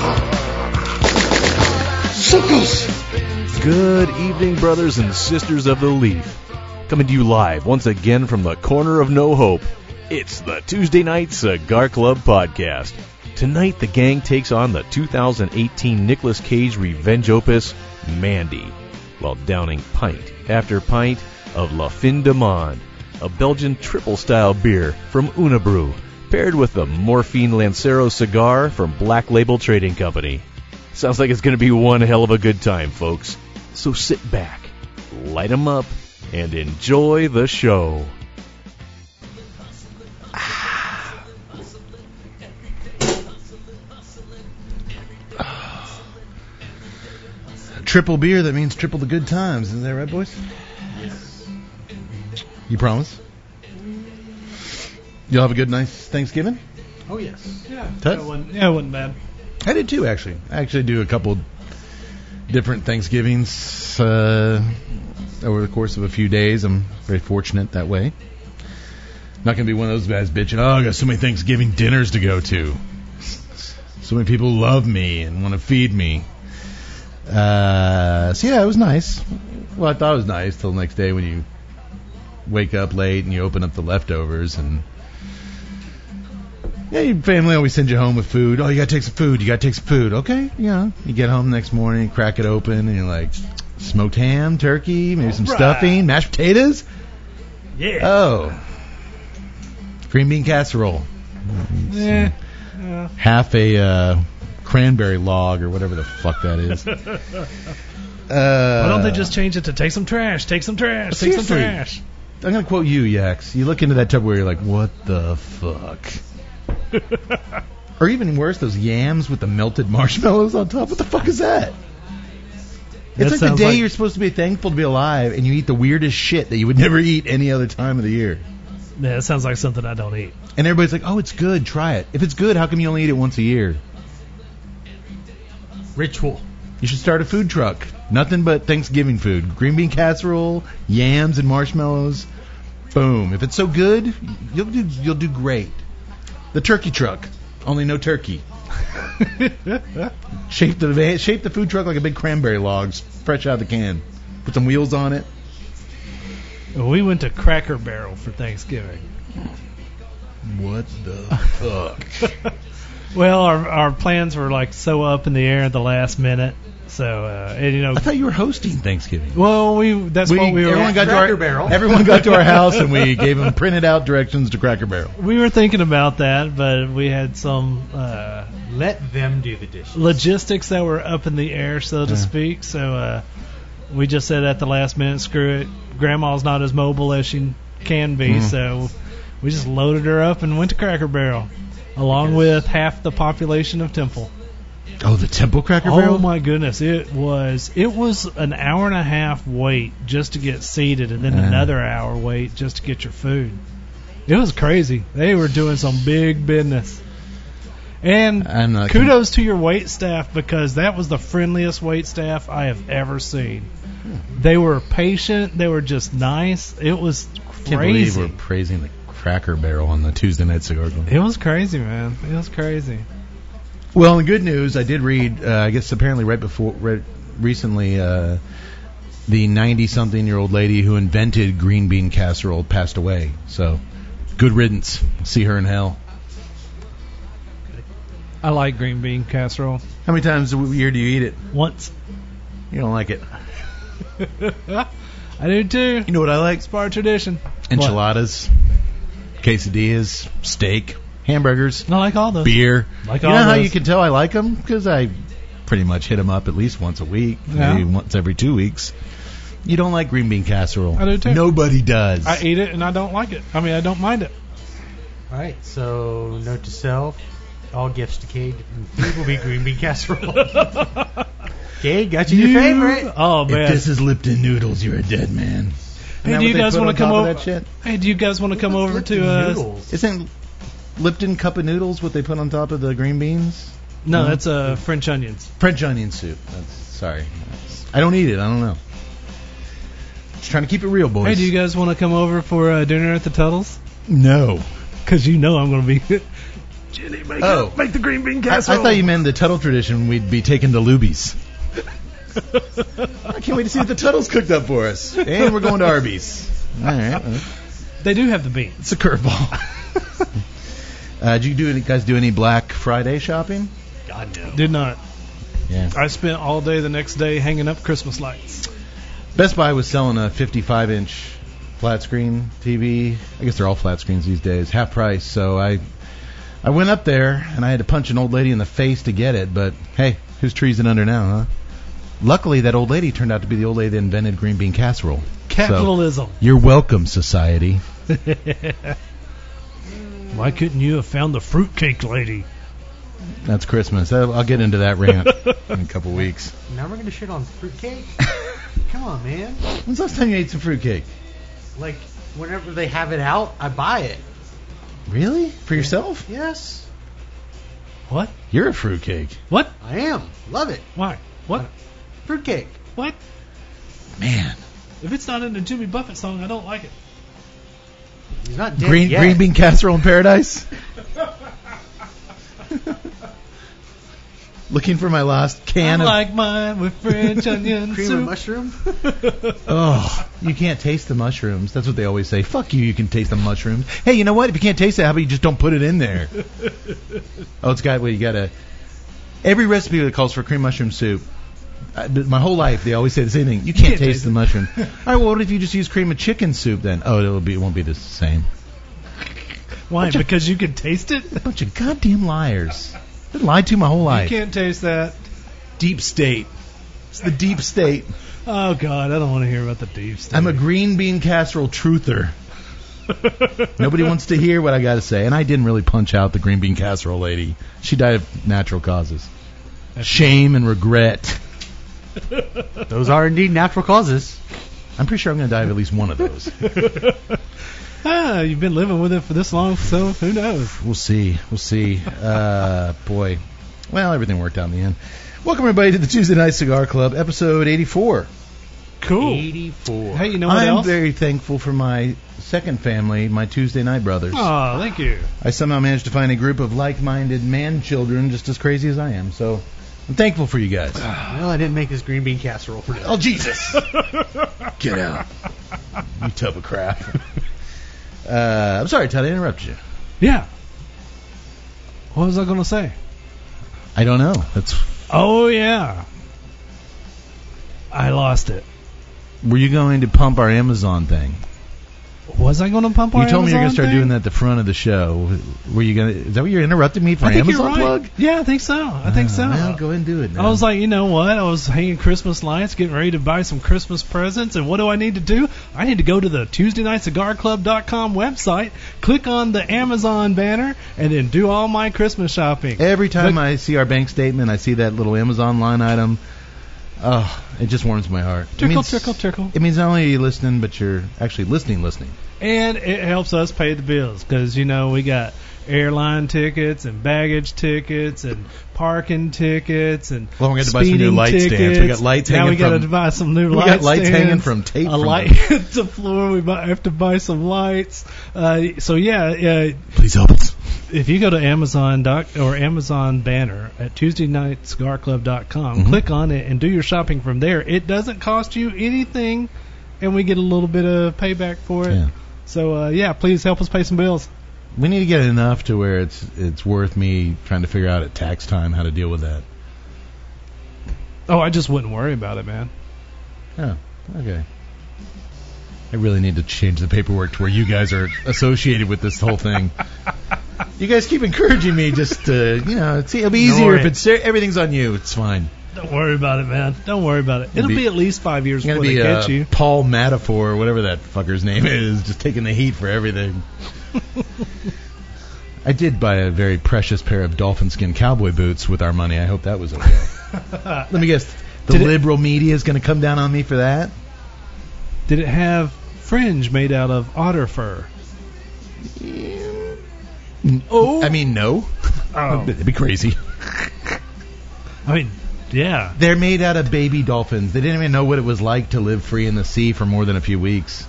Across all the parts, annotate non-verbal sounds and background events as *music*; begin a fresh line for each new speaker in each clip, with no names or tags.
uh,
Popsicles!
Good evening, brothers and sisters of the Leaf. Coming to you live once again from the corner of No Hope. It's the Tuesday Night Cigar Club Podcast. Tonight, the gang takes on the 2018 Nicolas Cage revenge opus, Mandy, while downing pint after pint of La Fin de Monde, a Belgian triple style beer from Unabrew, paired with the Morphine Lancero cigar from Black Label Trading Company. Sounds like it's going to be one hell of a good time, folks. So sit back, light 'em up, and enjoy the show.
Triple beer, that means triple the good times. Isn't that right, boys? You promise? You'll have a good, nice Thanksgiving?
Oh yes. Yeah.
Tut?
That wasn't, yeah, it wasn't bad.
I did too, actually. I actually do a couple different Thanksgivings uh, over the course of a few days. I'm very fortunate that way. Not gonna be one of those guys bitching. Oh, I got so many Thanksgiving dinners to go to. So many people love me and want to feed me. Uh, so yeah, it was nice. Well, I thought it was nice till the next day when you wake up late and you open up the leftovers and yeah, your family always sends you home with food. Oh, you gotta take some food. You gotta take some food. Okay, yeah. You get home the next morning, you crack it open, and you're like, smoked ham, turkey, maybe some
All right.
stuffing, mashed potatoes.
Yeah.
Oh, green bean casserole,
yeah. Yeah.
half a uh, cranberry log or whatever the fuck that
*laughs*
is. Uh,
Why don't they just change it to take some trash, take some trash, take some
Seriously.
trash?
I'm gonna quote you, Yax. You look into that Tupperware, you're like, what the
*laughs*
fuck? or even worse, those yams with the melted marshmallows on top. What the fuck is that?
That
it's like the
sounds
day
like-
you're supposed to be thankful to be alive, and you eat the weirdest shit that you would never eat any other time of the year.
Yeah, it sounds like something I don't eat.
And everybody's like, "Oh, it's good. Try it. If it's good, how come you only eat it once a year?
Ritual.
You should start a food truck. Nothing but Thanksgiving food: green bean casserole, yams, and marshmallows. Boom! If it's so good, you'll do you'll do great. The turkey truck, only no turkey. *laughs* shape the van- shape the food truck like a big cranberry log, fresh out of the can. Put some wheels on it.
We went to Cracker Barrel for Thanksgiving.
What *laughs* the fuck?
Well, our our plans were like so up in the air at the last minute. So, uh, and you know,
I thought you were hosting Thanksgiving.
well, we that's
We,
what we were.
everyone got to our, everyone got *laughs* to our house and we gave them printed out directions to Cracker Barrel.
we were thinking about that, but we had some uh,
Let them do the dishes.
logistics that were up in the air, so to speak. So uh, we just said at the last minute, screw it. Grandma's not as mobile as she can be, so we just loaded her up and went to Cracker Barrel, along with half the population of Temple.
Oh, the Temple Cracker Barrel.
Oh my goodness, it was it was an hour and a half wait just to get seated, and then
Yeah.
another hour wait just to get your food. It was crazy. They were doing some big business. And
I'm not
kudos to your wait staff because that was the friendliest wait staff I have ever seen. They were patient. They were just nice. It was
Can't believe
crazy.
we're praising the Cracker Barrel on the Tuesday Night Cigar Club.
It was crazy, man. It was crazy.
Well, the good news, I did read. Uh, I guess apparently right before, right recently, uh, the ninety-something-year-old lady who invented green bean casserole passed away. So, good riddance. See her in hell.
I like green bean casserole.
How many times a year do you eat it?
Once *laughs*
You don't like it.
I do too.
You know what I like?
It's part of tradition.
Enchiladas, quesadillas, steak, hamburgers,
I like all those.
beer.
Like
you
all
know how
those.
you can tell I like them because I pretty much hit them up at least once a week,
Yeah.
maybe once every two weeks. You don't like green bean casserole.
I do too.
Nobody does.
I eat it and I don't like it. I mean, I don't mind it.
All right. So, note to self: all gifts to Cade and food will be green bean casserole.
*laughs*
Cade, got you, your favorite.
Oh
if
man.
this is Lipton noodles, you're a dead man.
Hey,
Isn't
do
that
you
what they
guys
put
wanna
on
come
top of
over-
That shit?
hey, do you guys want to come over to uh
noodles.
Isn't Lipton cup of noodles what they put on top of the green beans?
No, that's uh French onions.
French onion soup. That's, sorry, I don't eat it. I don't know. Just trying to keep it real, boys.
Hey, do you guys want to come over for uh, dinner at the Tuttles?
no.
Because you know I'm going to be. *laughs*
oh, make the green bean casserole. I, I thought you meant the Tuttle tradition. We'd be taken to Luby's. I can't wait to see what the Tuttle's cooked up for us. And we're going to Arby's. All right. well,
They do have the beans.
It's a *laughs* curveball. uh, did you do any, guys do any Black Friday shopping?
God no.
Did not.
Yeah.
I spent all day the next day hanging up Christmas lights.
Best Buy was selling a 55 inch flat screen TV. I guess they're all flat screens these days, half price. So I I went up there and I had to punch an old lady in the face to get it. But hey, whose tree's it under now, huh? Luckily, that old lady turned out to be the old lady that invented green bean casserole.
Capitalism.
You're welcome, society.
*laughs* Why couldn't you have found the fruitcake lady?
That's Christmas. I'll I'll get into that rant in a couple weeks.
Now we're going to shit on fruitcake? Come on, man.
When's the last time you ate some fruitcake?
Like, whenever they have it out, I buy it.
Really? For yourself?
Yes,
What?
You're a fruitcake.
What?
I am. Love it.
Why? What?
Fruitcake.
What?
Man.
If it's not in the Jimmy Buffett song, I don't like it.
He's not dead
Green,
yet.
green bean casserole in
*laughs*
paradise? Looking for my last can
I
of.
like mine with
*laughs*
French onion
Cream
soup.
and mushroom?
oh, you can't taste the mushrooms. That's what they always say. Fuck you, you can taste the mushrooms. Hey, you know what? If you can't taste it, how about you just don't put it in
*laughs*
there? oh, it's got, well, you gotta. Every recipe that calls for cream mushroom soup, I, but my whole life they always say the same thing. You can't,
can't
taste
taste
the
*laughs*
mushroom. All right, well, what if you just use cream of chicken soup then? Oh, it'll be, it won't be the same.
Why? Because you can taste it.
A bunch of goddamn liars. Been lied to my whole
You
life.
can't taste that.
Deep state. It's the deep state.
Oh God, I don't want to hear about the deep stuff.
I'm a green bean casserole truther. Nobody wants to hear what I got to say, and I didn't really punch out the green bean casserole lady. She died of natural causes. Shame and regret.
*laughs* Those are indeed natural causes.
I'm pretty sure I'm going to die of at least one of those.
*laughs* ah, you've been living with it for this long, so who knows?
We'll see. We'll see. Uh, boy. Well, everything worked out in the end. Welcome everybody to the Tuesday Night Cigar Club, episode 84.
Cool.
84.
Hey, you know what
I'm
else?
very thankful for my second family, my Tuesday Night Brothers.
oh, thank you.
I somehow managed to find a group of like-minded man children just as crazy as I am. So I'm thankful for you guys.
Well, I didn't make this green bean casserole for now.
oh Jesus! *laughs* Get out, you tub of crap. *laughs* Uh, I'm sorry, Todd. I interrupted you.
Yeah. What was I gonna say?
I don't know. That's
Oh yeah. I lost it.
were you going to pump our Amazon thing?
Was I gonna pump?
You
our
told me you were
Amazon
gonna start
thing?
doing that at the front of the show. Were you gonna? Is that what you're interrupting me for
I think
Amazon
you're right.
plug? Uh,
Yeah, I think so. I think so.
Well, Ah, go ahead and do it.
I was like, you know what? I was hanging Christmas lights, getting ready to buy some Christmas presents, and what do I need to do? I need to go to the Tuesday Night Cigar Club.com website, click on the Amazon banner, and then do all my Christmas shopping.
Every time
Look-
I see our bank statement, I see that little Amazon line item. Oh, it just warms my heart. It
Trickle,
means-
trickle, trickle.
It means not only are you listening, but you're actually listening, listening.
And it helps us pay the bills because, you know, we got airline tickets and baggage tickets and parking tickets and
Well, we got to buy some new
speeding
light stands. We
tickets.
got lights
now
hanging
we gotta
from-
buy some new
we
light
got lights
stands,
hanging from tape
A
from
light *laughs* hit the floor. We might have to buy some lights. Uh, so yeah, uh,
Please help us.
if you go to Amazon doc or Amazon banner at TuesdayNightCigarClub.com,
Mm-hmm.
click on it and do your shopping from there. It doesn't cost you anything, and we get a little bit of payback for it.
Yeah.
So uh, yeah, please help us pay some bills.
We need to get enough to where it's it's worth me trying to figure out at tax time how to deal with that.
Oh, I just wouldn't worry about it, man.
Oh, okay. I really need to change the paperwork to where you guys are associated with this whole
*laughs*
thing. you guys keep encouraging me just to, you know, it's, it'll be
Ignore
easier if
it.
it's everything's on you. It's fine.
Don't worry about it, man. Don't worry about it. It'll
be-
be, at least five years
It's
before
gonna
they
be
get
uh,
you.
Paul Matafor, or whatever that fucker's name is, just taking the heat for
*laughs*
everything. I did buy a very precious pair of dolphin skin cowboy boots with our money. I hope that was
*laughs*
okay.
uh,
Let me guess, the
Did it-
liberal media is going to come down on me for that.
Did it have fringe made out of otter fur? Mm.
Oh, I mean, no,
Oh,
it'd be crazy.
I mean, yeah.
They're made out of baby dolphins. They didn't even know what it was like to live free in the sea for more than a few weeks.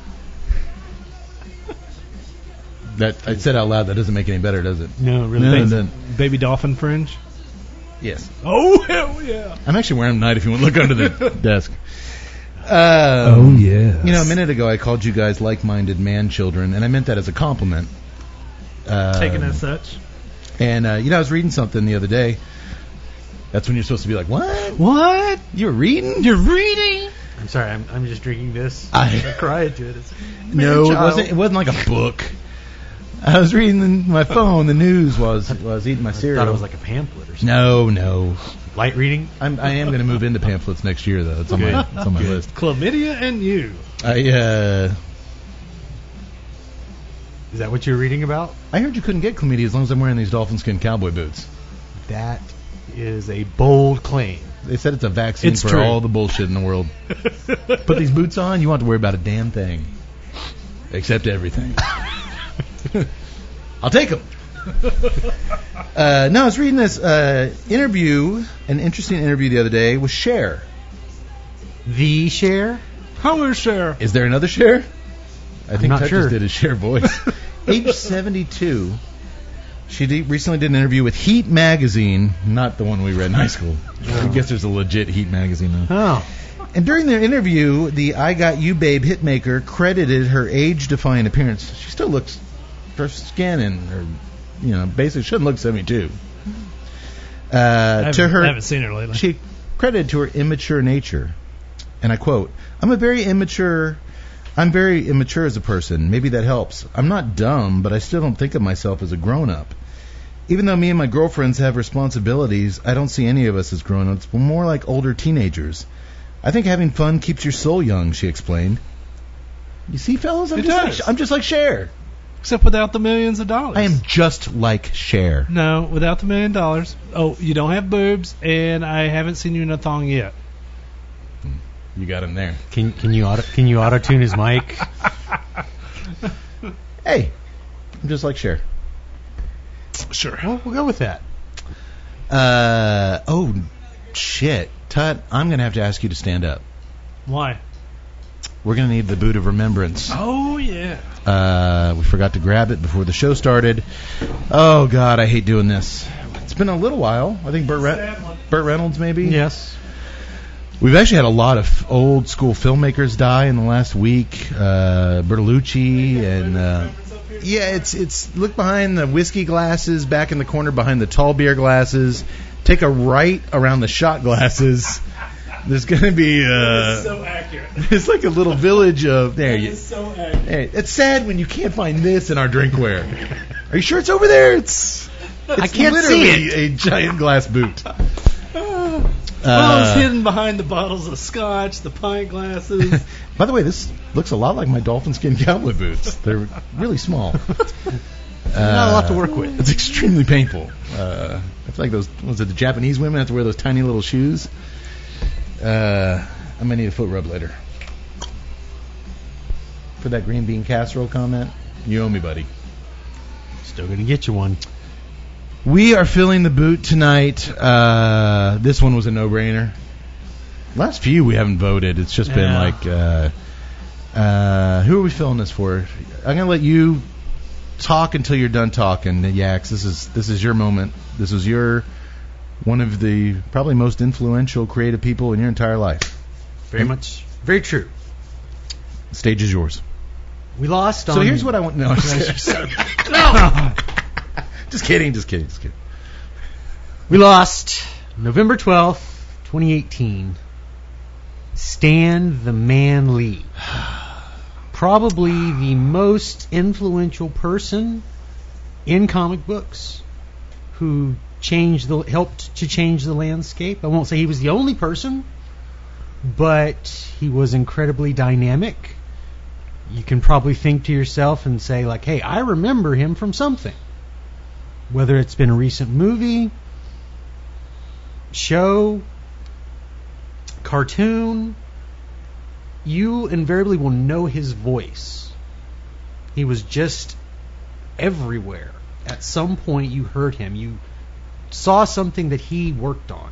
That I said out loud. That doesn't make any better, does it?
No,
really. No,
Baby-
then-
Baby dolphin fringe.
Yes.
Oh *laughs* hell yeah!
I'm actually wearing them tonight if you want to look under the desk. Um,
Oh,
yeah.
You know, a minute ago I called you guys like-minded man children, and I meant that as a compliment. Uh,
Taken as such.
And uh, you know, I was reading something the other day. That's when you're supposed to be like, "What?
What?
You're reading? You're reading?"
I'm sorry, I'm, I'm just drinking this. I
I-
cry into it. It's,
no, it
child.
wasn't. It wasn't like a book. I was reading the, my phone. The news was while I was eating my
I
cereal.
thought it was like a pamphlet or something.
no, no.
Light reading?
I'm, I am going to move into pamphlets next year, though. It's on my, it's on my list.
Chlamydia and you.
I uh,
Is that what you're reading about?
I heard you couldn't get chlamydia as long as I'm wearing these dolphin skin cowboy boots.
That is a bold claim.
They said it's a vaccine
It's
for
true.
all the bullshit in the world. Put these boots on, you won't have to worry about a damn thing, except everything. *laughs* I'll take them. uh, no, I was reading this uh, interview, an interesting interview the other day with Cher.
The share?
How is there?
Is there another Cher? I think
not
Tuck
sure.
just did a Cher voice.
*laughs*
Age 72. She de- recently did an interview with Heat magazine, not the one we read in high school. I guess there's a legit Heat magazine now.
Oh.
And during their interview, the I Got You Babe hitmaker credited her age defying appearance. She still looks, her skin and her, you know, basically shouldn't look 72. Uh,
I
to
haven't-
her,
I haven't seen her lately.
she credited to her immature nature. And I quote, I'm a very immature, I'm very immature as a person. Maybe that helps. I'm not dumb, but I still don't think of myself as a grown up. Even though me and my girlfriends have responsibilities, I don't see any of us as grown ups, but more like older teenagers. I think having fun keeps your soul young, she explained. You see, fellas, I'm,
It
just
does.
like, I'm just like Cher.
Except without the millions of dollars.
I am just like Cher.
No, without the million dollars. Oh, you don't have boobs, and I haven't seen you in a thong yet.
You got him there.
Can, can you auto can you auto tune his mic?
Hey, I'm just like Cher.
Sure.
Well, we'll go with that.
Uh oh, shit, Tut! I'm gonna have to ask you to stand up.
Why?
We're gonna need the boot of remembrance.
Oh yeah.
Uh, we forgot to grab it before the show started. Oh God, I hate doing this. It's been a little while. I think Burt, Re-
Sad one.
Burt Reynolds maybe.
Yes.
We've actually had a lot of old school filmmakers die in the last week. Uh, Bertolucci and uh, yeah, it's it's look behind the whiskey glasses, back in the corner behind the tall beer glasses. Take a right around the shot glasses. There's gonna be uh,
accurate.
*laughs* it's like a little village of there. You,
so accurate.
hey, it's sad when you can't find this in our drinkware. Are you sure it's over there? It's, it's I
can't see
literally a giant glass boot.
well,
Uh,
it's hidden behind the bottles of scotch, the pint glasses.
*laughs* By the way, this looks a lot like my dolphin skin cowboy boots. They're really
*laughs*
small. Uh,
Not a lot to work with.
It's extremely painful. Uh, it's like those was it the Japanese women have to wear those tiny little shoes. Uh, I might need a foot rub later. For that green bean casserole comment, you owe me, buddy.
Still gonna get you one.
We are filling the boot tonight. Uh, this one was a no-brainer. Last few we haven't voted. It's just been
Yeah.
like, uh, uh, who are we filling this for? I'm gonna let you talk until you're done talking, Yaks. This is this is your moment. This is your one of the probably most influential creative people in your entire life.
Very much. Very true.
The stage is yours.
We lost on
So here's what I want. *laughs* No, I'm just
*laughs* No!
just kidding. Just kidding. Just kidding.
We lost November 12th, 2018. Stan the Man Lee. Probably the most influential person in comic books who changed the helped to change the landscape. I won't say he was the only person, but he was incredibly dynamic. You can probably think to yourself and say like, "Hey, I remember him from something." Whether it's been a recent movie, show, cartoon, you invariably will know his voice. He was just everywhere. At some point, you heard him. You saw something that he worked on.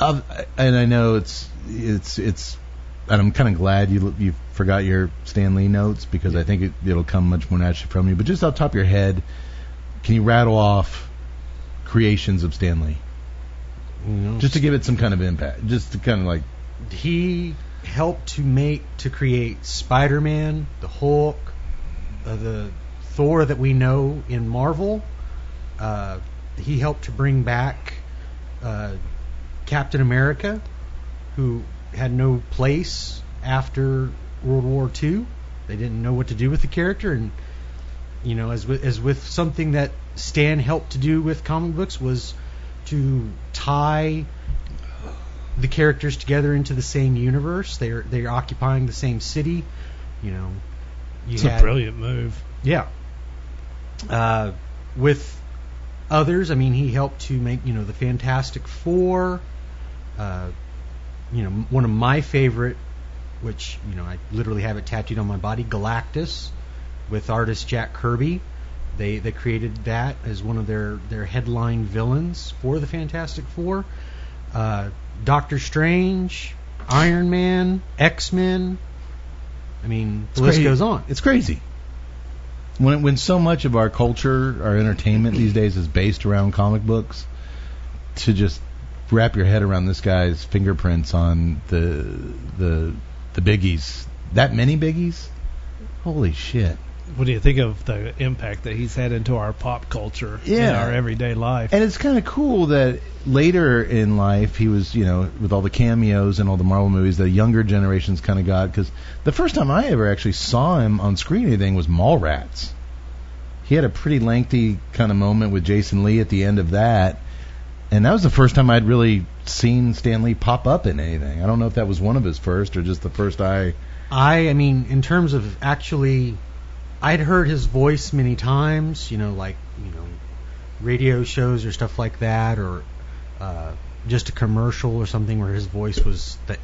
I've, and I know it's it's it's, and I'm kind of glad you you forgot your Stan Lee notes because I think it, it'll come much more naturally from you. But just off the top of your head, can you rattle off creations of Stan Lee?
You know,
Just to give it some kind of impact. Just to kind of like,
he helped to make to create Spider-Man, the Hulk, uh, the Thor that we know in Marvel. Uh, he helped to bring back uh, Captain America, who had no place after World War II. They didn't know what to do with the character, and you know, as with, as with something that Stan helped to do with comic books was to tie the characters together into the same universe. They're they're occupying the same city. You know, you
It's
had-
a brilliant move.
Yeah. Uh, with others, I mean, he helped to make you know the Fantastic Four. Uh, you know, m- one of my favorite, which you know I literally have it tattooed on my body, Galactus, with artist Jack Kirby. They they created that as one of their their headline villains for the Fantastic Four. Uh, Doctor Strange, Iron Man, X Men. I mean, the list
crazy.
goes on.
it's crazy. When when so much of our culture, our entertainment these days is based around comic books, to just wrap your head around this guy's fingerprints on the the the biggies, that many biggies, holy shit!
What do you think of the impact that he's had into our pop culture and
Yeah.
our everyday life?
And it's kind of cool that later in life he was, you know, with all the cameos and all the Marvel movies, the younger generations kind of got because the first time I ever actually saw him on screen anything was Mallrats. He had a pretty lengthy kind of moment with Jason Lee at the end of that, and that was the first time I'd really seen Stan Lee pop up in anything. I don't know if that was one of his first or just the first I.
I, I mean, in terms of actually, I'd heard his voice many times, you know, like, you know, radio shows or stuff like that, or uh, just a commercial or something where his voice was that.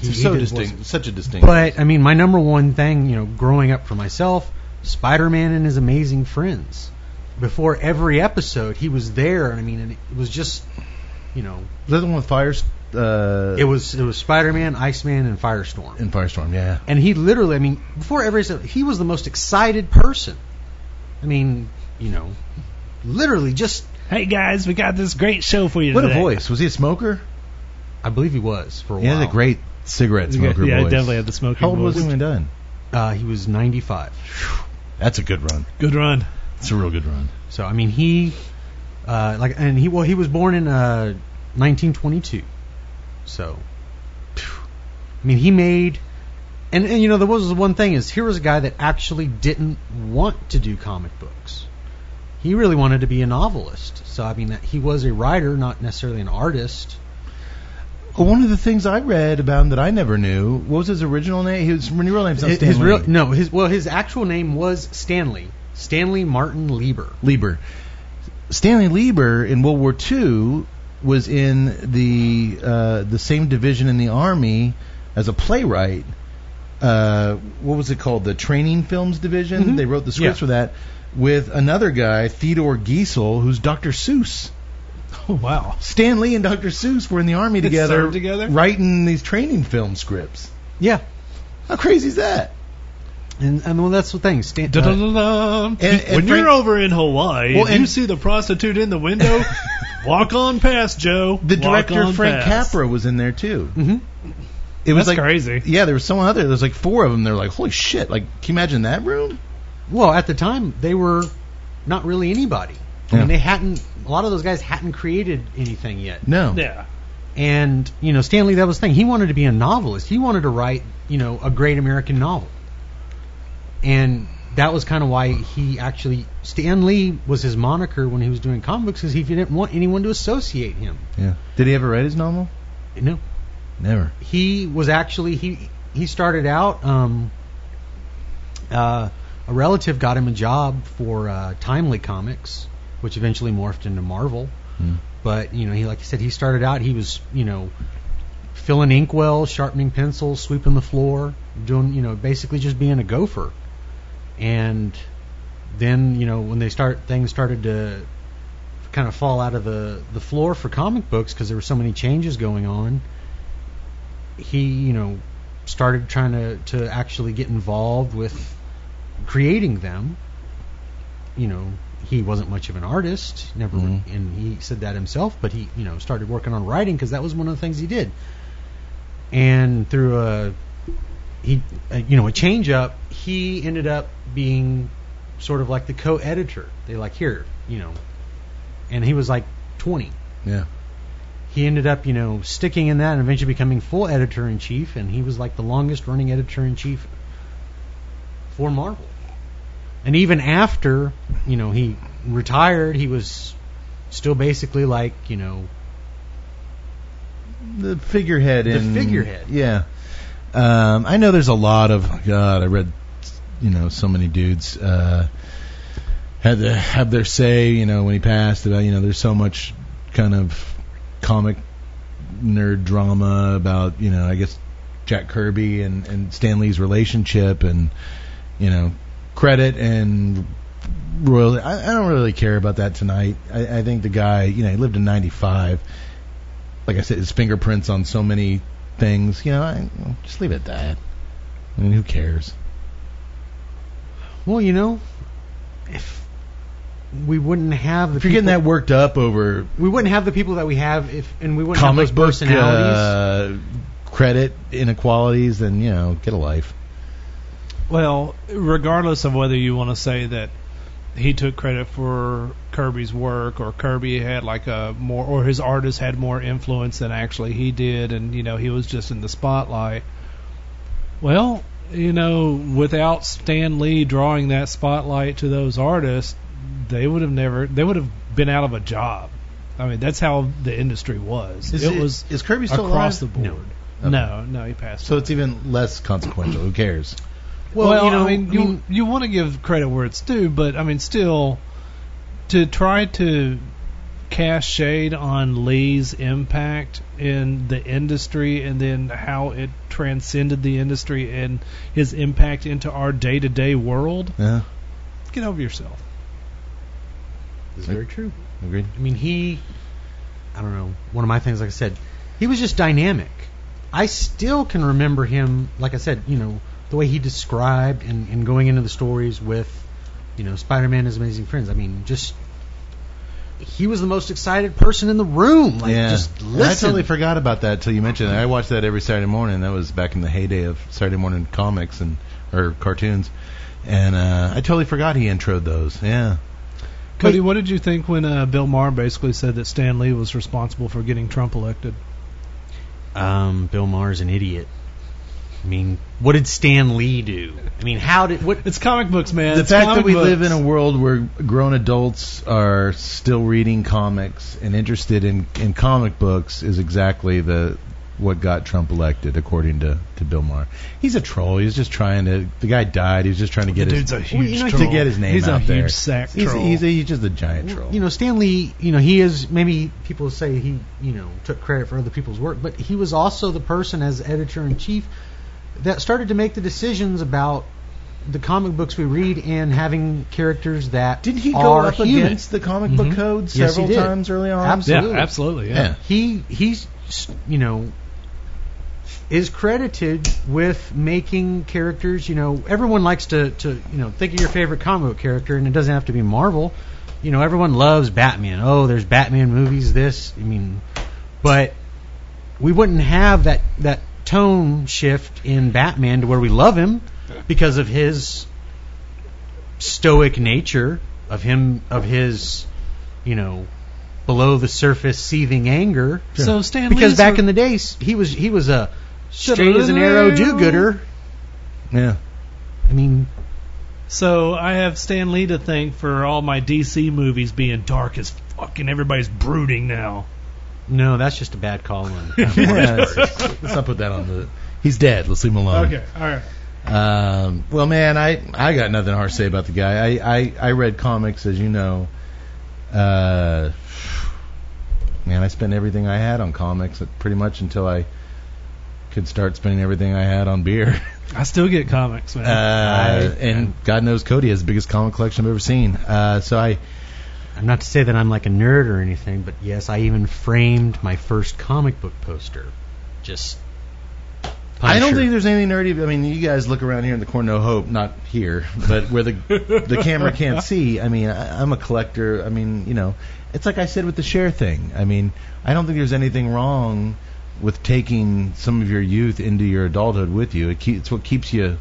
he- he did voice-
such a distinct.
But, I mean, my number one thing, you know, growing up for myself, Spider Man and his amazing friends. Before every episode, he was there, and I mean, and it was just, you know,
the one with fires, uh,
it was it was Spider Man, Iceman, and Firestorm.
in Firestorm, yeah.
And he literally, I mean, before every episode, he was the most excited person. I mean, you know, literally just,
hey guys, we got this great show for you
What a
today.
voice! Was he a smoker?
I believe he was for a
He
while.
had a great cigarette
Yeah,
smoker
yeah,
voice.
definitely had the smoking
How old was
voice.
he when done?
Uh, he was 95.
That's a good run.
Good run.
It's a real good run.
So I mean, he, uh, like, and he well, he was born in uh, 1922. So, phew. I mean, he made, and, and you know, there was one thing is here was a guy that actually didn't want to do comic books. He really wanted to be a novelist. So I mean, that he was a writer, not necessarily an artist.
One of the things I read about him that I never knew what was his original name. His real name's not
his,
Stan
his
Lee.
real no his well his actual name was Stanley Stanley Martin Lieber.
Lieber. Stanley Lieber in World War II was in the uh, the same division in the army as a playwright. Uh, what was it called? The training films division. They wrote the scripts for
Yeah.
that with another guy, Theodore Giesel, who's Dr. Seuss.
Oh wow.
Stan Lee and Dr. Seuss were in the army
They
together,
served together?
writing these training film scripts.
Yeah,
How crazy is that?
and and well that's the thing. Stan, uh,
Da-da-da-da.
and- and
when
Frank-
you're over in Hawaii
Well,
and, you
and-
see the prostitute in the
*laughs*
window, walk on past, Joe.
The
Walk
director
on
Frank
past.
Capra was in there too.
mhm.
It was
That's
like
crazy.
yeah, there was someone other. There's like four of them. They're like, holy shit! Like, can you imagine that room?
Well, at the time they were not really anybody. I
Yeah.
mean, they hadn't. A lot of those guys hadn't created anything yet.
No.
Yeah.
And you know, Stanley, that was the thing. He wanted to be a novelist. He wanted to write, you know, a great American novel. And that was kind of why he actually Stan Lee was his moniker when he was doing comic books, because he didn't want anyone to associate him.
Yeah. Did he ever write his novel?
You know,
Never.
he was actually he he started out um uh a relative got him a job for uh Timely Comics which eventually morphed into Marvel
Hmm.
but you know he like I said he started out he was you know filling inkwell sharpening pencils sweeping the floor doing you know basically just being a gopher and then you know when they start things started to kind of fall out of the the floor for comic books because there were so many changes going on he you know started trying to to actually get involved with creating them you know he wasn't much of an artist, never,
Mhm.
and he said that himself. But he, you know, started working on writing because that was one of the things he did. And through a, he, a, you know, a change up, he ended up being sort of like the co-editor. They like here, you know, and he was like 20.
Yeah.
He ended up, you know, sticking in that and eventually becoming full editor in chief, and he was like the longest running editor in chief for Marvel. And even after, you know, he retired, he was still basically like, you know,
the figurehead
The
in
figurehead.
Yeah, um, I know there's a lot of oh, God. I read, you know, so many dudes uh, had to have their say. You know, when he passed, about you know, there's so much kind of comic nerd drama about you know, I guess Jack Kirby and and Stan Lee's relationship and you know, credit and royalty. I, I don't really care about that tonight. I, I think the guy, you know, he lived in '95 like I said, his fingerprints on so many things. You know, I, just leave it at that. I mean, who cares?
well, you know, if we wouldn't have the
If you're getting that worked up over
we wouldn't have the people that we have if and we wouldn't
comic
have those
book uh,
personalities.
credit inequalities, then you know, get a life.
Well, regardless of whether you want to say that he took credit for Kirby's work or Kirby had like a more or his artist had more influence than actually he did and you know he was just in the spotlight. Well, you know, without Stan Lee drawing that spotlight to those artists, they would have never they would have been out of a job. I mean, that's how the industry was. it, was
is Kirby still
across the
alive?
board.
No.
Okay.
No, no, he passed.
So it's even less consequential. Who cares?
Well, you know, I mean, you you want to give credit where it's due, but I mean, still, to try to cast shade on Lee's impact in the industry and then how it transcended the industry and his impact into our day to day world,
Yeah,
get over yourself.
It's very true.
agreed.
I mean, he, I don't know, one of my things, like I said, he was just dynamic. I still can remember him, like I said, you know, the way he described and, and going into the stories with, you know, Spider Man and His Amazing Friends. I mean, just, he was the most excited person in the room. Like,
yeah,
just
And I
listen.
totally forgot about that till you mentioned it. I watched that every Saturday morning. That was back in the heyday of Saturday morning comics and or cartoons, and uh, I totally forgot he introed those. Yeah.
Cody, what did you think when uh, Bill Maher basically said that Stan Lee was responsible for getting Trump elected?
um, Bill Maher's an idiot. I mean, what did Stan Lee do? I mean, how did, what,
It's comic books, man.
the
It's
fact that
comic
we
books.
live in a world where grown adults are still reading comics and interested in, in comic books is exactly the what got Trump elected, according to, to Bill Maher. He's a troll. He's just trying to. The guy died. He's just trying to
the
get his
dude's a
Well,
huge
you know,
troll.
to get his name
he's
out
a
there.
huge sack
he's,
troll. Mm-hmm.
he's, a, he's just a giant troll.
You know, Stanley, you know, he is maybe people say he, you know, took credit for other people's work, but he was also the person as editor in chief that started to make the decisions about the comic books we read and having characters that
did he go
are
up
human.
against the comic book
Mhm.
code
Yes, he
several
did.
times early on?
Absolutely.
yeah, absolutely.
Yeah.
He he's you know is credited with making characters. You know, everyone likes to to you know think of your favorite comic book character, and it doesn't have to be Marvel. You know, everyone loves Batman. Oh, there's Batman movies. This, I mean, but we wouldn't have that that tone shift in Batman to where we love him because of his stoic nature of him of his you know below the surface seething anger
So Stan
because
Lee's
back
a-
in the days he was he was a straight as an arrow do-gooder
Yeah.
i mean
So I have Stan Lee to thank for all my DC movies being dark as fuck and everybody's brooding now.
no that's just a bad call on
*laughs* Yeah, let's let's not put that on the. He's dead. Let's leave him alone.
all right.
Um, well, man, I, I got nothing hard to say about the guy. I, I, I read comics, as you know. Uh, man, I spent everything I had on comics uh, pretty much until I could start spending everything I had on beer. *laughs*
I still get comics, man.
Uh, and God knows Cody has the biggest comic collection I've ever seen. Uh, so I,
not to say that i'm like a nerd or anything but yes i even framed my first comic book poster just
I don't
Punisher.
think there's anything nerdy. I mean, you guys look around here in the corner of hope, not here, but where the the camera can't see. I mean, I, I'm a collector. I mean, you know, it's like I said with the share thing. I mean, I don't think there's anything wrong with taking some of your youth into your adulthood with you. It keep, it's what keeps you,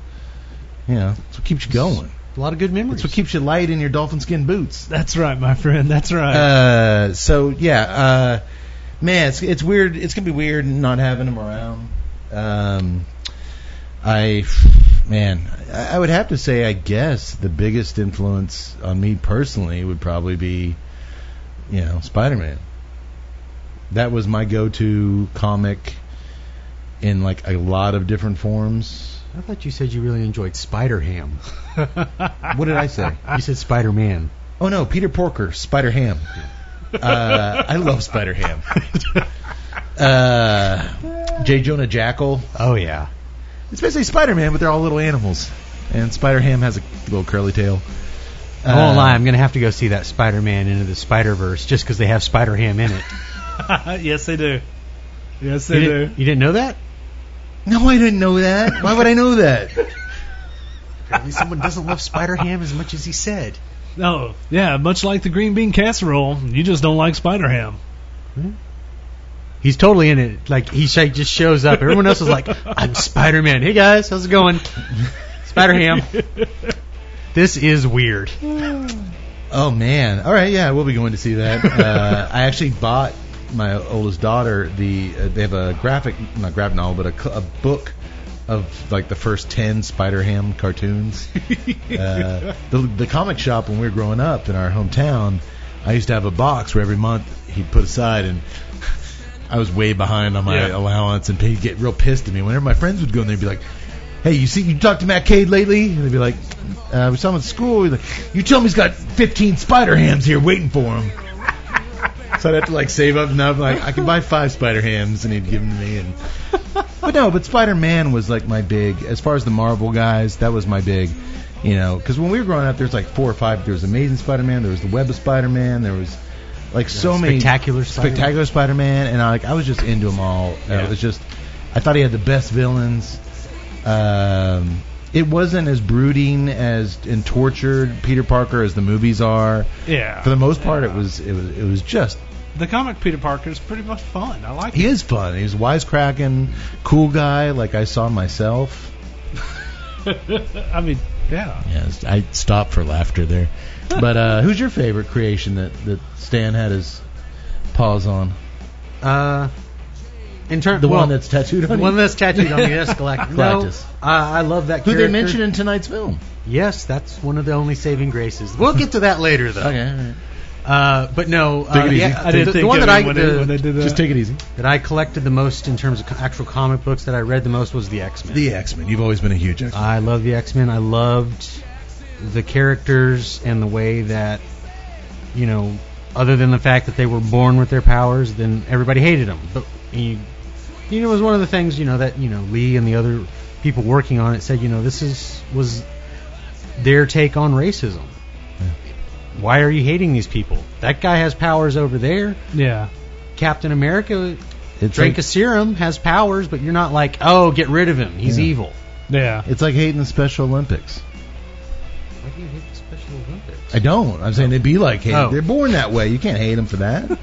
you know, it's what keeps you going.
a lot of good memories.
It's what keeps you light in your dolphin skin boots.
That's right, my friend. That's right.
Uh, so yeah, uh, man, it's it's weird. It's gonna be weird not having them around. Um, I, man, I, I would have to say, I guess the biggest influence on me personally would probably be, you know, Spider-Man. That was my go-to comic in like a lot of different forms.
I thought you said you really enjoyed Spider Ham.
What did I
*laughs*
say?
You said Spider Man.
Oh no, Peter Porker, Spider Ham. Uh, I love Spider *laughs* Ham. Uh, J. Jonah Jackal.
Oh yeah.
It's basically Spider Man, but they're all little animals. And Spider Ham has a little curly tail.
I won't
Uh,
lie, I'm gonna have to go see that Spider Man into the Spider Verse just because they have Spider Ham in
*laughs*
it.
yes, they do. Yes,
You
they do.
didn't, you didn't know that?
No, I didn't know that. Why would I know that?
Apparently, someone doesn't love Spider Ham as much as he said.
Oh, yeah. Much like the green bean casserole, you just don't like Spider Ham. *laughs*
He's totally in it. Like he sh- just shows up. Everyone else is like, "I'm Spider Man. Hey guys, how's it going? Spider Ham. This is weird.
Oh man! All right, yeah, we'll be going to see that. Uh, I actually bought my oldest daughter the. Uh, they have a graphic, not graphic novel, but a, cl- a book of like the first ten Spider Ham cartoons. uh, the, the comic shop when we were growing up in our hometown, I used to have a box where every month he'd put aside and. *laughs* I was way behind on my
Yeah.
allowance, and he'd get real pissed at me. Whenever my friends would go in there, and be like, "Hey, you see, you talked to Matt Cade lately?" And they'd be like, uh, "We saw him at school." He'd like, "You tell him he's got 15 spider hams here waiting for him." so I'd have to like save up enough, like I could buy five spider hams, and he'd give them to me. And but no, but Spider Man was like my big, as far as the Marvel guys, that was my big, you know, because when we were growing up, there's like four or five. There was Amazing Spider Man, there was the Web of Spider Man, there was like so many
Spectacular Spider-Man.
spectacular Spider Man, and I like I was just into them all. Uh, It was just, I thought he had the best villains. Um, it wasn't as brooding as and tortured Peter Parker as the movies are.
Yeah.
For the most part, it was it was it was just
the comic Peter Parker is pretty much fun. I like it.
he is fun. He's a wisecracking, cool guy like I saw myself.
*laughs* I mean, yeah.
Yes, I stopped for laughter there. But uh, who's your favorite creation that, that Stan had his paws on?
Uh, in terms
The one that's tattooed on
one
you?
that's tattooed on me. That's Galactus.
Galactus.
No, I I love that.
Who
character.
they mentioned in tonight's film.
Yes, that's one of the only saving graces. We'll get to that later, though.
Okay.
Uh, but no, uh,
Take it easy.
yeah,
I didn't
the,
think
the one
of
that
it
I
when,
the-
they, when they did that.
Just take it easy.
that I collected the most in terms of co- actual comic books that I read the most was the X Men.
The X Men. You've always been a huge X Men.
I love the X Men. I loved the characters and the way that, you know, other than the fact that they were born with their powers, then everybody hated them. But you, you know, it was one of the things you know that you know Lee and the other people working on it said, you know, this is was their take on racism. Why are you hating these people? That guy has powers over there.
Yeah.
Captain America
It's
drank
like,
a serum, has powers, but you're not like, oh, get rid of him. He's
Yeah.
evil.
Yeah.
it's like hating the Special Olympics.
Why do you hate the Special Olympics?
I don't. I'm saying they'd be like, hey,
Oh.
they're born that way. You can't hate them for
*laughs*
that.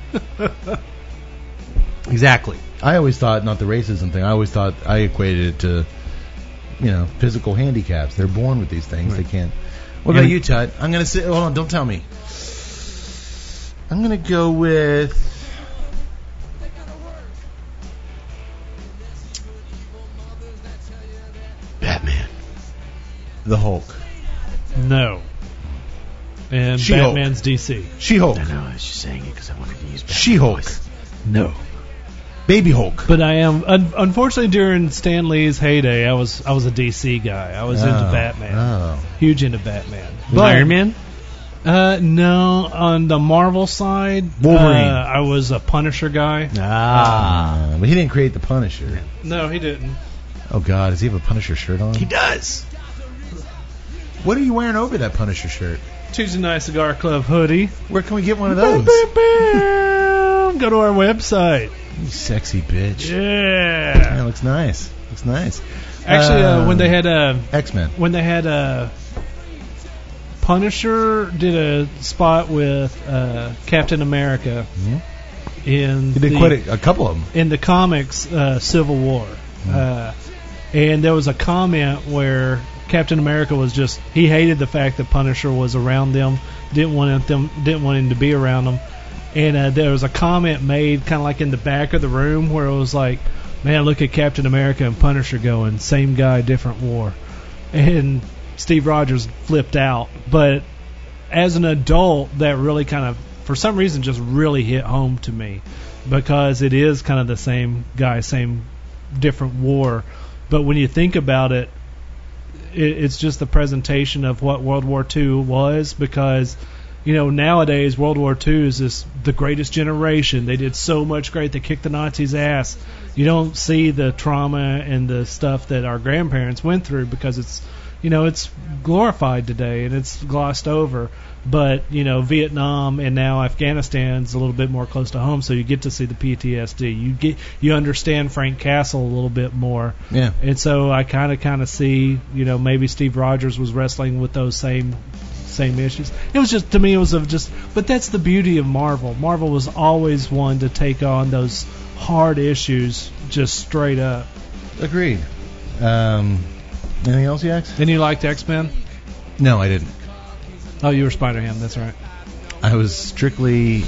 *laughs*
Exactly.
I always thought not the racism thing. I always thought I equated it to, you know, physical handicaps. They're born with these things. They can't. What about
And-
you, Tut? I'm gonna say. Hold on. Don't tell me. I'm gonna go with. Batman. The Hulk.
No. And
She-Hulk.
Batman's DC.
She Hulk.
I was just saying it because I wanted to use.
She Hulk.
No.
Baby Hulk.
But I am un- unfortunately during Stan Lee's heyday, I was I was a DC guy. I was into
Oh,
Batman.
Oh.
Huge into Batman.
Iron Man.
Uh, no, on the Marvel side,
Wolverine.
uh, I was a Punisher guy.
Ah,
Uh, but he didn't create the Punisher.
No, he didn't.
Oh God, does he have a Punisher shirt on?
does.
What are you wearing over that Punisher shirt?
Tuesday Night Cigar Club hoodie.
Where can we get one of those?
Bam, bam, bam. Go to our website.
You sexy bitch.
Yeah.
Yeah, looks nice. Looks nice. Um,
Actually, uh, when they had uh,
X Men.
when they had uh, Punisher did a spot with uh, Captain America
Yeah.
in
They did
the,
quite a, a couple of them.
in the comics uh, Civil War, uh, and there was a comment where Captain America was just he hated the fact that Punisher was around them, didn't want them didn't want him to be around them, and uh, there was a comment made kind of like in the back of the room where it was like, man, look at Captain America and Punisher going same guy, different war, and Steve Rogers flipped out, but as an adult, that really kind of, for some reason, just really hit home to me because it is kind of the same guy, same different war. But when you think about it, it it's just the presentation of what World War II was because. You know, nowadays World War II is this the greatest generation. They did so much great. They kicked the Nazis' ass. You don't see the trauma and the stuff that our grandparents went through because it's you know it's glorified today and it's glossed over but you know Vietnam and now Afghanistan's a little bit more close to home so you get to see the PTSD you get you understand Frank Castle a little bit more
Yeah.
and so I kind of kind of see you know maybe Steve Rogers was wrestling with those same same issues it was just to me it was of just but that's the beauty of Marvel Marvel was always one to take on those hard issues just straight up
Agreed. Um, anything else, Yax?
and you liked X-Men
No, I didn't.
oh you were Spider-Ham that's right
I was strictly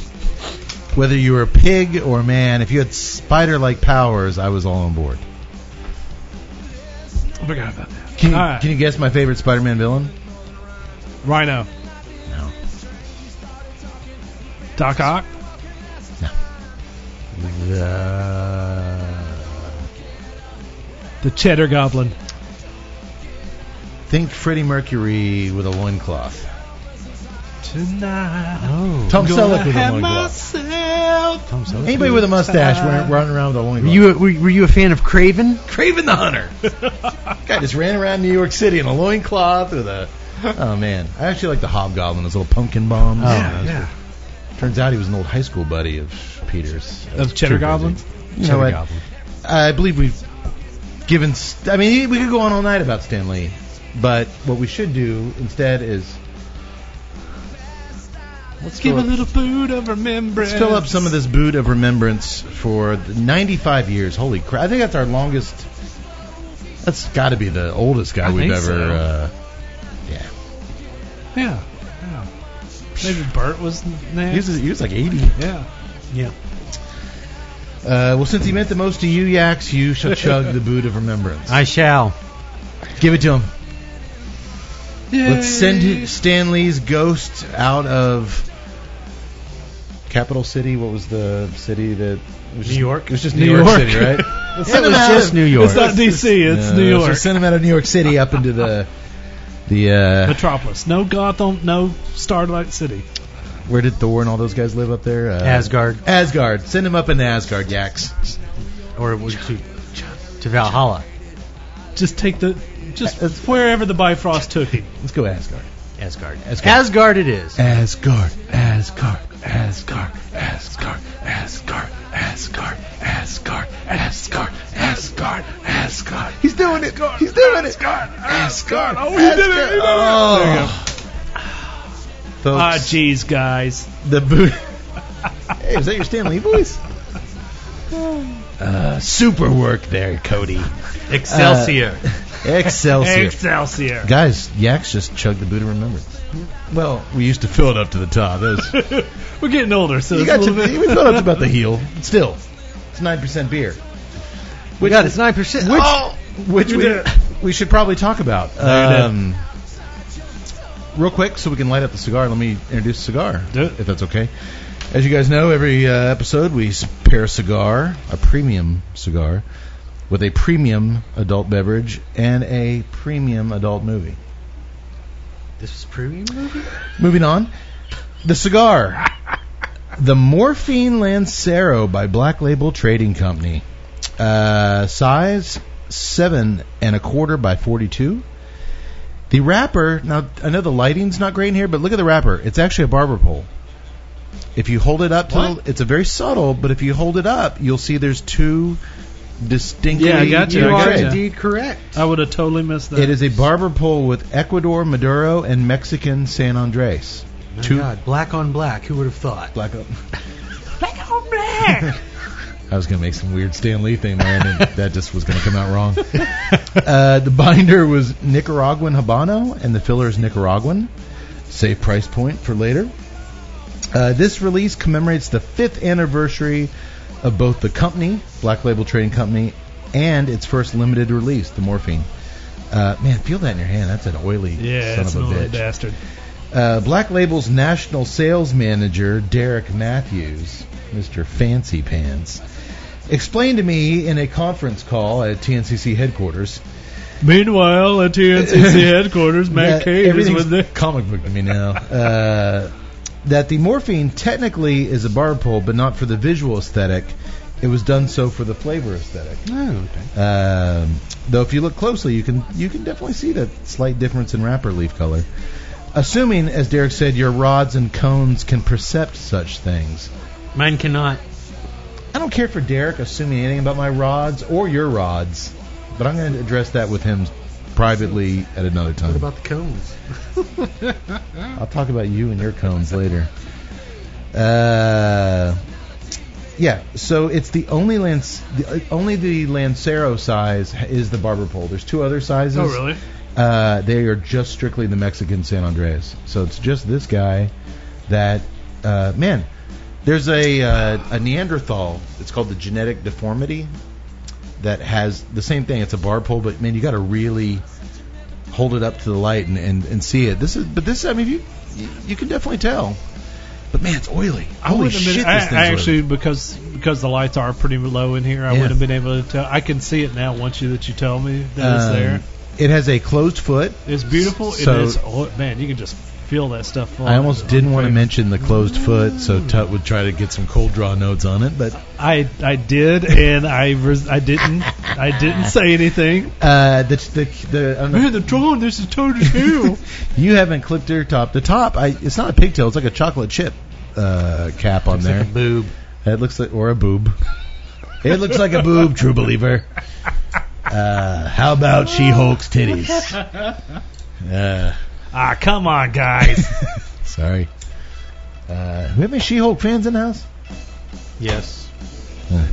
whether you were a pig or a man. If you had spider-like powers, I was all on board.
I forgot about that.
Can you,
All right.
can you guess my favorite Spider-Man villain?
Rhino.
No,
Doc Ock.
no. Uh,
The Cheddar Goblin.
think Freddie Mercury with a loincloth.
Tonight.
Oh.
Tom
Gonna
Selleck with a
have
loincloth.
myself.
Tom Selleck.
Anybody with a mustache running, running around with a
Were
loincloth.
you, a, were, were you a fan of Craven?
Craven the Hunter. Guy just ran around New York City in a loincloth with a. Oh man, I actually like the Hobgoblin, those little pumpkin bombs.
Oh,
Yeah,
yeah. Turns out he was an old high school buddy of Peter's.
Of Cheddar Goblin?
You know what?
Goblin.
I believe we've given. St- I mean, we could go on all night about Stanley, but what we should do instead is
Let's give a little food of remembrance.
let's fill up some of this boot of remembrance for the 95 years. Holy crap! I think that's our longest. That's got to be the oldest guy
I
we've
think
ever.
so.
Uh, yeah.
Yeah. yeah. Maybe Bert was
He was,
next.
he was like 80.
Yeah.
Yeah.
Uh, well, since he meant the most to you, Yaks, you shall chug the boot of remembrance.
I shall.
Give it to him.
Yay.
Let's send Stanley's ghost out of capital city. What was the city that? It was
New
just-
York?
It was just New,
New
York,
York.
City, right?
It was just New York.
It's not DC. It's New York.
Just send him out of New York City up into the the uh,
Metropolis. No Gotham. No Starlight City.
where did Thor and all those guys live up there? Uh,
Asgard.
Asgard. Send him up into Asgard, Yaks.
Or it was to, to Valhalla.
Just take the. Just wherever the Bifrost took him.
Let's go Asgard.
Asgard. Uh,
Asgard.
Asgard it is.
Asgard, Asgard, Asgard, Asgard, Asgard, Asgard, Asgard, Asgard, Asgard, Asgard. He's doing it. He's doing it. Asgard, Asgard. Oh, he did it. Oh.
Ah,
Folks,
jeez, guys.
the *laughs* boot. hey, is that your Stanley *laughs* voice? Uh, super work there, Cody.
Excelsior.
*laughs* Excelsior.
Excelsior.
Guys, Yaks just chugged the boot of remembrance. Well, we used to fill it up to the top. That was
*laughs* We're getting older,
*laughs*
so
You
it's a
got
little
your,
bit.
we thought it was about the heel. Still, it's nine percent beer,
we got it's nine percent. Oh!
which which
Oh. you
we,
did it.
we should probably talk about.
did.
Um, real quick, so we can light up the cigar. Let me introduce the cigar,
Do it.
if that's okay. As you guys know, every uh, episode we s- pair a cigar, a premium cigar, with a premium adult beverage and a premium adult movie.
this was premium movie.
Moving on, the cigar, the Morphine Lancero by Black Label Trading Company, uh, size seven and a quarter by forty-two. The wrapper. Now I know the lighting's not great in here, but look at the wrapper. It's actually a barber pole. If you hold it up to, the, it's a very subtle. But if you hold it up, you'll see there's two distinctly
Yeah, I got you,
your
You
I
are
gotcha.
trade.
indeed correct.
I would have totally missed that.
It is a barber pole with Ecuador, Maduro, and Mexican San Andres.
My
Two-
God, black on black. Who would have thought?
Black up. *laughs* I was gonna make some weird Stan Lee thing there, and then that just was gonna come out wrong. Uh, the binder was Nicaraguan Habano, and the filler is Nicaraguan. Save price point for later. Uh, this release commemorates the fifth anniversary of both the company, Black Label Trading Company, and its first limited release, the Morphine. Uh, man, feel that in your hand. That's an oily
yeah,
son
it's
of
an
a
old
bitch.
bastard.
Uh, Black Label's national sales manager, Derek Matthews, Mr. Fancy Pants, explained to me in a conference call at TNCC headquarters
Meanwhile, at
*laughs*
TNCC headquarters, Matt
that
Cave is
everything's *laughs*
with the
comic book to me now. uh, that the morphine technically is a barb pole, but not for the visual aesthetic. It was done so for the flavor aesthetic.
Oh, okay.
Um, though if you look closely, you can you can definitely see that slight difference in wrapper leaf color. Assuming, as Derek said, your rods and cones can percept such things.
Mine cannot.
I don't care for Derek assuming anything about my rods or your rods, but I'm going to address that with him privately at another time.
What about the cones?
I'll talk about you and your cones later. Uh, yeah. So it's the only lance, the, only the Lancero size is the barber pole. There's two other sizes.
Oh, really?
Uh, they are just strictly the Mexican San Andres. So it's just this guy that, uh, man, there's a, uh, a Neanderthal. It's called the genetic deformity that has the same thing. It's a bar pole, but man, you got to really hold it up to the light and, and, and see it. This is, but this, I mean, you you- you can definitely tell. But man, it's oily.
I
Holy
wouldn't have been-
shit,
I,
this thing's
I
oily.
actually because because the lights are pretty low in here, I
Yeah.
would have been able to tell. I can see it now once you that you tell me that it's
Um,
there.
It has a closed foot.
It's beautiful.
so-
it is. Oh, man, you can just feel that stuff.
I
on-
almost
on
didn't want to
paper.
mention the closed foot, so Tut would try to get some cold draw nodes on it, but
I I did, and I res- I didn't I didn't say anything.
Uh, the the, the I don't know,
Man, the drawing this is totally
*laughs*
beautiful.
you haven't clipped your top. The top, I, it's not a pigtail. It's like a chocolate chip uh, cap on there.
boob.
it looks like or a boob. it looks like a boob, true believer. Uh, how about She Hulk's titties? Uh,
ah, come
*laughs*
on, guys.
sorry. Uh, we have any She Hulk fans in the house?
Yes.
Uh,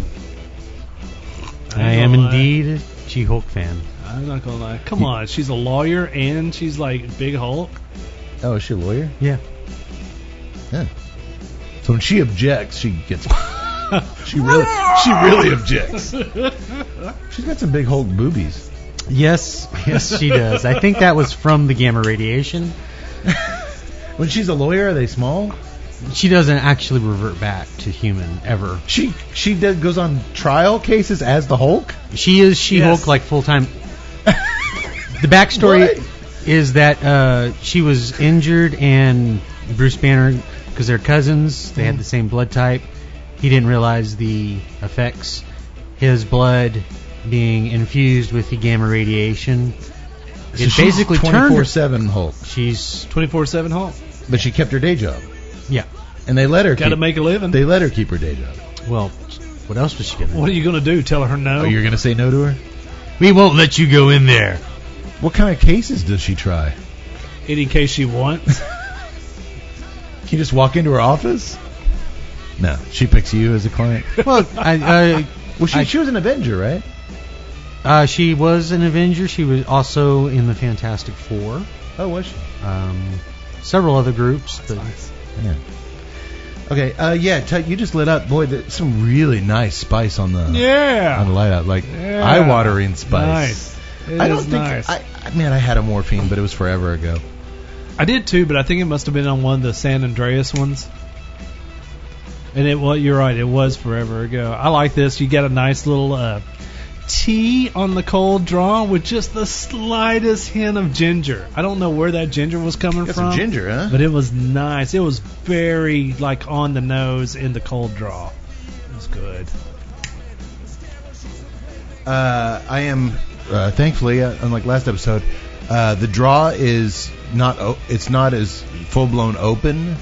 I am indeed a She-Hulk fan.
I'm not gonna lie. Come on, she's a lawyer and she's like big Hulk.
oh, is she a lawyer?
Yeah.
Yeah. So when she objects, she gets. she really, she really objects. She's got some big Hulk boobies.
Yes, yes, she does. I think that was from the gamma radiation.
When she's a lawyer, are they small?
She doesn't actually revert back to human ever.
She she did, goes on trial cases as the Hulk.
She is She-Hulk
Yes.
like full time. the backstory
What?
is that uh, she was injured, and Bruce Banner, because they're cousins, they had the same blood type. He didn't realize the effects. His blood being infused with the gamma radiation, it basically turned.
twenty-four
her-
seven Hulk,
She's
24/7 Hulk.
but she kept her day job,
yeah.
and they let her.
Got to
keep,
make a living.
They let her keep her day job.
Well, what else was she gonna?
what are you gonna do? Tell her no?
Oh, you're gonna say no to her?
We won't let you go in there.
What kind of cases does she try?
Any case she
*laughs*
wants.
Can you just walk into her office? No, she picks you as a client.
Well, I,
*laughs* Well, she
I-
she was an Avenger, right?
I, uh, she was an Avenger. She was also in the Fantastic Four,
Oh, was she?
um, several other groups. But
Yeah. Okay. Uh, yeah. Tut, you just lit up. Boy, there's some really nice spice on the on the
yeah.
light out, like
Yeah.
eye-watering spice.
Nice. It
I don't
is
think
nice.
I, I man, I had a morphine, but it was forever ago.
I did too, but I think it must have been on one of the San Andreas ones. And it well, you're right, it was forever ago. I like this. You got a nice little uh, tea on the cold draw with just the slightest hint of ginger. I don't know where that ginger was coming from.
ginger, huh?
But it was nice. It was very like on the nose in the cold draw. It was good.
Uh, I am uh, thankfully, uh, unlike last episode, uh, the draw is not o- it's not as full blown open,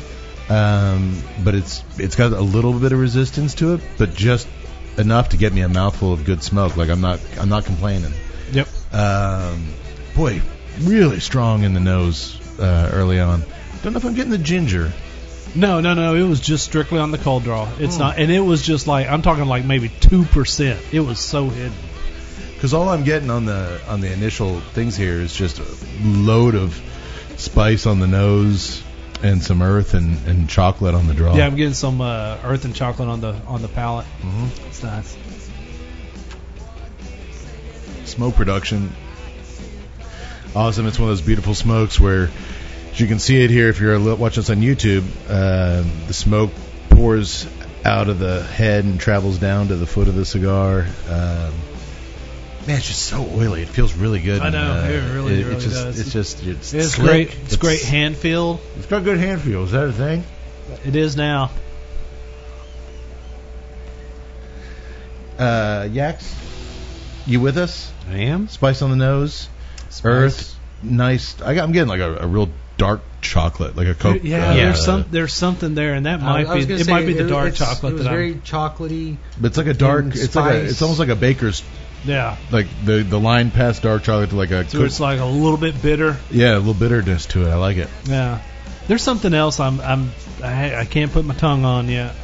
um, but it's it's got a little bit of resistance to it, but just enough to get me a mouthful of good smoke. Like I'm not I'm not complaining.
Yep.
Um, boy, really strong in the nose uh, early on. Don't know if I'm getting the ginger.
No, no, no. It was just strictly on the cold draw. It's not, and it was just like I'm talking like maybe two percent. It was so hidden.
Because all I'm getting on the on the initial things here is just a load of spice on the nose and some earth and, and chocolate on the draw.
Yeah, I'm getting some uh, earth and chocolate on the on the palate. Mm-hmm. It's nice.
smoke production. Awesome. It's one of those beautiful smokes where as you can see it here if you're lo- watching this on YouTube. Uh, the smoke pours out of the head and travels down to the foot of the cigar. Um, man, it's just so oily. It feels really good.
I know.
And, uh,
It really,
it
really
just,
does.
It's just it's,
It's
slick.
great. It's, great hand feel.
It's got good hand feel. Is that a thing?
It is now.
Uh, Yaks, you with us?
I am.
Spice on the nose, earth, nice. I got, I'm getting like a, a real dark chocolate, like a coke.
yeah,
uh,
there's some there's something there, and that might
I was
be
gonna
it
say
might be the
it-
dark
it's-
chocolate
It was
that
very
I'm.
chocolatey.
But it's like a dark.
And
It's like a,
spice.
It's almost like a baker's.
Yeah,
Like the the line past dark chocolate to like a.
so
cook-
it's like a little bit bitter.
yeah, a little bitterness to it. I like it.
Yeah, there's something else I'm I'm I, I can't put my tongue on yet.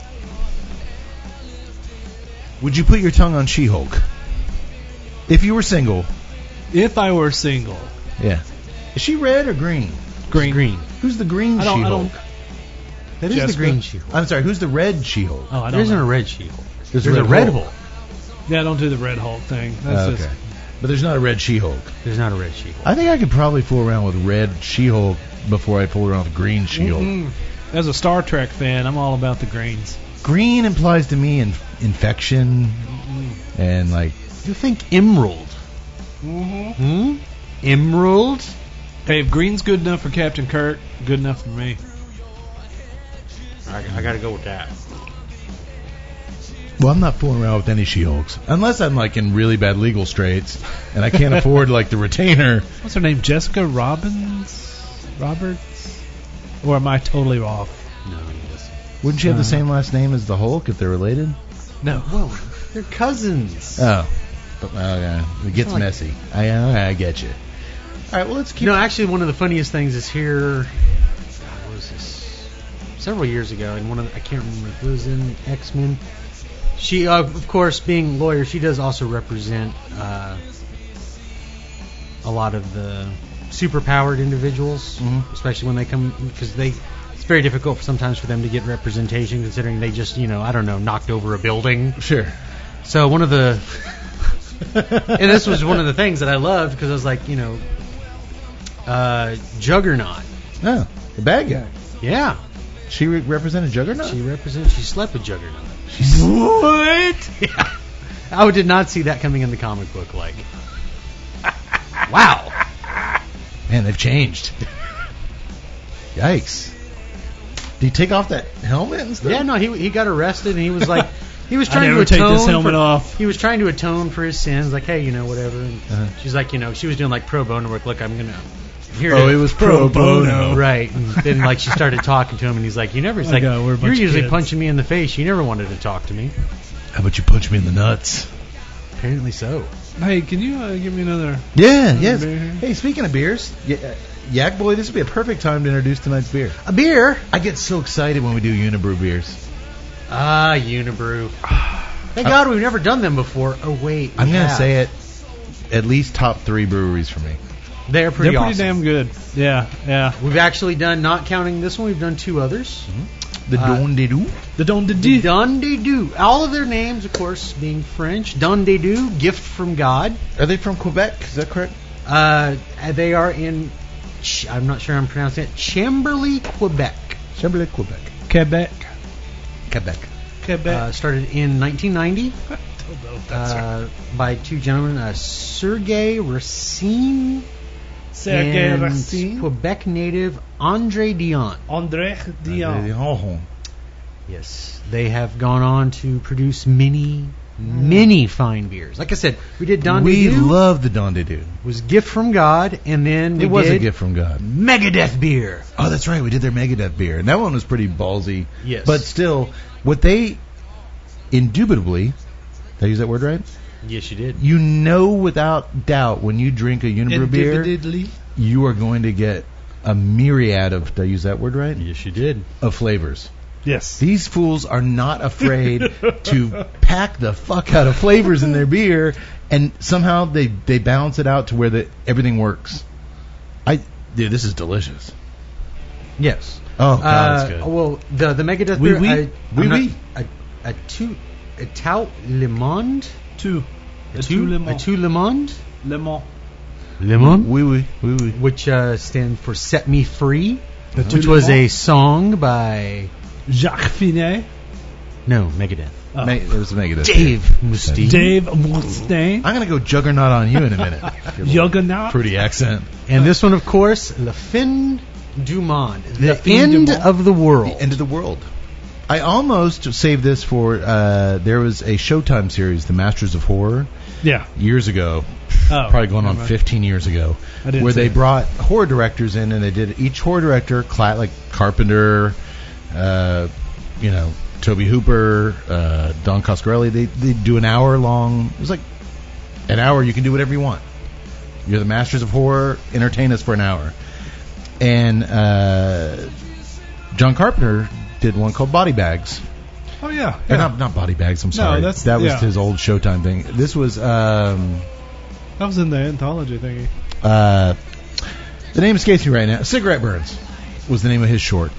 Would you put your tongue on She-Hulk? If you were single.
If I were single,
Yeah. Is she red or green?
green green.
Who's the green
I don't- I
She-Hulk? That is
Jessica?
the green
She-Hulk.
I'm sorry. Who's the red She-Hulk?
Oh, I
There
don't.
isn't a
Know.
red shield.
There's,
There's a red Hulk.
yeah, I don't do the red Hulk thing. That's
Oh,
just
okay. But there's not a red She-Hulk.
There's not a red shield.
I think I could probably fool around with red She-Hulk before I fool around with green She-Hulk.
Mm-hmm.
as a Star Trek fan, I'm all about the greens.
Green implies to me in- infection and like
You think emerald? Mm-hmm. Hmm? Emerald?
Hey, if green's good enough for Captain Kirk, good enough for me.
I, I gotta go with that.
Well, I'm not fooling around with any She-Hulks unless I'm like in really bad legal straits and I can't afford like the retainer.
What's her name? Jessica Robbins? Roberts? Or am I totally off?
No, he doesn't.
Wouldn't
Uh-huh.
she have the same last name as the Hulk if they're related?
No.
Whoa, they're cousins.
Oh, but, oh yeah, it gets
like-
messy. I uh, I I get you. All right, well let's keep.
no, actually, one of the funniest things is here. God, what was this? Several years ago, and one of the, I can't remember if it was in X Men. She, uh, of course, being a lawyer, she does also represent uh, a lot of the superpowered individuals,
Mm-hmm.
especially when they come because they. It's very difficult sometimes for them to get representation, considering they just, you know, I don't know, knocked over a building.
sure.
So one of the, and this
*laughs*
was one of the things that I loved because I was like, you know, uh, Juggernaut.
Oh, the bad guy.
Yeah,
She re- represented Juggernaut.
she represents. She slept with Juggernaut.
what?
Yeah, I did not see that coming in the comic book. Like, wow.
Man, they've changed. Yikes! Did he take off that helmet and stuff?
Yeah, no, he he got arrested and he was like, he was
I
trying
never
to
take
atone
this helmet
for,
off.
He was trying to atone for his sins, like, hey, you know, whatever. And
Uh-huh.
she's like, you know, she was doing like pro bono work. Look, I'm gonna. Here
Oh,
to-
it was pro
Oh,
bono.
Right. And then like she started talking to him and he's like,
*laughs*
You never he's
Oh,
like
God, we're a bunch
You're
of
usually
kids."
punching me in the face. You never wanted to talk to me.
How about you punch me in the nuts?
Apparently so.
Hey, can you uh, give me another?
Yeah, yes.
beer here?
Hey, speaking of beers, y- uh, Yak Boy, this would be a perfect time to introduce tonight's beer.
A beer.
I get so excited when we do Unibrew beers.
Ah, Unibrew. *sighs* Thank God we've never done them before. Oh wait.
I'm going to say
it.
it at least top three breweries for me.
They're pretty
They're pretty
awesome.
damn good. Yeah, yeah.
We've actually done not counting this one, we've done two others.
The
Uh,
Don de Doo.
The Don de Dieu.
Dun de Doo. All of their names, of course, being French. Dun de Doo, gift from God.
Are they from Quebec? Is that correct?
Uh, they are in, Ch- I'm not sure I'm pronouncing it, Chamberlain, Quebec.
Chambly, Quebec.
Quebec.
Quebec.
uh,
Quebec.
started in 1990 uh, by two gentlemen, uh, Sergei Racine
Uh, Sergei
and
Racine.
Quebec native Andre Dion.
André
Uh,
Dion.
oh,
Yes, they have gone on to produce many, many fine beers. Like I said, we did Don
Mm. we
Didio,
love the Don de Doo.
was gift from God, and then we
It was
did
a gift from God.
Megadeth beer.
Oh, that's right. We did their Megadeth beer, and that one was pretty ballsy.
Yes.
But still, what they indubitably Did I use that word right?
Yes, you did.
You know without doubt when you drink a Unibrew beer, you are going to get a myriad of. Did I use that word right?
Yes, you did.
Of flavors.
Yes.
These fools are not afraid to pack the fuck out of flavors in their beer, and somehow they they balance it out to where the, everything works. I dude, this is delicious.
Yes.
Oh god,
Uh,
it's good.
well, the the Megadeth
Oui,
beer,
oui.
I,
Oui,
I'm not-
oui.
a, a two, a tout le monde,
Two.
a a tout le monde,
Le Mans.
le monde,
Oui, oui, oui, oui.
which uh, stands for "Set Me Free,"
The
which was a song by
Jacques Finet.
no Megadeth,
Oh.
Ma- it was Megadeth.
Dave Mustaine,
Dave Mustaine.
I'm gonna go juggernaut on you in a *laughs* minute.
Juggernaut.
Pretty accent.
and this one, of course, La Fin du Monde, the
Fin du
end
Monde.
of the world.
End of the world. I almost saved this for uh, there was a Showtime series, The Masters of Horror,
Yeah.
years ago,
Oh,
probably going on
never mind.
15 years ago,
I didn't
where
see
they
it.
brought horror directors in and they did each horror director, cla- like Carpenter, uh, you know, Toby Hooper, uh, Don Coscarelli. They they do an hour long. It was like an hour. You can do whatever you want. You're the masters of horror. Entertain us for an hour. And uh, John Carpenter did one called Body Bags.
Oh yeah.
Or
yeah.
Not not Body Bags. I'm sorry.
that's-
that was
yeah.
his old Showtime thing. This was. Um,
That was in the anthology thingy.
uh, the name escapes me right now. Cigarette Burns was the name of his short.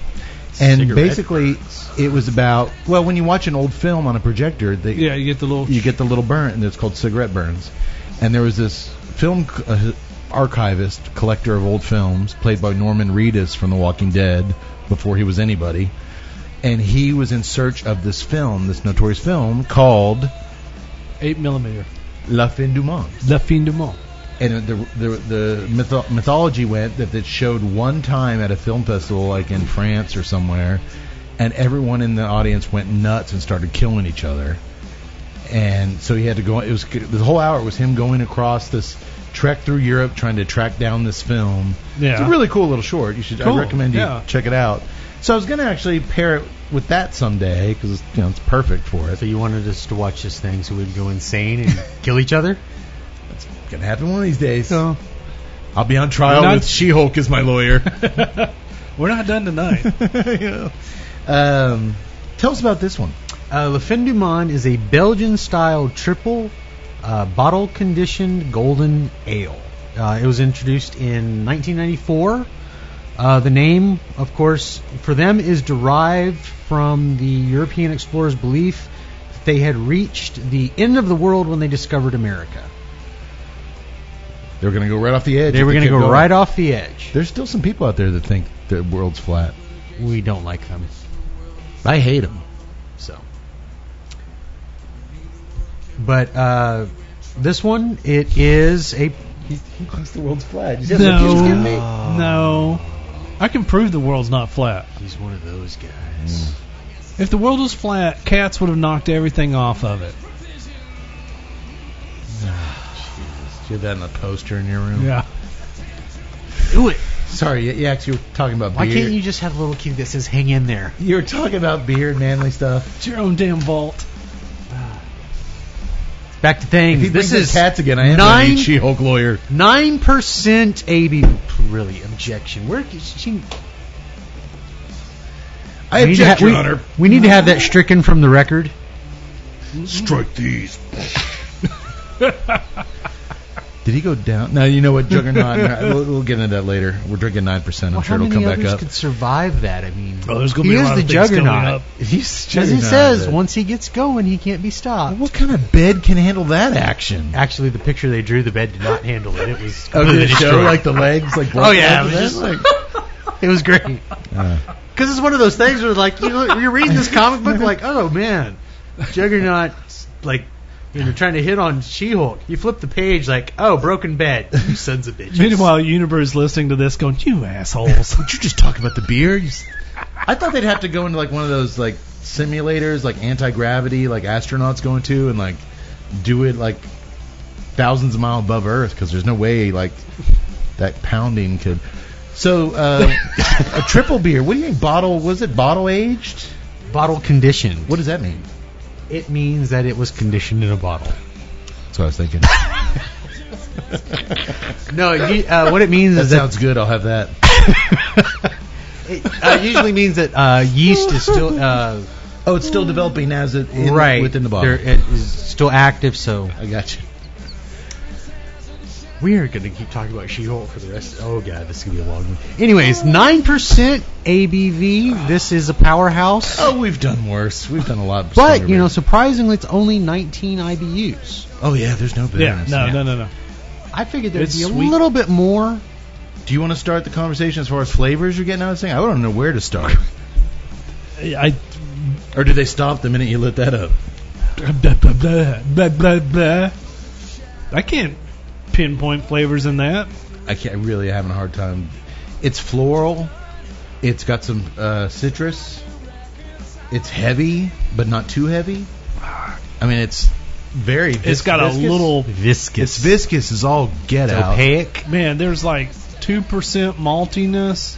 And
Cigarette
basically, it was about well, when you watch an old film on a projector, they,
Yeah, you get the little.
you get the little burn, and it's called cigarette burns. And there was this film c- uh, archivist, collector of old films, played by Norman Reedus from The Walking Dead before he was anybody. And he was in search of this film, this notorious film called
Eight millimeter.
La Fin du Monde.
La fin du monde.
and the the, the mytho- mythology went that it showed one time at a film festival, like in France or somewhere, and everyone in the audience went nuts and started killing each other. And so he had to go. It was the whole hour was him going across this trek through Europe trying to track down this film.
Yeah.
It's a really cool little short. You should.
Cool,
I recommend you
yeah.
check it out. So I was going to actually pair it with that someday because you know it's perfect for it.
So you wanted us to watch this thing so we'd go insane *laughs* and kill each other?
Gonna happen one of these days.
No.
I'll be on trial
Not-
with She-Hulk as my lawyer.
*laughs* We're not done *laughs* tonight.
Um, tell us about this one.
Uh, Le Fin du Monde is a Belgian-style triple uh, bottle-conditioned golden ale. Uh, it was introduced in 1994. Uh, the name, of course, for them is derived from the European explorers' belief that they had reached the end of the world when they discovered America.
They were going to go right off the edge.
They
if
were going to
kept
go right off the edge.
There's still some people out there that think the world's flat.
We don't like them,
I hate them.
so. But uh, this one, it is a
He, he thinks the world's flat. You see how
no.
confused he's getting me?
No.
Oh,
I can prove the world's not flat.
He's one of those guys.
If the world was flat, cats would have knocked everything off of it.
Mm. Do you have that in the poster in your room?
Yeah.
Do it.
Sorry, y- yeah, 'cause you were talking about
Why
beer.
can't you just have a little cue that says "Hang in there"?
*laughs* You were talking about beer and manly stuff.
It's your own damn vault.
Back to things.
If
This is
cats again. I am
nine-
going to She-Hulk lawyer.
nine percent AB. Really objection. Where is she?
I
We need, to
object,
ha-
Your
we-
Honor.
we need to have that stricken from the record.
Strike these. Did he go down? No, you know what, Juggernaut. *laughs* we'll, we'll get into that later. We're drinking nine percent. I'm
Well,
sure
how
it'll
many
come back
others
up.
could survive that? I mean,
Oh, there's gonna
he
be a
is
lot
the
of things coming
juggernaut.
up.
He's
As he
Juggernaut,
says,
but-
once he gets going, he can't be stopped.
What kind of bed can handle that action?
Actually, the picture they drew, the bed did not handle it. It *laughs* was
Oh, did
completely
it show
destroyed.
like the legs? Like
Oh, yeah,
broken
it
legs?
was
Like-
it was great.
Uh,
Because it's one of those things where, like, you know, you're reading this comic book, like, oh man, Juggernaut, like, you know, trying to hit on She-Hulk. You flip the page, like, oh, broken bed, you sons of bitches.
Meanwhile, Unibrew's listening to this going, you *laughs* assholes.
would you just talk about the beer? You s- I thought they'd have to go into like one of those like simulators, like anti gravity, like astronauts going to, and like do it like thousands of miles above Earth because there's no way like that pounding could. So *laughs* uh, a triple beer. What do you mean bottle? Was it bottle aged?
bottle condition.
What does that mean?
It means that it was conditioned in a bottle.
That's what I was thinking.
No, you, uh, what it
*laughs*
means
that
is that
sounds good. I'll have that.
it uh, usually means that uh, yeast is still uh,
Oh, it's still developing as it in,
right
within the
There-
bottle.
It is still active, so
I got you.
We are going to keep talking about She-Hulk for the rest. Oh god, this is going to be a long one. Anyways, nine percent ABV. This is a powerhouse,
Oh, we've done worse. We've done a lot. stronger
but you know,
beers.
surprisingly, it's only 19 IBUs.
oh yeah, there's no
Yeah,
bitterness.
no, no, no, no.
I figured there'd
It's
be a
sweet.
little bit more.
Do you want to start the conversation as far as flavors you're getting out of this thing? I don't know where to start.
I
or do they stop the minute you lit that up?
blah, blah, blah, blah, blah, blah. I can't pinpoint flavors in that.
I can't. I really having a hard time. It's floral. It's got some uh, citrus. It's heavy, but not too heavy. I mean, it's very.
it's got a
viscous.
little
It's
Viscous,
viscous. Is all get out.
opaque.
man. There's like two percent maltiness.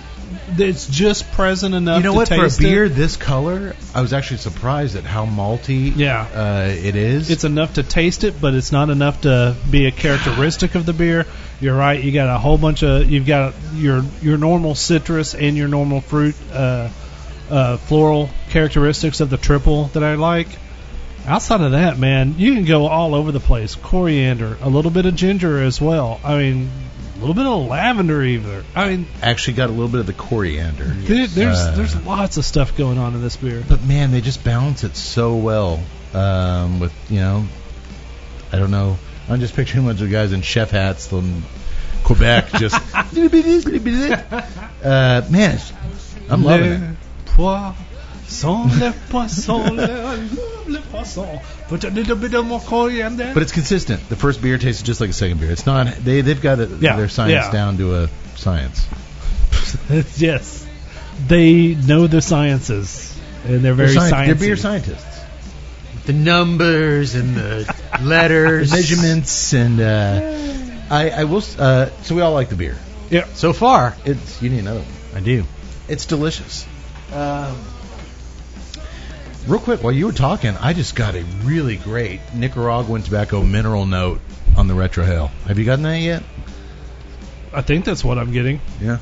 It's just present enough.
You know
to
what? For a
taste it.
beer this color, I was actually surprised at how malty.
Yeah.
Uh, it is.
it's enough to taste it, but it's not enough to be a characteristic of the beer. You're right. You got a whole bunch of you've got your your normal citrus and your normal fruit uh, uh, floral characteristics of the triple that I like. Outside of that, man, you can go all over the place. Coriander, a little bit of ginger as well. I mean, a little bit of lavender either. I mean,
actually got a little bit of the coriander.
there, there's
Uh,
there's lots of stuff going on in this beer.
But man, they just balance it so well um, with you know, I don't know. I'm just picturing a bunch of guys in chef hats from Quebec just. *laughs* uh, man, it's- I'm loving it.
Le poisson, le poisson, le, le poisson. Put a little bit of more coriander.
But it's consistent. The first beer tastes just like a second beer. It's not. They they've got it,
Yeah,
their science
yeah.
down to a science.
*laughs* yes, they know the sciences, and they're very
they're, sci-
sciencey.
they're beer scientists.
The numbers and *laughs* the letters,
measurements and uh, I, I will. s- Uh, so we all like the beer.
Yeah.
So far,
It's you need another one.
I do.
It's delicious.
Um,
Real quick, while you were talking, I just got a really great Nicaraguan tobacco mineral note on the Retro Hale. Have you gotten that yet?
I think that's what I'm getting.
Yeah.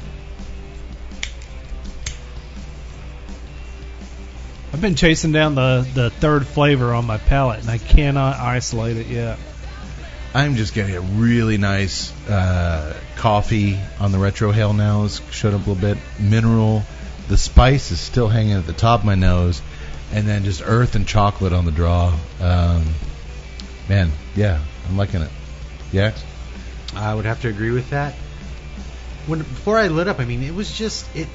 I've been chasing down the the third flavor on my palate, and I cannot isolate it yet.
I'm just getting a really nice uh, coffee on the Retro Hale now. It's showed up a little bit. Mineral. The spice is still hanging at the top of my nose. And then just earth and chocolate on the draw. Um, man, yeah, I'm liking it. Yeah?
I would have to agree with that. When before I lit up, I mean, it was just it.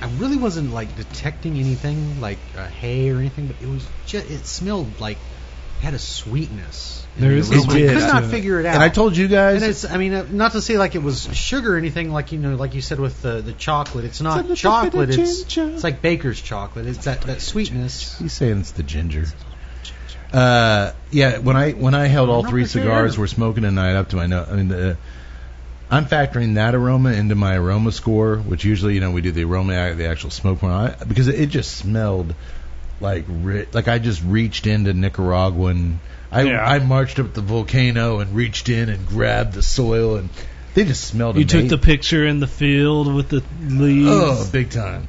I really wasn't like detecting anything like uh, hay or anything, but it was just it smelled like it had a sweetness. in
There
the
is
aroma.
something
I could
to
not
it.
figure it out.
And I told you guys.
And it's, I mean, uh, not to say like it was sugar or anything, like you know, like you said with the the chocolate. It's not
little
chocolate.
bit of
It's
ginger.
it's like baker's chocolate. It's that that sweetness.
He's saying it's the ginger. Uh, yeah. When I when I held all three cigars we're smoking tonight up to my nose. I mean, the, uh, I'm factoring that aroma into my aroma score, which usually you know we do the aroma, the actual smoke one, I, because it just smelled like ri- like I just reached into Nicaraguan. I
Yeah.
I marched up the volcano and reached in and grabbed the soil and they just smelled.
You took
amazing.
the picture in the field with the leaves.
Oh, big time.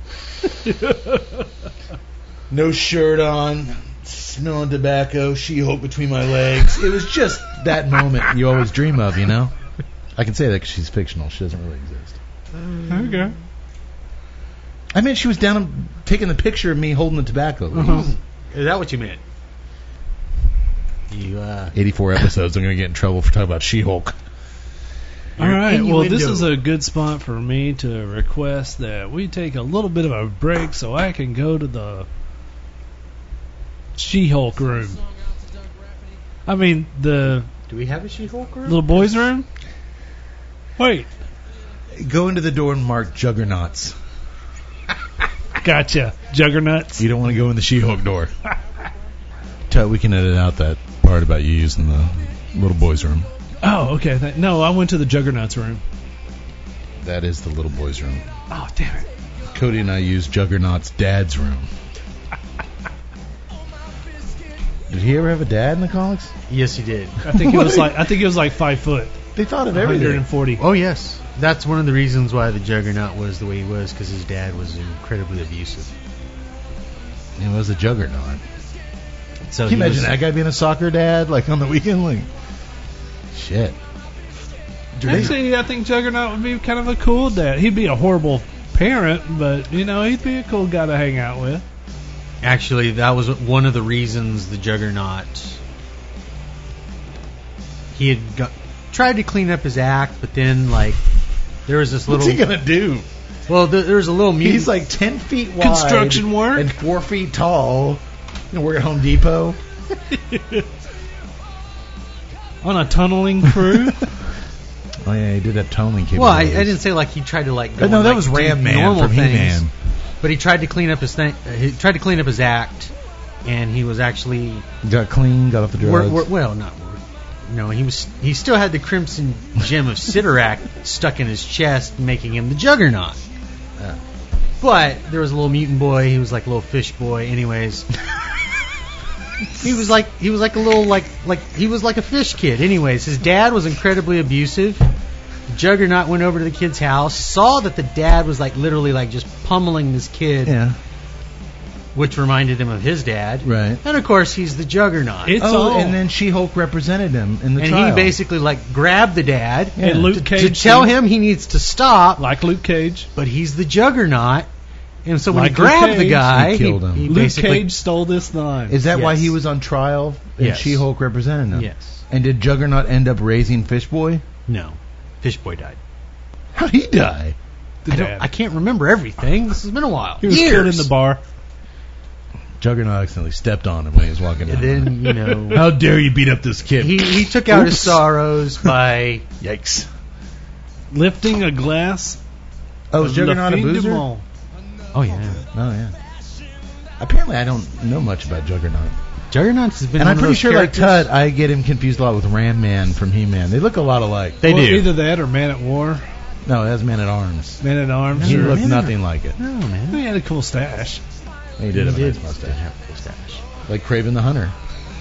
*laughs* no shirt on, smelling tobacco, she hope between my legs. It was just that moment you always dream of, you know? I can say that 'cause she's fictional. She doesn't really exist.
Okay.
I mean, she was down and taking the picture of me holding the tobacco.
Is that what you meant? You uh,
84 episodes. I'm going to get in trouble for talking about She Hulk.
All
Your
right. Well, this
innuendo.
is a good spot for me to request that we take a little bit of a break so I can go to the She-Hulk room. I mean the
do we have a She-Hulk? room?
little boys' room. Wait,
Go into the door and mark Juggernauts.
gotcha, Juggernauts.
You don't want to go in the She Hulk *laughs* door. Tell- we can edit out that part about you using the little boy's room.
Oh, okay. Th- no, I went to the Juggernauts room.
That is the little boy's room.
Oh, damn it.
Cody and I use Juggernaut's dad's room. Did he ever have a dad in the comics?
Yes, he did.
I think it *laughs* was like I think it was like five foot,
They thought of everything.
140.
Oh yes, that's one of the reasons why the Juggernaut was the way he was because his dad was incredibly abusive.
It was a juggernaut. Can
So
you
he
imagine
was-
that guy being a soccer dad, like on the weekend? Like, shit.
Actually, I think Juggernaut would be kind of a cool dad. He'd be a horrible parent, but you know he'd be a cool guy to hang out with.
Actually, that was one of the reasons the Juggernaut. He had got, tried to clean up his act, but then like there was this
What's he
little
gonna do?
well, there, there was a little mutant.
He's like ten feet wide,
Construction work?
and four feet tall. You know, work at Home Depot.
On a tunneling crew.
Oh yeah, he did have tunneling
well, I, I didn't say like he tried to like go
no,
and,
that
like,
was
do
Ram Man
normal
from
things,
He-Man.
but he tried to clean up his thing. uh, He tried to clean up his act, and he was actually
Got clean, got off the drugs.
Wor- wor- well, not wor- no. He was he still had the crimson gem of Sidorak stuck in his chest, making him the Juggernaut.
Uh.
But there was a little mutant boy. He was like a little fish
*laughs*
boy. Anyways, he was like he was like a little like like he was like a fish kid. Anyways, his dad was incredibly abusive. The Juggernaut went over to the kid's house, saw that the dad was like literally like just pummeling this kid,
yeah,
which reminded him of his dad.
right.
And of course, he's the Juggernaut.
It's
oh,
all.
and then She-Hulk represented him in the
and
trial.
he basically like grabbed the dad
*laughs* Yeah.
and Luke
to
Cage.
tell
too.
him he needs to stop,
like Luke Cage.
but he's the juggernaut. And so when he
Like Luke
grabbed the
Cage,
guy,
he killed him.
Luke
basically-
Cage stole this line.
Is that why
Yes.
he was on trial? And
Yes.
She-Hulk represented him.
Yes.
And did Juggernaut end up raising Fishboy?
No. Fishboy died.
How'd he die?
the
I, don't,
dad.
I can't remember everything. This has been a while.
he was
Years.
killed in the bar.
Juggernaut accidentally stepped on him when he was walking down.
And then, you know,
How dare you beat up this kid?
he, he took out his
Oops.
sorrows by
*laughs* Yikes.
Lifting a glass.
Oh,
of
was Juggernaut a
Lafite de
boozer? Oh,
Mont.
Oh yeah.
yeah. Apparently, I don't know much about Juggernaut.
Juggernaut has been
And
one
I'm
of
pretty
those
sure, like
characters-
Tut, I get him confused a lot with Ram Man from He Man. They look a lot alike.
They
Well,
do.
Either that or Man at War,
No, that's Man at Arms.
Man at Arms.
He
or-
looked nothing like it.
No, man.
He had a cool stash.
He did have a nice
Did
mustache.
have a mustache.
Like Craven the Hunter.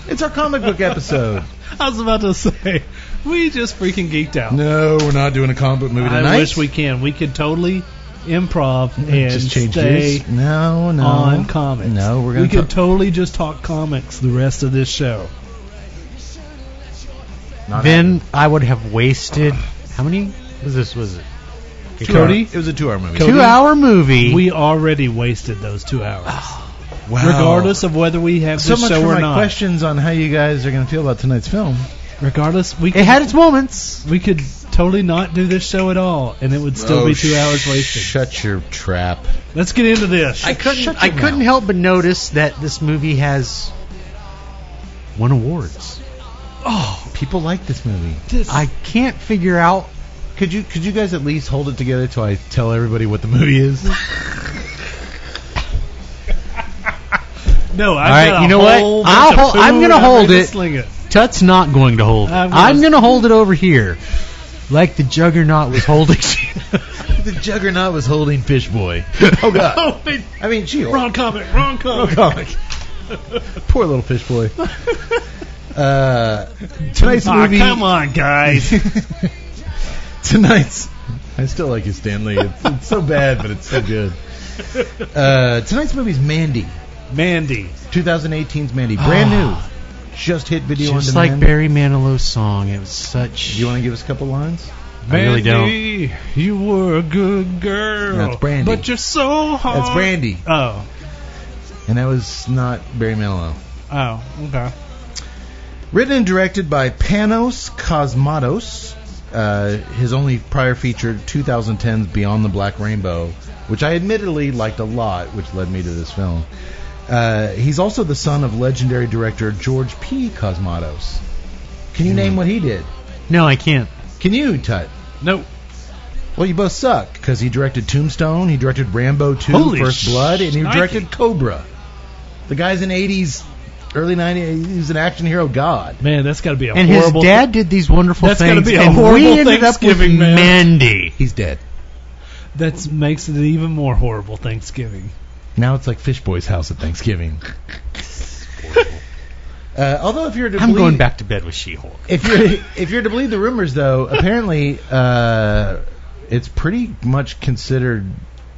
It's our comic book episode.
I was about to say, we just freaking geeked
*laughs*
out.
No, we're not doing a comic book movie
I
tonight.
wish we can. We could totally improv and
just change
stay
gears. No, no.
on comics.
No, we're gonna.
We could
talk-
totally just talk comics the rest of this show.
not
Then I would have wasted how many was this was it?
happening.
Cody?
It was a two-hour movie.
Cody?
Two hour movie.
We already wasted those two hours,
Wow.
regardless of whether we have
so
this
much
show
for
or
my
not.
questions on how you guys are going to feel about tonight's film.
Regardless, we
it
could,
had its moments.
we could totally not do this show at all, and it would still be two hours wasted.
Oh, Shut your trap.
Let's get into this.
I couldn't.
Shut
I
your
couldn't
mouth.
help but notice that this movie has won awards.
oh,
People like this movie.
this,
I can't figure out.
Could you could you guys at least hold it together till I tell everybody what the movie is?
no. I
All right,
got a
you know what?
whole
I'll
bunch of
hol- I'm
food
gonna hold
ready to
it.
Sling it.
Tut's not going to hold it.
I'm
I'm
gonna-
gonna, hold it over here, like the Juggernaut was *laughs* holding.
the Juggernaut was holding Fishboy. Oh god.
Oh, wait,
*laughs* I mean, gee.
wrong comic. Wrong comic.
comic. Oh, Poor little Fishboy. Uh, tonight's
Aw,
movie.
Ah, come on, guys.
tonight's. I still like you, Stanley. *laughs* It's, it's so bad, but it's so good. Uh, tonight's movie's Mandy,
Mandy.
2018's Mandy, brand new, just hit video on
Just
demand.
like Barry Manilow's song. It was such.
Do you want to give us a couple lines?
I really
Mandy, you were a good girl.
That's Brandy.
But you're so hard.
That's Brandy,
Oh.
and that was not Barry Manilow.
Oh, okay.
Written and directed by Panos Cosmatos. Uh, his only prior feature, 2010's Beyond the Black Rainbow, which I admittedly liked a lot, which led me to this film. Uh, he's also the son of legendary director George P. Cosmatos. Can you name what he did?
No, I can't.
Can you, Tut?
Nope.
Well, you both suck because he directed Tombstone, he directed Rambo 2,
Holy
First Blood, and he
shnikes.
directed Cobra. The guy's an 80s, early 90s, he's an action hero god.
Man, that's got to be a
And his
horrible.
dad did these wonderful
That's gotta
things,
be a
and we
horrible
ended up with
Thanksgiving, man.
Mandy.
He's dead.
that makes it an even more horrible Thanksgiving.
*laughs*
Now it's like Fishboy's house at Thanksgiving. Uh, although if you're to
I'm
believe,
going back to bed with She-Hulk.
If you're if you're to believe the rumors, though, apparently uh, it's pretty much considered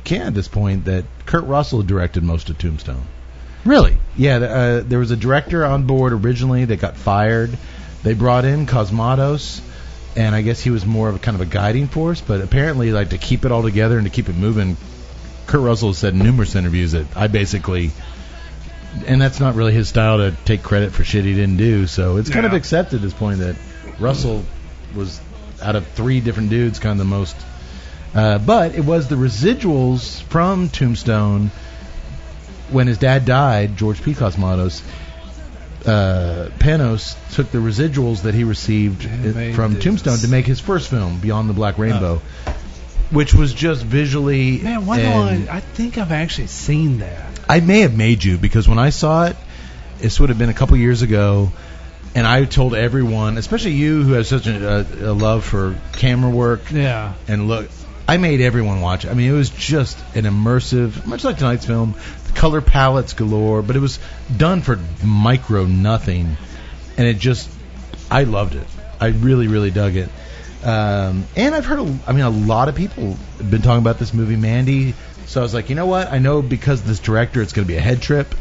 canon at this point that Kurt Russell directed most of Tombstone.
Really?
Yeah, th- uh, there was a director on board originally that got fired. They brought in Cosmatos, and I guess he was more of a kind of a guiding force. But apparently, like to keep it all together and to keep it moving, Kurt Russell has said in numerous interviews that I basically, and that's not really his style to take credit for shit he didn't do. So it's kind of
Yeah.
accepted at this point that Russell was out of three different dudes, kind of the most. Uh, but it was the residuals from Tombstone when his dad died, George P. Cosmatos, uh, Panos took the residuals that he received
they
i- from
did
Tombstone
this. Oh.
to make his first film, Beyond the Black Rainbow, which was just visually.
Man, why do
and-
I? I think I've actually seen that.
I may have made you because when I saw it, this would have been a couple years ago, and I told everyone, especially you who has such a, a, a love for camera work
Yeah.
and look. I made everyone watch. it. I mean, it was just an immersive, much like tonight's film, the color palettes galore, but it was done for micro nothing, and it just, I loved it. I really, really dug it. Um, and I've heard, a, I mean, a lot of people have been talking about this movie, Mandy. So I was like, you know what? I know because of this director, it's going to be a head trip.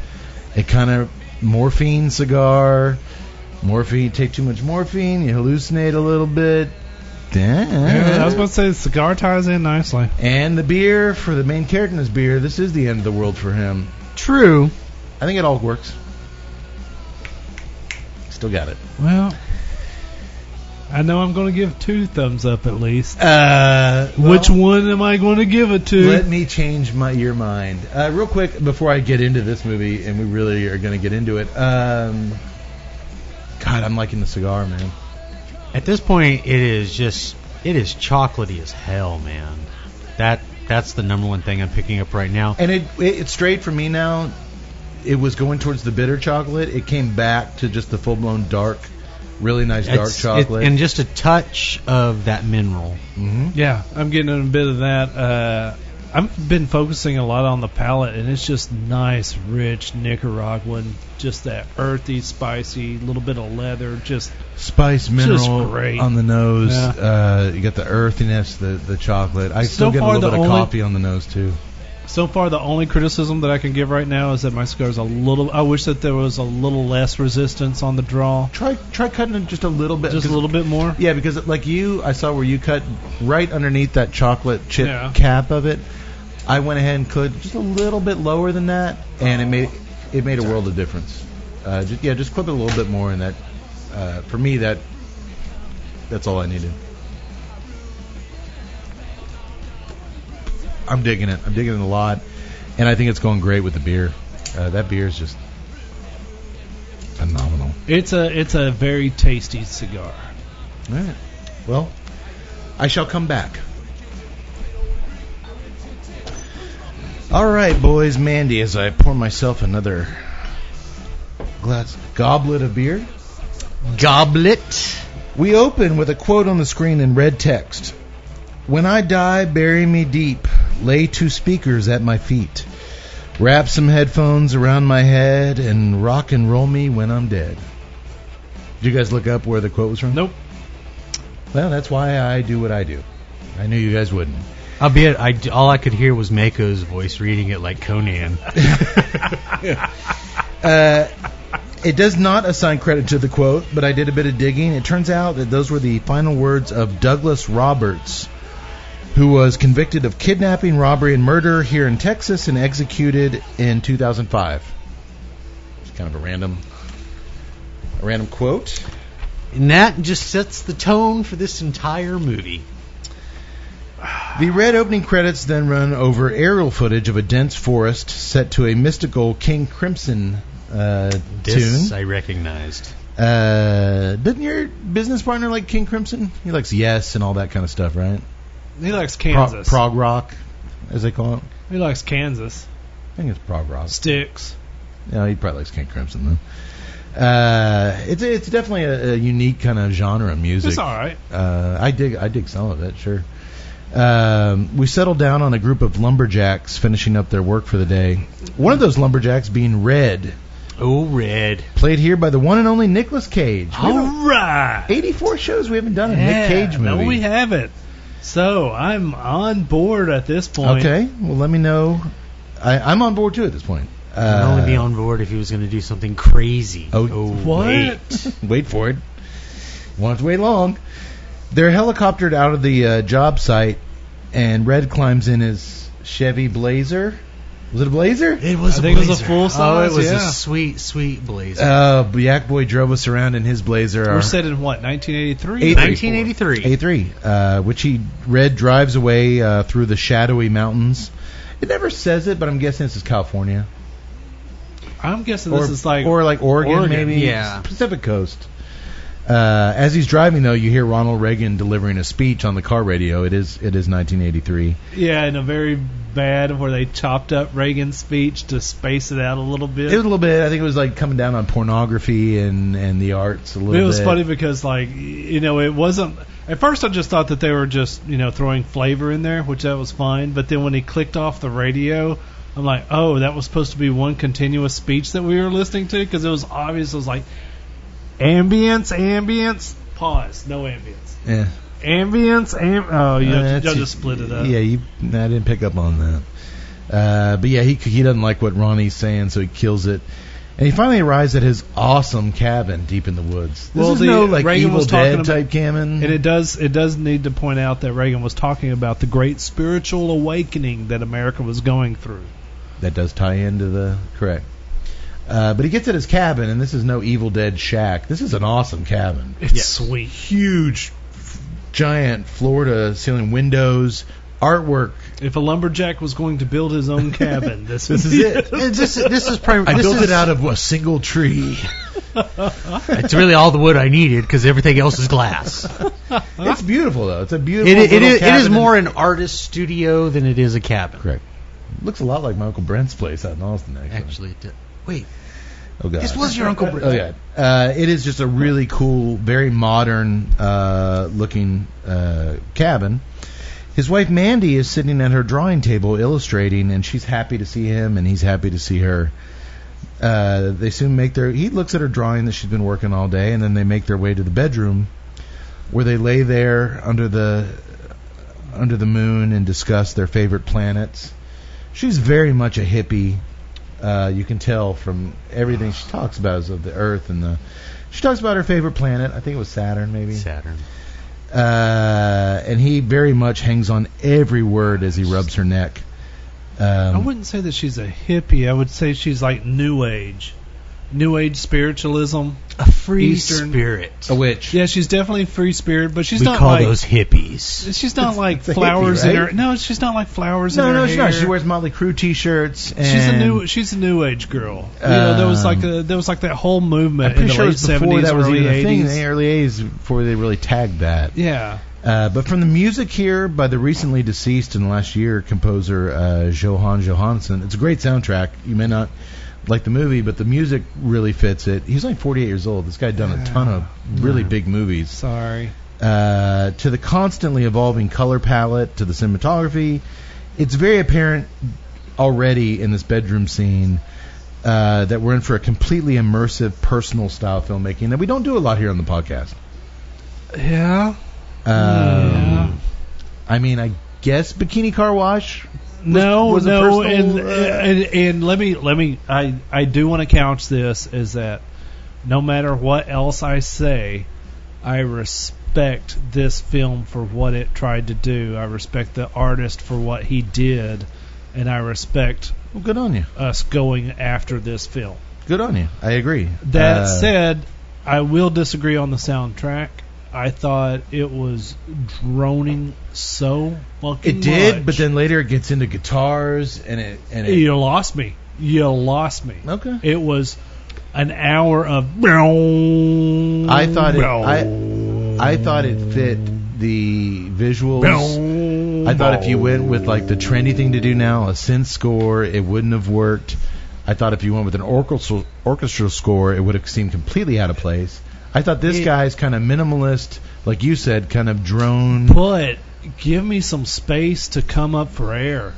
It kind of morphine cigar, morphine. Take too much morphine, you hallucinate a little bit. Damn.
I was about to say the cigar ties in nicely.
And the beer for the main character in this beer, this is the end of the world for him.
True.
I think it all works. Still got it.
Well, I know I'm going to give two thumbs up at least.
Uh,
Which one am I going to give it to?
Let me change my your mind uh, real quick before I get into this movie, and we really are going to get into it. Um, God, I'm liking the cigar, man.
At this point, it is just it is chocolatey as hell, man. That that's the number one thing I'm picking up right now.
And it, it it's straight for me now. It was going towards the bitter chocolate. It came back to just the full blown dark, really nice dark
It's- it-
chocolate.
and just a touch of that mineral.
hmm
Yeah, I'm getting a bit of that. Uh, I've been focusing a lot on the palate, and it's just nice, rich Nicaraguan, just that earthy, spicy, little bit of leather. Just
spice mineral
great.
on the nose.
Yeah.
Uh, you got the earthiness, the the chocolate. I still
So
get a
far,
little
the
bit of
only-
coffee on the nose too.
so far the only criticism that I can give right now is that my cigar's a little. I wish that there was a little less resistance on the draw,
Try try cutting it just a little bit.
just a
'cause-
little bit more.
Yeah, because like you, I saw where you cut right underneath that chocolate chip
Yeah.
cap of it. I went ahead and cut just a little bit lower than that, and it made it made a world of difference. Uh, just, yeah, just clip it a little bit more, and that uh, for me that that's all I needed. I'm digging it. I'm digging it a lot, and I think it's going great with the beer. Uh, that beer is just phenomenal.
It's a it's a very tasty cigar.
All right. Well, I shall come back. All right, boys. Mandy, as I pour myself another glass goblet of beer,
Goblet.
we open with a quote on the screen in red text. When I die, bury me deep. Lay two speakers at my feet. Wrap some headphones around my head and rock and roll me when I'm dead. Did you guys look up where the quote was from?
Nope.
Well, that's why I do what I do. I knew you guys wouldn't.
Albeit, I, d- all I could hear was Mako's voice reading it like *laughs* Conan.
Uh, it does not assign credit to the quote, but I did a bit of digging. It turns out that those were the final words of Douglas Roberts, who was convicted of kidnapping, robbery, and murder here in Texas and executed in 2005. It's kind of a random, a random quote.
and that just sets the tone for this entire movie.
The red opening credits then run over aerial footage of a dense forest set to a mystical King Crimson uh,
This
tune.
I recognized.
Uh, doesn't your business partner like King Crimson? He likes Yes and all that kind of stuff, right?
He likes
Pro-
Kansas.
prog rock, as they call it.
he likes Kansas
I think it's prog rock.
sticks.
No, he probably likes King Crimson though. Uh, it's it's definitely a, a unique kind of genre of music.
It's all right.
Uh, I dig I dig some of it, sure. Um, we settled down on a group of lumberjacks finishing up their work for the day. One of those lumberjacks being Red,
Oh, red.
Played here by the one and only Nicolas Cage. We don't-
All right.
84 shows we haven't done a
Oh. Yeah,
Nick Cage movie.
No, we haven't. So I'm on board at this point.
Okay, well, let me know. I, I'm on board too at this point. Uh,
I'd only be on board if he was going to do something crazy.
Oh,
What?
wait.
*laughs* Wait for it. Won't have to wait long. They're helicoptered out of the uh, job site, and Red climbs in his Chevy Blazer. Was it a Blazer?
*laughs* It was
I
a
think it was a
blazer.
full
Oh,
size,
it was
yeah.
a sweet, sweet blazer.
Uh, Yak Boy drove us around in his Blazer. uh,
We're
Our-
set in what? 1983.
Eight-
1983.
A3, uh, which he Red drives away uh, through the shadowy mountains. It never says it, but I'm guessing this is California.
I'm guessing this
or,
is like
or like Oregon,
Oregon,
maybe
yeah.
Pacific Coast. Uh, as he's driving though, you hear Ronald Reagan delivering a speech on the car radio. It is it is 1983.
yeah, in a very bad where they chopped up Reagan's speech to space it out a little bit.
It was a little bit. I think it was like coming down on pornography and and the arts a little.
it was
bit.
funny because like you know it wasn't at first i just thought that they were just you know throwing flavor in there which that was fine but then when he clicked off the radio i'm like oh that was supposed to be one continuous speech that we were listening to because it was obvious it was like ambience ambience pause no ambience
Yeah.
ambience am- oh you
Uh,
know,
that's-
y'all just split it up
Yeah, you, I didn't pick up on that. Uh, but yeah, he he doesn't like what Ronnie's saying, so he kills it. And he finally arrives at his awesome cabin deep in the woods. This
Well,
is
the-
no like
Reagan
evil
was talking
dead
about-
type cabin.
And it does it does need to point out that Reagan was talking about the great spiritual awakening that America was going through.
That does tie into the correct. Uh, but he gets at his cabin, and this is no Evil Dead shack. This is an awesome cabin.
It's sweet.
Huge, f- giant floor to ceiling windows, artwork.
If a lumberjack was going to build
*laughs*
his own cabin, this,
This
is
is it.
It's- This, this is prim-
I
this
built
is,
it out of a single tree.
It's really all the wood I needed because everything else is glass.
*laughs* It's beautiful though. It's a beautiful.
it, it,
little
is, it
cabin
is
in-
more an artist's studio than it is a cabin.
correct. Looks a lot like my uncle Brent's place out in Austin, actually.
Actually, it did. wait,
oh god,
this was your uncle. Brent.
Oh yeah, uh, it is just a really cool, very modern uh, looking uh, cabin. His wife Mandy is sitting at her drawing table illustrating, and she's happy to see him, and he's happy to see her. Uh, they soon make their. He looks at her drawing that she's been working all day, and then they make their way to the bedroom, where they lay there under the under the moon and discuss their favorite planets. She's very much a hippie. Uh, you can tell from everything she talks about is of the Earth and the. She talks about her favorite planet. I think it was Saturn, maybe.
Saturn.
Uh, and he very much hangs on every word as he rubs her neck.
I
Um,
wouldn't say that she's a hippie. I would say she's like new age. New age spiritualism.
A free
Eastern-
spirit.
a witch.
Yeah, she's definitely free spirit, but she's
we
not
call
like
those hippies.
she's
*laughs*
not like
it's a hippie,
flowers in
right?
her No, she's not like flowers
No,
in her
no, she's
hair.
not. She wears Motley Crue t-shirts. And
She's a new she's a new age girl. you know, there was like
Um,
a, there was like that whole movement
I'm pretty
in the
sure it
late
was before
70s
that was
early
even a thing. In
80s.
the early 80s, before they really tagged that.
Yeah.
Uh, but from the music here by the recently deceased and last year composer uh, Johan Johansson, it's a great soundtrack. You may not like the movie, but the music really fits it. He's only 48 years old. This guy done a ton of really big movies.
Sorry.
Uh, to the constantly evolving color palette, to the cinematography, it's very apparent already in this bedroom scene. Uh, that we're in for a completely immersive personal style filmmaking that we don't do a lot here on the podcast.
Yeah.
Um,
Yeah.
I mean, I guess bikini car wash.
No,
was a
no,
personal,
and,
uh,
and and let me let me I I do want to couch this is that no matter what else I say, I respect this film for what it tried to do. I respect the artist for what he did, and I respect
Well, good on you.
us going after this film.
Good on you. I agree.
That
Uh,
said, I will disagree on the soundtrack. I thought it was droning so fucking
it did,
much.
but then later it gets into guitars and it and it.
you lost me. You lost me.
Okay.
It was an hour of.
I
I
thought it. I, I thought it fit the visuals. I thought if you went with like the trendy thing to do now, a synth score, it wouldn't have worked. I thought if you went with an orchestral orchestral score, it would have seemed completely out of place. I thought this
It-
guy's kind of minimalist, like you said, kind of drone.
But give me some space to come up for air.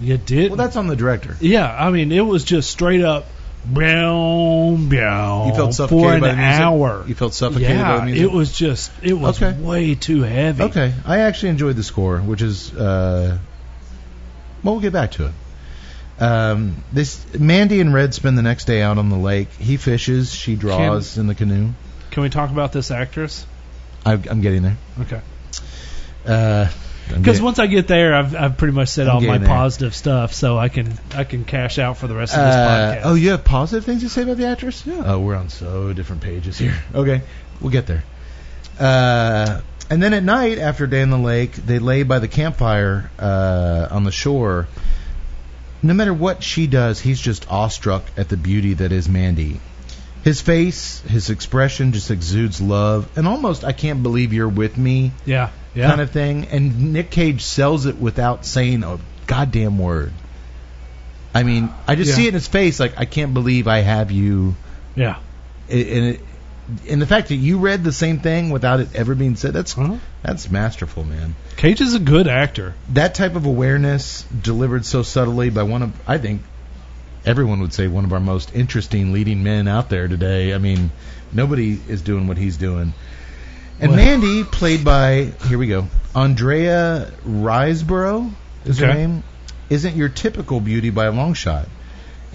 You did.
Well, that's on the director.
Yeah, I mean, it was just straight up Bow, bow,
You felt suffocated
Oh, for an
by the music?
hour.
You felt suffocated
yeah,
by the music?
it was just it was
Okay.
way too heavy.
Okay, I actually enjoyed the score, which is uh, well, we'll get back to it. Um, this Mandy and Red spend the next day out on the lake. He fishes, she draws in the canoe.
Can we talk about this actress?
I, I'm getting there.
Okay.
Uh, I'm
Because
getting-
once I get there, I've, I've pretty much said
I'm
all my
getting there.
positive stuff, so I can I can cash out for the rest of this
Uh,
podcast.
oh, you have positive things to say about the actress? Yeah. Oh, we're on so different pages here. *laughs* Okay, we'll get there. Uh, and then at night, after a day in the lake, they lay by the campfire uh, on the shore. No matter what she does, he's just awestruck at the beauty that is Mandy. His face, his expression just exudes love and almost I can't believe you're with me
yeah, yeah.
kind of thing. And Nick Cage sells it without saying a goddamn word. I mean, I just
Yeah.
see it in his face, like I can't believe I have you.
yeah.
And it, and the fact that you read the same thing without it ever being said, that's
Huh?
that's masterful, man.
Cage is a good actor.
That type of awareness delivered so subtly by one of, I think, everyone would say one of our most interesting leading men out there today. I mean, nobody is doing what he's doing. And
Well-
Mandy, played by here we go, Andrea Riseborough is her
Okay.
name, isn't your typical beauty by a long shot.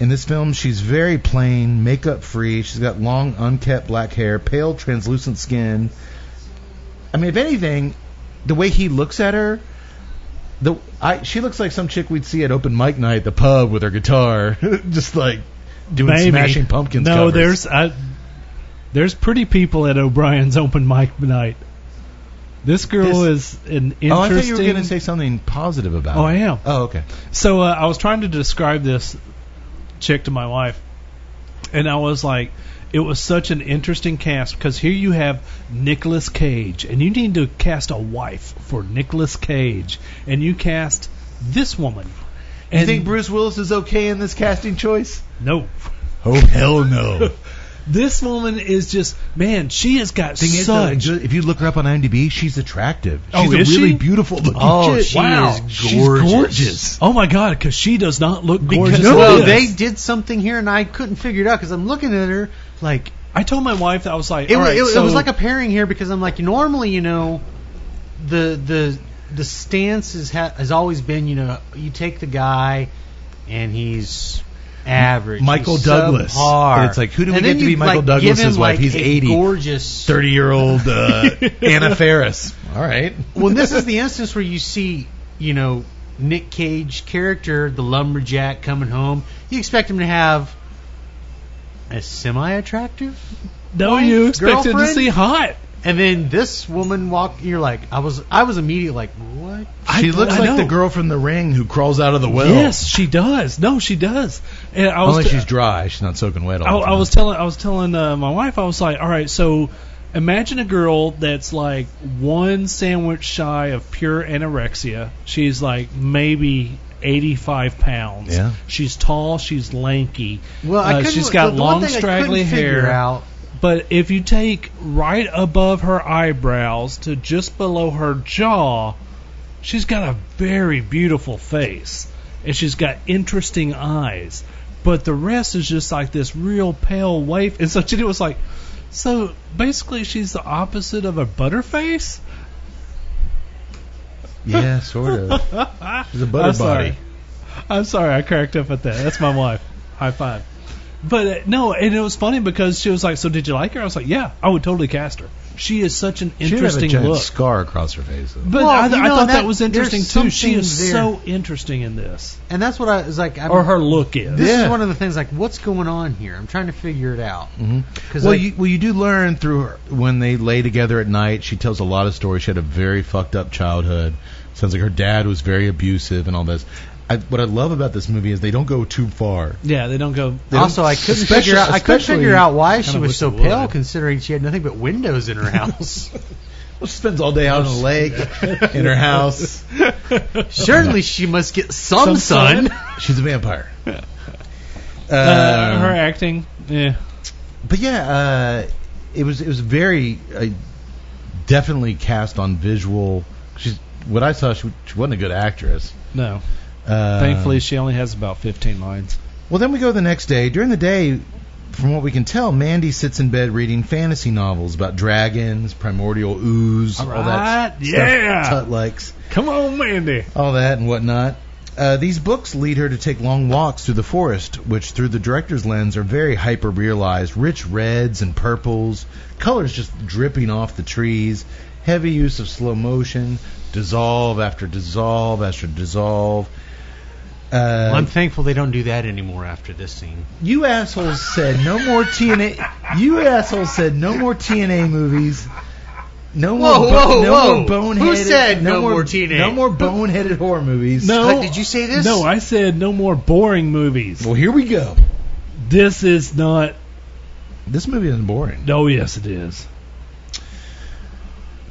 In this film, she's very plain, makeup free. She's got long, unkept black hair, pale, translucent skin. I mean, if anything, the way he looks at her, the I, she looks like some chick we'd see at open mic night at the pub with her guitar, *laughs* just like doing
Maybe.
smashing pumpkins.
No,
covers.
there's I, there's pretty people at O'Brien's open mic night. This girl is an interesting.
Oh, I thought you were going to say something positive about.
Oh, I
it.
am.
Oh, okay.
So uh, I was trying to describe this chick to my wife, and I was like, it was such an interesting cast because here you have Nicolas Cage, and you need to cast a wife for Nicolas Cage, and you cast this woman. And
you think Bruce Willis is okay in this casting choice?
No,
Oh hell no!
this woman is just man. She has
*laughs*
got
Thing is,
uh,
though,
such.
ju- if you look her up on IMDb, she's attractive. She's
Oh,
a
is
really
she?
beautiful looking
Oh,
chick.
she
wow,
is gorgeous.
she's gorgeous. Oh my god, because she does not look gorgeous.
Because, well,
in
they
this.
did something here, and I couldn't figure it out because I'm looking at her like
I told my wife that I was like,
it,
all
wa-
right,
it, wa- it
so-
was like a pairing here because I'm like normally you know the the the stance is ha- has always been you know you take the guy and he's average
Michael
he's
Douglas.
subpar.
And it's like, who do we
And
get
then
to be
you,
Michael
like, give
Douglas's
him,
wife?
like,
He's
a
80. *laughs*
gorgeous
Thirty year old *laughs* uh, Anna Faris. All right.
well, this is the instance where you see, you know, Nick Cage character, the lumberjack coming home. You expect him to have a semi-attractive,
no, you expected to
girlfriend?
see hot.
and then this woman walk. You're like, I was, I was immediately like, what?
She looks
I
like
know.
the girl from The Ring who crawls out of the well.
Yes, she does. No, she does. And I was
Only she's dry. She's not soaking wet all
I,
the
I
time.
was telling I was telling uh, my wife I was like, all right, so imagine a girl that's like one sandwich shy of pure anorexia. She's like maybe. 85 pounds.
Yeah.
She's tall. She's lanky.
Well, I
Uh,
couldn't-
she's got
the one
long,
thing I couldn't
straggly
figure
hair.
Out,
But if you take right above her eyebrows to just below her jaw, she's got a very beautiful face. And she's got interesting eyes. But the rest is just like this real pale waif. And so she was like, so basically she's the opposite of a butterface?
yeah, sort
*laughs*
of. She's a butter
I'm sorry.
body.
I'm sorry, I cracked up at that. That's
*laughs*
my wife. High five. But uh, no, and it was funny because she was like, "So did you like her?" I was like, "Yeah, I would totally cast her. She is such an
She had a
interesting
giant
look."
scar across her face. Though.
But
Well,
I,
you
I
know,
thought that,
that-
was
there's
interesting too. She
something
is
there.
so interesting in this,
and that's what I was like. I'm,
or her look is.
This
Yeah.
is one of the things like, what's going on here? I'm trying to figure it out.
Mhm.
Cause
Well,
like-
you, well, you do learn through her when they lay together at night. She tells a lot of stories. She had a very fucked up childhood. Sounds like her dad was very abusive and all this. I, what I love about this movie is they don't go too far.
yeah, they don't go.
They don't-
also, I couldn't
especially-
figure out. I couldn't
especially-
figure out why
kinda
she was
wish
so
they would.
pale, considering she had nothing but windows in her house.
Well, she spends all day out on the lake in
*laughs*
her house.
Surely she must get some, sun.
She's a
*laughs*
vampire. Uh,
Uh, her acting, Eh, yeah,
but yeah, uh, it was it was very uh, definitely cast on visual. She's what I saw. She, she wasn't a good actress.
no.
Uh,
Thankfully, she only has about 15 lines.
Well, then we go the next day. During the day, from what we can tell, Mandy sits in bed reading fantasy novels about dragons, primordial ooze, all, that
Alright,
stuff.
yeah.
Tut likes
Come on, Mandy.
all that and whatnot. Uh, these books lead her to take long walks through the forest, which, through the director's lens, are very hyper realized. Rich reds and purples, colors just dripping off the trees, heavy use of slow motion, dissolve after dissolve after dissolve. Uh,
Well, I'm thankful they don't do that anymore after this scene.
you assholes said no more TNA. You assholes said no more TNA movies. No more.
Whoa, whoa,
no
whoa.
More boneheaded,
Who said no more TNA?
No more boneheaded horror movies.
No.
Cut, did you say this?
No, I said no more boring movies.
Well, here we go.
This is not.
This movie isn't boring.
Oh, yes, it is.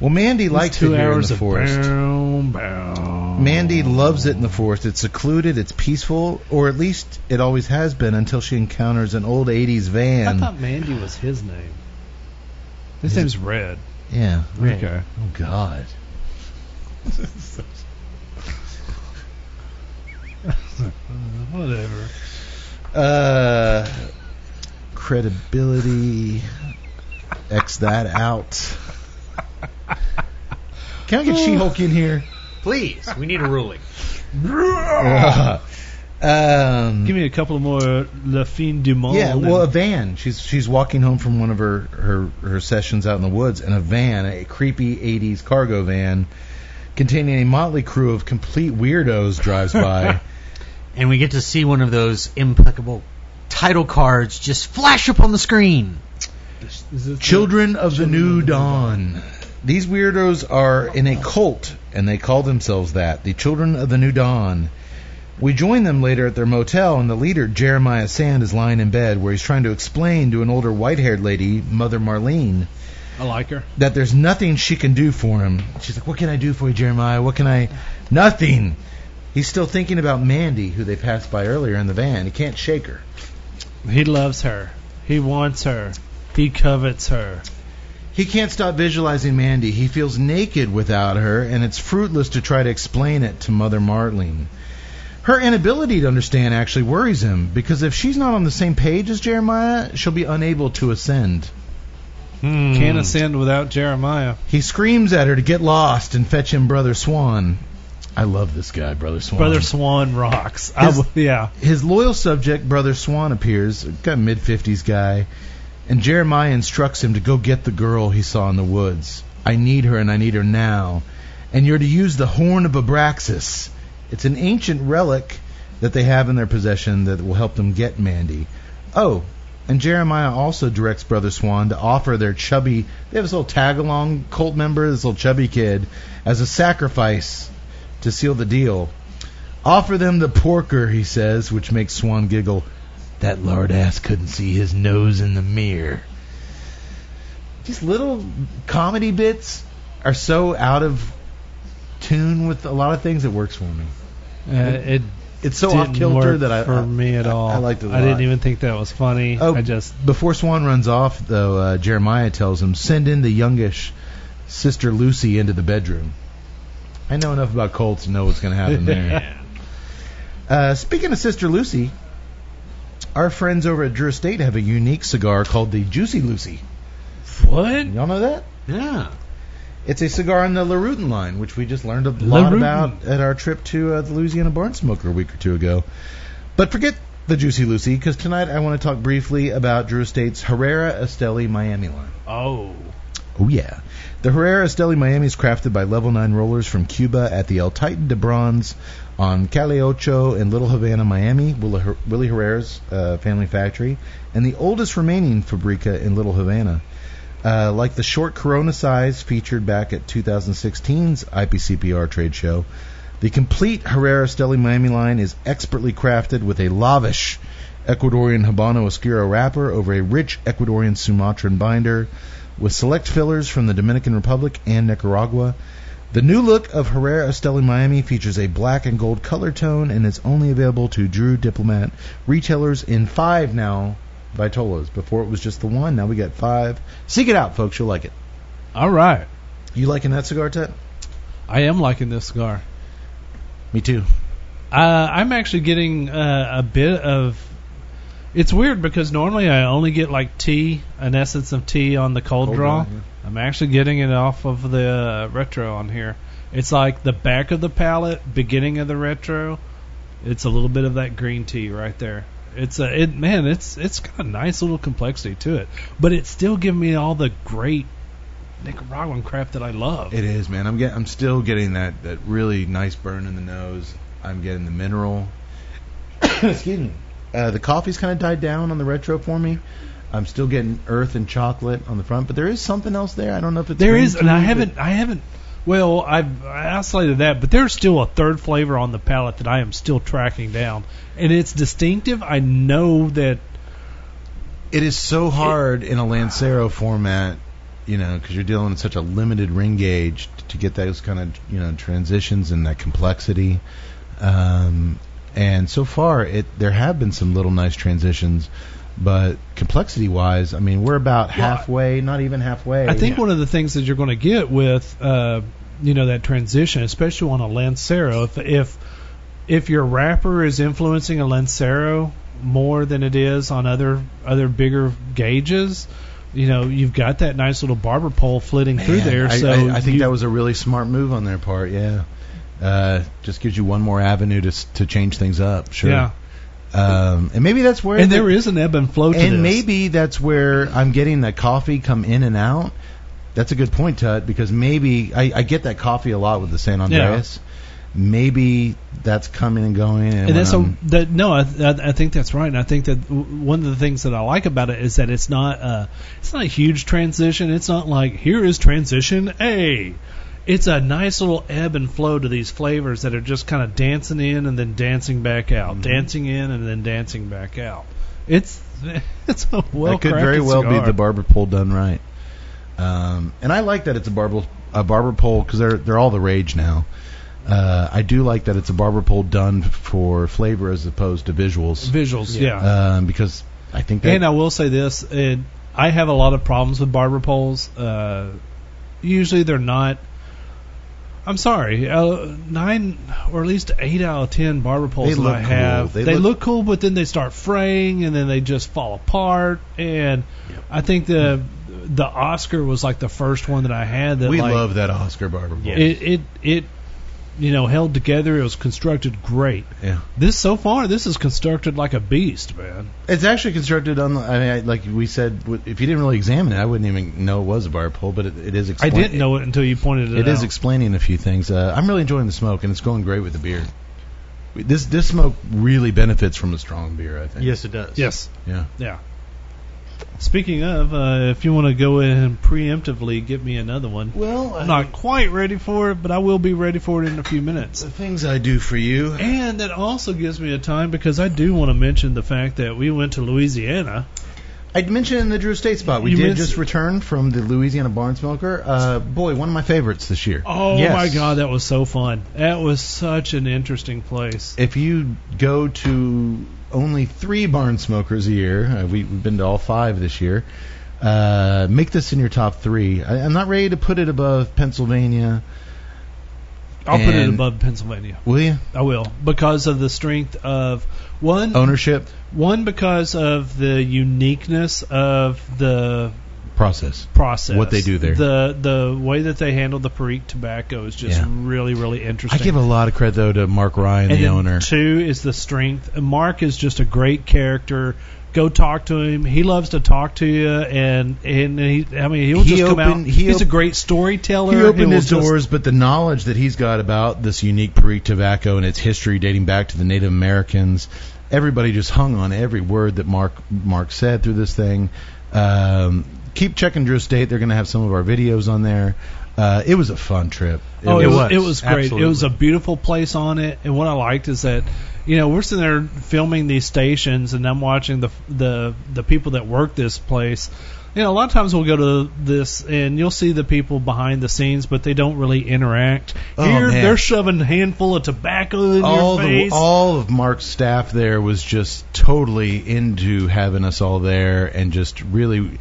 Well, Mandy likes
two
it here
hours
in the
of
forest.
boom, boom.
Mandy loves it in the forest. It's secluded. It's peaceful, or at least it always has been until she encounters an old '80s
I
van.
thought Mandy was his name. His name's Red.
yeah.
Red.
Okay.
Oh God.
*laughs* Whatever.
Uh, credibility. X that out. Can
*laughs*
I get She Hulk in here?
Please, we need a ruling.
um,
Give me a couple more uh, La Fin du Monde.
yeah, well, a
and-
van. She's she's walking home from one of her, her, her sessions out in the woods, and a van, a creepy 80s cargo van containing a motley crew of complete weirdos drives *laughs* by.
And we get to see one of those impeccable title cards just flash up on the screen.
is this the-
Children of the New Dawn. These weirdos are in a cult, and they call themselves that, the Children of the New Dawn. We join them later at their motel, and the leader, Jeremiah Sand, is lying in bed where he's trying to explain to an older white haired lady, Mother Marlene,
I like her.
that there's nothing she can do for him. She's like, What can I do for you, Jeremiah? What can I. Nothing! He's still thinking about Mandy, who they passed by earlier in the van. He can't shake her.
He loves her. He wants her. He covets her.
He can't stop visualizing Mandy. He feels naked without her, and it's fruitless to try to explain it to Mother Martling. Her inability to understand actually worries him, because if she's not on the same page as Jeremiah, she'll be unable to ascend.
Can't ascend without Jeremiah.
He screams at her to get lost and fetch him Brother Swan. I love this guy, Brother Swan.
Brother Swan rocks. I
His-
w- yeah.
His loyal subject, Brother Swan, appears, got mid 50s guy, and Jeremiah instructs him to go get the girl he saw in the woods. I need her, and I need her now. And you're to use the Horn of Abraxas. It's an ancient relic that they have in their possession that will help them get Mandy. Oh, and Jeremiah also directs Brother Swan to offer their chubby, they have this little tag along cult member, this little chubby kid, as a sacrifice to seal the deal. Offer them the porker, he says, which makes Swan giggle. That lard ass couldn't see his nose in the mirror. These little comedy bits are so out of tune with a lot of things. It works for me.
Uh, it
It's so
didn't
off kilter
work
that I
for
I-
me at all.
I, liked it. I
I didn't even think that was funny.
Oh.
I just
Before Swan runs off, though, uh, Jeremiah tells him, "Send in the youngish sister Lucy into the bedroom." I know enough about cults to know what's going to happen
*laughs*
there. Uh, speaking of Sister Lucy, our friends over at Drew Estate have a unique cigar called the Juicy Lucy.
what?
Y'all know that?
Yeah.
It's a cigar in the LaRutin line, which we just learned a lot
LaRutin.
about at our trip to uh, the Louisiana Barn Smoker a week or two ago. But forget the Juicy Lucy, because tonight I want to talk briefly about Drew Estate's Herrera Esteli Miami line.
Oh,
Oh, yeah. The Herrera Esteli Miami is crafted by Level 9 rollers from Cuba at the El Titan de Bronze on Calle Ocho in Little Havana, Miami, Willa Her- Willie Herrera's uh, family factory, and the oldest remaining fabrica in Little Havana. Uh, like the short Corona size featured back at 2016's IPCPR trade show, the complete Herrera Esteli Miami line is expertly crafted with a lavish Ecuadorian Habano Oscuro wrapper over a rich Ecuadorian Sumatran binder with select fillers from the Dominican Republic and Nicaragua. The new look of Herrera Esteli Miami features a black and gold color tone and is only available to Drew Diplomat retailers in five now Vitolas. Before it was just the one, now we got five. Seek it out, folks. You'll like it.
all right.
You liking that cigar, Tet?
I am liking this cigar.
Me too.
Uh, I'm actually getting uh, a bit of It's weird because normally I only get like tea, an essence of tea on the cold,
Cold
draw.
draw, yeah.
I'm actually getting it off of the uh, retro on here. It's like the back of the palette, beginning of the retro. It's a little bit of that green tea right there. It's a it man. It's it's got a nice little complexity to it, but it's still giving me all the great Nicaraguan crap that I love.
It is, man. I'm get, I'm still getting that, that really nice burn in the nose. I'm getting the mineral. *coughs* Excuse me. Uh, the coffee's kind of died down on the retro for me. I'm still getting earth and chocolate on the front, but there is something else there. I don't know if it's
There
green
is, and I
tea,
haven't, I haven't. Well, I've I isolated that, but there's still a third flavor on the palate that I am still tracking down, and it's distinctive. I know that
but It is so hard in a Lancero format, you know, because you're dealing with such a limited ring gauge t- to get those kind of you know transitions and that complexity. Um, and so far, it there have been some little nice transitions, but complexity-wise, I mean, we're about halfway, not even halfway.
I think one of the things that you're going to get with, uh, you know, that transition, especially on a Lancero, if if if your wrapper is influencing a Lancero more than it is on other other bigger gauges, you know, you've got that nice little barber pole flitting through
Man,
there.
I,
so
I, I think
you-
that was a really smart move on their part. Yeah, uh, just gives you one more avenue to s- to change things up. Sure.
yeah,
Um, and maybe that's where
and
the-
there is an ebb and flow to
and
this.
maybe that's where I'm getting that coffee come in and out. That's a good point, Tut, because maybe I, I get that coffee a lot with the San Andreas. Maybe that's coming and going. And,
and that's
when
a,
I'm-
that no I, I I think that's right and I think that w- one of the things that I like about it is that it's not a it's not a huge transition it's not like here is transition A it's a nice little ebb and flow to these flavors that are just kind of dancing in and then dancing back out
Mm-hmm.
dancing in and then dancing back out it's *laughs* it's a well
that could very well be
cigar.
the barber pole done right. Um, and I like that it's a barber a barber pole because they're they're all the rage now. Uh, I do like that it's a barber pole done for flavor as opposed to visuals,
visuals yeah.
um, because I think that
And I will say this: it, I have a lot of problems with barber poles. Uh, usually, they're not. I'm sorry, uh, nine or at least eight out of ten barber poles
They
that
look
I have,
cool. They
they,
look-
look, cool, but then they start fraying and then they just fall apart. And I think the the Oscar was like the first one that I had that
we
like,
love that Oscar barber pole.
it. It it you know held together. It was constructed great.
yeah.
This so far, this is constructed like a beast, man.
It's actually constructed on. I mean, I, like we said, w- if you didn't really examine it, I wouldn't even know it was a bar pole. But it, it is.
I
Explain-
didn't know it until you pointed it out.
it is explaining a few things. Uh, I'm really enjoying the smoke, and it's going great with the beer. This this smoke really benefits from a strong beer. I think.
Yes, it does.
Yes.
Yeah.
Yeah. Speaking of, uh, if you want to go in and preemptively get me another one,
Well, uh,
I'm not quite ready for it, but I will be ready for it in a few minutes.
the things I do for you.
And that also gives me a time because I do want to mention the fact that we went to Louisiana.
I mentioned in the Drew State spot. We
You
did
missed-
just return from the Louisiana Barn Smoker. Uh, boy, one of my favorites this year.
Oh
Yes.
my God, that was so fun! That was such an interesting place.
if you go to only three barn smokers a year, uh, we, we've been to all five this year. Uh, make this in your top three. I, I'm not ready to put it above Pennsylvania.
I'll put it
And-
above Pennsylvania.
Will you?
I will because of the strength of one.
Ownership
One because of the uniqueness of the
process.
process.
What they do there.
The the way that they handle the Perique tobacco is just
Yeah.
really really interesting.
I give a lot of credit though to Mark Ryan,
and
the
then
owner.
Two is the strength. And Mark is just a great character. Go talk to him. He loves to talk to you, and and he, I mean he'll
He
just come out.
opened- he
He's a
op-
great storyteller.
He opened
will
his
just-
doors, but the knowledge that he's got about this unique Perique tobacco and its history dating back to the Native Americans, everybody just hung on every word that Mark Mark said through this thing. Um, keep checking Drew State; they're going to have some of our videos on there. Uh, it was a fun trip.
Oh, it, was, it was great. It was a
Absolutely.
beautiful place on it, and what I liked is that, you know, we're sitting there filming these stations, and I'm watching the the the people that work this place. You know, a lot of times we'll go to this, and you'll see the people behind the scenes, but they don't really interact.
Oh,
Here,
man.
they're shoving a handful of tobacco in
all
your face.
the all of Mark's staff there was just totally into having us all there and just really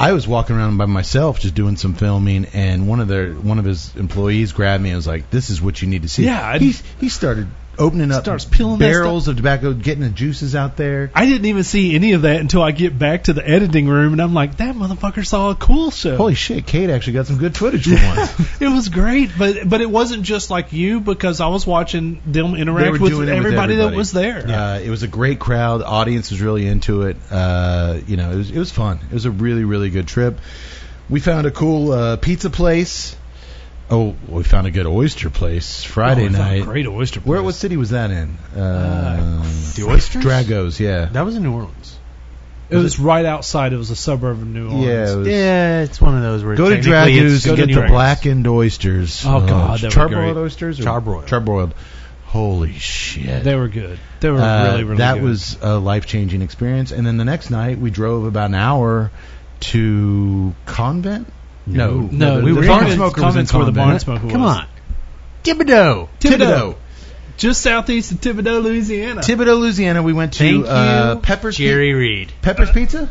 I was walking around by myself just doing some filming and one of their one of his employees grabbed me and was like, This is what you need to see.
Yeah, I-
He he started opening up
Starts peeling that
barrels of tobacco, getting the juices out there.
I didn't even see any of that until I get back to the editing room, and I'm like, that motherfucker saw a cool show.
Holy shit, Kate actually got some good footage
*laughs*
for once.
It was great, but but it wasn't just like you because I was watching them
They
interact
were
with,
doing it
everybody that
everybody.
was there.
Uh, it was a great crowd. The audience was really into it. Uh, you know, it was, it was fun. It was a really, really good trip. We found a cool uh, pizza place. Oh, we found a good oyster place Friday
Oh, I found
night.
Great oyster. Place.
Where what city was that in? Uh,
The oysters?
Dragos, yeah.
That was in New Orleans.
It was right outside. It was a suburb of New Orleans.
Yeah, it was-
Yeah, it's one of those where
Go to
technically it's
Dragos and get
New
the
Orleans.
blackened oysters.
Oh, God, they were
charbroiled
great.
oysters, or
Charbroiled.
charbroiled. Holy shit!
They were good. They were
Uh,
really really
that
good.
was a life changing experience. And then the next night, we drove about an hour to convent. No,
no.
the-
we
the
were
barn
in
smoker was in
comments where the barn
convent.
smoker was.
Come on. Thibodeau.
Thibodeau,
just southeast of Thibodeau, Louisiana.
Thibodeau, Louisiana. We went to
Thank
uh,
you,
Pepper's
Jerry Reed.
Pi- Pepper's Pizza.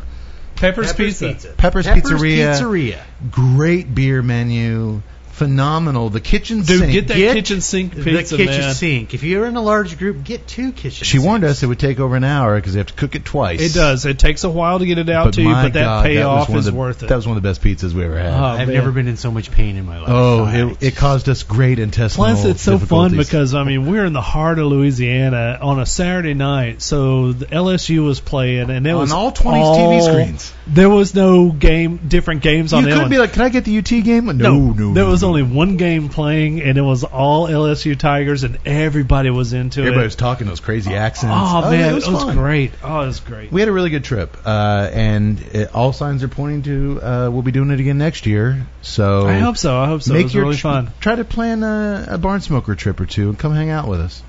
Pepper's, Pizza.
Pepper's,
Pepper's
Pizzeria.
Pizzeria.
Great beer menu. Phenomenal. The kitchen
Dude,
sink.
get that
Get
kitchen sink
The
pizza,
kitchen
man.
sink. If you're in a large group, get two kitchen
She warned
sinks.
us it would take over an hour because they have to cook it twice.
It does. It takes a while to get it out
But
to you,
my
but that
God, that was
payoff
one of
is
the-
worth it.
That was one of the best pizzas we ever had.
Oh,
I've
man.
never been in so much pain in my life.
Oh,
I-
it, it caused us great intestinal.
Plus, it's so fun
difficulties.
because I mean we're in the heart of Louisiana on a Saturday night, so the LSU was playing, and it
On
was
all 20 TV
all-
screens.
There was no game, different games on.
you
LSU.
could be like, "Can I get the UT game?" No, no, no
There was
no.
only one game playing, and it was all LSU Tigers, and everybody was into
Everybody was
it.
talking those crazy accents.
Oh,
yeah,
man, it was,
fun.
great. Oh, it was great.
We had a really good trip, uh, and it, all signs are pointing to uh, we'll be doing it again next year. So
I hope so. I hope so. it was really
tr-
fun.
Try to plan a, a barn smoker trip or two and come hang out with us.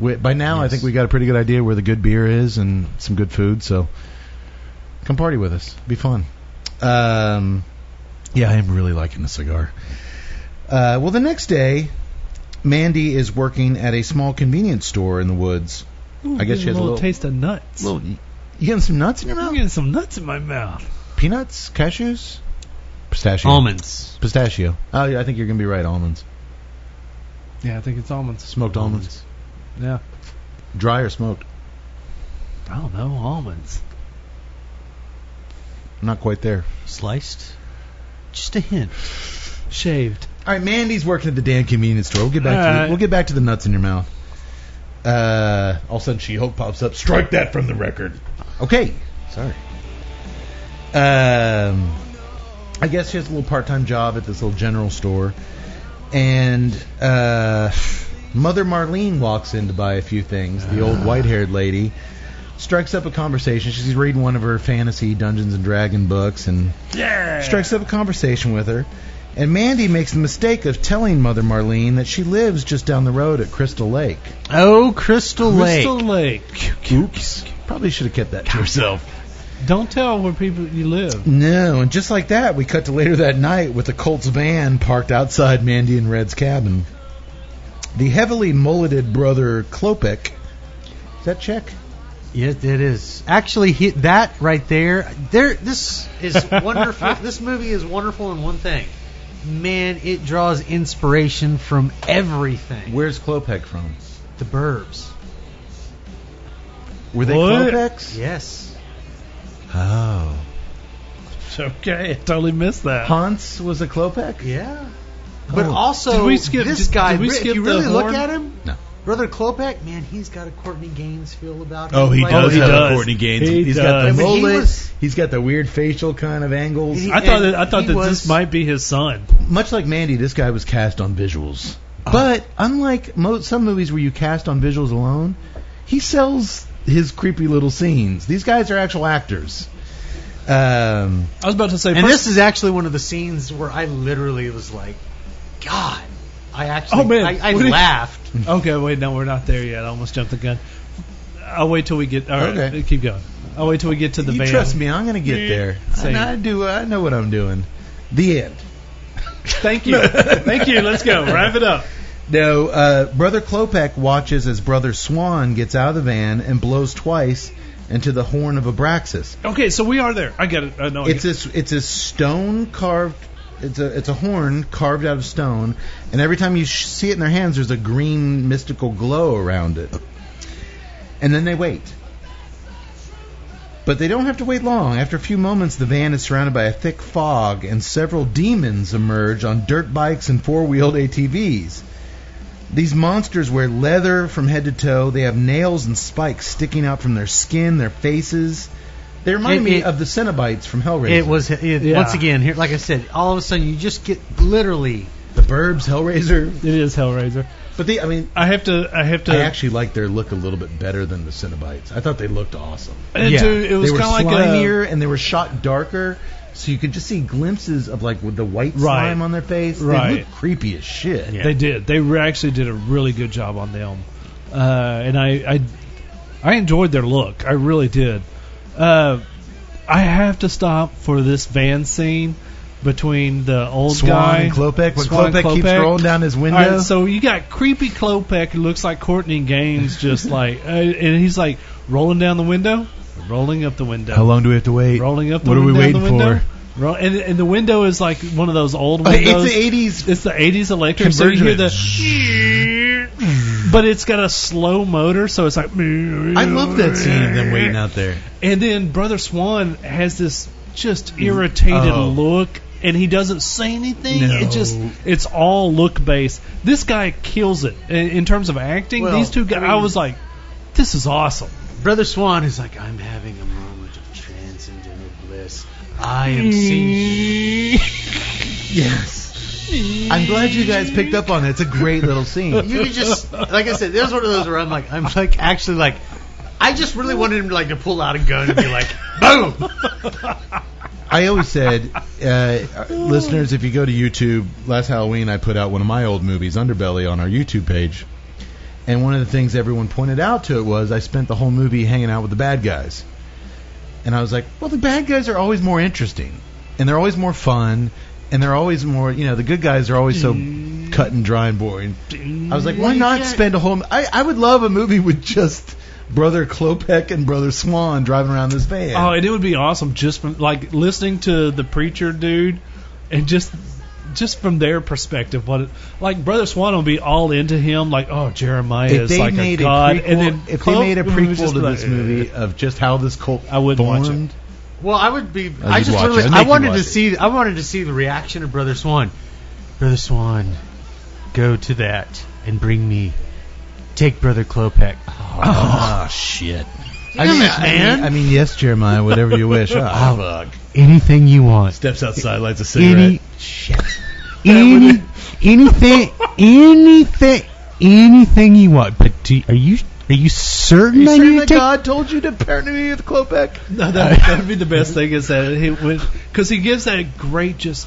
We, by now, I think we got a pretty good idea where the good beer is and some good food. So come party with us. Be fun. Um, yeah, I am really liking the cigar. Uh, well, the next day, Mandy is working at a small convenience store in the woods. I guess she has a little,
taste of nuts.
little. You getting some nuts in your
I'm
mouth?
getting some nuts in my mouth.
Peanuts, cashews, pistachio,
almonds.
pistachio. Oh, yeah, I think you're gonna be right. Almonds,
Yeah, I think it's almonds.
smoked almonds.
Yeah,
Dry or smoked?
I don't know almonds.
Not quite there.
Sliced. Just a hint.
Shaved.
All right, Mandy's working at the damn convenience store. We'll get back to
All
the,
right.
we'll get back to the nuts in your mouth. Uh, all of a sudden, She Hulk pops up. Strike that from the record. Okay, sorry. Um, I guess she has a little part-time job at this little general store, and uh, Mother Marlene walks in to buy a few things. The
Ah.
old white-haired lady strikes up a conversation. She's reading one of her fantasy Dungeons and Dragon books, and
Yeah.
strikes up a conversation with her, and Mandy makes the mistake of telling Mother Marlene that she lives just down the road at Crystal Lake.
Oh, Crystal,
Crystal
Lake.
Lake.
Oops. Probably should have kept that to herself.
Don't tell where people you live.
No, and just like that, we cut to later that night with the Colts van parked outside Mandy and Red's cabin. The heavily mulleted brother Klopek. Is that Czech?
Yes, it is. Actually, he, that right there, there. This is *laughs* wonderful. this movie is wonderful in one thing. Man, it draws inspiration from everything.
Where's Klopek from?
the Burbs.
Were they
What?
Klopeks?
Yes.
Oh.
Okay, I totally missed that.
Hans was a Klopek?
Yeah. But
Oh.
also,
Did we skip-
this
did-
guy.
did we
re-
skip
if you
the
really look
horn?
at him,
No.
Brother Klopek, man, he's got a Courtney Gaines feel about him.
Oh, he
Like-
does
he
have
does.
a Courtney Gaines.
He
has got the
does.
But he
mullet.
was-
he's got the weird facial kind of angles.
He-
I thought that, I
and
thought
he
that
was-
this might be his son.
Much like Mandy, this guy was cast on visuals.
Uh-huh.
But unlike mo- some movies where you cast on visuals alone, he sells his creepy little scenes. These guys are actual actors. Um,
I was about to say.
And
first-
this is actually one of the scenes where I literally was like, God, I actually,
Oh, man.
I, I
What did-
laughed.
Okay, wait, no, we're not there yet. I almost jumped the gun. I'll wait till we get. All right,
Okay.
keep going. I'll wait till we get to the
you
van.
trust me, I'm going to get there.
Same.
And I do. I know what I'm doing. The end.
Thank you, thank you. Let's go. Wrap it up.
No, uh, Brother Klopek watches as Brother Swan gets out of the van and blows twice into the horn of Abraxas.
Okay, so we are there. I get it. Uh, no, I
It's
get it.
this it's this stone carved It's a it's a horn carved out of stone, and every time you sh- see it in their hands, there's a green mystical glow around it. And then they wait. But they don't have to wait long. After a few moments, the van is surrounded by a thick fog, and several demons emerge on dirt bikes and four wheeled ATVs. These monsters wear leather from head to toe. They have nails and spikes sticking out from their skin, their faces. They remind
It-
me
it-
of the Cenobites from Hellraiser.
It was it,
Yeah.
once again here. Like I said, all of a sudden you just get literally
the Burbs, Hellraiser.
It is Hellraiser.
But the, I mean,
I have to. I have to.
I actually like their look a little bit better than the Cenobites. I thought they looked awesome.
and
yeah,
to- it was
they were
kind of like
slimier and they were shot darker, so you could just see glimpses of like with the white
Right.
slime on their face. They
Right.
looked creepy as shit.
Yeah.
They did. They re- actually did a really good job on them, uh, and I, I, I enjoyed their look. I really did. Uh, I have to stop for this van scene between the old
Swan
guy
and Klopek. When
Swan and
Klopek, keeps rolling down his window,
All right, so you got creepy Klopek who looks like Courtney
*laughs*
Gaines, just like, uh, and he's like rolling down the window, rolling up the window.
how long do we have to wait?
Rolling up the
What are we
window.
waiting
the window.
for?
Roll, and, and the window is like one of
*laughs*
those old
Uh,
windows.
It's the 80s.
It's the 80s electric, so you hear the. *laughs* But it's got a slow motor, so it's like.
I love that scene of them waiting out there.
And then Brother Swan has this just irritated
Oh.
look, and he doesn't say anything.
No.
It just, it's all look based. This guy kills it in, in terms of acting.
Well,
These two guys,
I mean-
I was like, this
*laughs*
is awesome.
Brother Swan is like, I'm having a moment of transcendental bliss. I am
Mm.
seeing.
Yes. I'm glad you guys picked up on it. It's a great little
*laughs*
scene.
You could just, like I said, there's one of those where I'm like, I'm like, actually like, I just really wanted him like to pull out a gun and be like, *laughs* boom.
I always said, uh, listeners, if you go to YouTube, last Halloween I put out one of my old movies, Underbelly, on our YouTube page. And one of the things everyone pointed out to it was I spent the whole movie hanging out with the bad guys. And I was like, well, the bad guys are always more interesting. And they're always more fun. And they're always more, you know, the good guys are always so cut and dry and boring. I was like, why not spend a whole. I, I would love a movie with just Brother Klopek and Brother Swan driving around this van.
Oh, and it would be awesome just from like listening to the preacher dude, and just just from their perspective, what it, like Brother Swan will be all into him, like oh Jeremiah
if
is
they
like
made
a god,
prequel,
and then
if
Clump
they made a
would be
prequel
just
to
like,
this movie of just how this cult
I wouldn't watch it.
formed,
Well, I would be.
Oh,
I
you'd
just
watch
really.
it. I'd
I
make you
wanted
watch
to
it.
see. I wanted to see the reaction of Brother Swan. Brother Swan, go to that and bring me. Take Brother Klopek.
Ah, shit. I
Damn
mean,
it,
I
man.
mean, I mean, yes, Jeremiah, whatever you *laughs* wish. Ah,
I'll- Anything you want.
Steps outside, lights a
Any. Shit. Any.
*laughs*
Anything. Anything. Anything you want. But do, are you are you certain I
Certain
need to
that
take?
God told you to partner me with Klopek?
No, *laughs* that that would be the best thing is that he would because he gives that great just.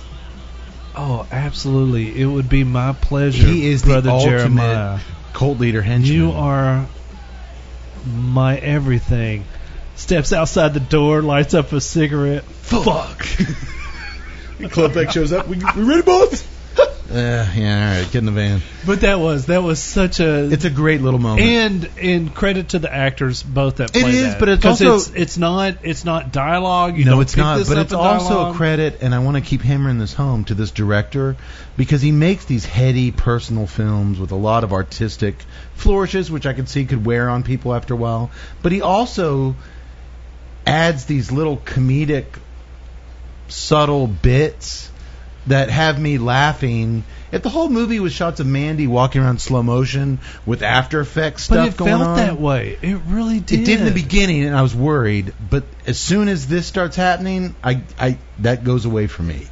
Oh, absolutely! It would be my pleasure.
He is the
brother
ultimate
Jeremiah.
Cult leader henchman.
You are my everything. Steps outside the door, lights up a cigarette.
fuck.
*laughs*
Klopek shows up. We, we ready, boss? *laughs* uh, yeah, all right. Get in the van.
But that was that was such a
It's a great little moment.
and and credit to the actors both that
It
play
is,
that.
but it's
'Cause
also-
it's, it's not it's not dialogue. You
no,
don't
it's
pick
not.
this
But
up
it's
in
also a
dialogue.
credit, and I want to keep hammering this home to this director because he makes these heady personal films with a lot of artistic flourishes, which I could see could wear on people after a while. But he also adds these little comedic, subtle bits that have me laughing. If the whole movie was shots of Mandy walking around slow motion with After Effects
But
stuff
it
going
felt
on,
that way. It really did.
it did in the beginning, and I was worried. But as soon as this starts happening, I, I that goes away for me.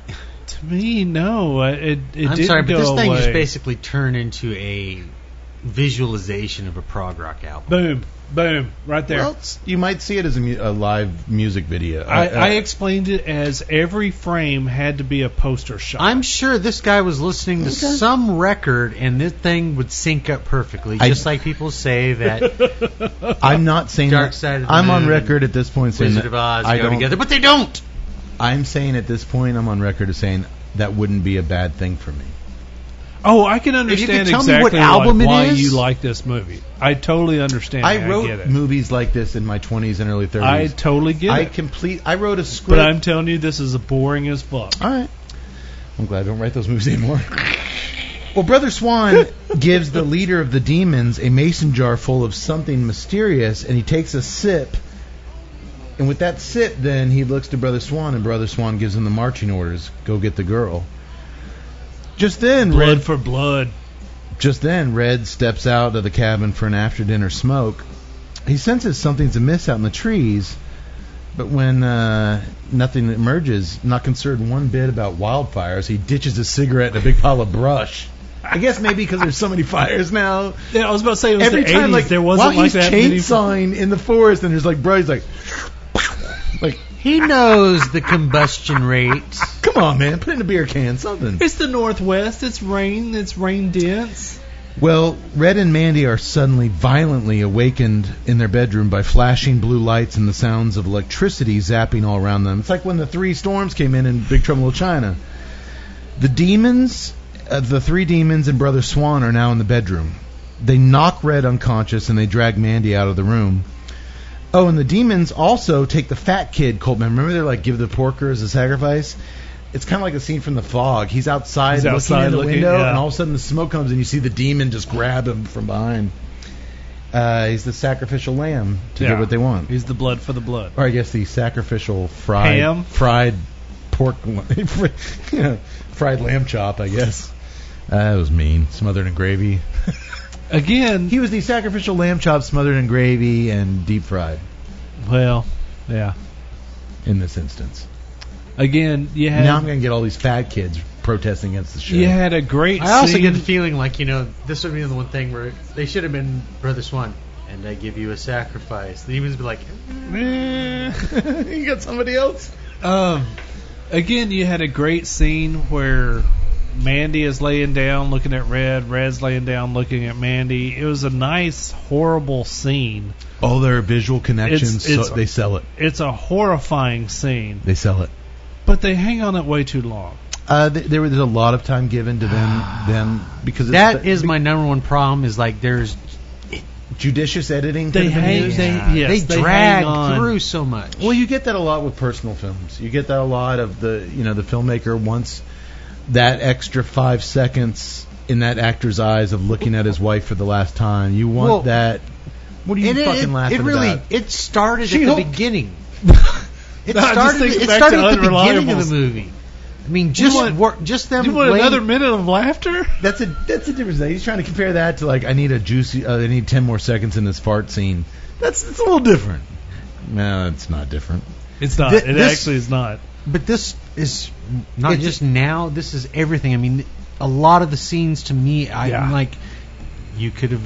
To me, no, I- it it
I'm
didn't
sorry, but
go
this
away.
thing just basically turned into a visualization of a prog rock album.
boom, boom, right there.
Well, it's- you might see it as a, mu- a live music video.
I,
Uh,
I explained it as every frame had to be a poster shot.
I'm sure this guy was listening to some record, and this thing would sync up perfectly,
I-
just like people say that
uh, I'm not saying
Dark
that-
Side of the
I'm on
Moon
record at this point saying
Wizard
that
of Oz
I
go
don't-
together, but they don't.
I'm saying at this point, I'm on record as saying that wouldn't be a bad thing for me.
oh, I can
you could
understand
tell me
exactly
what album
like,
it
why
is-
you like this movie. I totally understand.
I wrote
get it.
movies like this in my 20s and early 30s.
I totally get
I
it.
complete. I wrote a script.
But I'm telling you, this is boring as fuck.
All right. I'm glad I don't write those movies anymore. Well, Brother Swan gives the leader of the demons a mason jar full of something mysterious, and he takes a sip. And with that sip, then he looks to Brother Swan, and Brother Swan gives him the marching orders: "Go get the girl." Just then, Red
Blood for blood.
just then, Red steps out of the cabin for an after dinner smoke. He senses something's amiss out in the trees, but when uh, nothing emerges, not concerned one bit about wildfires, he ditches his cigarette in a big pile of brush. I guess maybe because there's so many fires now.
Yeah, I was about to say it was
Every
the
time,
80s.
like
there wasn't
while
like
he's
that many-
chainsawing in the forest, and there's like brush, he's like, like,
He *laughs* knows the combustion rate.
come on, man, put it in a beer can, something.
It's the Northwest. It's rain. It's rain dense.
Well, Red and Mandy are suddenly violently awakened in their bedroom by flashing blue lights and the sounds of electricity zapping all around them. It's like when the three storms came in in Big Trouble in Little China. The demons, uh, the three demons and Brother Swan are now in the bedroom. They knock Red unconscious and they drag Mandy out of the room. Oh, and the demons also take the fat kid, Coltman. Remember they're like, give the porker as a sacrifice? It's kind of like a scene from The Fog. He's outside
He's
looking
outside
in the
looking,
window,
yeah.
and all of a sudden the smoke comes and you see the demon just grab him from behind. Uh, he's the sacrificial lamb to
Yeah.
get what they want.
He's the blood for the blood.
Or I guess the sacrificial fried
Ham?
fried pork, *laughs* yeah, fried lamb chop. I guess Uh, that was mean, smothered in gravy.
Again,
He was the sacrificial lamb chop, smothered in gravy and deep fried.
well, yeah.
In this instance,
Again, you had
now I'm gonna get all these fat kids protesting against the show.
you had a great.
I also
scene.
get the feeling like you know this would be the one thing where they should have been Brother Swan, and I give you a sacrifice. The demons would be like,
*laughs*
you got somebody else.
Um, again, you had a great scene where Mandy is laying down looking at Red, Red's laying down looking at Mandy. It was a nice, horrible scene.
All their visual connections,
It's- it's-
so they sell it.
It's a horrifying scene,
They sell it.
but they hang on it way too long.
Uh, th- there was a lot of time given to them, them because it's
that
the-
is my number one problem. Is like there's
judicious editing.
They
could have been
hang,
used.
they, yes,
they
hang
drag
on.
through so much.
Well, you get that a lot with personal films. You get that a lot of the you know the filmmaker wants that extra five seconds in that actor's eyes of looking at his wife for the last time. You want
Well,
that. What are you
And it,
fucking
it,
laughing
it really
about?
it started at the
She-Hulk.
*laughs*
beginning. It
No, I'm just
started.
thinking
It
back
started
to
at the beginning of
Unreliables.
the movie. I mean, just
want-
wor- just them.
You want
laying-
another minute of laughter?
That's a that's a difference. He's trying to compare that to like I need a juicy. Uh, I need ten more seconds in this fart scene. That's it's a little different. No, it's not different.
It's not.
Th-
it
this-
actually is not.
But this is not
It's-
just now. This is everything. I mean, a lot of the scenes to me, I'm
Yeah.
like, you could have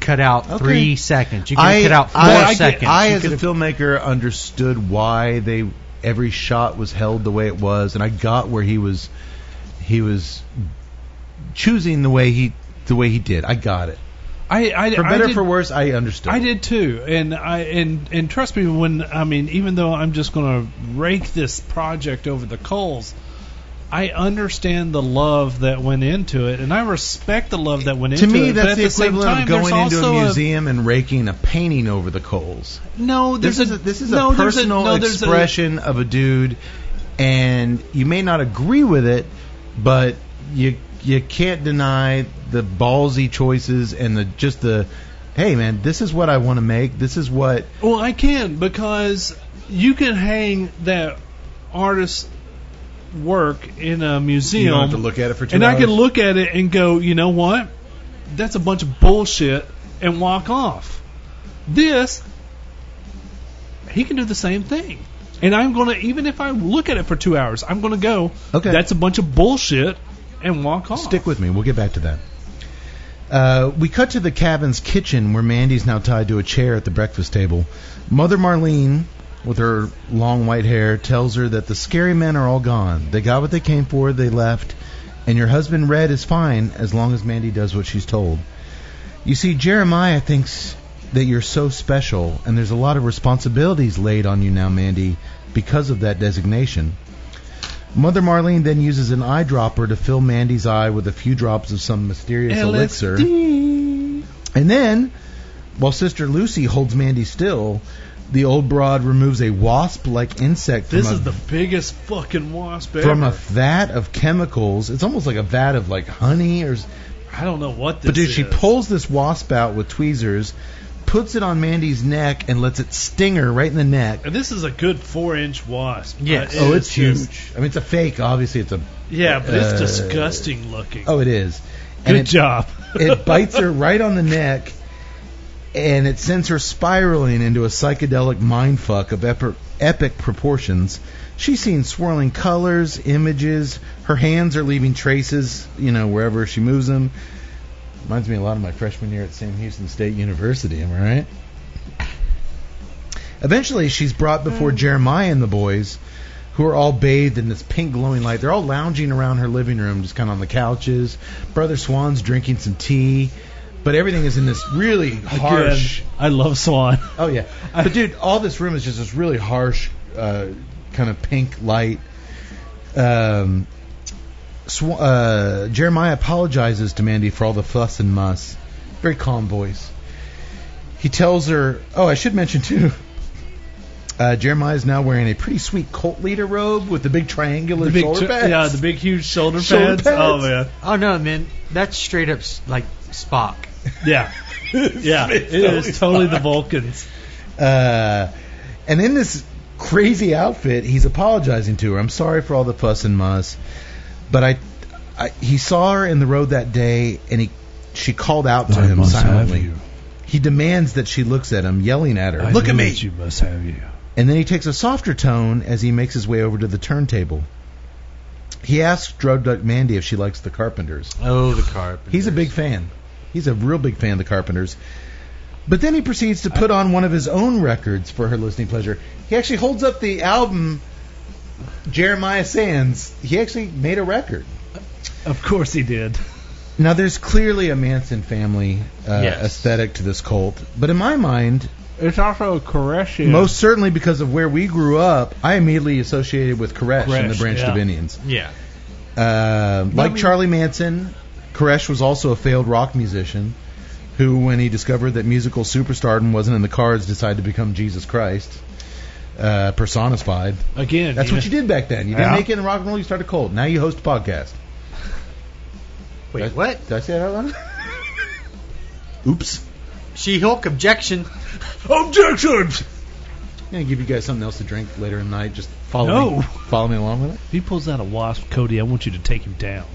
cut out
Okay.
three seconds. You could
I,
have cut out four
I, I, get-
seconds.
I,
You
as a
could have-
filmmaker, understood why they every shot was held the way it was, and I got where he was he was choosing the way he the way he did. I got it.
I, I,
For
I
better,
did-
for worse, I understood.
I did too, and I and and trust me when I mean even though I'm just going to rake this project over the coals, I understand the love that went into it, and I respect the love that went
To
into
me,
it.
that's
but
the
at the same
equivalent
time,
of going
there's
into a
also
museum and raking a painting over the coals.
no, there's
This is
a,
a, this is
no,
a
there's
personal
no, there's a-
expression of a dude, and you may not agree with it, but you you can't deny the ballsy choices and the just the hey man, this is what I want to make. This is what
Well, I can because you can hang that artist's work in a museum.
you don't have to look at it for two
and I can
hours.
look at it and go, you know what? That's a bunch of bullshit, and walk off. This, he can do the same thing. And I'm going to, even if I look at it for two hours, I'm going to go,
Okay.
that's a bunch of bullshit, and walk off.
Stick with me. We'll get back to that. Uh, we cut to the cabin's kitchen where Mandy's now tied to a chair at the breakfast table. Mother Marlene, with her long white hair, tells her that the scary men are all gone. They got what they came for, they left, and your husband Red is fine as long as Mandy does what she's told. You see, Jeremiah thinks that you're so special, and there's a lot of responsibilities laid on you now, Mandy, because of that designation. Mother Marlene then uses an eyedropper to fill Mandy's eye with a few drops of some mysterious elixir.
LSD.
And then, while Sister Lucy holds Mandy still, The old broad removes a wasp-like insect
This
from,
is
a,
the biggest fucking wasp ever.
from a vat of chemicals. It's almost like a vat of like honey or. s-
I don't know what this
But dude, she
is.
pulls this wasp out with tweezers, puts it on Mandy's neck, and lets it sting her right in the neck.
And this is a good four inch wasp.
Yes.
Uh,
Oh,
it
it's
is just-
huge. I mean, it's a fake. Obviously, it's a.
Yeah, but it's
Uh,
disgusting looking.
Oh, it is.
good
it,
job.
it bites her right on the neck, and it sends her spiraling into a psychedelic mindfuck of epic, epic proportions. She's seeing swirling colors, images. Her hands are leaving traces, you know, wherever she moves them. Reminds me a lot of my freshman year at Sam Houston State University. Am I right? Eventually, she's brought before Jeremiah and the boys, who are all bathed in this pink glowing light. They're all lounging around her living room, just kind of on the couches. Brother Swan's drinking some tea, but everything is in this really harsh.
*laughs* Again, I love Swan.
Oh yeah, but dude, all this room is just this really harsh, uh, kind of pink light. Um, Sw- uh, Jeremiah apologizes to Mandy for all the fuss and muss. Very calm voice. He tells her, "Oh, I should mention too." Uh, Jeremiah is now wearing a pretty sweet cult leader robe with the big triangular
The big
shoulder
chu-
pads.
Yeah, the big huge shoulder,
Shoulder
pads. Oh
pads.
man.
Oh no, man, that's straight up s- like Spock.
*laughs*
Yeah. Yeah. it is totally the Vulcans.
Uh, and in this crazy outfit, he's apologizing to her. I'm sorry for all the fuss and muss, but I, I he saw her in the road that day, and he she called out to him silently. He demands that she looks at him, yelling at her, "Look at me!"
You must have you.
And then he takes a softer tone as he makes his way over to the turntable. He asks Drug Duck Mandy if she likes the Carpenters.
Oh, the carpenter.
He's a big fan. He's a real big fan of the Carpenters. But then he proceeds to put on one of his own records for her listening pleasure. He actually holds up the album Jeremiah Sands. He actually made a record.
Of course he did.
Now, there's clearly a Manson family uh,
Yes.
aesthetic to this cult, but in my mind,
It's also Koresh.
most certainly because of where we grew up, I immediately associated with Koresh, and the
Koresh,
Branch
yeah.
Davinians.
Yeah.
Uh, like
I mean-
Charlie Manson, Koresh was also a failed rock musician who, when he discovered that musical superstardom wasn't in the cards, decided to become Jesus Christ uh, personified.
Again.
That's what you did back then. You didn't
Yeah.
make it in rock and roll, you started cold. Now you host a podcast.
Wait,
Did I-
what?
Did I say that out
*laughs*
loud? Oops.
She Hulk objection.
Objections!
I'm going to give you guys something else to drink later in the night. Just follow
No.
me. Follow me along with it.
If he pulls out a wasp, Cody, I want you to take him down.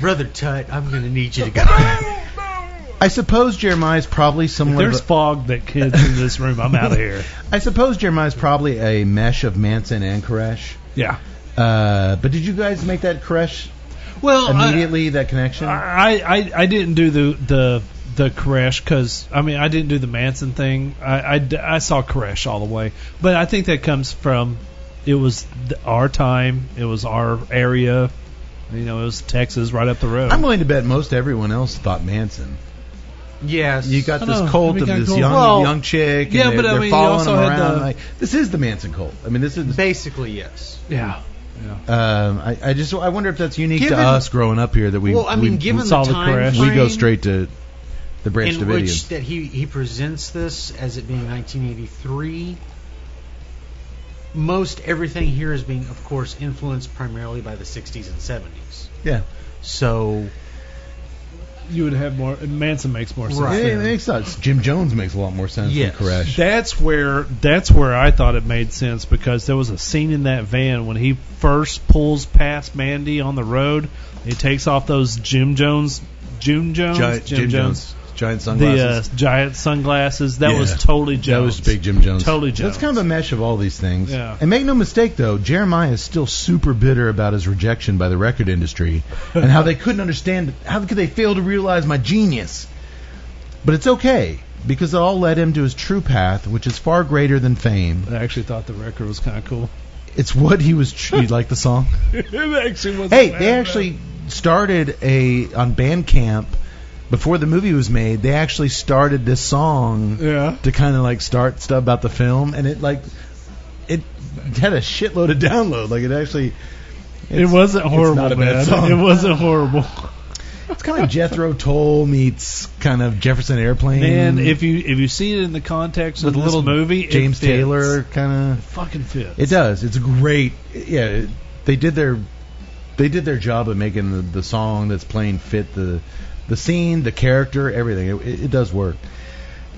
Brother Tut, I'm gonna need you
*laughs*
to go.
I suppose Jeremiah's probably
If
somewhat. of
there's
a-
fog that kids in this room, I'm out
*laughs*
of here.
I suppose Jeremiah's probably a mesh of Manson and Koresh.
Yeah.
Uh, but did you guys make that Koresh
well,
immediately? that connection?
Oh, I, I, I didn't do the the the Koresh because I mean I didn't do the Manson thing. I, I d- I saw Koresh all the way, but I think that comes from it was th- our time, it was our area, you know, it was Texas right up the road.
I'm willing to bet most everyone else thought Manson.
yes.
You got
I
this
know.
cult
We
of
got
this
gold.
young
Well,
young chick. And
yeah,
they're,
but I
they're
mean, you
following
also
them
had
around.
the-
Like, this is the Manson cult. I mean, this is.
basically yes.
yeah. Yeah.
Um, I, I just I wonder if that's unique
Given-
to us growing up here that we
well, I mean,
we,
given
saw
the
the
time
crash.
we
frame
go straight to the Branch
in which
Davidians.
that he he presents this as it being 1983. Most everything here is being, of course, influenced primarily by the 60s and 70s.
yeah,
So
You would have more. Manson makes more sense.
Right.
It- it
than-
makes sense. Jim Jones makes a lot more sense
Yes.
than Koresh.
That's where that's where I thought it made sense because there was a scene in that van when he first pulls past Mandy on the road. He takes off those Jim Jones, June Jones,
Giant, Jim, Jones, giant
the
sunglasses.
uh, giant sunglasses. That
Yeah.
was totally
That
Jones.
was big Jim Jones.
Totally
That's
Jones.
kind of a mesh of all these things.
Yeah.
And make no mistake, though, Jeremiah is still super bitter about his rejection by the record
*laughs*
industry and how they couldn't understand, how could they fail to realize my genius? But it's okay, because it all led him to his true path, which is far greater than fame.
I actually thought the record was kind of
*laughs*
cool.
It's what he was. Tr- you like the
*laughs*
song?
it actually was.
Hey, they actually started a on Bandcamp before the movie was made. They actually started this song
Yeah.
to kind of like start stuff about the film, and it like it had a shitload of download. Like it actually,
It
it's-
wasn't
it's
horrible,
not a bad
man.
song. *laughs*
It wasn't horrible.
It's kind of Jethro Tull meets kind of Jefferson Airplane.
Man, if you if you see it in the context
with
of
a
this
little
movie, it
James
fits.
Taylor kind of.
fucking fits.
It does. It's great. Yeah, it- they did their they did their job of making the, the song that's playing fit the the scene, the character, everything. It, it, it does work.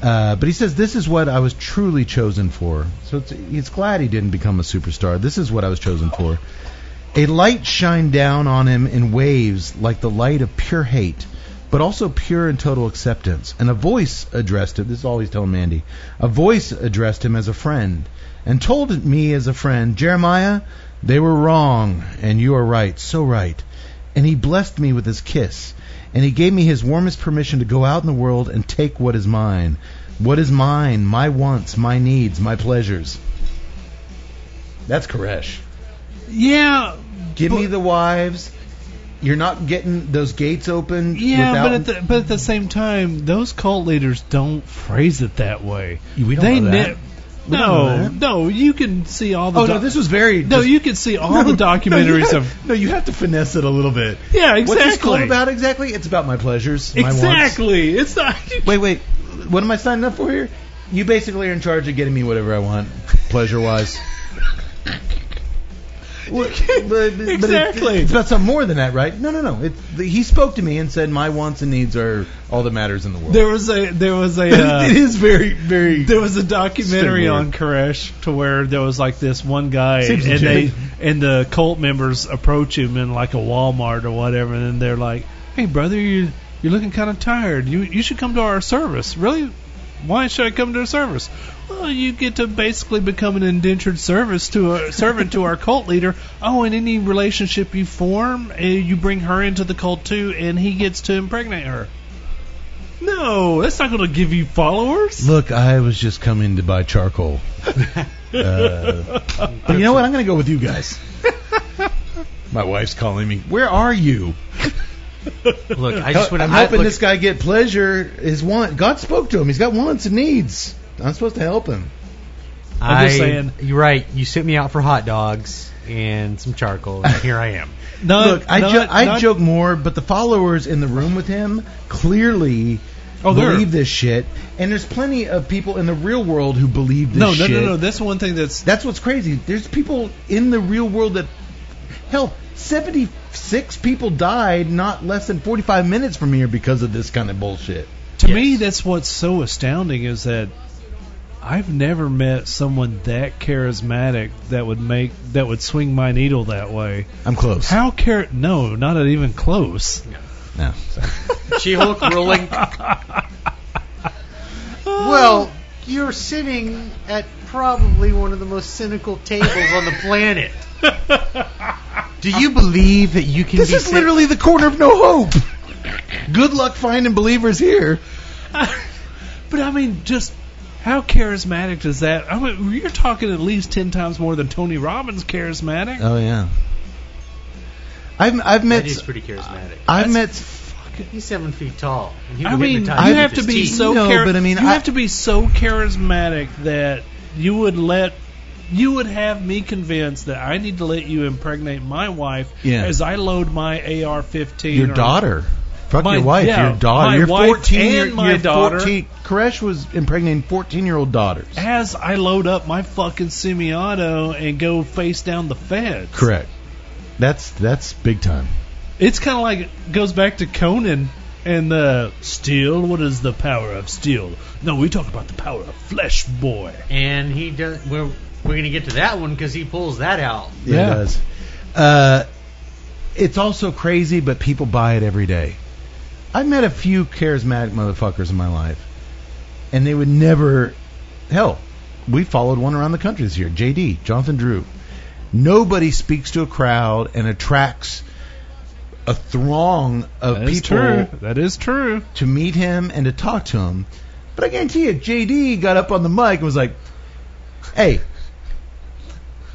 Uh, but he says this is what I was truly chosen for. So it's, he's glad he didn't become a superstar. This is what I was chosen for. A light shined down on him in waves like the light of pure hate, but also pure and total acceptance. And a voice addressed him. This is all he's telling Mandy. A voice addressed him as a friend and told me as a friend, Jeremiah, they were wrong, and you are right, so right. And he blessed me with his kiss, and he gave me his warmest permission to go out in the world and take what is mine. What is mine? My wants, my needs, my pleasures. That's Koresh.
Yeah,
Give
But-
me the wives. You're not getting those gates open.
yeah,
without,
but at the, but at the same time, those cult leaders don't phrase it that way.
we don't
they
know that.
ne-
We don't know
no,
that.
no, you can see all the.
Oh
doc-
no, this was very.
no,
this-
you can see all
*laughs*
the
no, you
documentaries
have-
of.
No, you have to finesse it a little bit.
Yeah, exactly.
What's this called about exactly? It's about my pleasures. My wants.
Exactly. It's *laughs* not.
Wait, wait. What am I signing up for here? You basically are in charge of getting me whatever I want, pleasure
*laughs*
wise.
Exactly.
it's about something more than that, right? No, no, no. It, the, he spoke to me and said, "My wants and needs are all that matters in the world."
There was a there was *laughs* a uh,
*laughs* it is very, very.
*laughs* There was a documentary
Similar.
on Koresh to where there was like this one guy,
Seems
and
legit.
they and the cult members approach him in like a Walmart or whatever, and they're like, "Hey, brother, you you're looking kind of tired. You you should come to our service. Really? Why should I come to our service? Well, you get to basically become an indentured service to a servant to our cult leader. Oh, and any relationship you form, eh, you bring her into the cult too, and he gets to impregnate her." No, that's not going to give you followers.
Look, I was just coming to buy charcoal. Uh, but you know what? I'm going to go with you guys. *laughs* My wife's calling me. Where are you?
Look,
*laughs*
I just
I'm
I'm
helping
look,
this guy get pleasure. His want. God spoke to him. He's got wants and needs. I'm supposed to help him.
I'm just
I-
saying.
You're right. You sent me out for hot dogs and some charcoal, and here I
*laughs*
am.
No,
Look, I,
not-
jo- I
not-
joke more, but the followers in the room with him clearly
Oh, they're-
believe this shit. And there's plenty of people in the real world who believe this
No, no,
shit.
no, no. That's one thing that's
That's what's crazy. There's people in the real world that, hell, 76 people died not less than 45 minutes from here because of this kind of bullshit.
to me that's what's so astounding is that I've never met someone that charismatic that would make that would swing my needle that way.
I'm close.
How char? No, not even close.
No.
She Hulk ruling. well, you're sitting at probably one of the most cynical tables on the planet. Do you believe that you can
This
be
is
cyn-
literally the corner of no *coughs* hope. Good luck finding believers here.
*laughs* But I mean, just how charismatic is that? I mean, you're talking at least ten times more than Tony Robbins charismatic.
Oh, yeah. I've, I've
That
met.
is pretty charismatic.
I've met
He's seven feet tall. And he
I
would
mean, you
hypnotize with
have to
his
be
teeth.
so.
No,
chari-
but I mean,
you
I-
have to be so charismatic that you would let, you would have me convinced that I need to let you impregnate my wife
Yeah.
as I load my AR-15.
your
or-
daughter. Fuck
My-
your wife,
yeah,
your daughter.
my
your
wife
14 year-
and my
your
daughter.
14 Koresh was impregnating 14 year old daughters.
As I load up my fucking semi-auto and go face down the feds.
Correct. That's that's big time.
It's kind of like it goes back to Conan and the steel. What is the power of steel? No, we talk about the power of flesh, boy.
And he does. We're we're gonna get to that one because he pulls that out.
Yeah.
Yeah.
It does. Uh, it's also crazy, but people buy it every day. I met a few charismatic motherfuckers in my life, and they would never. Hell, we followed one around the country this year. JD Jonathan Drew. Nobody speaks to a crowd and attracts a throng of
That is
people
true. That is true.
to meet him and to talk to him. But I guarantee you, JD got up on the mic and was like, "Hey,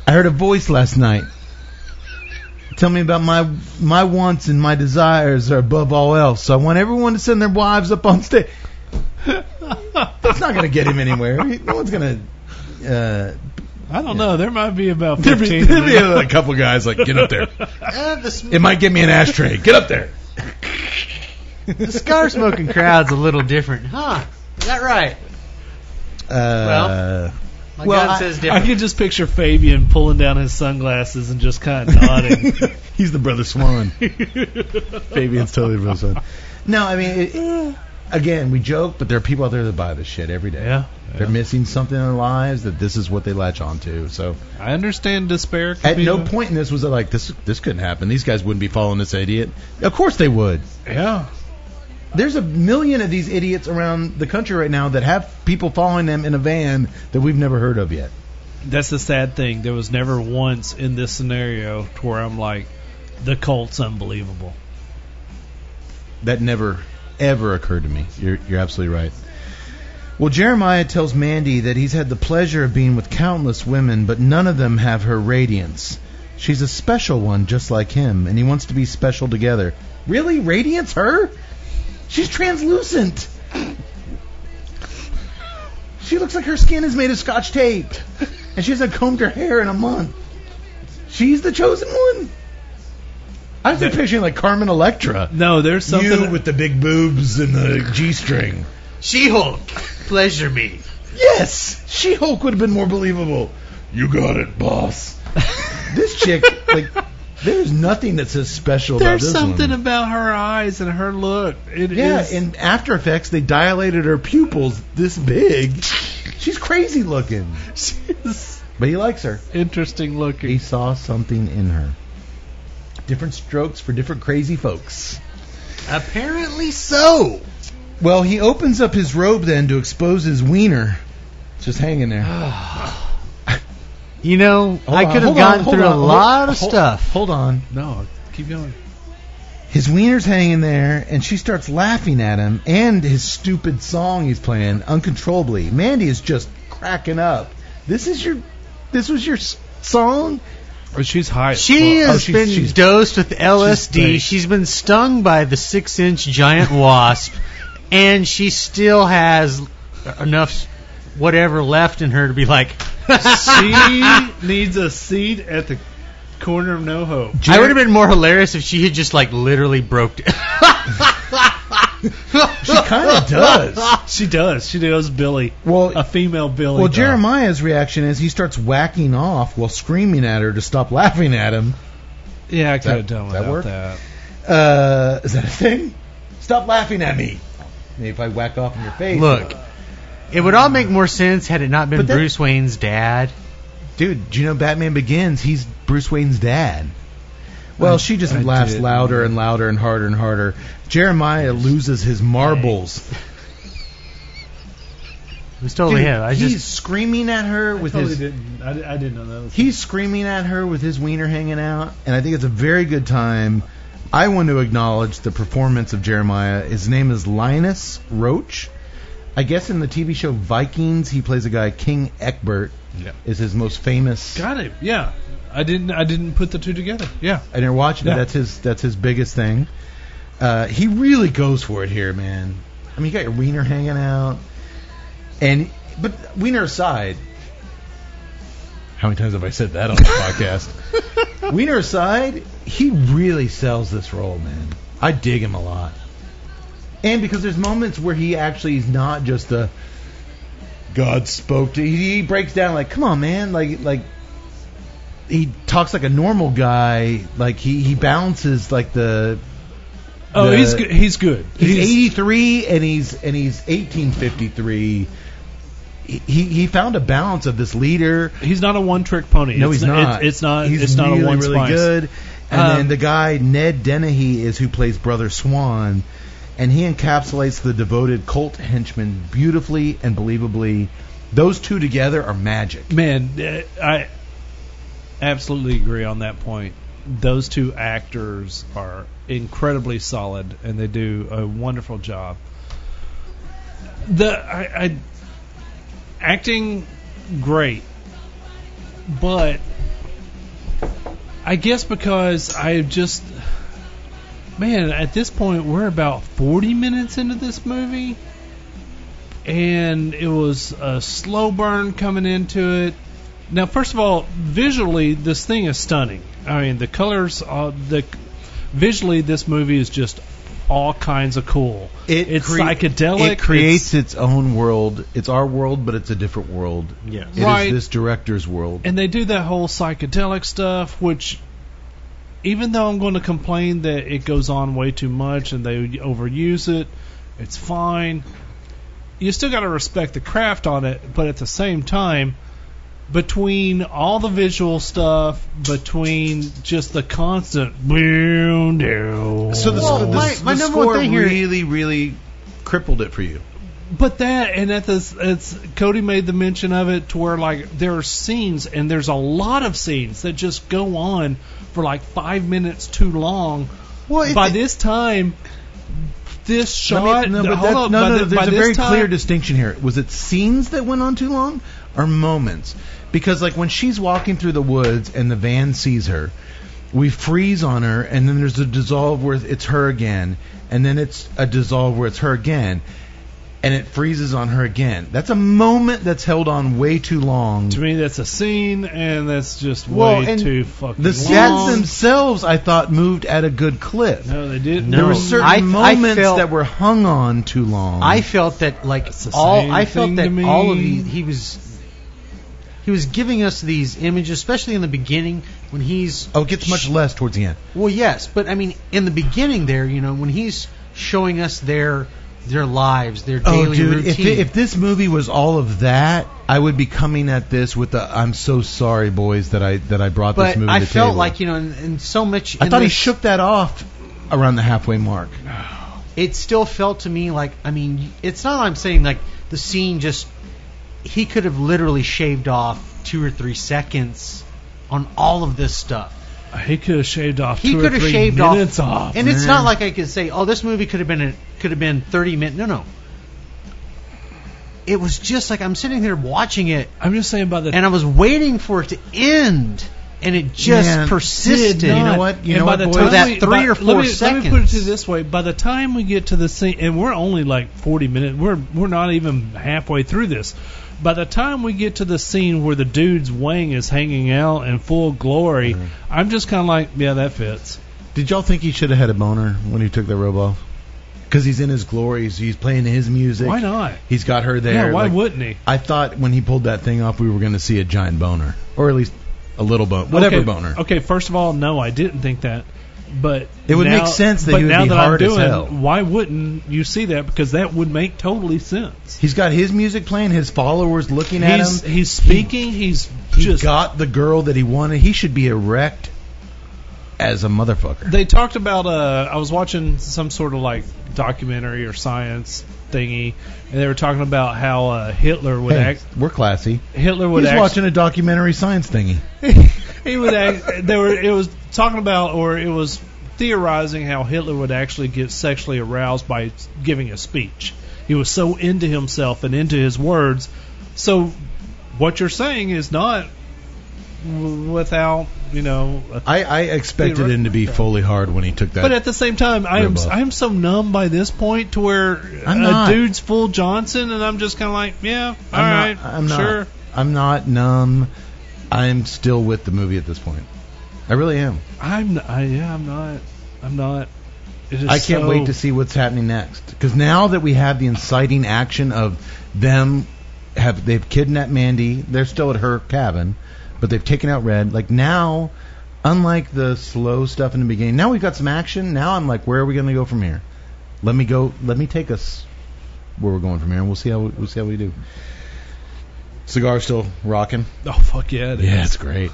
I heard a voice last night. Tell me about my my wants and my desires are above all else. So I want everyone to send their wives up on stage. *laughs* That's not going to get him anywhere. No one's going to." Uh,
I don't know. There might be about
there'd be,
15.
there'd be *laughs* a couple guys like, "Get up there."
Uh, the sm-
It might get me an ashtray. Get up there.
The cigar smoking crowd's a little different, huh? Is that right?
Uh, well,
My
Well,
gun
I-
says
I
different.
can just picture Fabian pulling down his sunglasses and just kind of nodding.
*laughs*
*laughs*
He's the brother Swan. Fabian's totally the brother Swan. No, I mean, it, again, we joke, but there are people out there that buy this shit every day.
yeah,
They're missing something in their lives that this is what they latch onto. So
I understand despair. could
at
be
no
a-
point in this was it like this. This couldn't happen. These guys wouldn't be following this idiot. Of course they would.
Yeah,
There's a million of these idiots around the country right now that have people following them in a van that we've never heard of yet.
that's the sad thing. There was never once in this scenario to where I'm like, the cult's unbelievable.
That never, ever occurred to me. You're, you're absolutely right. Well, Jeremiah tells Mandy that he's had the pleasure of being with countless women, but none of them have her radiance. She's a special one, just like him, and he wants to be special together. Really? Radiance? Her? She's translucent. She looks like her skin is made of scotch tape, and she hasn't combed her hair in a month. She's the chosen one. I was picturing like Carmen Electra.
No, there's something.
You with the big boobs and the G string.
She-Hulk, pleasure me.
Yes! She Hulk would have been more believable. You got it, boss. *laughs* this chick, like, there's nothing that says special about
there's
this
something
one.
about her eyes and her look. It is
yeah,
*laughs*
in After Effects, they dilated her pupils this big. She's crazy looking.
she's
But he likes her.
interesting
He
looking.
saw something in her. Different strokes for different crazy folks.
Apparently so.
Well, he opens up his robe then to expose his wiener. It's just hanging there. *sighs*
You know,
Hold
I
on,
could have
hold
gone
on, hold
through
on,
a
hold-
lot of
hold-
stuff.
Hold on.
No, keep going.
His wiener's hanging there, and she starts laughing at him and his stupid song he's playing uncontrollably. Mandy is just cracking up. This is your, this was your s- song.
Or she's high. *laughs* as
She
Well, oh,
has
she's-
been
she's-
dosed with LSD.
baked.
she's been stung by the six-inch giant wasp, and she still has enough whatever left in her to be like. *laughs*
she needs a seat at the corner of No Hope.
I would have been more hilarious if she had just like literally broke. It.
She kind of
*laughs*
does.
She does. She does Billy, a
Well,
female Billy.
well,
doll.
Jeremiah's reaction is he starts whacking off while screaming at her to stop laughing at him.
Yeah, I could have
That-
done
that
without
work?
that.
Uh, is that a thing? Stop laughing at me. Maybe if I whack off in your face.
*laughs* Look, it would all make more sense had it not been
But that-
Bruce Wayne's dad.
Dude, do you know Batman Begins? He's Bruce Wayne's dad. Well, she just laughs
did.
louder and louder and harder and harder. Jeremiah loses his marbles.
It was totally
Dude,
him. I
he's
just
screaming at her with
Totally
his
didn't. I, di- I didn't know that. Was
he's screaming at her with his wiener hanging out, and I think it's a very good time. I want to acknowledge the performance of Jeremiah. His name is Linus Roach. I guess in the TV show Vikings, he plays a guy King Egbert
Yeah.
is his most famous.
got it. Yeah, I didn't. I didn't put the two together. Yeah,
I never watched it.
Yeah.
That's his. That's his biggest thing. Uh, he really goes for it here, man. I mean, you got your wiener hanging out, and but wiener aside, how many times have I said that on the podcast? wiener aside, he really sells this role, man. I dig him a lot, and because there's moments where he actually is not just a God spoke to. He, he breaks down like, come on, man, like like he talks like a normal guy. Like he he balances like the.
Oh,
the-
he's good. He's good.
He's, 83 and he's and he's 1853. He he- he found a balance of this leader.
he's not a one-trick pony.
No,
it's
he's not.
it- it's not.
He's
it's not
really,
a one
really
spice.
good. And
Um,
then the guy Ned Dennehy is who plays Brother Swan, and he encapsulates the devoted cult henchman beautifully and believably. Those two together are magic.
Man, eh, I absolutely agree on that point. Those two actors are incredibly solid, and they do a wonderful job. The I, I acting great, but I guess because I just man at this point we're about forty minutes into this movie and it was a slow burn coming into it. Now, first of all, visually, this thing is stunning. I mean, the colors, uh, the visually, this movie is just all kinds of cool.
It
it's
crea-
psychedelic.
It creates its, own world. It's our world, but it's a different world.
Yes.
It is
Right.
this director's world.
and they do that whole psychedelic stuff, which even though I'm going to complain that it goes on way too much and they overuse it, it's fine. You still got to respect the craft on it, but at the same time, between all the visual stuff, between just the constant boom down.
so the,
Well,
the,
my- my
the
number one
score
thing here-
really, really crippled it for you.
But that and at this, it's Cody made the mention of it to where like there are scenes and there's a lot of scenes that just go on for like five minutes too long.
Well,
By this time, this
Let me-
shot.
no,
hold
but that-
up,
no,
by
no,
thi- by
there's a
this
very
time-
clear distinction here. Was it scenes that went on too long or moments? Because, like, when she's walking through the woods and the van sees her, we freeze on her, and then there's a dissolve where it's her again, and then it's a dissolve where it's her again, and it freezes on her again. That's a moment that's held on way too long.
To me, that's a scene, and that's just
Well,
way
and
too fucking
The
long.
sets themselves, I thought, moved at a good clip.
no, they didn't.
There
No.
were certain
I- I
moments
felt-
that were hung on too long.
I felt that like
That's the
all
same
I felt
thing
that
to me.
all of these he was he was giving us these images, especially in the beginning when he's
oh, it gets much less towards the end.
well, yes, but I mean in the beginning there, you know, when he's showing us their their lives, their daily
Oh, dude, if,
routine.
thi- if this movie was all of that, I would be coming at this with the "I'm so sorry, boys, that I that I brought this
but
movie."
I
to the
felt
table."
like you know, and, and so much.
I
in
thought he
this-
shook that off around the halfway mark.
It still felt to me like I mean, it's not. I'm saying like the scene just he could have literally shaved off two or three seconds on all of this stuff.
He could have shaved off.
he
two or
could have
three
shaved
minutes
off,
off.
and it's
man.
not like I could say, "Oh, this movie could have been a, could have been 30 minutes." No, no. It was just like I'm sitting there watching it,
I'm just saying by the
and I was waiting for it to end, and it just
Man,
persisted.
did You know
not.
what? You
and
know
by
what,
the
boys?
time
That
we,
three
by-
or
let
four
me, Let me put it to you
seconds.
this way: by the time we get to the scene, and we're only like 40 minutes, we're we're not even halfway through this. By the time we get to the scene where the dude's wing is hanging out in full glory,
Mm-hmm.
I'm just kind of like, yeah, that fits.
Did y'all think he should have had a boner when he took the robe off? Because he's in his glories, he's playing his music.
Why not?
He's got her there.
yeah, why
like-
wouldn't he?
I thought when he pulled that thing off, we were going to see a giant boner, or at least a little boner, whatever
okay,
boner.
Okay, first of all, no, I didn't think that. But
It would
now-
make sense that
but
he would
now
be
that
hard
I'm
as
doing,
hell.
Why wouldn't you see that? Because that would make totally sense.
He's got his music playing, his followers looking at him.
He's, he's speaking. he's
he
just
got the girl that he wanted. He should be erect as a motherfucker.
they talked about uh I was watching some sort of like documentary or science thingy and they were talking about how uh, Hitler would
Hey,
act
we're classy.
Hitler would
He's
act
watching a documentary science thingy.
he would act they were it was talking about or it was theorizing how Hitler would actually get sexually aroused by giving a speech. He was so into himself and into his words. So what you're saying is not w- without, you know, a
I, I expected him to be fully hard when he took that.
But at the same time, I am
Robo.
I am so numb by this point to where
I'm
a
not.
dude's full Johnson, and I'm just kind of like, yeah, all
I'm
right,
not, I'm not.
sure.
I'm not numb. I'm still with the movie at this point. I really am.
I'm I, yeah, I'm not. I'm not. It is
I can't
so-
wait to see what's happening next. Because now that we have the inciting action of them have they've kidnapped Mandy, they're still at her cabin, but they've taken out Red. Like now, unlike the slow stuff in the beginning, now we've got some action. Now I'm like, where are we going to go from here? Let me go. Let me take us where we're going from here, and we'll see how we, we'll see how we do. Cigar still rocking.
Oh fuck yeah! it is.
great.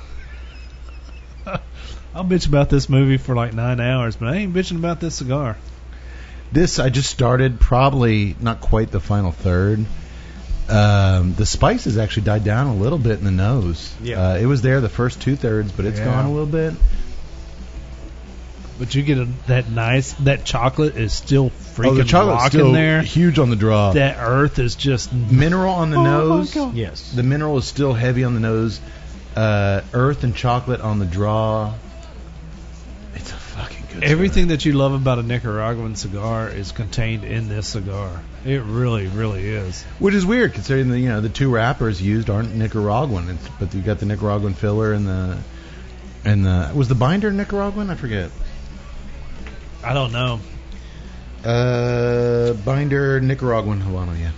I'll bitch about this movie for like nine hours, but I ain't bitching about this cigar.
This I just started, probably not quite the final third. Um, the spice has actually died down a little bit in the nose.
Yeah.
Uh, it was there the first two thirds, but it's
Yeah.
gone a little bit.
But you get a, that nice that chocolate is still freaking
oh, the chocolate's
rocking
still *laughs*
there.
huge on the draw.
That earth is just
mineral on the
Oh, my
nose.
God.
Yes.
The mineral is still heavy on the nose. Uh, earth and chocolate on the draw. It's a fucking good.
Everything that you love about a Nicaraguan cigar is contained in this cigar. It really, really is.
cigar. which is weird considering the you know the two wrappers used aren't Nicaraguan, it's, but you got the Nicaraguan filler and the and the was the binder Nicaraguan? I forget.
I don't know.
Uh, binder Nicaraguan Habano, yeah.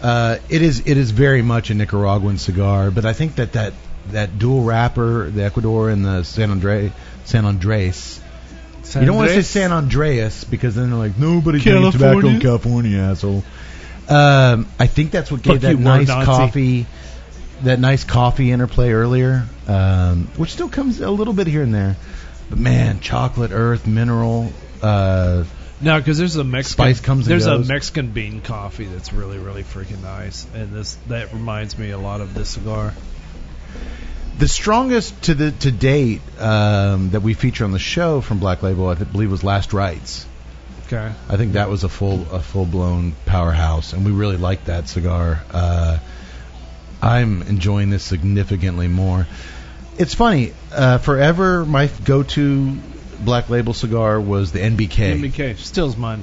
Uh, it is it is very much a Nicaraguan cigar, but I think that that, that dual wrapper, the Ecuador and the San Andre San Andres. you don't want to say San Andreas because then they're like nobody drinks tobacco in
California?
California, asshole. Um, I think that's what gave
Fuck
that
you,
nice
word Nazi.
coffee that nice coffee interplay earlier, um, which still comes a little bit here and there. But man, chocolate, earth, mineral. Uh,
No, because there's a Mexican
Spice comes and
there's
goes.
a Mexican bean coffee that's really really freaking nice, and this that reminds me a lot of this cigar.
The strongest to the to date um, that we feature on the show from Black Label, I th- believe, was Last Rites.
Okay,
I think that was a full a full blown powerhouse, and we really liked that cigar. Uh, I'm enjoying this significantly more. It's funny. Uh, forever, my go to Black Label cigar was the NBK.
MBK still's mine.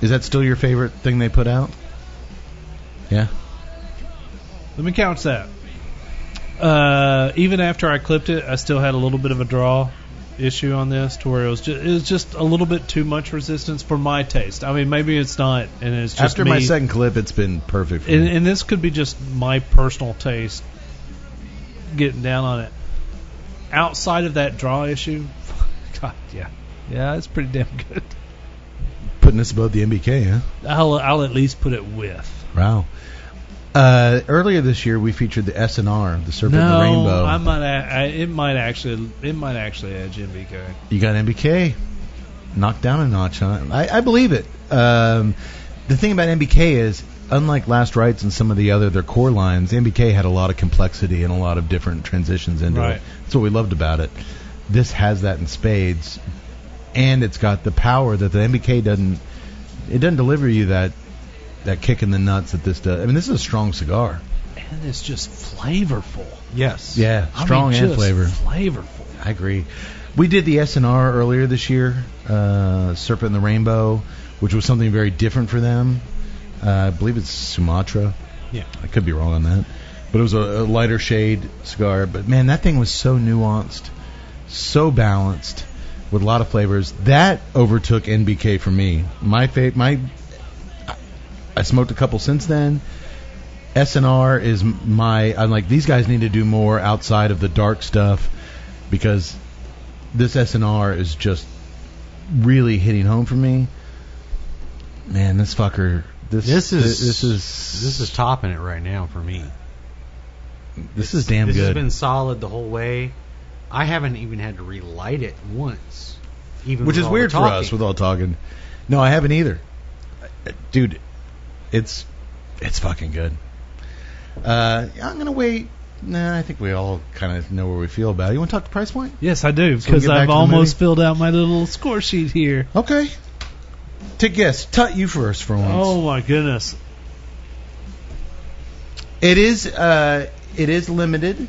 Is that still your favorite thing they put out? Yeah.
Let me count that. Uh, even after I clipped it, I still had a little bit of a draw issue on this, to where it was just it was just a little bit too much resistance for my taste. I mean, maybe it's not, and it's just
After
me.
my second clip, it's been perfect. For
and,
me.
and this could be just my personal taste getting down on it. Outside of that draw issue, *laughs* God, yeah, yeah, it's pretty damn good.
Putting this above the NBK, huh?
I'll I'll at least put it with.
Wow. Uh, earlier this year, we featured the SNR, the Serpent and the Rainbow.
I might. a- I, it might actually. It might actually edge MBK.
you got MBK knocked down a notch, huh? I, I believe it. Um, the thing about MBK is, unlike Last Rites and some of the other their core lines, MBK had a lot of complexity and a lot of different transitions into
Right.
it. That's what we loved about it. This has that in spades, and it's got the power that the MBK doesn't. It doesn't deliver you that that kick in the nuts that this does. I mean, this is a strong cigar.
And it's just flavorful.
Yes.
Yeah,
I mean,
strong and
just
flavor.
Flavorful.
I agree. We did the SNR earlier this year, uh, Serpent and the Rainbow, which was something very different for them. Uh, I believe it's Sumatra.
Yeah.
I could be wrong on that. But it was a, a lighter shade cigar. But man, that thing was so nuanced, so balanced, with a lot of flavors. That overtook NBK for me. My fa- my I- I smoked a couple since then. SNR is my I'm like these guys need to do more outside of the dark stuff because this SNR is just really hitting home for me. Man, this fucker this
This is
this is
this is topping it right now for me.
this is damn
this
good.
has been solid the whole way. I haven't even had to relight it once, even
which
with
is
all the
weird for
talking.
us with all talking. No, I haven't either, Uh, dude. It's it's fucking good. Uh, I'm gonna wait. Nah, I think we all kind of know where we feel about it. You want to talk to price point?
Yes, I do
So we
because
get back to
I've
the
almost
movie?
filled out my little score sheet here.
Okay. Take a guess. Tut you first for once.
Oh my goodness.
It is uh, it is limited,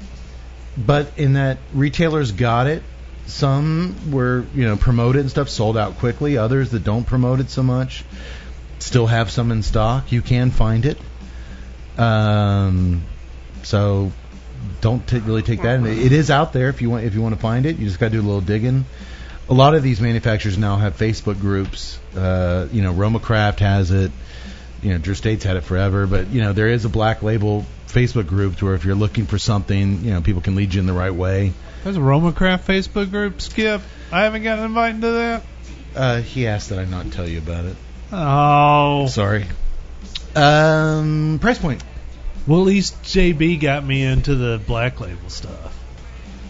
but in that retailers got it. Some were you know promoted and stuff sold out quickly. Others that don't promote it so much still have some in stock. You can find it. Um, so don't ta- really take that. in. It is out there if you want if you want to find it. You just got to do a little digging. A lot of these manufacturers now have Facebook groups. Uh, you know, Roma Craft has it you know, Drew State's had it forever, but you know, there is a black label Facebook group to where if you're looking for something, you know, people can lead you in the right way.
There's a RomaCraft Facebook group. Skip. I haven't gotten invited to that.
Uh, he asked that I not tell you about it.
Oh.
Sorry. Um, price point.
Well, at least JB got me into the black label stuff.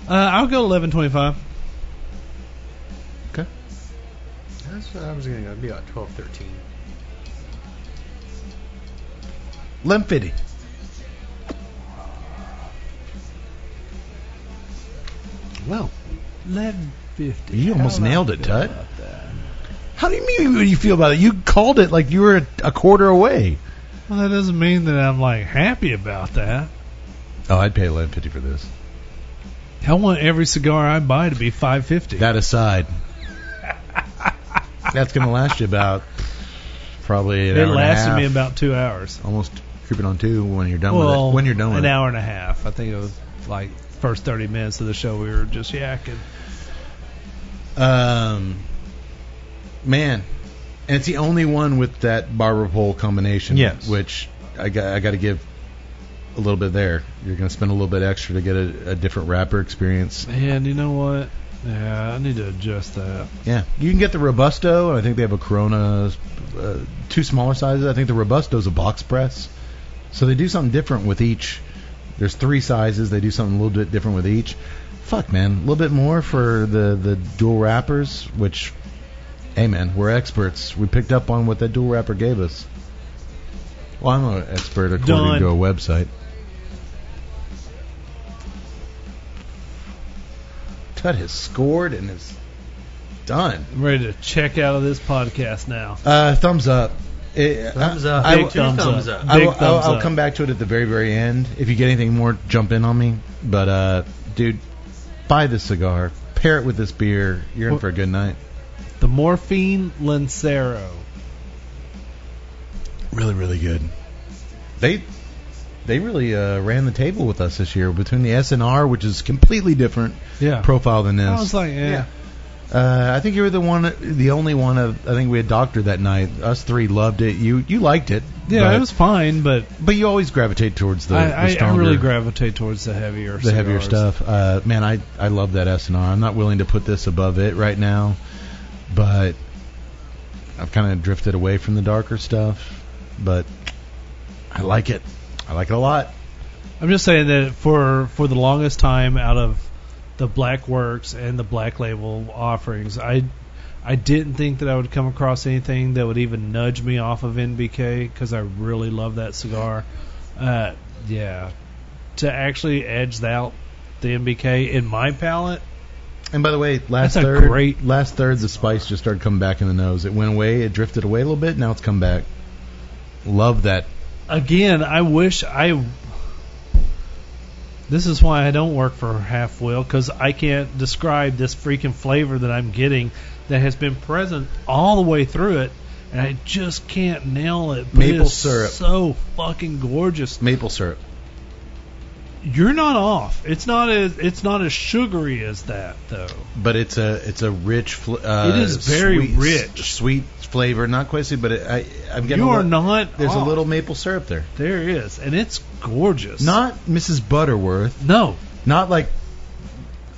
Uh, I'll go eleven twenty-five.
Okay.
That's what I was going to be about 12, 13.
Lemon fifty.
Well,
Eleven fifty.
You almost nailed it, Tut. How do you mean? What do you feel about it? You called it like you were a, a quarter away.
Well, that doesn't mean that I'm like happy about that.
Oh, I'd pay eleven fifty for this.
I want every cigar I buy to be five fifty.
That aside, that's gonna last you about probably an
it
hour and a
lasted me
half.
about two hours.
almost creeping on two when you're done
well,
with it. When you're done with
an
it.
hour and a half. I think it was like first thirty minutes of the show we were just yakking.
Um, man, And it's the only one with that barber pole combination.
Yes.
Which I got, I got to give a little bit there. You're going to spend a little bit extra to get a, a different wrapper experience.
Man, you know what? Yeah, I need to adjust that.
Yeah. You can get the Robusto, and I think they have a Corona, uh, two smaller sizes. I think the Robusto's a box press. So they do something different with each. There's three sizes. They do something a little bit different with each. Fuck, man. A little bit more for the, the dual wrappers, which, hey, man, we're experts. We picked up on what that dual wrapper gave us. Well, I'm an expert according
Done.
to a website. Tut has scored and is done.
I'm ready to check out of this podcast now.
Uh, thumbs up. It-
Thumbs
I-
up.
I,
Big
will-
thumbs up.
thumbs up.
I
Big
will, I'll,
thumbs
I'll
up.
come back to it at the very, very end. If you get anything more, jump in on me. But uh, dude, buy this cigar, pair it with this beer. You're in
Well-
for a good night.
The Morphine Lancero.
Really, really good. They they really uh, ran the table with us this year between the SNR, which is completely different
Yeah.
profile than this.
I was like, eh. yeah.
Yeah. Uh, I think you were the one, the only one. Of, I think we had Doctor that night. Us three loved it. You you liked it.
Yeah,
but-
it was fine, but
But you always gravitate towards the, the
I, I, I
stronger,
really gravitate towards the heavier
the heavier
cigars.
stuff. Uh, man, I I love that SNR. I'm not willing to put this above it right now, but I've kind of drifted away from the darker stuff. But I like it. I like it a lot.
I'm just saying that for for the longest time out of the Black Works and the Black Label offerings, I I didn't think that I would come across anything that would even nudge me off of NBK because I really love that cigar. Uh, yeah, to actually edge out the NBK in my palate,
And by the way, last
That's a
third,
great-
last third, the spice just started coming back in the nose. It went away. It drifted away a little bit. Now it's come back. Love that.
again, I wish I. This is why I don't work for Half Wheel because I can't describe this freaking flavor that I'm getting that has been present all the way through it, and I just can't nail it. But it
Maple
is
syrup.
so fucking gorgeous.
Maple syrup.
You're not off. It's not as it's not as sugary as that though.
but it's a it's a rich. Fl- uh,
It is very
sweet,
rich.
sweet flavor. Not quite sweet, but it, I I'm getting.
you
a
are
little-
not.
There's
off.
a little maple syrup there.
There is, and it's gorgeous.
Not Mrs. Butterworth.
no.
Not like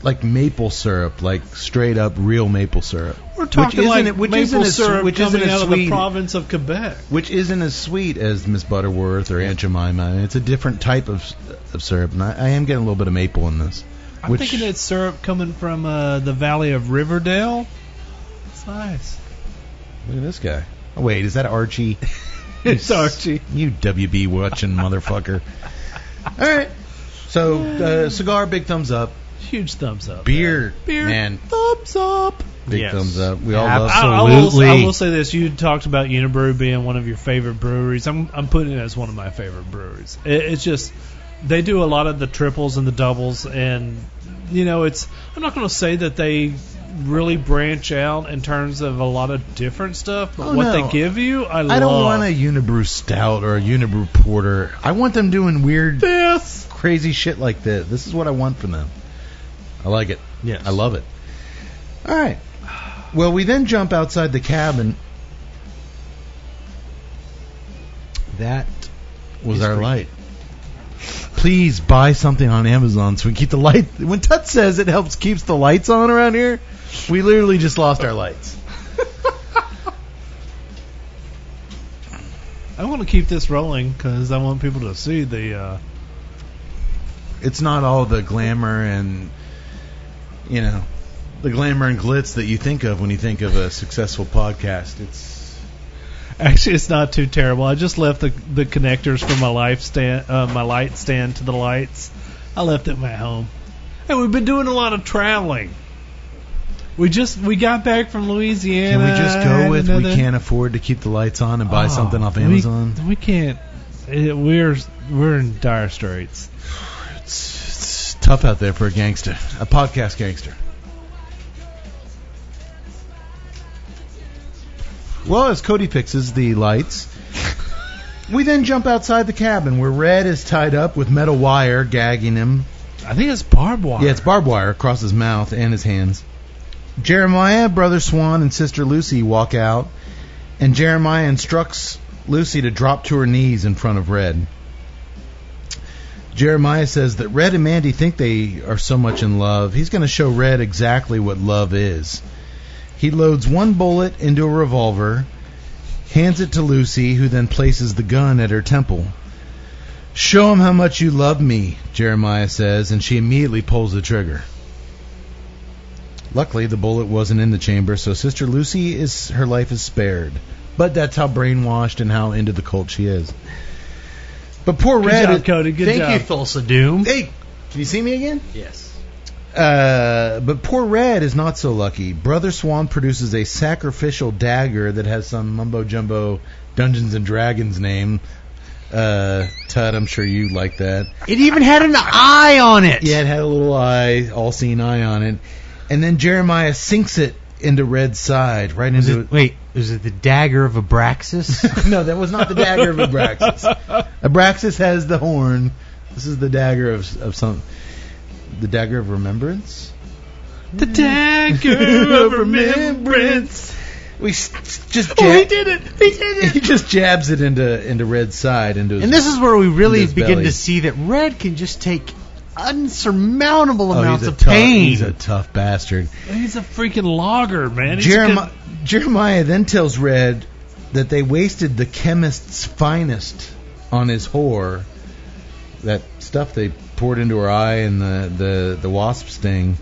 like maple syrup, like straight up real maple syrup,
We're talking
isn't
like
it- which
maple
isn't as-
syrup
which
coming
isn't as
out of the
sweet.
province of Quebec.
which isn't as sweet as Miss Butterworth or Aunt Jemima. And It's a different type of of syrup, and I, I am getting a little bit of maple in this.
I'm
which-
thinking it's syrup coming from uh, the Valley of Riverdale. It's nice.
Look at this guy. Oh, wait, is that
*laughs*
Archie?
It's Archie.
You WB watching motherfucker. All right. So uh, cigar, big thumbs up.
Huge thumbs up.
Beer,
Beer.
man,
Thumbs up.
big
Yes.
thumbs up. We all
I, I,
love.
will,
Absolutely.
I will say this. You talked about Unibrew being one of your favorite breweries. I'm, I'm putting it as one of my favorite breweries. It, it's just they do a lot of the triples and the doubles, and you know, it's I'm not going to say that they really branch out in terms of a lot of different stuff, but
Oh,
what
no.
they give you, I,
I don't
Oh.
love.
want a Unibrew stout or a Unibrew porter. I want them doing weird, *laughs*
this.
crazy shit like this. This is what I want from them. I like it.
Yes.
I love it. All right. Well, we then jump outside the cabin.
That
was
It's
our
free.
light. Please buy something on Amazon so we keep the light. *laughs* When Tut says it helps keeps the lights on around here, we literally just lost our lights.
I want to keep this rolling because I want people to see the. Uh, *laughs*
It's not all the glamour and you know the glamour and glitz that you think of when you think of a successful podcast. It's
actually, it's not too terrible. I just left the the connectors for my life stand, uh, my light stand to the lights. I left it at my home, and we've been doing a lot of traveling. We just we got back from
can
Louisiana.
we just go
and
with we
another-
can't afford to keep the lights on and buy
Oh,
something off
we-
Amazon?
We, can't. It, we're we're in dire straits.
It's, it's tough out there for a gangster, a podcast gangster. Well, as Cody fixes the lights, we then jump outside the cabin where Red is tied up with metal wire gagging him.
I think it's barbed wire.
Yeah, it's barbed wire across his mouth and his hands. Jeremiah, brother Swan, and sister Lucy walk out, and Jeremiah instructs Lucy to drop to her knees in front of Red. Jeremiah says that Red and Mandy think they are so much in love. He's going to show Red exactly what love is. He loads one bullet into a revolver, hands it to Lucy, who then places the gun at her temple. Show him how much you love me, Jeremiah says, and she immediately pulls the trigger. Luckily, the bullet wasn't in the chamber, so Sister Lucy is her life is spared. But that's how brainwashed and how into the cult she is. But poor
Good
Red,
job, Cody. Good
Thank
job.
you, Thulsa Doom.
Hey, can you see me again?
Yes.
Uh, but poor Red is not so lucky. Brother Swan produces a sacrificial dagger that has some mumbo jumbo Dungeons and Dragons name. Uh, Tut, I'm sure you like that.
It even had an eye on it.
Yeah, it had a little eye, all seeing eye on it. And then Jeremiah sinks it into Red's side, right
Was
into *laughs*
it, wait, was it the dagger of Abraxas?
no, that was not the dagger of
*laughs*
Abraxas. Abraxas has the horn. This is the dagger of of some the dagger of remembrance.
the dagger *laughs*
of remembrance. We s- s- *laughs* just jab-
it! He did
*laughs* he just jabs it into into Red's side into his,
And this is where we really
His
begin
belly.
to see that Red can just take unsurmountable
oh,
amounts
he's a
of
tough,
pain.
He's a tough bastard.
He's a freaking logger, man. He's
Jeremiah,
good-
Jeremiah then tells Red that they wasted the chemist's finest on his whore. That stuff they poured into her eye and the, the, the wasp sting.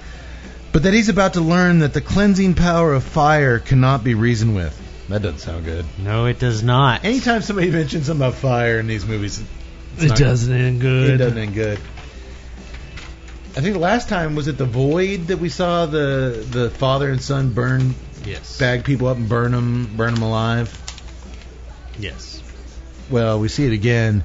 But that he's about to learn that the cleansing power of fire cannot be reasoned with. That doesn't sound good.
no, it does not.
Anytime somebody mentions something about fire in these movies,
it doesn't end good.
it doesn't end good. I think the last time was it the void that we saw the the father and son burn
Yes.
bag people up and burn them, burn them alive.
Yes.
Well, we see it again.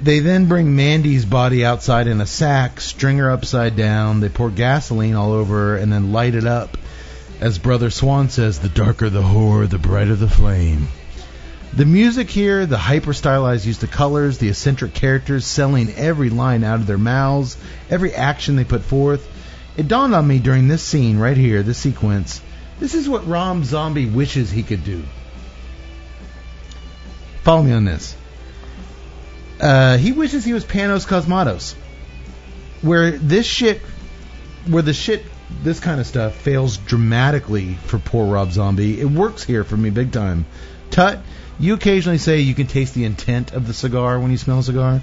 They then bring Mandy's body outside in a sack, string her upside down. They pour gasoline all over her and then light it up. As Brother Swan says, the darker the horror, the brighter the flame. The music here, the hyper stylized use of colors, the eccentric characters selling every line out of their mouths, every action they put forth. It dawned on me during this scene right here, this sequence. This is what Rom Zombie wishes he could do. Follow me on this. Uh, he wishes he was Panos Cosmatos, where this shit, where the shit, this kind of stuff fails dramatically for poor Rob Zombie. It works here for me big time. Tut, you occasionally say you can taste the intent of the cigar when you smell a cigar.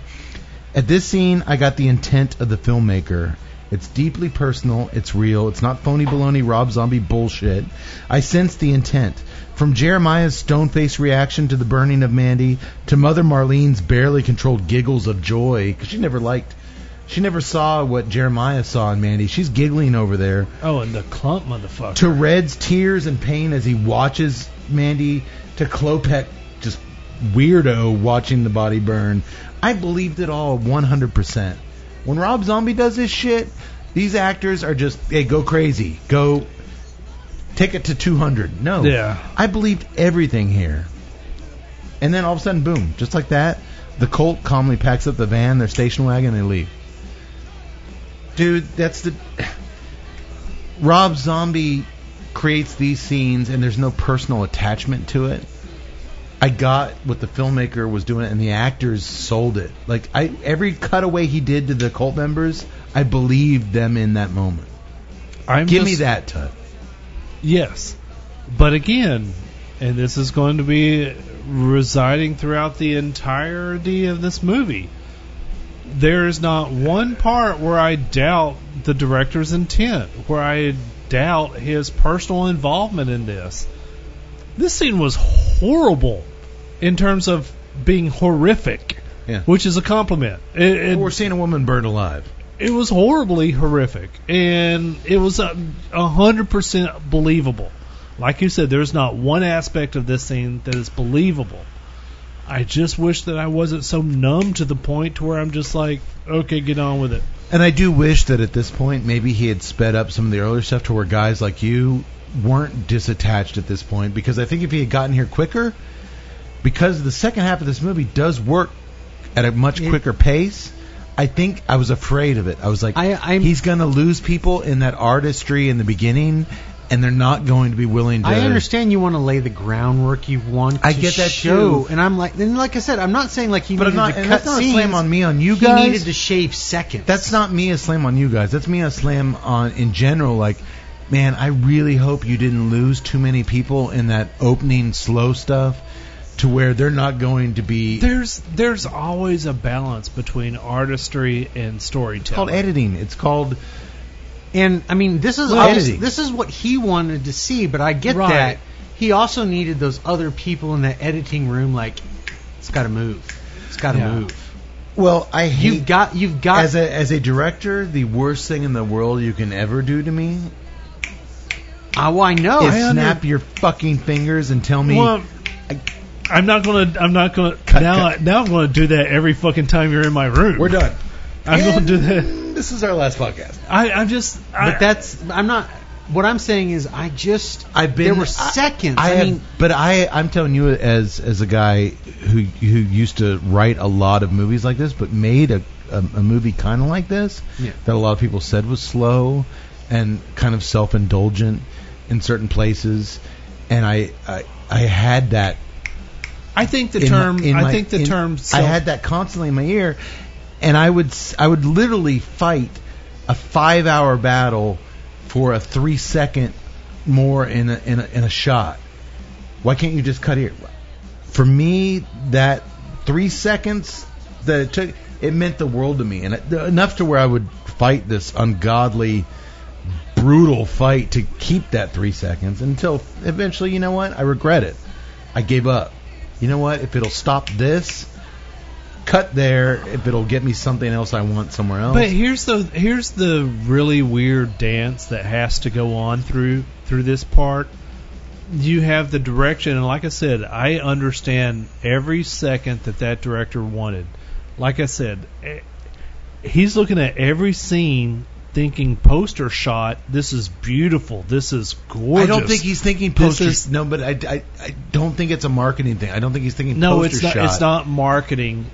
At this scene, I got the intent of the filmmaker. It's deeply personal. It's real. It's not phony baloney Rob Zombie bullshit. I sense the intent. From Jeremiah's stone faced reaction to the burning of Mandy to Mother Marlene's barely controlled giggles of joy, 'cause she never liked, she never saw what Jeremiah saw in Mandy. She's giggling over there
Oh, and the clump motherfucker.
to Red's tears and pain as he watches Mandy, to Klopek, just weirdo watching the body burn. I believed it all 100%. When Rob Zombie does this shit, these actors are just, hey, go crazy. Go take it to 200. No.
Yeah.
I believed everything here. And then all of a sudden, boom, just like that, the cult calmly packs up the van, their station wagon, and they leave. Dude, that's the. Rob Zombie creates these scenes and there's no personal attachment to it. I got what the filmmaker was doing and the actors sold it. Like I every cutaway he did to the cult members, I believed them in that moment.
I'm
Give me
just-
that, Tut.
Yes. But again, and this is going to be residing throughout the entirety of this movie. There is not one part where I doubt the director's intent, where I doubt his personal involvement in this. This scene was horrible in terms of being horrific,
Yeah.
which is a compliment. It, it-
We're seeing a woman burned alive.
it was horribly horrific, and it was uh, a hundred percent believable. Like you said, there's not one aspect of this scene that is believable. I just wish that I wasn't so numb to the point to where I'm just like, okay, get on with it.
And I do wish that at this point maybe he had sped up some of the earlier stuff to where guys like you weren't disattached at this point because I think if he had gotten here quicker because the second half of this movie does work at a much
Yeah.
quicker pace I think I was afraid of it. I was like
I- I'm-
he's going to lose people in that artistry in the beginning and they're not going to be willing to.
I understand you want to lay the groundwork. You want
I
to
get that
show,
too.
and I'm like, then like I said, I'm not saying like he
But I'm
needed
not.
to
And
cut
that's not a
scenes.
slam on me on you
he
guys.
needed to shave seconds.
That's not me a slam on you guys. That's me a slam on in general. Like, man, I really hope you didn't lose too many people in that opening slow stuff to where they're not going to be.
There's there's always a balance between artistry and
it's called
storytelling.
editing. It's called
And I mean, this is
Well,
obvious-
editing.
this is what he wanted to see, but I get
Right.
that he also needed those other people in that editing room. Like, it's got to move. It's got to
Yeah.
move.
well, I hate
You've got. You've got.
as a as a director. The worst thing in the world you can ever do to me
I, well, oh, I know.
is
I under-
snap your fucking fingers and tell me.
Well,
I-
I'm not gonna. I'm not gonna.
Cut,
now,
cut.
I, now I'm gonna do that every fucking time you're in my room.
We're done.
I'm gonna do that.
And This is our last podcast.
I, I'm just. I,
But that's. I'm not. What I'm saying is, I just.
I've been
there were
I-
seconds.
I,
I,
have-
mean,
but I I'm telling you as as a guy who who used to write a lot of movies like this, but made a a, a movie kind of like this
Yeah.
that a lot of people said was slow and kind of self indulgent in certain places, and I I, I had that
I think the
in my-
term.
in
I
my-
think the
in-
term.
I
self-
had that constantly in my ear, and I would s- I would literally fight a five hour battle for a three second more in a, in a in a shot. Why can't you just cut here? For me, that three seconds that it took it meant the world to me, and it, enough to where I would fight this ungodly. Brutal fight to keep that three seconds until eventually, you know what? I regret it. I gave up. You know what? If it'll stop this, cut there. If it'll get me something else I want somewhere else.
But here's the here's the really weird dance that has to go on through through this part. You have the direction, and like I said, I understand every second that that director wanted. Like I said, eh, he's looking at every scene, thinking poster shot. This is beautiful. This is
I
gorgeous.
don't think he's thinking
This
poster.
is-
no, but I, I, I don't think it's a marketing thing. I don't think he's thinking
no.
poster
It's not.
shot.
It's not marketing.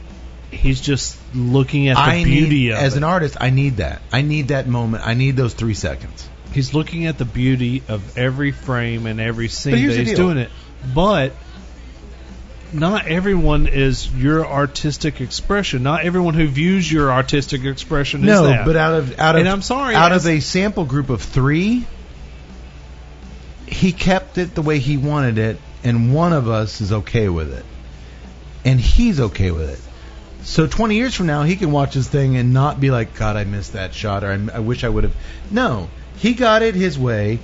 He's just looking at the
I
beauty
need,
of
as
it.
an artist, I need that. I need that moment. I need those three seconds.
He's looking at the beauty of every frame and every
But
scene
here's
that
the
he's
deal.
doing it. But not everyone is your artistic expression. Not everyone who views your artistic expression
No,
is that.
but out of out of
And I'm sorry,
out
as-
of a sample group of three, he kept it the way he wanted it, and one of us is okay with it, and he's okay with it. So 20 years from now, he can watch his thing and not be like, God, I missed that shot, or I, I wish I would have. No, he got it his way.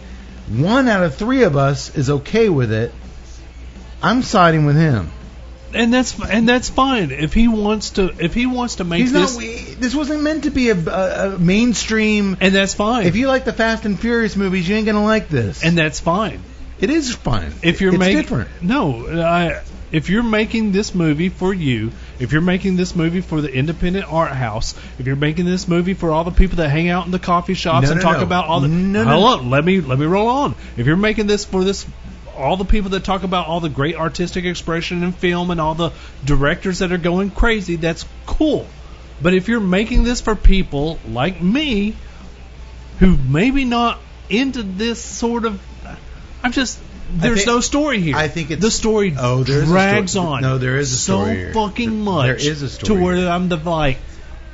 One out of three of us is okay with it. I'm siding with him.
and that's and that's fine. If he wants to, if he wants to make
He's
this,
not. we- This wasn't meant to be a, a, a mainstream.
and that's fine.
If you like the Fast and Furious movies, you ain't gonna like this.
and that's fine.
it is fun.
If you're
it's
making
different.
no, I, if you're making this movie for you, if you're making this movie for the independent art house, if you're making this movie for all the people that hang out in the coffee shops
No,
and
no,
talk
no.
about all the
No, no,
hold on, let me let me roll on. If you're making this for this. All the people that talk about all the great artistic expression in film and all the directors that are going crazy, that's cool. But if you're making this for people like me who maybe not into this sort of I'm just there's
think-
no story here.
I think it's-
the story
Oh, there is a
drags
story.
on.
No, there is a story
so
here.
fucking much.
There is a story
to where
here.
I'm the like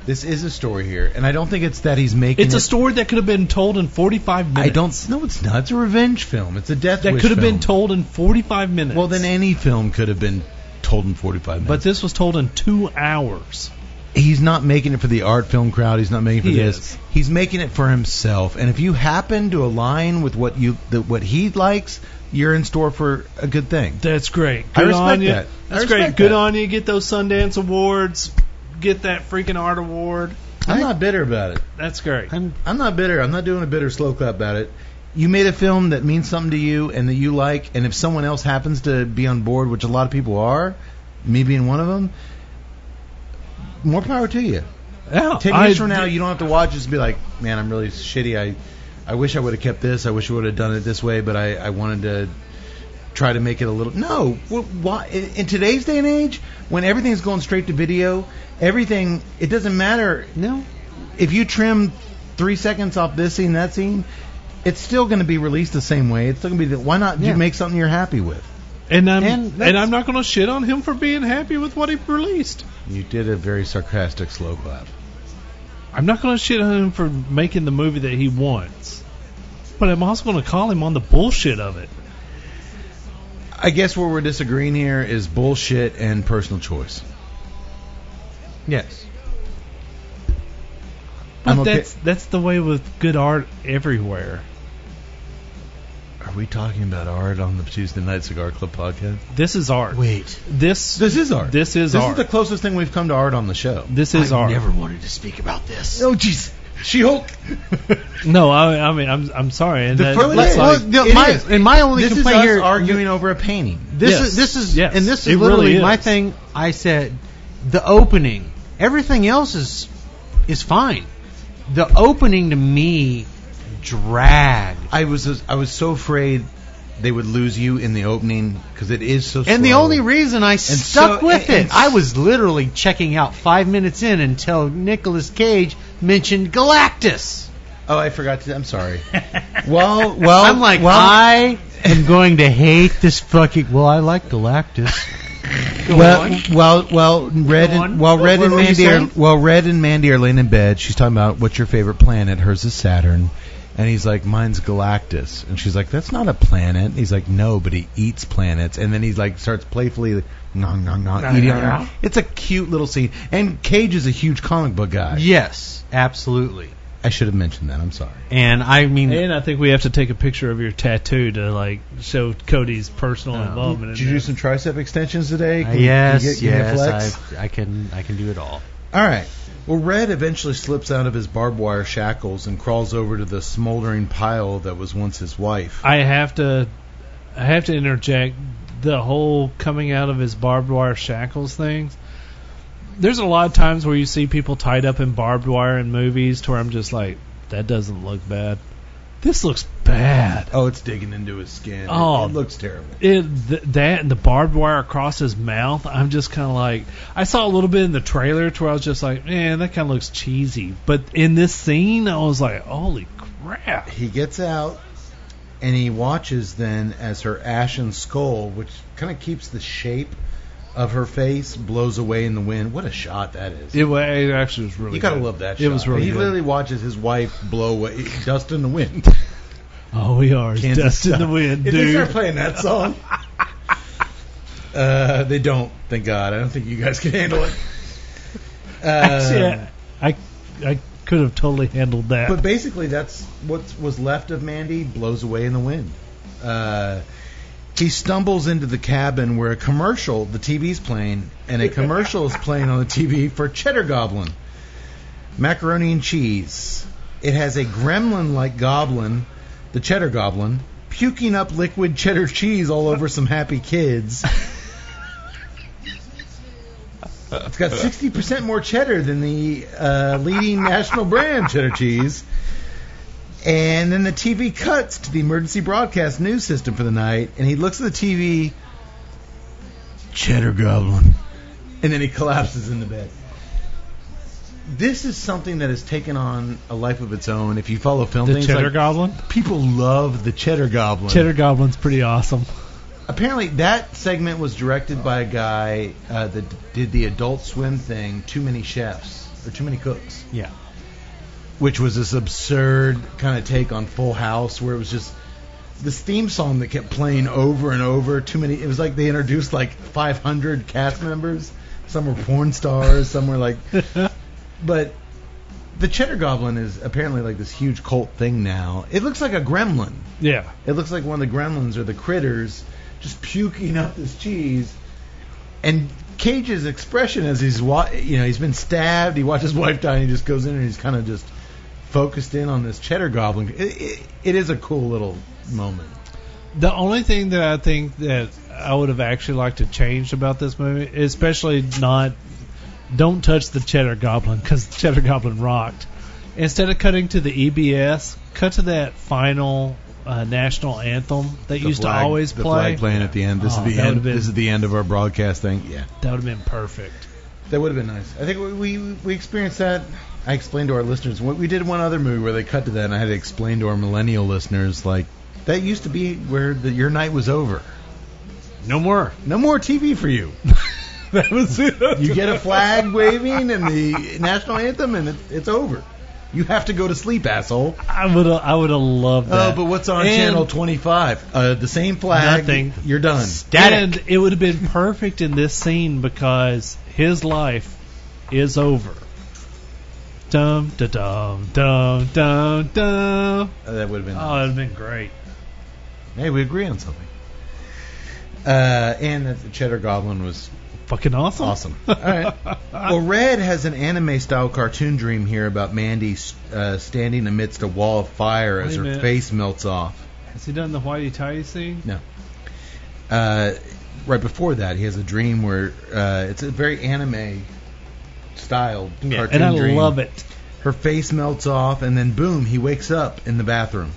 This is a story here, and I don't think it's that he's making.
it's a
it-
story that could have been told in 45 minutes.
I don't. No, it's not. It's a revenge film. It's a death.
That
Wish
could have
film.
been told in 45 minutes.
Well, then any film could have been told in 45
but
minutes.
this was told in two hours.
But he's not making it for the art film crowd. He's not making it for
He
this.
is.
He's making it for himself. And if you happen to align with what you the, what he likes, you're in store for a good thing.
That's great.
I
Good
respect
on you.
that. I
That's
respect
great. Good
that.
on you. Get those Sundance awards. Get that freaking art award.
I'm not bitter about it.
That's great.
I'm
I'm not bitter. I'm not doing a bitter slow clap about it. You made a film that means something to you and that you like, and if someone else happens to be on board, which a lot of people are, me being one of them, more power to you.
Yeah,
Ten
I-
years from now, you don't have to watch this and be like, man, I'm really shitty. I, I wish I would have kept this. I wish I would have done it this way, but I, I wanted to try to make it a little. No, wh- why? In in today's day and age, when everything's going straight to video, everything it doesn't matter
no.
if you trim three seconds off this scene, that scene, it's still going to be released the same way. It's still going to be the, why not
Yeah.
you make something you're happy with?
And I'm
And
and,
that's-
I'm not going to shit on him for being happy with what he released.
You did a very sarcastic slow clap.
I'm not going to shit on him for making the movie that he wants. But I'm also going to call him on the bullshit of it.
I guess where we're disagreeing here is bullshit and personal choice.
Yes.
But
I'm okay-
that's that's the way with good art everywhere.
Are we talking about art on the Tuesday Night Cigar Club podcast?
This is art.
Wait.
This
This is art.
This is
this
art.
is the closest thing we've come to art on the show.
this is
I
art.
never wanted to speak about this.
Oh jeez, She Hulk. *laughs*
No, I, I mean I'm I'm sorry. And
The
that-
fir-
that's
Well,
like-
well, no, It
my,
is.
And my only
this is
complaint
us
here.
arguing over a painting.
This
Yes.
is this is
Yes.
and this is
It really
literally my
is.
thing. I said the opening. Everything else is is fine. The opening to me dragged.
I was I was so afraid they would lose you in the opening because it is so.
And the
slow.
only reason I stuck
so-
with
and-
it, I was literally checking out five minutes in until Nicolas Cage mentioned Galactus.
oh, I forgot to. I'm sorry. well, well,
*laughs* I'm like, "Ah,
well,
I am going to hate this fucking. Well, I like Galactus.
well, well, well, Red,
Go on.
and, well, Red
What
and
were you
Mandy are
saying?
well, Red and Mandy are laying in bed. She's talking about what's your favorite planet. Hers is Saturn, and he's like, mine's Galactus, and she's like, that's not a planet. And he's like, no, but he eats planets, and then he's like, starts playfully, like, nom nom nom, eating. it. It's a cute little scene, and Cage is a huge comic book guy.
yes, absolutely.
I should have mentioned that. I'm sorry.
And I mean,
And I think we have to take a picture of your tattoo to like show Cody's personal involvement.
Did
in
you do
this.
some tricep extensions today?
Uh,
Can- can
yes,
you get- can you flex?
yes, I, I can, I can do it all.
All right. Well, Red eventually slips out of his barbed wire shackles and crawls over to the smoldering pile that was once his wife.
I have to I have to interject the whole coming out of his barbed wire shackles thing. There's a lot of times where you see people tied up in barbed wire in movies to where I'm just like, that doesn't look bad. This looks bad.
oh, it's digging into his skin. It-
Oh.
it, looks terrible.
It, th- that and the barbed wire across his mouth, I'm just kind of like, I saw a little bit in the trailer to where I was just like, man, that kind of looks cheesy. But in this scene, I was like, holy crap.
He gets out and he watches then as her ashen skull, which kind of keeps the shape of her face, blows away in the wind. What a shot that is.
It, wa- it actually was really
you gotta
good.
love that.
It
shot.
was really
He
good.
literally watches his wife blow away, *laughs* dust in the wind.
Oh, we are uh,
Kansas
dust in
style.
the wind,
If they start
dude.
playing that song, uh, they don't. Thank God. I don't think you guys can handle *laughs* it. Uh,
Actually, I, I could have totally handled that.
but basically, that's what was left of Mandy blows away in the wind. Uh, he stumbles into the cabin where a commercial, the TV's playing, and a commercial is playing on the TV for Cheddar Goblin, macaroni and cheese. It has a gremlin like goblin, the Cheddar Goblin, puking up liquid cheddar cheese all over some happy kids. It's got 60% more cheddar than the uh, leading national brand cheddar cheese. And then the TV cuts to the emergency broadcast news system for the night, and he looks at the TV, cheddar goblin, and then he collapses in the bed. This is something that has taken on a life of its own. If you follow film
the
things,
cheddar
like,
goblin.
people love the cheddar goblin.
Cheddar goblin's pretty awesome.
Apparently, that segment was directed by a guy uh, that did the Adult Swim thing, Too Many Chefs, or Too Many Cooks,
Yeah.
which was this absurd kind of take on Full House where it was just this theme song that kept playing over and over. Too many. It was like they introduced like 500 cast members. Some were porn stars, some were like. But the Cheddar Goblin is apparently like this huge cult thing now. It looks like a gremlin.
Yeah,
It looks like one of the gremlins or the critters just puking up this cheese. And Cage's expression as he's wa- you know he's been stabbed, he watched his wife die, and he just goes in and he's kind of just focused in on this cheddar goblin. It, it, it is a cool little moment.
the only thing that I think that I would have actually liked to change about this movie, especially not, don't touch the cheddar goblin because cheddar goblin rocked. Instead of cutting to the EBS, cut to that final uh, national anthem that used to always play.
playing at the end.
This is Oh, the that end- would've been- this is
the end of our broadcast thing. Yeah.
That would have been perfect. *laughs*
That would have been nice. I think we, we we experienced that. I explained to our listeners. We we did one other movie where they cut to that, and I had to explain to our millennial listeners like that used to be where the, your night was over.
No more.
No more TV for you.
That was it.
You get a
*laughs*
flag waving and the national anthem, and it, it's over. You have to go to sleep, asshole.
I would I would have loved
Oh,
that.
but what's on
Uh, And-
channel 25? Uh, the same flag.
Nothing.
You're done.
And it would have been perfect in this scene because his life is over. Dum da dum dum dum dum.
Uh, that would have been.
Oh, it'd have been great.
Hey, we agree on something. Uh, and that the Cheddar Goblin was
Fucking awesome. *laughs*
awesome. All right. Well, Red has an anime-style cartoon dream here about Mandy uh, standing amidst a wall of fire as
Wait a
her
minute.
face melts off.
Has he done the whitey tighty scene?
No. Uh, right before that, he has a dream where uh, it's a very anime style cartoon
And I
dream.
love it.
Her face melts off, and then boom, he wakes up in the bathroom.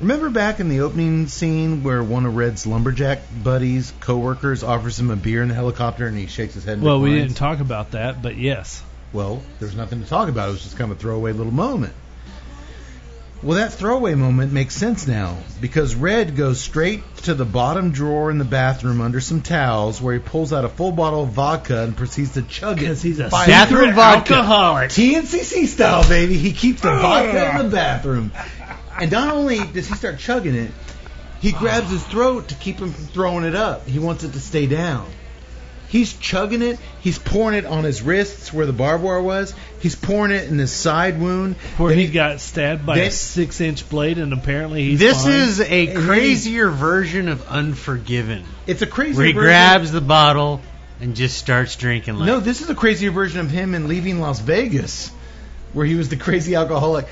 Remember back in the opening scene where one of Red's lumberjack buddies, coworkers, offers him a beer in the helicopter, and he shakes his head. And
Well, we
declines?
didn't talk about that, but yes.
Well, there's nothing to talk about. It was just kind of a throwaway little moment. Well, that throwaway moment makes sense now because Red goes straight to the bottom drawer in the bathroom under some towels where he pulls out a full bottle of vodka and proceeds to chug it.
Because he's a
by-
Bathroom vodka.
alcoholic.
TNCC style, baby. He keeps the vodka in the bathroom. And not only does he start chugging it, he grabs his throat to keep him from throwing it up. He wants it to stay down. He's chugging it. He's pouring it on his wrists where the barbed wire was. He's pouring it in his side wound.
Where he got stabbed by a
This-
six-inch blade, and apparently he's
This
fine.
is a
then he-
crazier version of Unforgiven,
It's a crazy
where he
version-
grabs the bottle and just starts drinking. Like,
No, this is a crazier version of him in leaving Las Vegas, where he was the crazy alcoholic.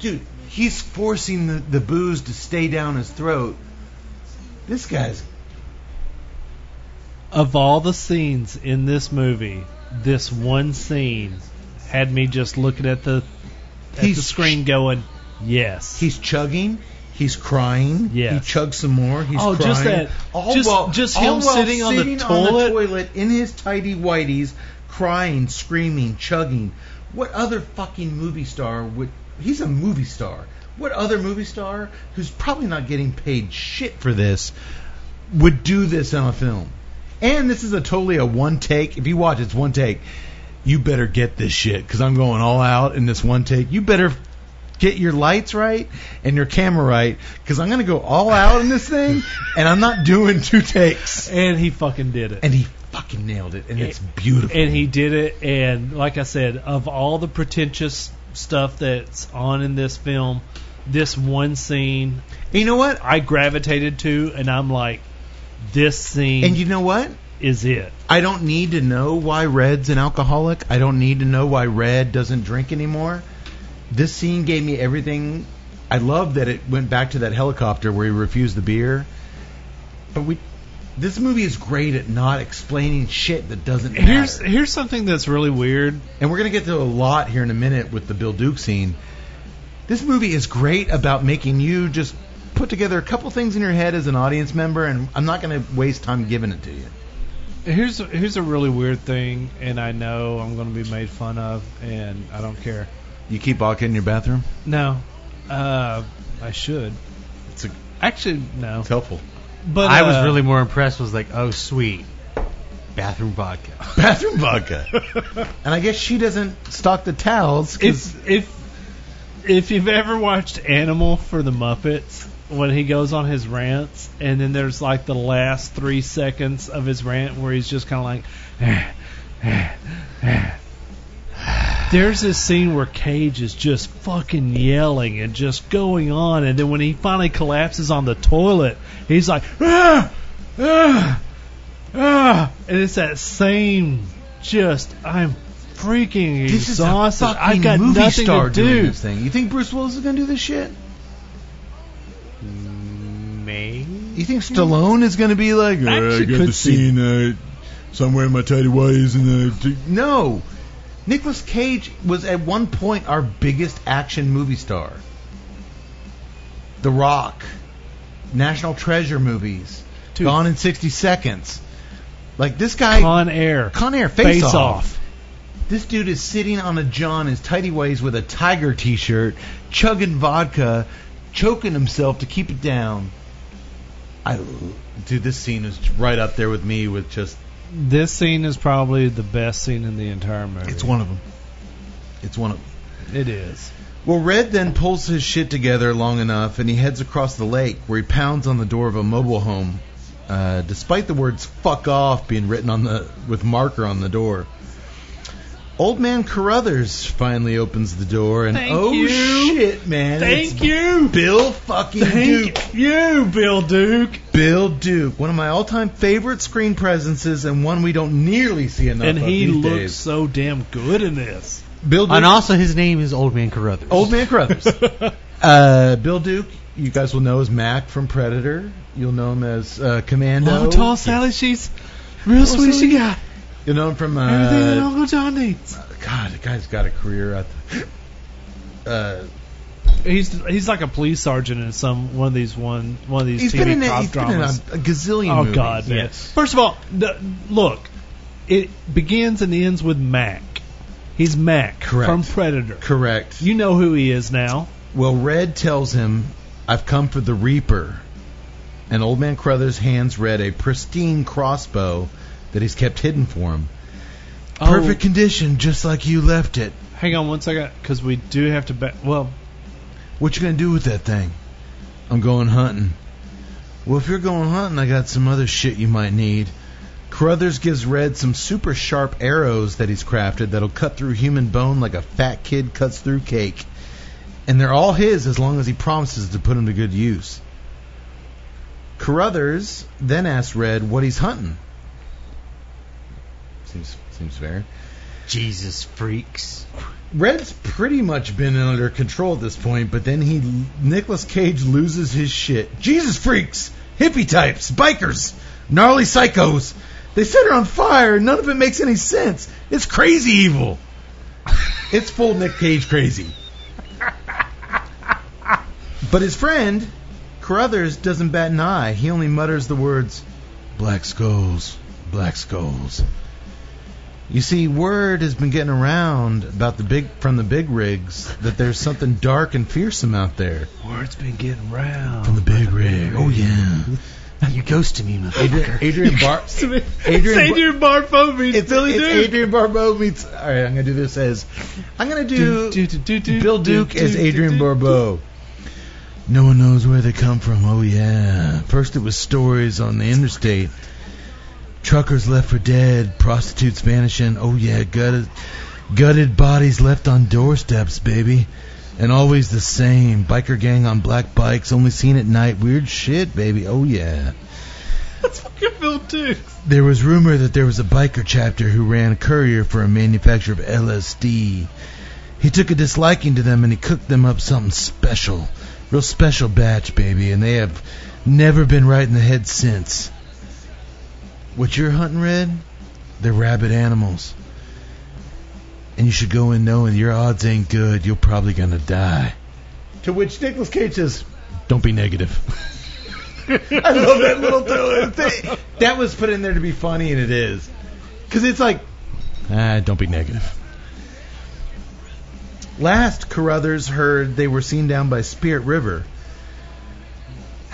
Dude, he's forcing the, the booze to stay down his throat. This guy's
of all the scenes in this movie, this one scene had me just looking at the at the
He's-
screen going, yes.
He's chugging. He's crying.
Yes.
He chugs some more. He's
Oh,
crying.
just that- just- just him
all while
sitting on the toilet.
toilet in his tidy whities, crying, screaming, chugging. What other fucking movie star would? He's a movie star. What other movie star who's probably not getting paid shit for this would do this on a film? And this is a totally a one take. If you watch, it's one take. You better get this shit because I'm going all out in this one take. You better get your lights right and your camera right because I'm going to go all out in this
*laughs*
thing and I'm not doing two takes.
and he fucking did it.
And he fucking nailed it and it's beautiful.
And he did it. And like I said, of all the pretentious stuff that's on in this film, this one scene
you know what?
I gravitated to, and I'm like, this scene
And you know what?
is it.
I don't need to know why Red's an alcoholic. I don't need to know why Red doesn't drink anymore. This scene gave me everything. I love that it went back to that helicopter where he refused the beer. But we, this movie is great at not explaining shit that doesn't matter.
Here's here's something that's really weird.
and we're going to get to a lot here in a minute with the Bill Duke scene. This movie is great about making you just put together a couple things in your head as an audience member, and I'm not going to waste time giving it to you.
Here's here's a really weird thing, and I know I'm going to be made fun of, and I don't care.
You keep vodka in your bathroom?
No, uh, I should.
It's, a,
Actually, no.
it's helpful.
But
I
uh,
was really more impressed. Was like, oh sweet, bathroom vodka.
*laughs* Bathroom vodka. and I guess she doesn't stock the towels. 'cause-
*laughs* if if if you've ever watched Animal for the Muppets, when he goes on his rants, and then there's like the last three seconds of his rant where he's just kind of like. There's this scene where Cage is just fucking yelling and just going on, and then when he finally collapses on the toilet, he's like, ah, ah, ah, and it's that same just I'm freaking
this is a
exhausted.
fucking
I got
movie
nothing
star
to do.
doing this thing. You think Bruce Willis is going to do this shit?
May
You think Stallone is going to be like, "Uh,
Actually
Mm. I got
could
the
see-
scene uh, somewhere in my tidy whities and uh, d- no. Nicolas Cage was at one point our biggest action movie star. The Rock, National Treasure movies,
Dude.
Gone in 60 Seconds. Like this guy, Con,
Con Air.
Air, face,
Face
off.
off.
This dude is sitting on a John his tidy ways with a tiger T-shirt, chugging vodka, choking himself to keep it down. I, dude, this scene is right up there with me with just.
This scene is probably the best scene in the entire movie.
It's one of them. It's one of. 'em.
It is.
Well, Red then pulls his shit together long enough and he heads across the lake where he pounds on the door of a mobile home, uh, despite the words fuck off being written on the with marker on the door. Old man Carruthers finally opens the door and
Thank
oh
you.
shit, man.
Thank
it's
you.
Bill fucking Duke.
Thank you, Bill Duke.
Bill Duke, one of my all time favorite screen presences and one we don't nearly see enough
and
of
he
these
looks
days.
so damn good in this.
Bill Duke
And also, his name is Old Man Carruthers.
Old Man Carruthers. *laughs* uh, Bill Duke, you guys will know as Mac from Predator. You'll know him as uh, Commando.
Oh, tall Sally, she's real sweet. She got
You'll know him from
everything that
Oh, uh,
Uncle John needs.
God. The guy's got a career. At the, uh,
He's he's like a police sergeant in some one of these one one of these
he's
TV
been in, a,
cop
he's been in a,
dramas.
a gazillion.
Oh
movies.
God, man! First of all, the, look, it begins and ends with Mac. He's Mac
Correct.
from Predator.
correct.
You know who he is now.
Well, Red tells him, "I've come for the Reaper," and Old Man Carruthers hands Red a pristine crossbow that he's kept hidden for him. Oh, Perfect condition, just like you left it.
Oh, hang on one second, because we do have to. Ba- well,
What you gonna do with that thing? I'm going hunting. Well, if you're going hunting, I got some other shit you might need. Carruthers gives Red some super sharp arrows that he's crafted that'll cut through human bone like a fat kid cuts through cake. And they're all his as long as he promises to put them to good use. Carruthers then asks Red what he's hunting. Seems seems fair.
Jesus freaks.
Red's pretty much been under control at this point, but then he Nicolas Cage loses his shit. Jesus freaks, hippie types, bikers, gnarly psychos. They set her on fire. None of it makes any sense. It's crazy evil. It's full Nick Cage crazy. But his friend Carruthers doesn't bat an eye. He only mutters the words, "Black skulls, black skulls." You see, word has been getting around about the big from the big rigs that there's something dark and fearsome out there.
word's been getting round.
The big rig, oh yeah.
*laughs* You ghosted me, motherfucker.
Adrian, Adrian *laughs* Bar, Adrian,
It's Adrian Barbeau meets
it's,
Billy
it's
Duke.
Adrian Barbeau meets. All right, I'm gonna do this as I'm gonna do
Do, do, do, do,
Bill
do,
Duke
do,
as
do,
Adrian
do.
Barbeau. No one knows where they come from. Oh yeah. First it was stories on the interstate. Truckers left for dead. Prostitutes vanishing. Oh yeah. Gutted, gutted bodies left on doorsteps, baby. And always the same. Biker gang on black bikes, only seen at night. Weird shit, baby. Oh yeah.
*laughs* That's fucking Bill Duke.
There was rumor that there was a biker chapter who ran courier for a manufacturer of LSD. He took a disliking to them and he cooked them up something special. Real special batch, baby, and they have never been right in the head since. What you're hunting, Red? They're rabid animals. And you should go in knowing your odds ain't good. You're probably gonna die. To which Nicholas Cage says, Don't be negative. I love that little thing. That was put in there to be funny, and it is. Because it's like, ah, don't be negative. Last, Carruthers heard they were seen down by Spirit River. *sighs*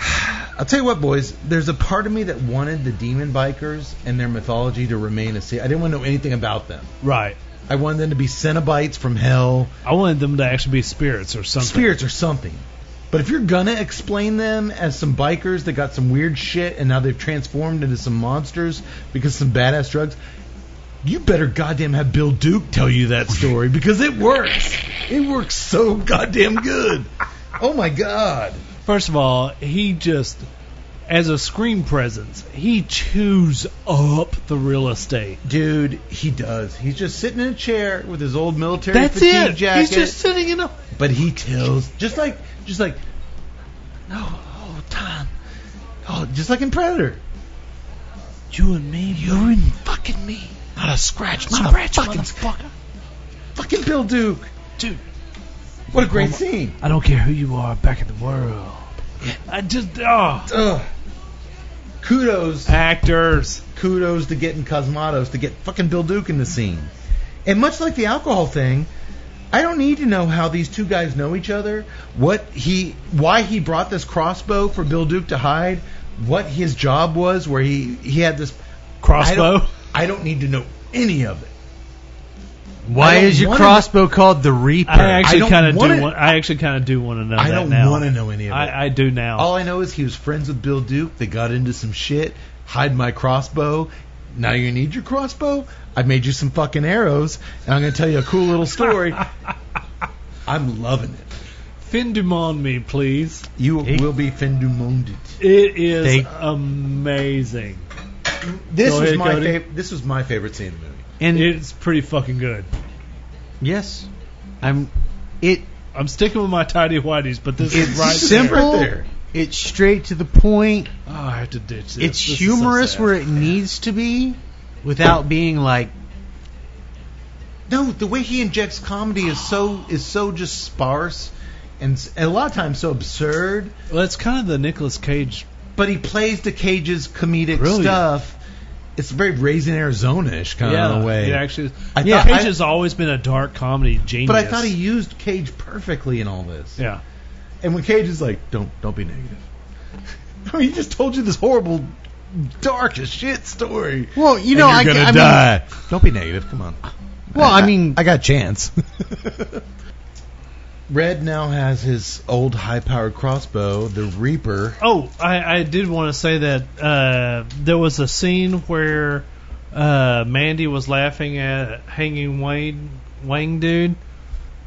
I'll tell you what, boys. There's a part of me that wanted the demon bikers and their mythology to remain a secret. I didn't want to know anything about them.
Right.
I wanted them to be Cenobites from hell,
I wanted them to actually be spirits or something.
spirits or something. But if you're gonna explain them as some bikers that got some weird shit and now they've transformed into some monsters because of some badass drugs, you better goddamn have Bill Duke tell you that story because it works. It works so goddamn good. Oh my god.
First of all, he just, as a screen presence, he chews up the real estate.
Dude, he does. He's just sitting in a chair with his old military
That's
fatigue
it.
jacket.
He's just sitting in a.
But he tells just like just like no, oh Tom, oh just like in Predator. You and me, you and fucking me. Not a scratch, not a fucking fucker. Fucking Bill Duke,
Dude,
what a great scene.
ah. I don't care who you are back in the world. I just. Oh.
Ugh. Kudos,
Actors.
kudos to getting Cosmatos to get fucking Bill Duke in the scene. And much like the alcohol thing, I don't need to know how these two guys know each other, what he, why he brought this crossbow for Bill Duke to hide, what his job was, where he he had this I
Crossbow.
don't, I don't need to know any of it.
Why
I don't
is your
wanna-
crossbow called the Reaper?
I actually
don't
kind of do.
wanna-
want, I actually kind of do want to know
I
that
don't
now.
want to know any of it.
I, I do now.
All I know is he was friends with Bill Duke. They got into some shit. Hide my crossbow. Now you need your crossbow. I made you some fucking arrows, and I'm gonna tell you a cool little *laughs* story. I'm loving it.
Fin du monde me, please.
You
Hey.
will be fendumonded.
It is
They-
amazing.
This
Go
was
ahead,
my
Cody.
favorite. This was my favorite scene in the movie.
and
It's pretty fucking good.
yes, I'm. It
I'm sticking with my tidy whiteys, but this
it's
is right
simple.
There.
Right there.
It's straight to the point.
Oh, I have to ditch this.
it's
This is so
humorous
sad.
where it needs to be, without being like
No, the way he injects comedy is so is so just sparse, and, s- and a lot of times so absurd.
Well, it's kind of the Nicolas Cage.
But he plays the Cage's comedic
Brilliant.
stuff. It's very raising Arizona-ish kind
yeah,
of way.
uh, It actually,
I
yeah,
thought-
Cage
I-
has always been a dark comedy genius.
But I thought he used Cage perfectly in all this.
Yeah.
And when Cage is like, "Don't, don't be negative," *laughs* I mean, he just told you this horrible, dark as shit story.
Well, you know,
and
I,
you're
I
gonna
mean-
die. don't be negative. Come on.
well, *laughs* I mean,
I got a
*laughs*
chance. Red now has his old high-powered crossbow, the Reaper.
Oh, I, I did want to say that uh, there was a scene where uh, Mandy was laughing at Hanging Wayne, Wang dude,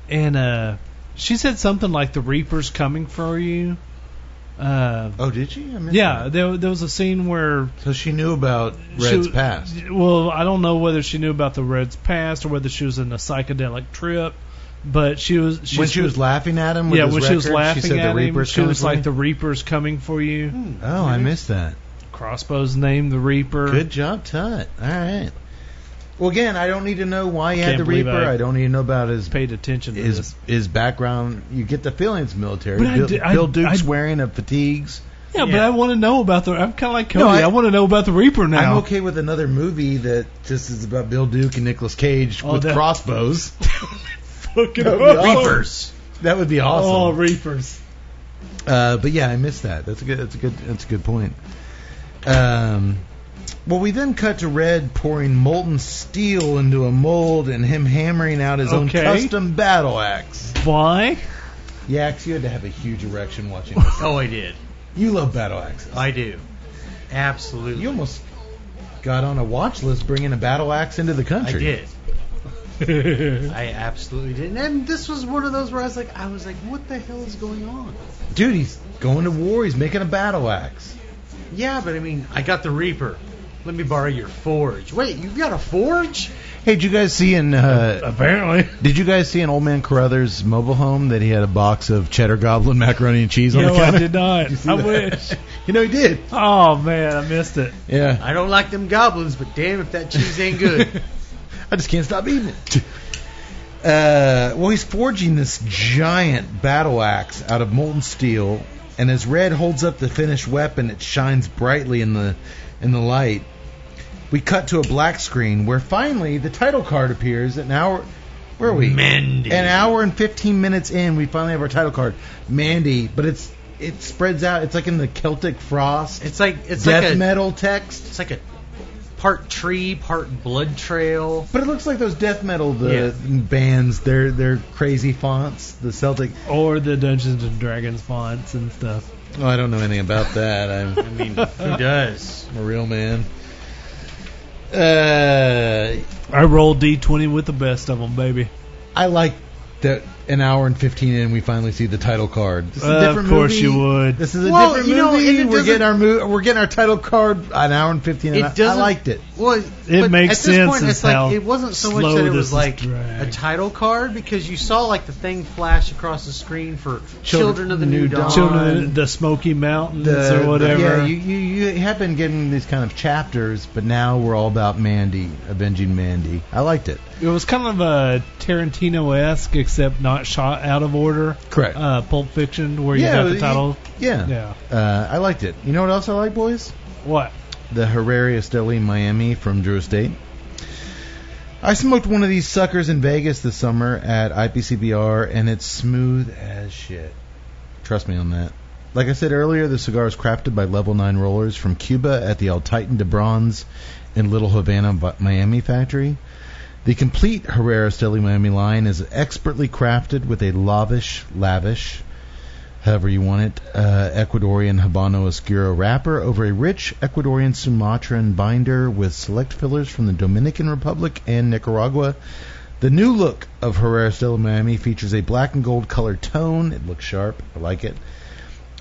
and uh, she said something like, "The Reaper's coming for you." Uh,
Oh, did she? I missed
yeah,
that.
there, there was a scene where
So she knew about Red's
she-
past.
Well, I don't know whether she knew about the Red's past or whether she was in a psychedelic trip, but she was. She
when she was laughing at him, with
yeah,
his
when she was
record,
laughing
she said
at
the
him,
Reaper's
she
coming
was
for
like,
me?
"The Reaper's coming for you."
Oh, I missed that.
Crossbow's name, the Reaper.
Good job, Tut. All right. Well, again, I don't need to know why he had
Can't
the
believe
Reaper.
I
I, don't need to know about his
paid attention to
his
this.
his background. You get the feeling it's military.
But I
Bill,
did- I-
Bill Duke's
I-
wearing of fatigues.
Yeah, but I want to know about the. I'm kind of like Cody.
No,
I,
I-
want to know about the Reaper now.
I'm okay with another movie that just is about Bill Duke and Nicolas Cage
Oh,
with
that-
crossbows. *laughs*
*laughs* Fucking
That would be
awesome.
Reapers. That would be
Oh,
awesome.
Reapers.
Uh, but yeah, I missed that. That's a good. That's a good. That's a good point. Um, well, we then cut to Red pouring molten steel into a mold and him hammering out his own
Okay.
custom battle axe.
*laughs* Why?
Yax, you had to have a huge erection watching this.
oh, I did.
you love battle axes. Uh,
I do. Absolutely.
You almost got on a watch list bringing a battle axe into the
I
country.
did. I absolutely did. And this was one of those where I was like, I was like, what the hell is going on?
Dude, he's going to war. He's making a battle axe.
Yeah, but I mean, I got the Reaper. Let me borrow your forge. Wait, you got a forge?
Hey, did you guys see in uh,
Apparently.
Did you guys see in Old Man Carruthers' mobile home that he had a box of cheddar goblin macaroni and cheese on
No,
the
I
counter?
*laughs* did not.
You see
I
that?
wish.
*laughs* you know he did.
Oh man, I missed it.
Yeah.
I don't like them goblins, but damn if that cheese
*laughs*
ain't good.
I just can't stop eating it. Uh, well, he's forging this giant battle axe out of molten steel, and as Red holds up the finished weapon, it shines brightly in the in the light. We cut to a black screen where finally the title card appears. An hour, where are we?
Mandy.
An hour and 15 minutes in, we finally have our title card, Mandy. But it's it spreads out. It's like in the Celtic frost,
It's like it's
death
like a
metal text.
it's like a part tree, part blood trail.
But it looks like those death metal the bands. They're they're crazy fonts. The Celtic.
Or the Dungeons and Dragons fonts and stuff.
Oh, I don't know anything about that.
*laughs* I
I'm,
mean,
*laughs*
who does?
I'm a real man. Uh,
I rolled D20 with the best of them, baby.
I like that. An hour and 15 in, we finally see the title card. This is
Uh,
a
of
different
course
movie.
you would.
This is a
Well,
different
you know,
movie.
and it
we're getting
doesn't-
our mo- we're getting our title card an hour and 15.
It
and I- I
doesn't-
liked it.
Well,
It
but
makes
at this
sense
point,
as
it's like
how
it wasn't so much
slow
that it
this
was
is
like
dragged.
a title card because you saw like the thing flash across the screen for Children, of the New Dawn.
Children of the, the Smoky Mountains
The-
or whatever.
Yeah, you, you you have been getting these kind of chapters, but now we're all about Mandy, avenging Mandy. I liked it.
It was kind of a Tarantino-esque, except not shot out of order.
Correct.
Uh, Pulp Fiction, Uh, where you
Yeah,
got the
you-
title.
yeah.
yeah.
Uh, I liked it. You know what else I like, boys?
What?
the Herrera Esteli Miami from Drew Estate. I smoked one of these suckers in Vegas this summer at IPCBR, and it's smooth as shit. Trust me on that. Like I said earlier, the cigar is crafted by Level 9 rollers from Cuba at the El Titan de Bronze in Little Havana, Vi- Miami factory. The complete Herrera Esteli Miami line is expertly crafted with a lavish, lavish however you want it, uh, Ecuadorian Habano Oscuro wrapper over a rich Ecuadorian Sumatran binder with select fillers from the Dominican Republic and Nicaragua. The new look of Herrera Stella Miami features a black and gold color tone. It looks sharp. I like it.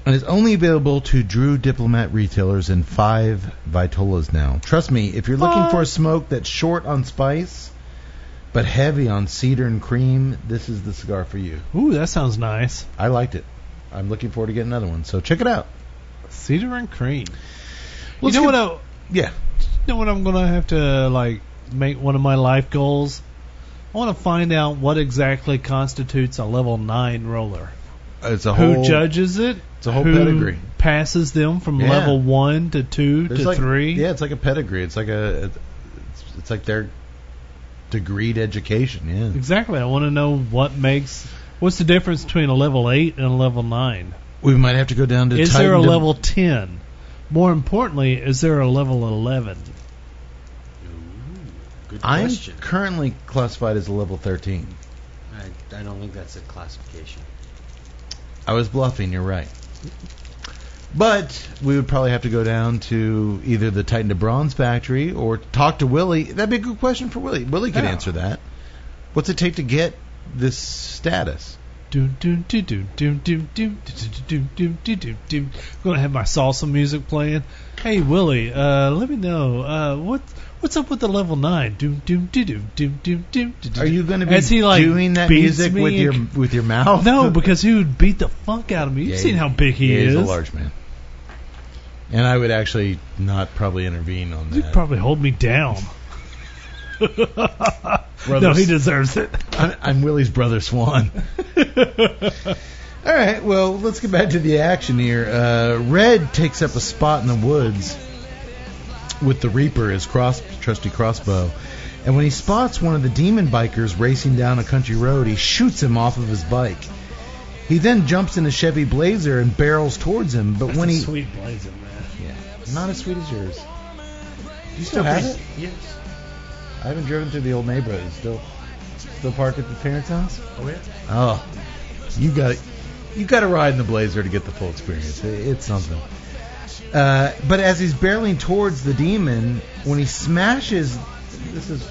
And is only available to Drew Diplomat retailers in five Vitolas now. Trust me, if you're looking for a smoke that's short on spice but heavy on cedar and cream, this is the cigar for you.
Ooh, that sounds nice.
I liked it. I'm looking forward to getting another one. So check it out.
Cedar and cream.
Let's
you know
get-
what? I,
Yeah.
you know what I'm gonna have to like make one of my life goals. I want to find out what exactly constitutes a level nine roller.
It's a
who judges it?
it's a whole
who
pedigree.
Passes them from
Yeah.
level one to two
There's
to
like-
three.
Yeah, it's like a pedigree. It's like a it's, it's like their degreed education. Yeah.
Exactly. I want to know what makes. What's the difference between a level eight and a level nine?
We might have to go down to.
Is
Titan
there a
to-
level ten? More importantly, is there a level eleven?
Good
I'm
question.
currently classified as a level 13.
I, I don't think that's a classification.
I was bluffing. You're right. But we would probably have to go down to either the Titan to Bronze factory or talk to Willie. That'd be a good question for Willie. Willie could
Yeah.
answer that. What's it take to get this status?
Do do do do do do do do do do do do do. I'm gonna have my salsa music playing. Hey Willie, uh, let me know uh, what what's up with the level nine. Do do do do do do do. do,
Are you going to be
As he, like,
doing that
beats
music
me
with
and-
your with your mouth?
No,
*laughs*
because he would beat the funk out of me. You've
Yeah,
seen
he-
how big he
Yeah,
is.
he's a large man. And I would actually not probably intervene on
He'd
that.
probably hold me down. *laughs* no,
Brothers.
he deserves it.
I'm, I'm Willie's brother
*laughs*
Swan. All right, well, let's get back to the action here. Uh, Red takes up a spot in the woods with the Reaper, his cross, trusty crossbow. And when he spots one of the demon bikers racing down a country road, he shoots him off of his bike. He then jumps in a Chevy Blazer and barrels towards him, but
*laughs*
when he
sweet blazer, man.
Yeah. Not as sweet as yours. Do you still have it? Yes. I haven't driven through the old neighborhood. It's still still parked at the parents' house? Oh yeah. Oh. You got you gotta ride in the blazer to get the full experience. I- It's something. Uh, but as he's barreling towards the demon, when he smashes this is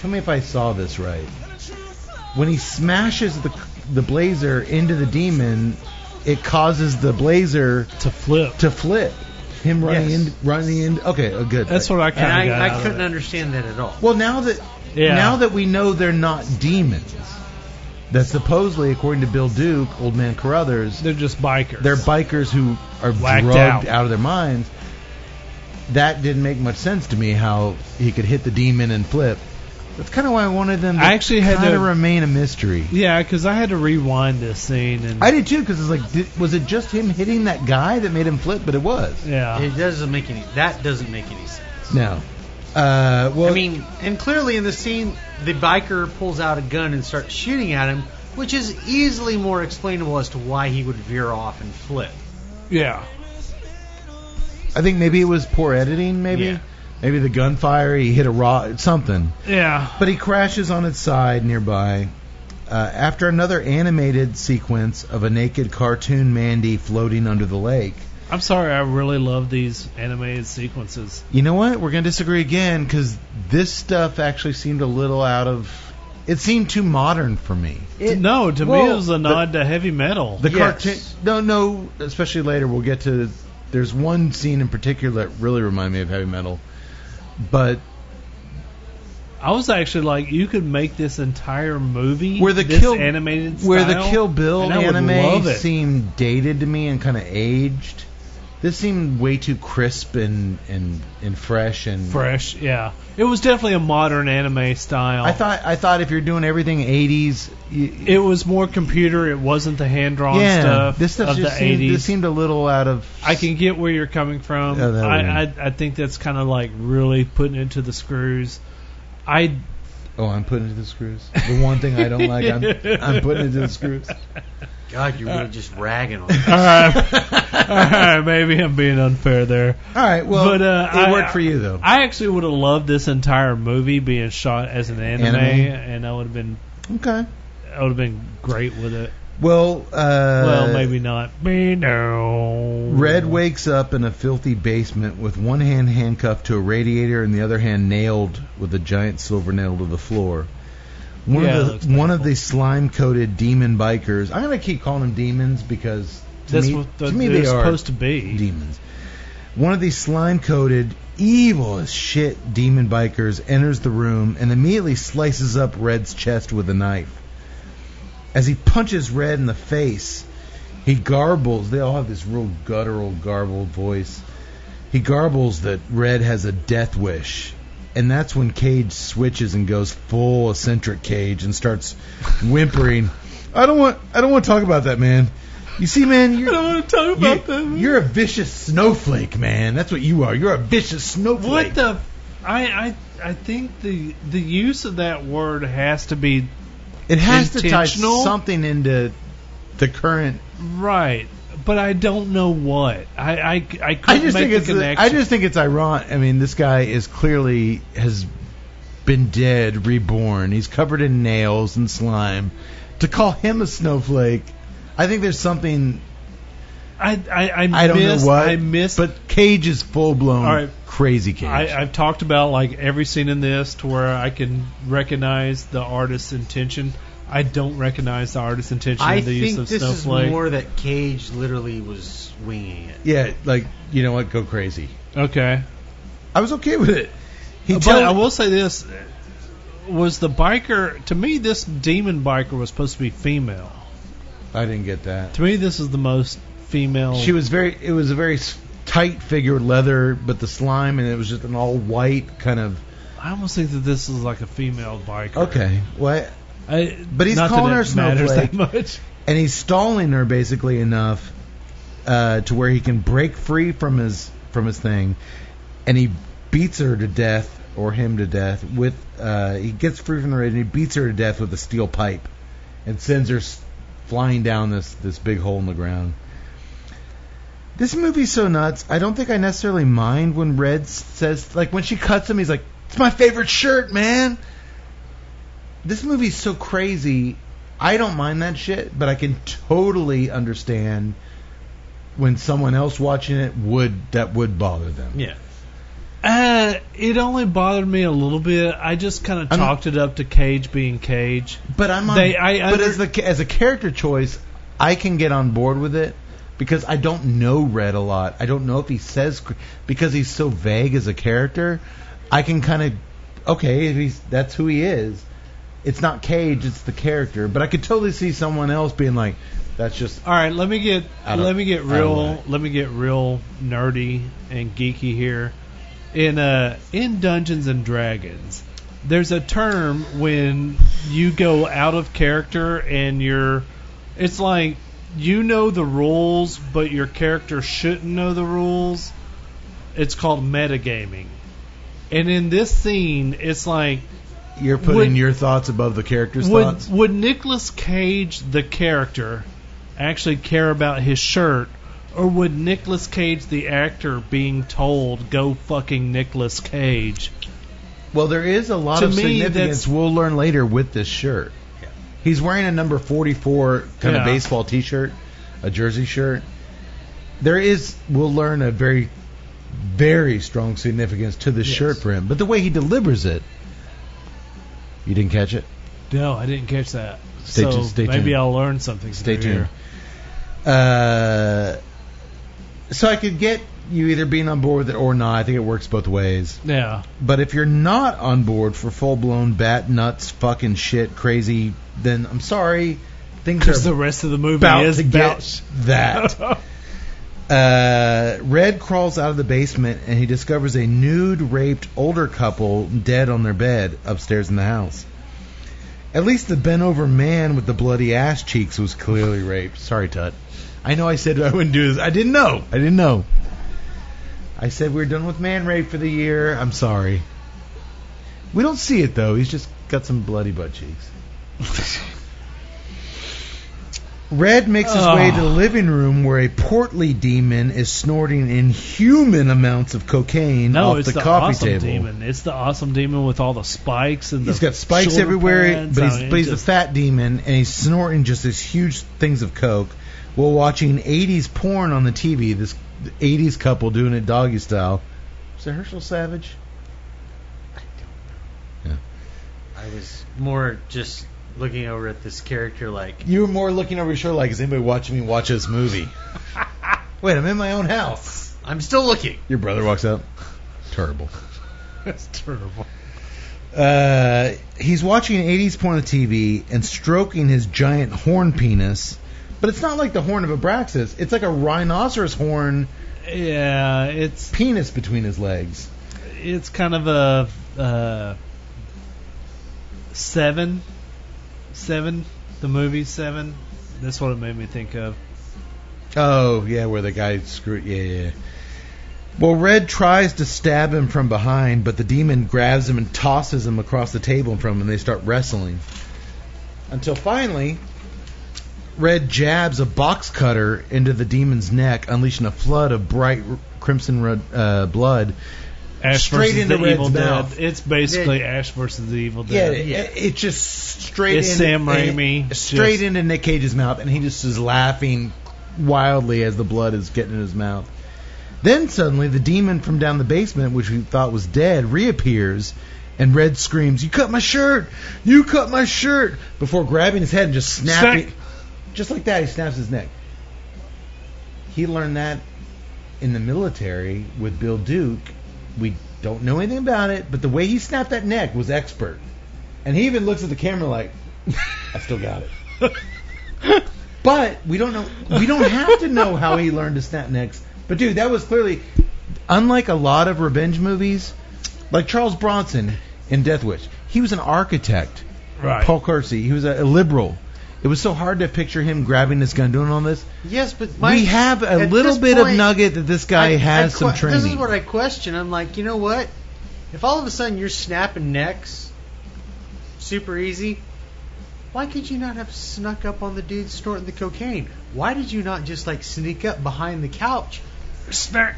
tell me if I saw this right. When he smashes the the blazer into the demon, it causes the blazer
To flip.
to flip him running
Yes.
in running in okay oh, good
That's what I
And
kind of got.
I,
out
I
of
couldn't
it.
understand that at all.
well now that
Yeah.
now that we know they're not demons that supposedly according to bill duke old man carruthers
They're just bikers.
they're bikers who are
Whacked
drugged
out.
out. of their minds that didn't make much sense to me how he could hit the demon and flip that's kind of why i wanted them to
I actually had
kinda
to-
remain a mystery
Yeah, because I had to rewind this scene and
i did too because it's like did, was it just him hitting that guy that made him flip but it was
yeah.
It doesn't make any. That doesn't make any sense.
no uh, well
I mean, and clearly in the scene, the biker pulls out a gun and starts shooting at him, which is easily more explainable as to why he would veer off and flip.
Yeah.
I think maybe it was poor editing. Maybe
Yeah.
maybe the gunfire. He hit a rock, something.
Yeah.
But he crashes on its side nearby. Uh, after another animated sequence of a naked cartoon Mandy floating under the lake.
I'm sorry, I really love these animated sequences.
You know what? We're gonna disagree again because this stuff actually seemed a little out of. It seemed too modern for me.
no, to me it was a nod to heavy metal.
The
Yes.
cartoon. No, no. Especially later, we'll get to. There's one scene in particular that really reminded me of heavy metal, but
I was actually like, you could make this entire movie
Where the
this
Kill-
animated
where the
style,
Kill Bill
and I would
anime
love it.
seemed dated to me and kind of aged. This seemed way too crisp and and, and fresh and
Fresh, yeah. It was definitely a modern anime style.
I thought I thought if you're doing everything 80s, you,
it was more computer. It wasn't the hand drawn
yeah,
stuff
this stuff
of the
just seemed,
'80s.
this seemed a little out of.
I can get where you're coming from.
Yeah, that
I, I
would-
I think that's kind of like really putting it to the screws.
*laughs*
I
Oh, I'm putting it to the screws. The one thing I don't like,
*laughs*
I'm, I'm putting it to the screws.
God, you're
Uh,
really just ragging
*laughs*
on. it.
all right, all right, uh, *laughs* maybe I'm being unfair there.
All right, well,
But, uh,
it
I-
worked for you though.
I actually would have loved this entire movie being shot as an anime,
Anime?
and I would have been
okay.
I would have been great with it.
Well, uh,
well, maybe not. Me no.
Red wakes up in a filthy basement with one hand handcuffed to a radiator and the other hand nailed with a giant silver nail to the floor. One
Yeah, that
of
looks
the one of
painful.
the slime coated demon bikers. I'm gonna keep calling them demons because to
That's
me,
what the,
to me
they're
they are
supposed to be.
demons. One of these slime coated, evil as shit demon bikers enters the room and immediately slices up Red's chest with a knife. As he punches Red in the face, he garbles. They all have this real guttural, garbled voice. He garbles that Red has a death wish. And that's when Cage switches and goes full eccentric Cage and starts whimpering. I don't want. I don't want to talk about that, man. You see, man, you're,
*laughs* I don't want to talk about that.
you, are a vicious snowflake, man. That's what you are. You're a vicious snowflake.
What the? f- I I I think the the use of that word has to be
It has to tie
Intentional?
something into the current.
right, but I don't know what. I I I couldn't
I just think
make the
it's.
connection.
I just think it's ironic. I mean, this guy is clearly has been dead, reborn. He's covered in nails and slime. To call him a snowflake, I think there's something.
I I I,
I don't
missed,
know what.
I missed.
But Cage is full blown
All right.
crazy. Cage.
I, I've talked about like every scene in this to where I can recognize the artist's intention. I don't recognize the artist's intention
I
in the use
think
of
this
snowflake.
is more that Cage literally was winging it.
yeah, like you know what? Go crazy.
okay,
I was okay with it. He
but
told-
I will say this: was the biker to me? This demon biker was supposed to be female.
I didn't get that.
To me, this is the most female.
She was very. It was a very s- tight figure, leather, but the slime, and it was just an all white kind of.
I almost think that this is like a female biker.
Okay, what?
I,
But he's
not that
calling
it
her
matters
Snowflake.
that *laughs* much.
And he's stalling her basically enough uh, to where he can break free from his from his thing, and he beats her to death or him to death with. Uh, he gets free from the raid and he beats her to death with a steel pipe, and sends her s- flying down this this big hole in the ground. This movie's so nuts. I don't think I necessarily mind when Red s- says, like, when she cuts him, he's like, "It's my favorite shirt, man." This movie's so crazy. I don't mind that shit, but I can totally understand when someone else watching it would that would bother them.
Yeah.
Uh, it only bothered me a little bit. I just kind of
I'm-
chalked it up to Cage being Cage.
But I'm on,
They- I
but
under-
as the as a character choice, I can get on board with it because I don't know Red a lot. I don't know if he says cr- because he's so vague as a character. I can kind of okay, if he's that's who he is. It's not Cage, it's the character. But I could totally see someone else being like, "That's just
All right, let me get
I don't-
let me get
I don't
real
know.
let me get real nerdy and geeky here. In uh in Dungeons and Dragons, there's a term when you go out of character and you're it's like you know the rules but your character shouldn't know the rules. It's called metagaming. And in this scene, it's like
you're putting
Would-
your thoughts above the character's
would
thoughts."
would Nicolas Cage the character actually care about his shirt, or would Nicolas Cage the actor being told go fucking Nicolas Cage?
Well, there is a lot
To
of
me, that's-
significance we'll learn later with this shirt. He's wearing a number 44 kind
Yeah.
of baseball T-shirt, a jersey shirt. There is we'll learn a very, very strong significance to this shirt for him. But the way he delivers it, you didn't catch it.
No, I didn't catch that.
Stay
so
tuned- stay
maybe
tuned.
I'll learn something.
Stay
through
tuned.
here.
Uh, so I could get you either being on board with it or not. I think it works both ways.
Yeah,
But if you're not on board for full blown bat nuts fucking shit crazy, then I'm sorry. Things
because
are
the rest of the movie
about
is *laughs*
to
about
get that. Uh, Red crawls out of the basement and he discovers a nude, raped older couple dead on their bed upstairs in the house. At least the bent over man with the bloody ass cheeks was clearly raped. Sorry, Tut. I know I said I wouldn't do this. I didn't know. I didn't know. I said we are done with man rape for the year. I'm sorry. We don't see it though. He's just got some bloody butt cheeks. *laughs* Red makes his way
Ah.
to the living room where a portly demon is snorting inhuman amounts of cocaine
No,
off
it's
the,
the,
coffee
awesome
table.
demon. It's the awesome demon with all the spikes and
He's
the
got spikes
shoulder
everywhere,
pads.
but he's,
I mean,
but he's
just-
the fat demon, and he's snorting just these huge things of coke while watching 80s porn on the TV. This 80s couple doing it doggy style. Is it Herschel Savage?
I was more just looking over at this character like
You were more looking over your shoulder like, is anybody watching me watch this *laughs* movie? Wait, I'm in my own house.
I'm still looking.
Your brother walks up. *laughs* Terrible.
That's terrible.
Uh, he's watching 80s porn on TV and stroking his giant horn penis, but it's not like the horn of a Abraxas. It's like a rhinoceros horn
Yeah, it's
penis between his legs.
it's kind of a uh, seven, seven. The movie Seven. That's what it made me think of.
Oh yeah, where the guy screwed. Yeah, yeah. yeah. Well, Red tries to stab him from behind, but the demon grabs him and tosses him across the table in front of him, and they start wrestling. Until finally, Red jabs a box cutter into the demon's neck, unleashing a flood of bright r- crimson red, uh, blood.
Ash
Straight
versus
into
the
Red's
Evil
mouth.
Dead. It's basically Ash versus the Evil
Yeah,
Dead.
it, Uh, it- it just straight
It's
in-
Sam Raimi,
it- straight
just-
into Nick Cage's mouth, and he just is laughing wildly as the blood is getting in his mouth. Then suddenly, the demon from down the basement, which we thought was dead, reappears, and Red screams, "You cut my shirt! You cut my shirt!" Before grabbing his head and just snapping,
Snap.
just like that, he snaps his neck. He learned that in the military with Bill Duke. We don't know anything about it, but the way he snapped that neck was expert. And he even looks at the camera like, I still got it. but we don't know. We don't have to know how he learned to snap necks. But dude, that was clearly, unlike a lot of revenge movies, like Charles Bronson in Death Wish, he was an architect.
Right.
Paul Kersey, he was a, a liberal. It was so hard to picture him grabbing this gun, doing all this.
Yes, but my,
we have a
at
little
this
bit of
point,
nugget that this guy
I-
has
I
some
que-
training.
This is what I question. I'm like, you know what? If all of a sudden you're snapping necks, super easy. Why could you not have snuck up on the dude snorting the cocaine? Why did you not just like sneak up behind the couch?
Snack.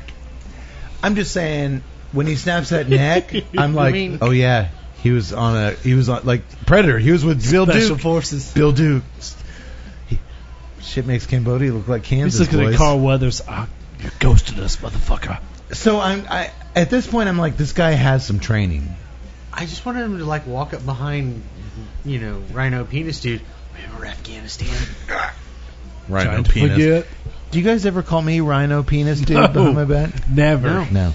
I'm just saying when he snaps that
*laughs*
neck, I'm like,
mean-
oh yeah, he was on a he was on like Predator. He was with Bill
Special
Duke.
Forces.
Bill Duke. He- shit makes Cambodia look like
He's
Kansas.
looking
boys.
at Carl Weathers. Ah, you ghosted us, motherfucker.
So I'm I at this point I'm like this guy has some training.
I just wanted him to like walk up behind,
Mm-hmm.
you know, Rhino Penis dude. Remember Afghanistan?
Right.
Trying to forget.
Do you guys ever call me Rhino Penis dude
No.
behind my back?
Never.
No.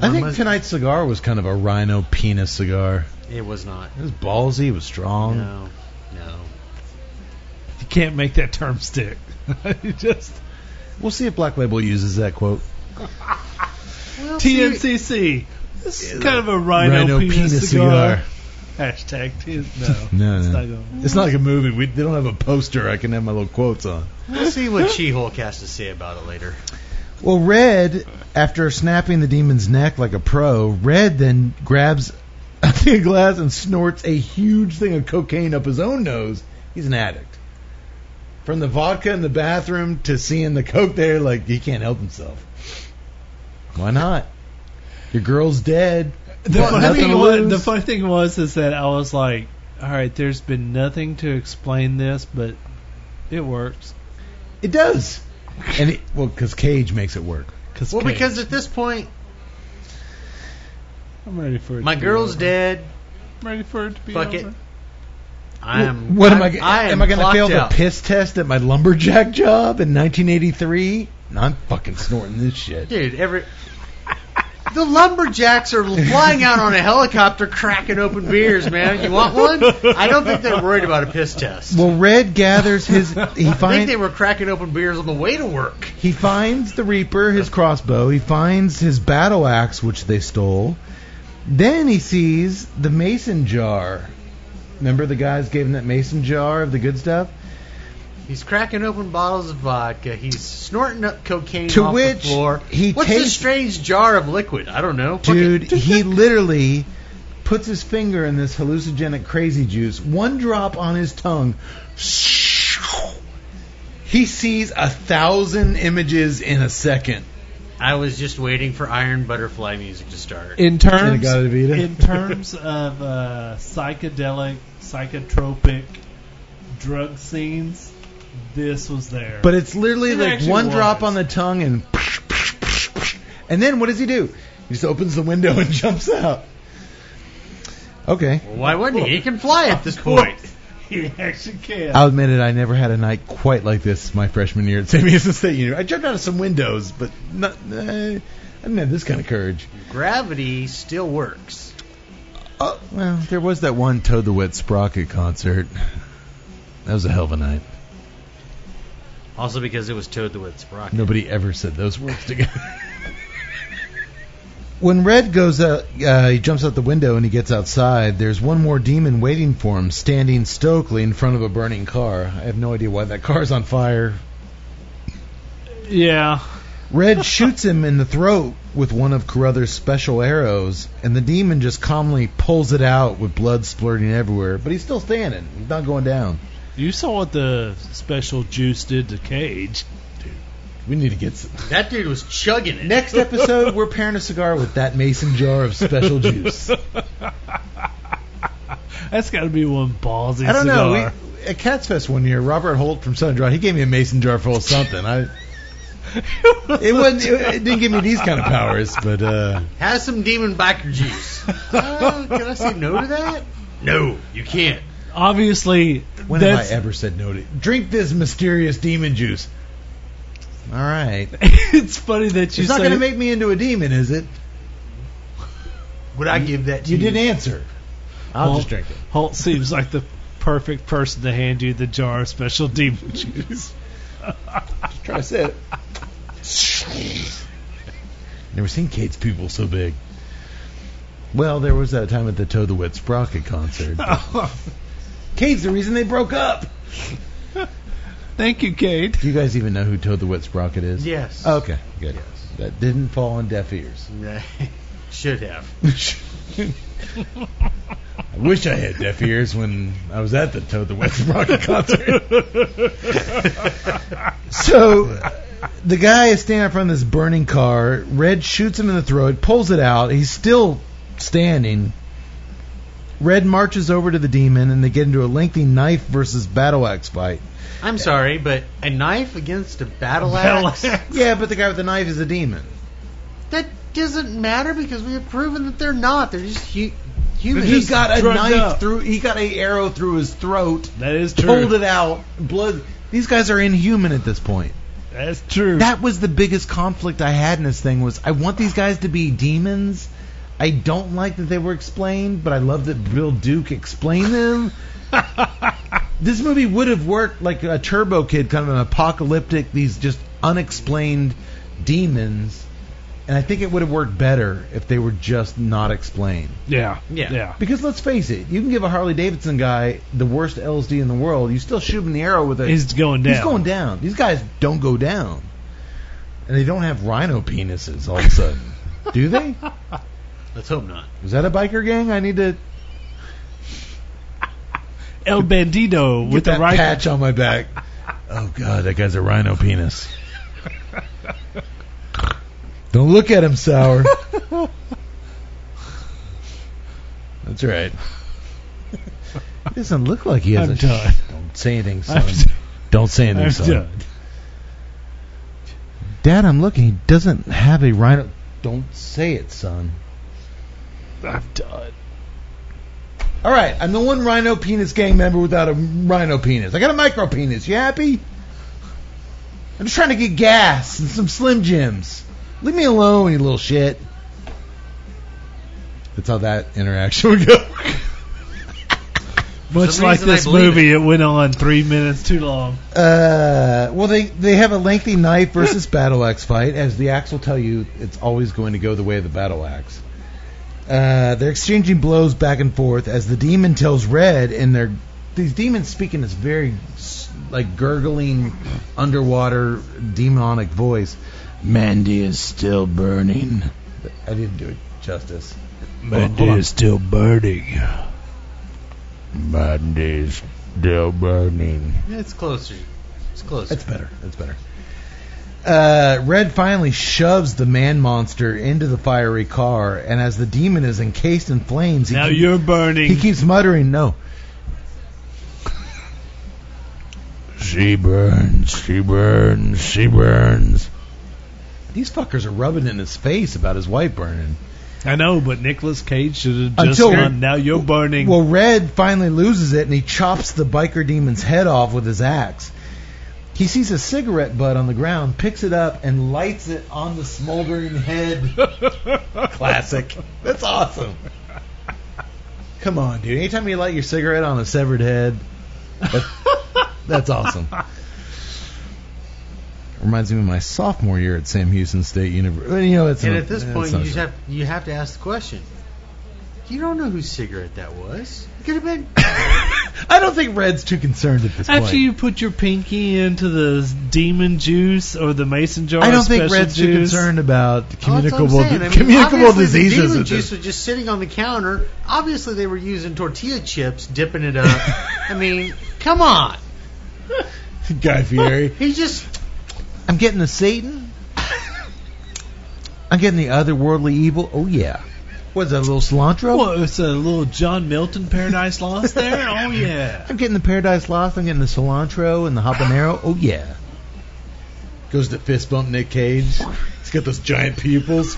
I
Or
think
must-
tonight's cigar was kind of a Rhino Penis cigar.
It was not.
It was ballsy. It was strong.
No, no.
You can't make that term stick. *laughs* You just
We'll see if Black Label uses that quote.
Well, see,
TNCC. This is kind of a rhino, penis, cigar. Hashtag TNCC. No,
No,
it's
no.
not going.
It's not like a movie. We, they don't have a poster I can have my little quotes on.
we'll see what She-Hulk has to say about it later.
Well, Red, after snapping the demon's neck like a pro, Red then grabs *laughs* a thing of glass and snorts a huge thing of cocaine up his own nose. He's an addict. From the vodka in the bathroom to seeing the coke there, like he can't help himself. Why not? Your girl's dead.
The,
Got
funny
nothing
thing
to
was,
lose.
the funny thing was is that I was like, all right, there's been nothing to explain this, but it works.
It does. And it, well, because Cage makes it work.
Cause
Well,
Cage-
because at this point,
I'm ready for it.
my
to be
girl's
over.
dead.
I'm ready for it to be
Fuck
over.
it. I am.
What am
I'm-
I?
I am,
am I going to
clocked
fail the
out.
piss test at my lumberjack job in 1983? I'm fucking snorting this shit.
dude? Every *laughs* The lumberjacks are flying out on a helicopter, cracking open beers, man. You want one? I don't think they're worried about a piss test.
Well, Red gathers his. He
*laughs* I think
finds
they were cracking open beers on the way to work.
he finds the Reaper, his crossbow. He finds his battle axe, which they stole. Then he sees the mason jar. Remember the guys gave him that mason jar of the good stuff.
He's cracking open bottles of vodka. He's snorting up cocaine
To
off
which
the floor.
he
What's
takes-
this strange jar of liquid? I don't know.
Dude, he literally puts his finger in this hallucinogenic crazy juice, one drop on his tongue. He sees a thousand images in a second.
I was just waiting for Iron Butterfly music to start.
in terms
Gotta beat it.
*laughs* in terms of uh, psychedelic psychotropic drug scenes, this was there.
*laughs* But it's literally
It
like
actually
one drop
was.
on the tongue and. And then what does he do? He just opens the window *laughs* and jumps out. Okay.
Why wouldn't he? He can fly at this point.
you actually can.
I'll admit it, I never had a night quite like this my freshman year at San Diego *laughs* State University. I jumped out of some windows, but not, uh, I didn't have this kind of courage.
Gravity still works.
Oh, well, there was that one Toad the Wet Sprocket concert. That was a hell of a night.
Also because it was Toad the Wet Sprocket.
Nobody ever said those words together. *laughs* when Red goes out, uh, he jumps out the window and he gets outside. There's one more demon waiting for him, standing stoically in front of a burning car. I have no idea why that car's on fire.
yeah.
Red shoots him in the throat with one of Carruthers' special arrows, and the demon just calmly pulls it out with blood splurting everywhere. But he's still standing. He's not going down.
You saw what the special juice did to Cage.
We need to get. Some.
That dude was chugging it.
Next episode, we're pairing a cigar with that mason jar of special
*laughs*
juice.
That's got to be one ballsy
I don't know.
cigar.
We, at Cats Fest one year, Robert Holt from Southern Dry, he gave me a mason jar full of something. I. It wasn't. It, it didn't give me these kind of powers, but uh,
Have some demon biker juice. *laughs* Uh, can I say no to that? No, you can't.
Obviously,
when
that's
have I ever said no to? Drink this mysterious demon juice. All right.
*laughs* it's funny that you
It's not
say
going to make me into a demon, is it?
Would I give that to
You
you?
didn't answer. I'll
Well-
just drink it.
Holt seems like the perfect person to hand you the jar of special demon juice.
Try to sit. Never seen Kate's pupil so big. *laughs* Well, there was that time at the Toe the Wet Sprocket concert. *laughs* Kate's the reason they broke up.
Thank you, Kate.
Do you guys even know who Toad the Wet Sprocket is?
Yes. Oh.
Okay, good. That didn't fall on deaf ears.
*laughs* Should have.
I wish I had deaf ears when I was at the Toad the Wet Sprocket concert. so the guy is standing in front of this burning car. Red shoots him in the throat, pulls it out. He's still standing. Red marches over to the demon, and they get into a lengthy knife versus battle axe fight.
I'm sorry, but a knife against a battle
Battle *laughs*
axe?
axe.
Yeah, but the guy with the knife is a demon.
*laughs* That doesn't matter because we have proven that they're not. They're just hu- human.
He got a
drugged
knife
up.
through. He got a arrow through his throat.
That is true.
pulled it out. Blood. These guys are inhuman at this point.
That's true.
That was the biggest conflict I had in this thing was I want these guys to be demons. I don't like that they were explained, but I love that Bill Duke explained
*laughs*
them. this movie would have worked like a Turbo Kid, kind of an apocalyptic, these just unexplained demons. And I think it would have worked better if they were just not explained.
yeah.
Yeah.
Yeah.
Because let's face it, you can give a Harley Davidson guy the worst LSD in the world. You still shoot him in the arrow with a.
He's going down.
He's going down. These guys don't go down. And they don't have rhino penises all of a
*laughs*
sudden. Do they?
Let's hope not.
Is that a biker gang? I need to
El Bandido
with
with
that
the right *laughs*
patch on my back. Oh god, that guy's a rhino penis. don't look at him
*laughs*
sour. That's right. He doesn't look like he has
I'm
a
done.
Don't say anything, son.
I'm done.
Don't say anything,
I'm
son.
done.
Dad, I'm looking. He doesn't have a rhino. Don't say it, son.
I'm done.
All right, I'm the one rhino penis gang member without a rhino penis. I got a micro penis. You happy? I'm just trying to get gas and some Slim Jims. Leave me alone, you little shit. That's how that interaction *laughs* would go.
Much
some
like
reason, I
this
believe
movie, it. went on three minutes too long.
Uh, well, they they have a lengthy knife versus battle axe fight. As the axe will tell you, it's always going to go the way of the battle axe. Uh, they're exchanging blows back and forth as the demon tells Red, and they're these demons speak in this very s- like gurgling underwater demonic voice. Mandy is still burning. I didn't do it justice. Mandy is
still burning. Monday's still burning.
It's closer. It's closer.
That's better. That's better. Uh, Red finally shoves the man monster into the fiery car, and as the demon is encased in flames, he,
now
keep-
you're burning.
he keeps muttering, "No."
She burns, she burns, she burns.
These fuckers are rubbing in his face about his wife burning.
I know, but Nicolas Cage should have just
Until-
gone. Now you're burning. *laughs*
Well, Red finally loses it, and he chops the biker demon's head off with his axe. He sees a cigarette butt on the ground, picks it up, and lights it on the smoldering head.
*laughs*
Classic. That's awesome. Come on, dude. Anytime you light your cigarette on a severed head, that-
*laughs*
that's awesome. Reminds me of my sophomore year at Sam Houston State University. You know, it's
And
not-
at this
it's
point,
not
you just
true.
have you have to ask the question. You don't know whose cigarette that was. It could have
*coughs*
been.
I don't think Red's too concerned at this point.
After you put your pinky into the demon juice or the mason jar,
I don't think
special
Red's too
juice,
concerned about
Oh, that's what I'm
communicable
saying. I mean,
communicable
obviously The
diseases. uh,
demon
at
juice
this-
was just sitting on the counter. Obviously, they were using tortilla chips, dipping
*laughs*
it up. I mean, come on.
Guy Fieri.
He just
*laughs* I'm getting the Satan. I'm getting the otherworldly evil. Oh yeah. What's that a little cilantro?
Well, it's a little John Milton Paradise Lost there. Oh yeah.
I'm getting the Paradise Lost. I'm getting the cilantro and the habanero. Oh yeah. Goes to fist bump Nick Cage. He's got those giant pupils.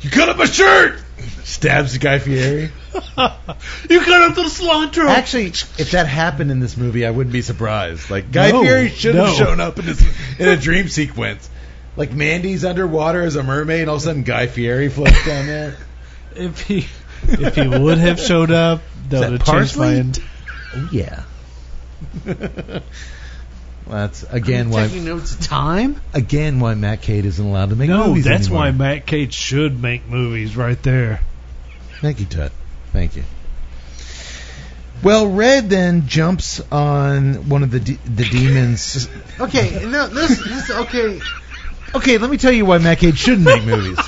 You cut up my shirt. Stabs the Guy Fieri.
you cut up the cilantro.
Actually, if that happened in this movie, I wouldn't be surprised. Like Guy
No,
Fieri should have
no.
shown up in this in a dream sequence. Like Mandy's underwater as a mermaid, and all of a sudden Guy Fieri floats down
*laughs*
there.
if he if he would have showed up, that
that
would have changed my
parsley?
end.
Oh yeah. *laughs* well, that's again
taking
why
notes of time.
again why Matt Cade isn't allowed to make
No,
movies
that's
anymore.
why Matt Cage should make movies right there.
Thank you, Tut. Thank you. Well, Red then jumps on one of the de- the demons.
Okay, no, this, this okay.
okay, let me tell you why Matt Cage shouldn't make movies. *laughs*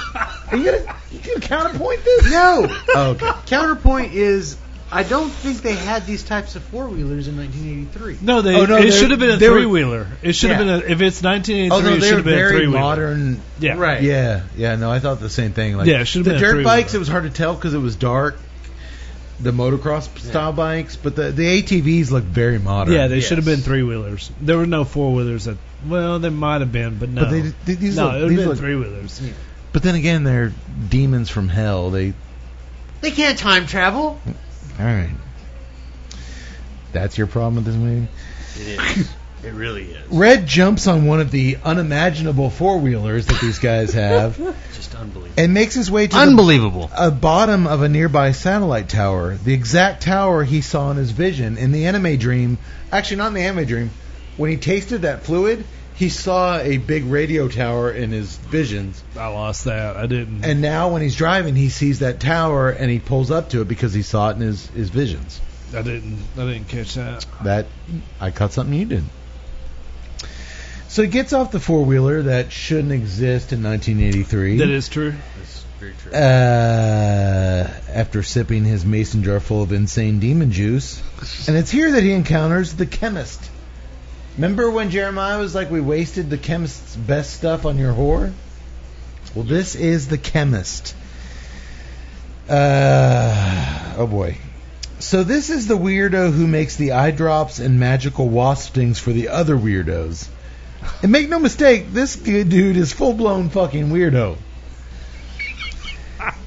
Are you gonna, you gonna counterpoint this?
No.
Oh, *laughs* okay.
Counterpoint is, I don't think they had these types of four wheelers in 1983.
No, they.
Oh, no,
it
they're-
should have been a
they were-
three wheeler. It should have
Yeah.
been a, if it's 1983.
Although
it
Oh, they
should
were
have been a
very
three wheeler.
modern.
Yeah.
Right.
Yeah, yeah. No, I thought the same thing. Like
Yeah, it should've
the
been a
dirt
three-wheeler.
bikes. It was hard to tell because it was dark. The motocross style bikes, but the the ATVs look very modern.
Yeah, they should have
Yes.
been three wheelers. There were no four wheelers. At well, there might have been, but no.
But they- they- these
no,
look-
it would
these
have been
look-
three wheelers.
But then again, they're demons from hell. They
They can't time travel.
all right. That's your problem with this movie.
It is. It really is.
Red jumps on one of the unimaginable four wheelers that these guys have,
*laughs* Just unbelievable.
and makes his way to the *laughs*
Unbelievable.
a bottom of a nearby satellite tower, the exact tower he saw in his vision in the anime dream. Actually, not in the anime dream. When he tasted that fluid, he saw a big radio tower in his visions.
I lost that. I didn't.
And now, when he's driving, he sees that tower and he pulls up to it because he saw it in his, his visions.
I didn't. I didn't catch that.
That I caught something you didn't. So he gets off the four wheeler that shouldn't exist in 1983.
That is true.
That's very true.
uh, after sipping his mason jar full of insane demon juice. And it's here that he encounters the chemist. Remember when Jeremiah was like, We wasted the chemist's best stuff on your whore? Well, this is the chemist. Uh, oh boy. So, this is the weirdo who makes the eye drops and magical wasp stings for the other weirdos. And make no mistake, this good dude is full blown fucking weirdo.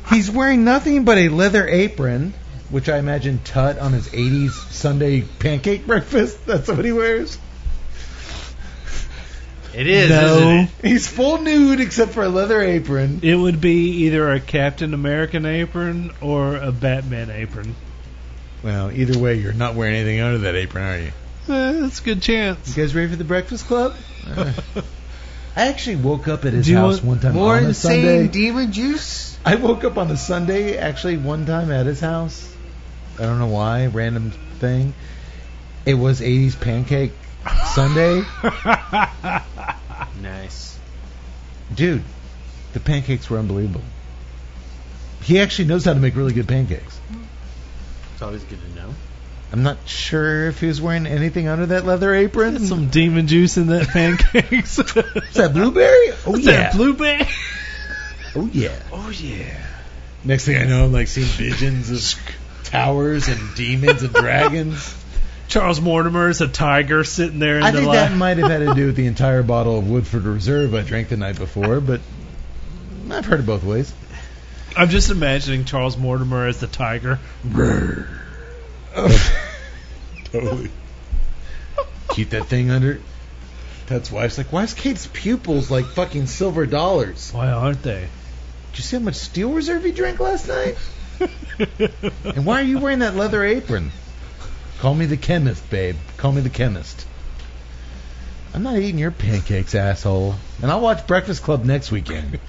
He's wearing nothing but a leather apron, which I imagine Tut on his 80s Sunday pancake breakfast. That's what he wears.
It is, isn't
no,
it?
He's full nude except for a leather apron.
it would be either a Captain American apron or a Batman apron.
Well, either way, you're not wearing anything under that apron, are you?
Eh, that's a good
You
chance.
guys ready for the Breakfast *laughs* Club? I actually woke up at his
Do you
house
want
one time
More
on a
insane
Sunday.
demon juice?
I woke up on a Sunday actually one time at his house. I don't know why, random thing. It was 80s pancake Sunday.
Nice.
Dude, the pancakes were unbelievable. He actually knows how to make really good pancakes.
It's always good to know.
I'm not sure if he was wearing anything under that leather apron.
Some demon juice
*laughs*
in that pancakes.
Is
*laughs*
that blueberry? Oh yeah.
That blueberry.
oh yeah. Oh yeah. Next thing I know, I'm like seeing visions of towers and demons and dragons.
Charles Mortimer is a tiger sitting there
*laughs*
in
I
the
think *laughs*
li-
that might have had to do with the entire bottle of Woodford Reserve I drank the night before, but I've heard it both ways.
I'm just imagining Charles Mortimer as the tiger.
totally. Keep that thing under. That's wife's like, why is Kate's pupils like fucking silver dollars?
Why aren't they?
Did you see how much Steel Reserve you drank last night? *laughs* and why are you wearing that leather apron? Call me the chemist, babe. Call me the chemist. I'm not eating your pancakes, asshole. And I'll watch Breakfast Club next weekend.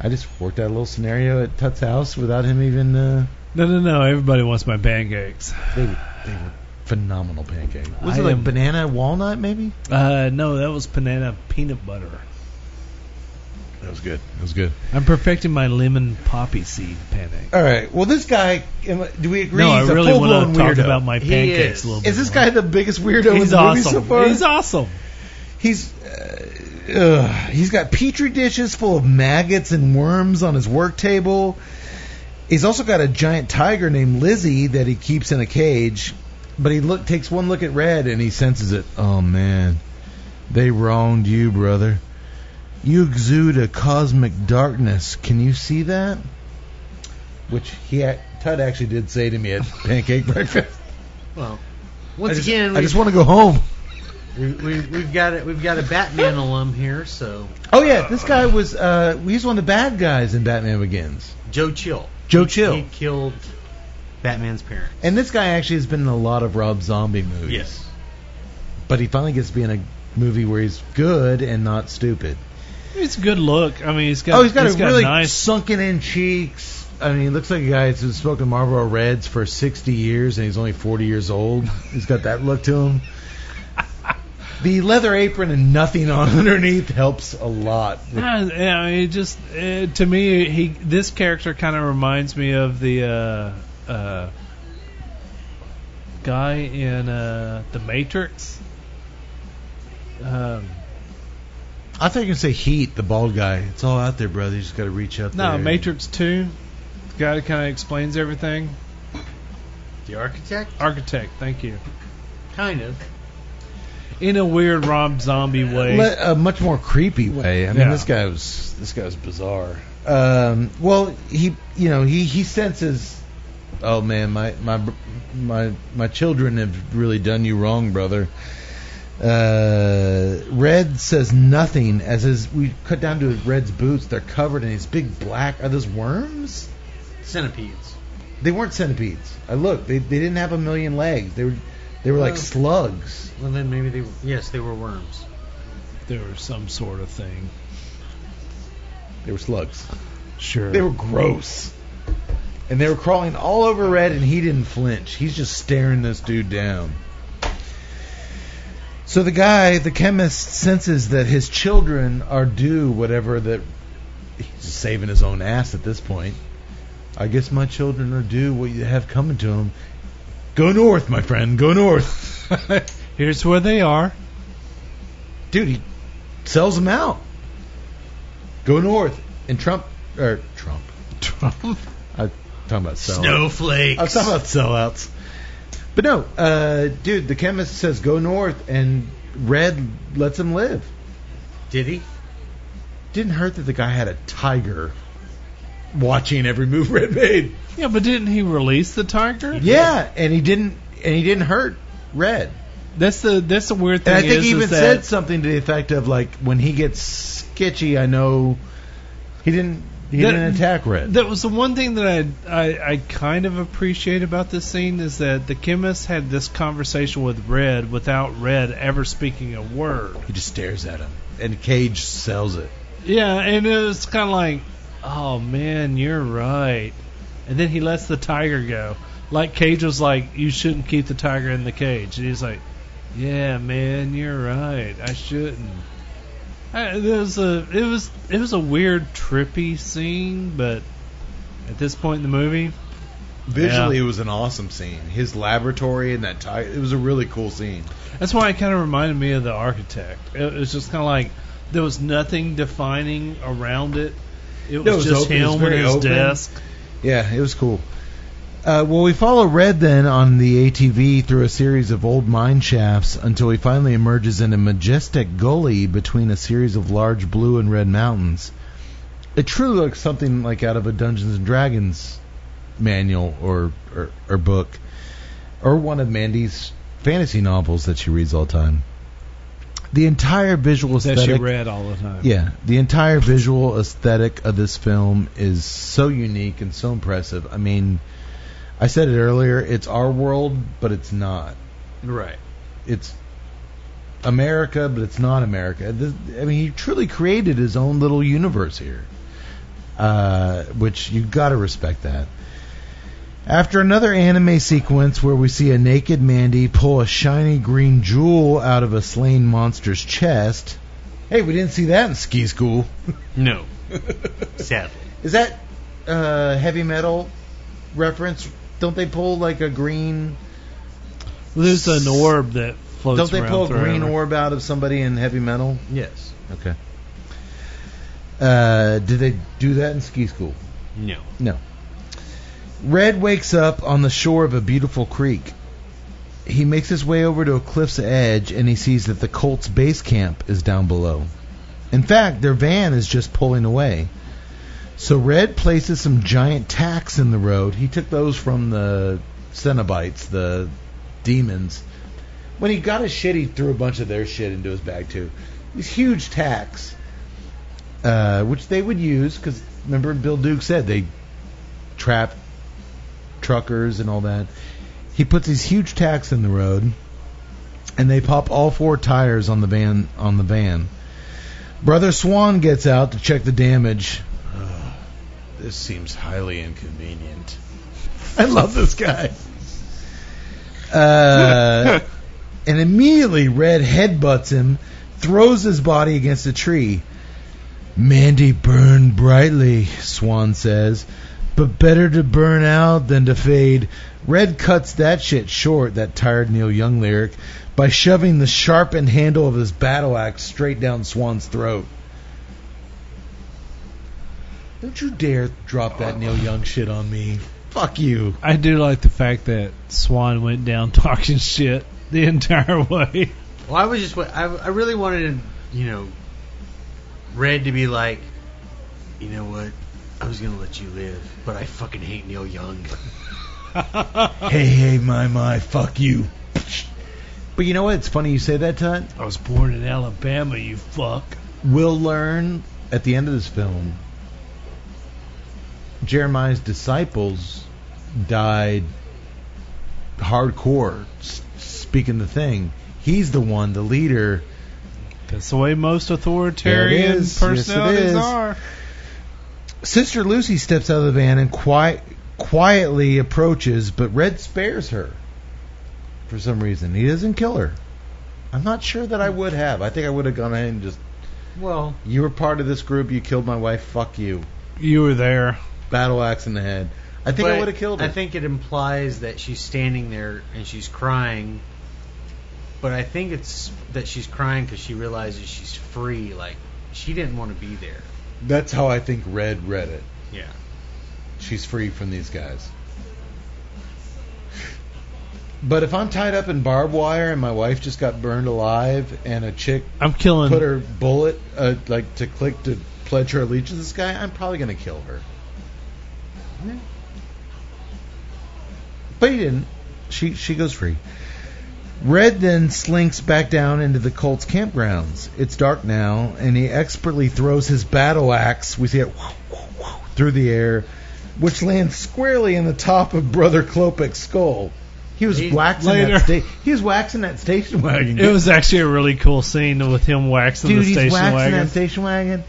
I just worked out a little scenario at Tut's house without him even. Uh,
No, no, no. Everybody wants my pancakes.
they, were, they were phenomenal pancakes. Was
I
it like
am-
banana walnut, maybe?
Uh, no, that was banana peanut butter.
That was good. That was good.
I'm perfecting my lemon poppy seed pancake.
All right. Well, this guy. am- Do we agree?
No, I
he's Uh, a
really
full-blown
want to talk
weirdo?
about my
He
pancakes
is.
a little bit.
Is this
more.
guy the biggest weirdo in
He's
the movie so
awesome.
far?
He's awesome.
He's uh, uh, he's got petri dishes full of maggots and worms on his work table. He's also got a giant tiger named Lizzie that he keeps in a cage. But he look takes one look at Red and he senses it. Oh man, they wronged you, brother. You exude a cosmic darkness. Can you see that? Which he ac- Tud actually did say to me at pancake
*laughs*
breakfast.
Well,
I
once
just-
again,
I
we-
just want to go home.
we, we, we've got it. We've got a Batman alum here, so
Oh yeah, this guy was uh he's one of the bad guys in Batman Begins.
Joe Chill.
Joe Chill.
He killed Batman's parents.
And this guy actually has been in a lot of Rob Zombie movies.
Yes.
But he finally gets to be in a movie where he's good and not stupid.
He's a good look. I mean, he's got
oh, he's got a really
nice.
sunken in cheeks. I mean, he looks like a guy that's been smoking Marlboro Reds for 60 years and he's only 40 years old. He's got that look to him. The leather apron and nothing *laughs* on underneath helps a lot.
Yeah, yeah, I mean, it just uh, to me, he this character kind of reminds me of the uh, uh, guy in uh, the Matrix. Um,
I thought you were gonna say Heat, the bald guy. It's all out there, brother. You just got to reach up.
no,
there.
Matrix Two. The guy that kind of explains everything.
The architect?
Architect, thank you.
Kind of.
In a weird Rob Zombie way.
Le- a much more creepy way. I mean,
Yeah.
this guy was this guy was bizarre. Um, well, he you know he he senses, oh man, my my my my children have really done you wrong, brother. Uh, Red says nothing as his we cut down to Red's boots. They're covered in these big black. Are those worms?
Centipedes.
They weren't centipedes. I looked. They they didn't have a million legs. They were they were like
Well-
slugs.
Well, then maybe they. Yes, they were worms.
there was some sort of thing.
They were slugs.
Sure.
They were gross. And they were crawling all over Red, and he didn't flinch. He's just staring this dude down. So the guy, the chemist, senses that his children are due whatever that. He's just saving his own ass at this point. I guess my children are due what you have coming to them. Go north, my friend. Go north.
*laughs* Here's where they are.
Dude, he sells them out. Go north. And Trump. Or Trump.
Trump.
*laughs* I'm talking about selling.
Snowflakes.
I was talking about sellouts. But no, uh, dude, the chemist says go north, and Red lets him live.
Did he?
Didn't hurt that the guy had a tiger watching every move *laughs* Red made.
Yeah, but didn't he release the tiger?
Yeah, and he didn't, and he didn't hurt Red.
That's the that's the weird thing.
And I think
is,
he
is
even
that-
said something to the effect of like, when he gets sketchy, I know he didn't he
That-
didn't attack Red.
That was the one thing that I, I I kind of appreciate about this scene is that the chemist had this conversation with Red without Red ever speaking a word.
he just stares at him, and Cage sells it.
Yeah, and it was kind of like, oh man, you're right. And then he lets the tiger go. Like Cage was like, you shouldn't keep the tiger in the cage. And he's like, yeah, man, you're right. I shouldn't. I, it was a it was it was a weird trippy scene, but at this point in the movie,
Visually,
Yeah.
it was an awesome scene. His laboratory and that tiger. It was a really cool scene.
That's why it kind of reminded me of the architect. It was just kind of like there was nothing defining around it. It was,
No, it was
just
open. It was
him with
very
his
open.
desk.
Yeah, it was cool. Uh, well, we follow Red then on the ATV through a series of old mine shafts until he finally emerges in a majestic gully between a series of large blue and red mountains. It truly looks something like out of a Dungeons and Dragons manual or, or, or book, or one of Mandy's fantasy novels that she reads all the time. The entire visual
that
aesthetic.
she read all the time.
Yeah, the entire visual aesthetic of this film is so unique and so impressive. I mean, I said it earlier, it's our world, but it's not.
right.
It's America, but it's not America. This, I mean, he truly created his own little universe here, uh, which you got to respect that. After another anime sequence where we see a naked Mandy pull a shiny green jewel out of a slain monster's chest. Hey, we didn't see that in Ski School.
No. Sadly.
Is that uh, heavy metal reference? Don't they pull like a green?
There's an orb that floats.
Don't they
around
pull a
forever.
green orb out of somebody in heavy metal?
Yes.
Okay. Uh, did they do that in ski school?
No.
No. Red wakes up on the shore of a beautiful creek. He makes his way over to a cliff's edge and he sees that the Colts base camp is down below. In fact, their van is just pulling away. So Red places some giant tacks in the road. He took those from the Cenobites, the demons. When he got his shit, he threw a bunch of their shit into his bag too. These huge tacks, uh, which they would use because remember Bill Duke said they trap truckers and all that. He puts these huge tacks in the road, and they pop all four tires on the van. On the van, Brother Swan gets out to check the damage. this seems highly inconvenient. *laughs* I love this guy. *laughs* Uh, and immediately, Red headbutts him, throws his body against a tree. Mandy burned brightly, Swan says, but better to burn out than to fade. Red cuts that shit short, that tired Neil Young lyric, by shoving the sharpened handle of his battle axe straight down Swan's throat. Don't you dare drop that Neil Young shit on me. Fuck you.
I do like the fact that Swan went down *laughs* talking shit the entire way.
Well, I was just. wa- I, I really wanted, you know, Red to be like, you know what? I was gonna let you live, but I fucking hate Neil Young.
Hey, hey, my, my, fuck you. But you know what? It's funny you say that, Todd.
I was born in Alabama, you fuck.
we'll learn at the end of this film Jeremiah's disciples died hardcore s- speaking the thing. He's the one, the leader.
That's the way most authoritarian
is. Yes, it
personalities
is.
are.
Sister Lucy steps out of the van and qui- quietly approaches, but Red spares her for some reason. He doesn't kill her. I'm not sure that I would have. I think I would have gone ahead and just,
Well,
you were part of this group, you killed my wife, fuck you.
You were there.
Battle axe in the head. I think I
But
would have killed her.
I think it implies that she's standing there and she's crying. But I think it's that she's crying because she realizes she's free. Like she didn't want to be there.
That's how I think Red read it.
Yeah.
She's free from these guys. But if I'm tied up in barbed wire and my wife just got burned alive and a chick
I'm killing.
put her bullet uh, like to click to pledge her allegiance to this guy, I'm probably gonna kill her. But he didn't. She she goes free. Red then slinks back down into the Colt's campgrounds. It's dark now, and he expertly throws his battle axe. We see it through the air, which lands squarely in the top of Brother Klopek's skull. He was
He-
waxing
later.
that sta- he was waxing that station wagon.
It was actually a really cool scene with him waxing
dude.
the
He's
station
waxing
wagon.
that station wagon.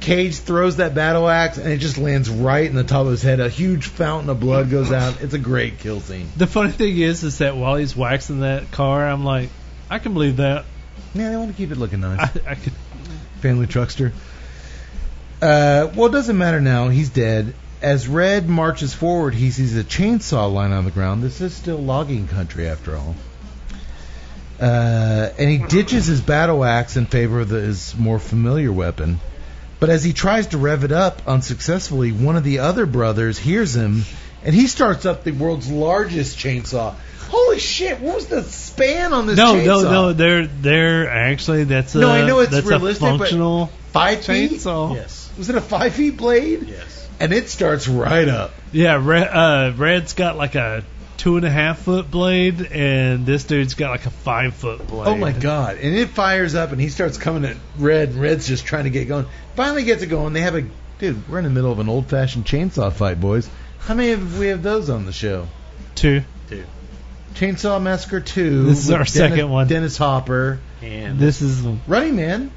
Cage throws that battle axe, and it just lands right in the top of his head. A huge fountain of blood goes out. It's a great kill scene.
the funny thing is, is that while he's waxing that car, I'm like, I can believe that.
Yeah, they want to keep it looking
*laughs*
nice.
I, I could.
family truckster. Uh, well, it doesn't matter now. He's dead. As Red marches forward, he sees a chainsaw lying on the ground. This is still logging country, after all. Uh, and he ditches his battle axe in favor of the, his more familiar weapon. But as he tries to rev it up unsuccessfully, one of the other brothers hears him, and he starts up the world's largest chainsaw. Holy shit! What was the span on this
No,
chainsaw?
no, no. They're they're actually that's a
No, I know it's
that's
realistic,
a
but-
functional
Five feet.
chainsaw.
Yes.
Was it a five feet blade?
Yes.
and it starts right up.
Yeah, Red, uh, Red's got like a two and a half foot blade, and this dude's got like a five foot blade.
Oh my god! And it fires up, and he starts coming at Red. And Red's just trying to get going. Finally gets it going. They have a dude. We're in the middle of an old fashioned chainsaw fight, boys. How many of we have those on the show?
Two.
Chainsaw Massacre Two.
This is
with
our second one.
Dennis Hopper,
And
This is
Running Man,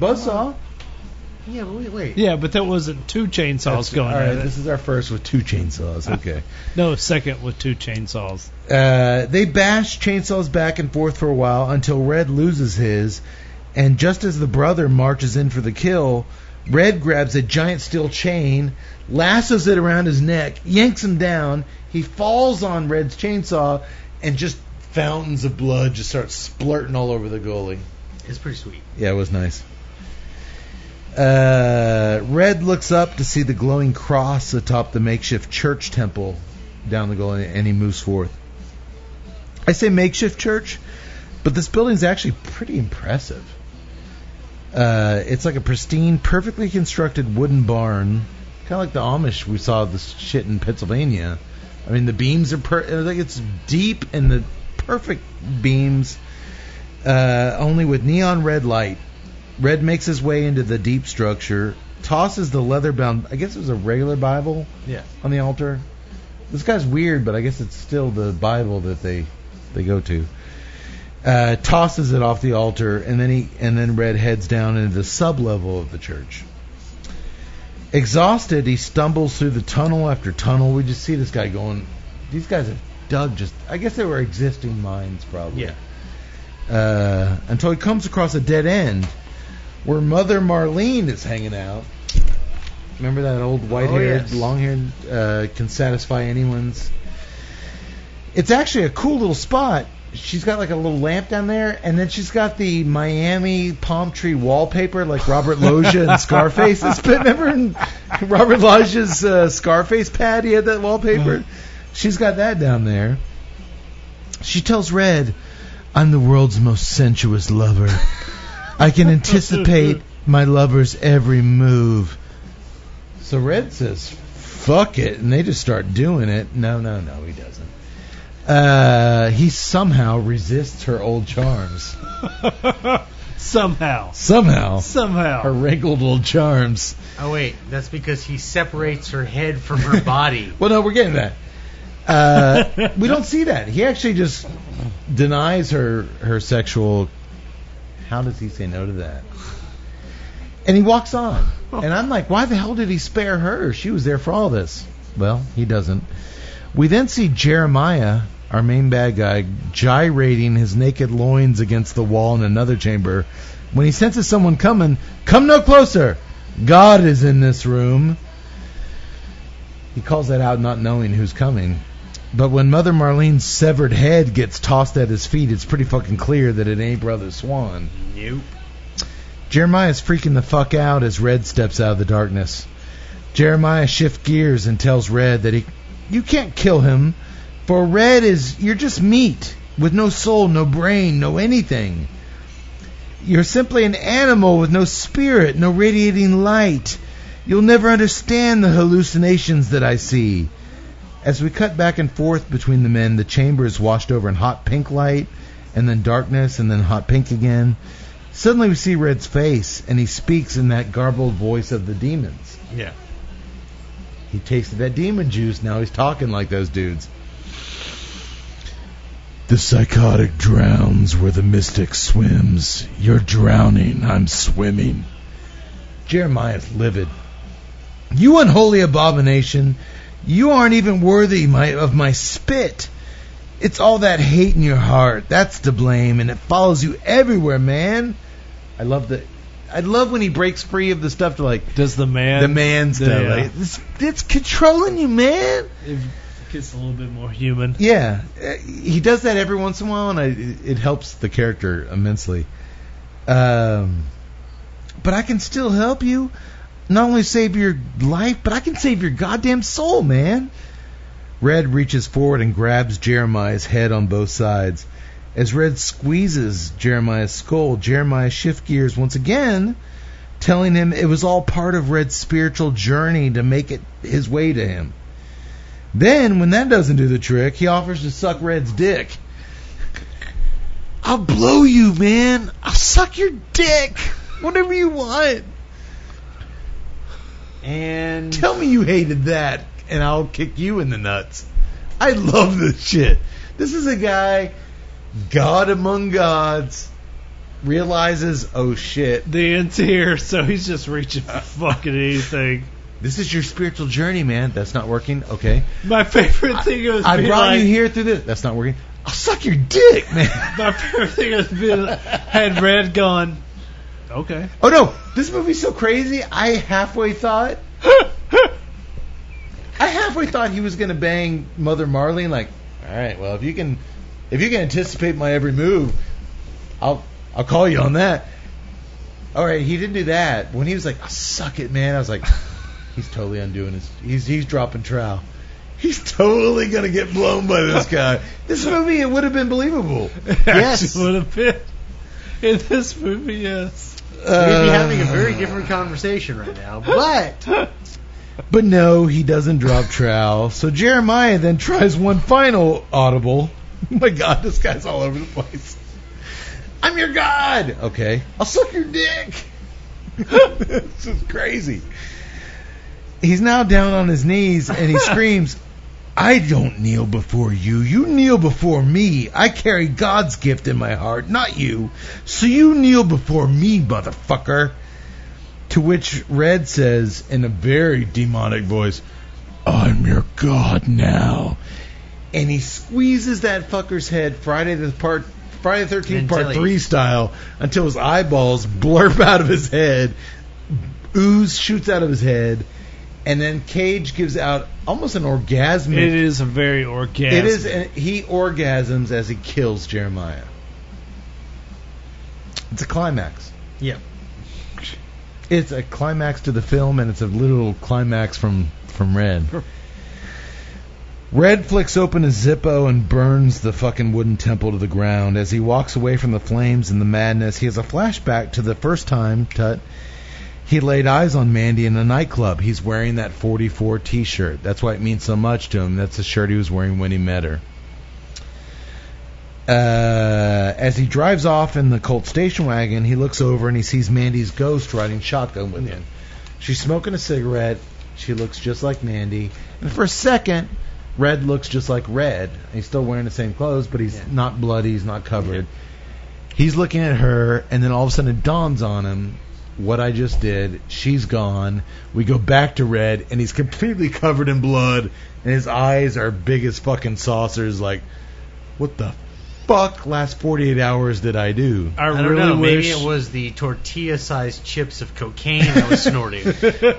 Buzzsaw.
yeah, but wait, wait.
yeah, but that wasn't two chainsaws
That's-
going
all right,
at it.
this is our first with two chainsaws.
*laughs*
Okay.
No, second with two chainsaws. *laughs*
Uh, they bash chainsaws back and forth for a while until Red loses his, and just as the brother marches in for the kill, Red grabs a giant steel chain, lassos it around his neck, yanks him down. He falls on Red's chainsaw, and just fountains of blood just start splurting all over the goalie.
It's pretty sweet.
Yeah, it was nice. Uh, Red looks up to see the glowing cross atop the makeshift church temple down the gully, and he moves forth. I say makeshift church, but this building's actually pretty impressive. Uh, it's like a pristine, perfectly constructed wooden barn, kind of like the Amish we saw this shit in Pennsylvania. I mean, the beams are per- like it's deep and the perfect beams, uh, only with neon red light. Red makes his way into the deep structure, tosses the leather-bound. I guess it was a regular Bible
Yeah.
on the altar. This guy's weird, but I guess it's still the Bible that they they go to. Uh, tosses it off the altar, and then he and then Red heads down into the sublevel of the church. Exhausted, he stumbles through the tunnel after tunnel. We just see this guy going. These guys have dug just. I guess they were existing mines, probably
Yeah.
uh, until he comes across a dead end where Mother Marlene is hanging out. Remember that old white haired,
yes.
long haired, uh, can satisfy anyone's. It's actually a cool little spot. She's got like a little lamp down there, and then she's got the Miami palm tree wallpaper, like Robert Loggia and Scarface. It's been, remember in Robert Loggia's uh, Scarface pad, he had that wallpaper. She's got that down there. She tells Red, I'm the world's most sensuous lover. I can anticipate my lover's every move. So Red says, fuck it. And they just start doing it. No, no, no, he doesn't. Uh, he somehow resists her old charms.
Somehow,
Somehow.
somehow.
Her wrinkled old charms.
Oh wait, that's because he separates her head from her body.
Well, no, we're getting that. Uh, we don't see that. He actually just denies her her sexual. How does he say no to that? And he walks on. And I'm like, why the hell did he spare her? She was there for all this. Well, he doesn't. We then see Jeremiah, our main bad guy, gyrating his naked loins against the wall in another chamber. When he senses someone coming, come no closer. God is in this room. He calls that out not knowing who's coming. But when Mother Marlene's severed head gets tossed at his feet, it's pretty fucking clear that it ain't Brother Swan.
nope.
Jeremiah's freaking the fuck out as Red steps out of the darkness. Jeremiah shifts gears and tells Red that he you can't kill him, for Red is you're just meat with no soul, no brain, no anything. You're simply an animal with no spirit, no radiating light. You'll never understand the hallucinations that I see. As we cut back and forth between the men, the chamber is washed over in hot pink light, and then darkness, and then hot pink again. Suddenly, we see Red's face, and he speaks in that garbled voice of the demons.
Yeah.
He tasted that demon juice. Now he's talking like those dudes. The psychotic drowns where the mystic swims. You're drowning. I'm swimming. Jeremiah's livid. You unholy abomination. You aren't even worthy my, of my spit. It's all that hate in your heart. That's to blame, and it follows you everywhere, man. I love the. I love when he breaks free of the stuff to like
Does the man?
the man stuff.
Yeah.
Like, it's, it's controlling you, man.
It gets a little bit more human.
Yeah, uh, he does that every once in a while, and I, it helps the character immensely. Um, but I can still help you. Not only save your life, but I can save your goddamn soul, man. Red reaches forward and grabs Jeremiah's head on both sides. As Red squeezes Jeremiah's skull, Jeremiah shift gears once again, telling him it was all part of Red's spiritual journey to make it his way to him. Then, when that doesn't do the trick, he offers to suck Red's dick. I'll blow you, man. I'll suck your dick. Whatever you want.
And
Tell me you hated that, and I'll kick you in the nuts. I love this shit. This is a guy, God among gods, realizes, oh shit,
The end's here, so he's just reaching for fucking anything.
this is your spiritual journey, man. That's not working. Okay.
My favorite thing was
I
being
brought
like,
you here through this. That's not working. I'll suck your dick, man.
My favorite thing was being had Red gone. Okay.
Oh no, this movie's so crazy. I halfway thought, *gasps* I halfway thought he was gonna bang Mother Marlene. Like, all right, well if you can, if you can anticipate my every move, I'll I'll call you on that. All right, he didn't do that. When he was like, I suck it, man.
*laughs*
I was like, he's totally undoing his. He's he's dropping trowel. He's totally gonna get blown by
*laughs*
this guy. This movie, it would have been believable. Yes,
*laughs* Would have been in this movie. Yes.
we'd be
Uh,
having a very different conversation right now.
*laughs*
But
But no, he doesn't drop trowel. So Jeremiah then tries one final audible. *laughs* My God, this guy's all over the place. I'm your God. Okay, I'll suck your dick. *laughs* this is crazy. He's now down on his knees and he screams, I don't kneel before you. You kneel before me. I carry God's gift in my heart, not you. So you kneel before me, motherfucker. To which Red says in a very demonic voice, I'm your god now. And he squeezes that fucker's head Friday the part Friday the thirteenth
Until
part
he-
three style until his eyeballs *laughs* blurp out of his head, ooze shoots out of his head, and then Cage gives out almost an orgasmic
It is a very organic.
it is, and he orgasms as he kills Jeremiah. It's a climax.
yeah,
It's a climax to the film, and it's a literal climax from from Red. Red flicks open his Zippo and burns the fucking wooden temple to the ground. As he walks away from the flames and the madness, he has a flashback to the first time Tut he laid eyes on Mandy in a nightclub. He's wearing that 44 T-shirt. That's why it means so much to him. That's the shirt he was wearing when he met her. Uh, as he drives off in the Colt station wagon, he looks over and he sees Mandy's ghost riding shotgun with him. She's smoking a cigarette. She looks just like Mandy. And for a second, Red looks just like Red. He's still wearing the same clothes, but he's
Yeah.
not bloody. He's not covered. He's looking at her, and then all of a sudden it dawns on him what I just did. She's gone. We go back to Red, and he's completely covered in blood, and his eyes are big as fucking saucers. Like, what the fuck last 48 hours did I do?
I,
I don't
really
know.
wish.
Maybe it was the tortilla-sized chips of cocaine I was snorting.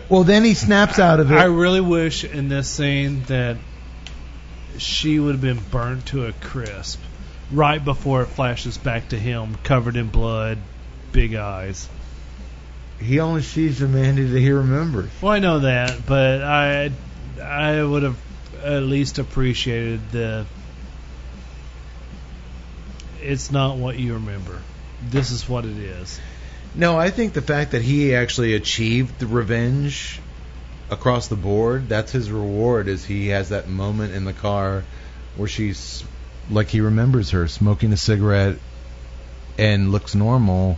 Well, then he snaps out of it.
I really wish in this scene that she would have been burnt to a crisp right before it flashes back to him, covered in blood, big eyes.
he only sees the Mandy that he remembers.
Well, I know that, but I I would have at least appreciated the. It's not what you remember. This is what it is.
No, I think the fact that he actually achieved the revenge across the board, that's his reward. Is he has that moment in the car where she's like he remembers her smoking a cigarette and looks normal.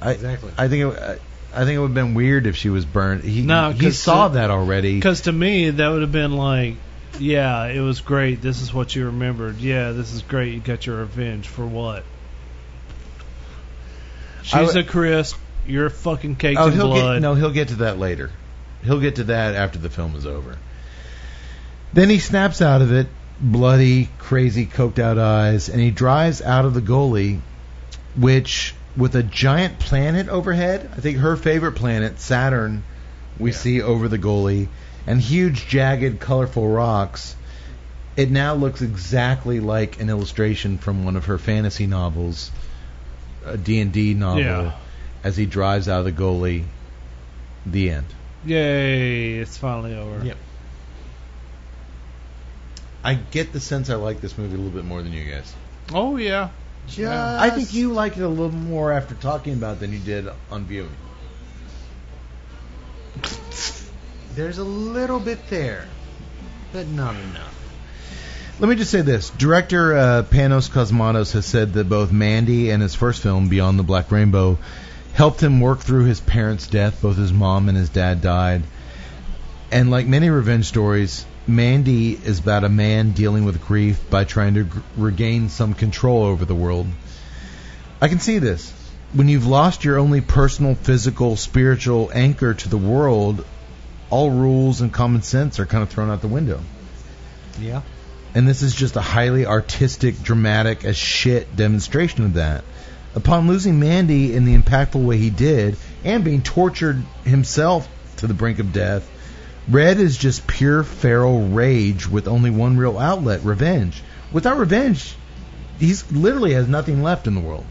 I,
Exactly.
I think it, I- I think it would have been weird if she was burned. He
No,
he
'cause
saw
the-
that already.
Because to me, that would have been like, yeah, it was great. This is what you remembered. Yeah, this is great. You got your revenge for what?
I
She's
would-
a crisp. You're fucking caked
Oh,
in
he'll
blood.
get no, he'll get to that later. He'll get to that after the film is over. Then he snaps out of it, bloody, crazy, coked out eyes, and he drives out of the goalie, which with a giant planet overhead, I think her favorite planet, Saturn, we see over the goalie, and huge, jagged, colorful rocks. It now looks exactly like an illustration from one of her fantasy novels, a D&D novel
Yeah.
as he drives out of the goalie. The end.
Yay! It's finally over.
Yep. I get the sense I like this movie a little bit more than you guys.
Oh yeah. Uh,
I think you like it a little more after talking about it than you did on viewing.
There's a little bit there, but not enough.
Let me just say this: director uh, Panos Cosmatos has said that both Mandy and his first film, Beyond the Black Rainbow, helped him work through his parents' death. Both his mom and his dad died, and like many revenge stories, Mandy is about a man dealing with grief by trying to gr regain some control over the world. I can see this. When you've lost your only personal, physical, spiritual anchor to the world, all rules and common sense are kind of thrown out the window
Yeah.
and this is just a highly artistic, dramatic as shit demonstration of that. Upon losing Mandy in the impactful way he did, and being tortured himself to the brink of death, Red is just pure feral rage with only one real outlet: revenge. Without revenge, he's literally has nothing left in the world.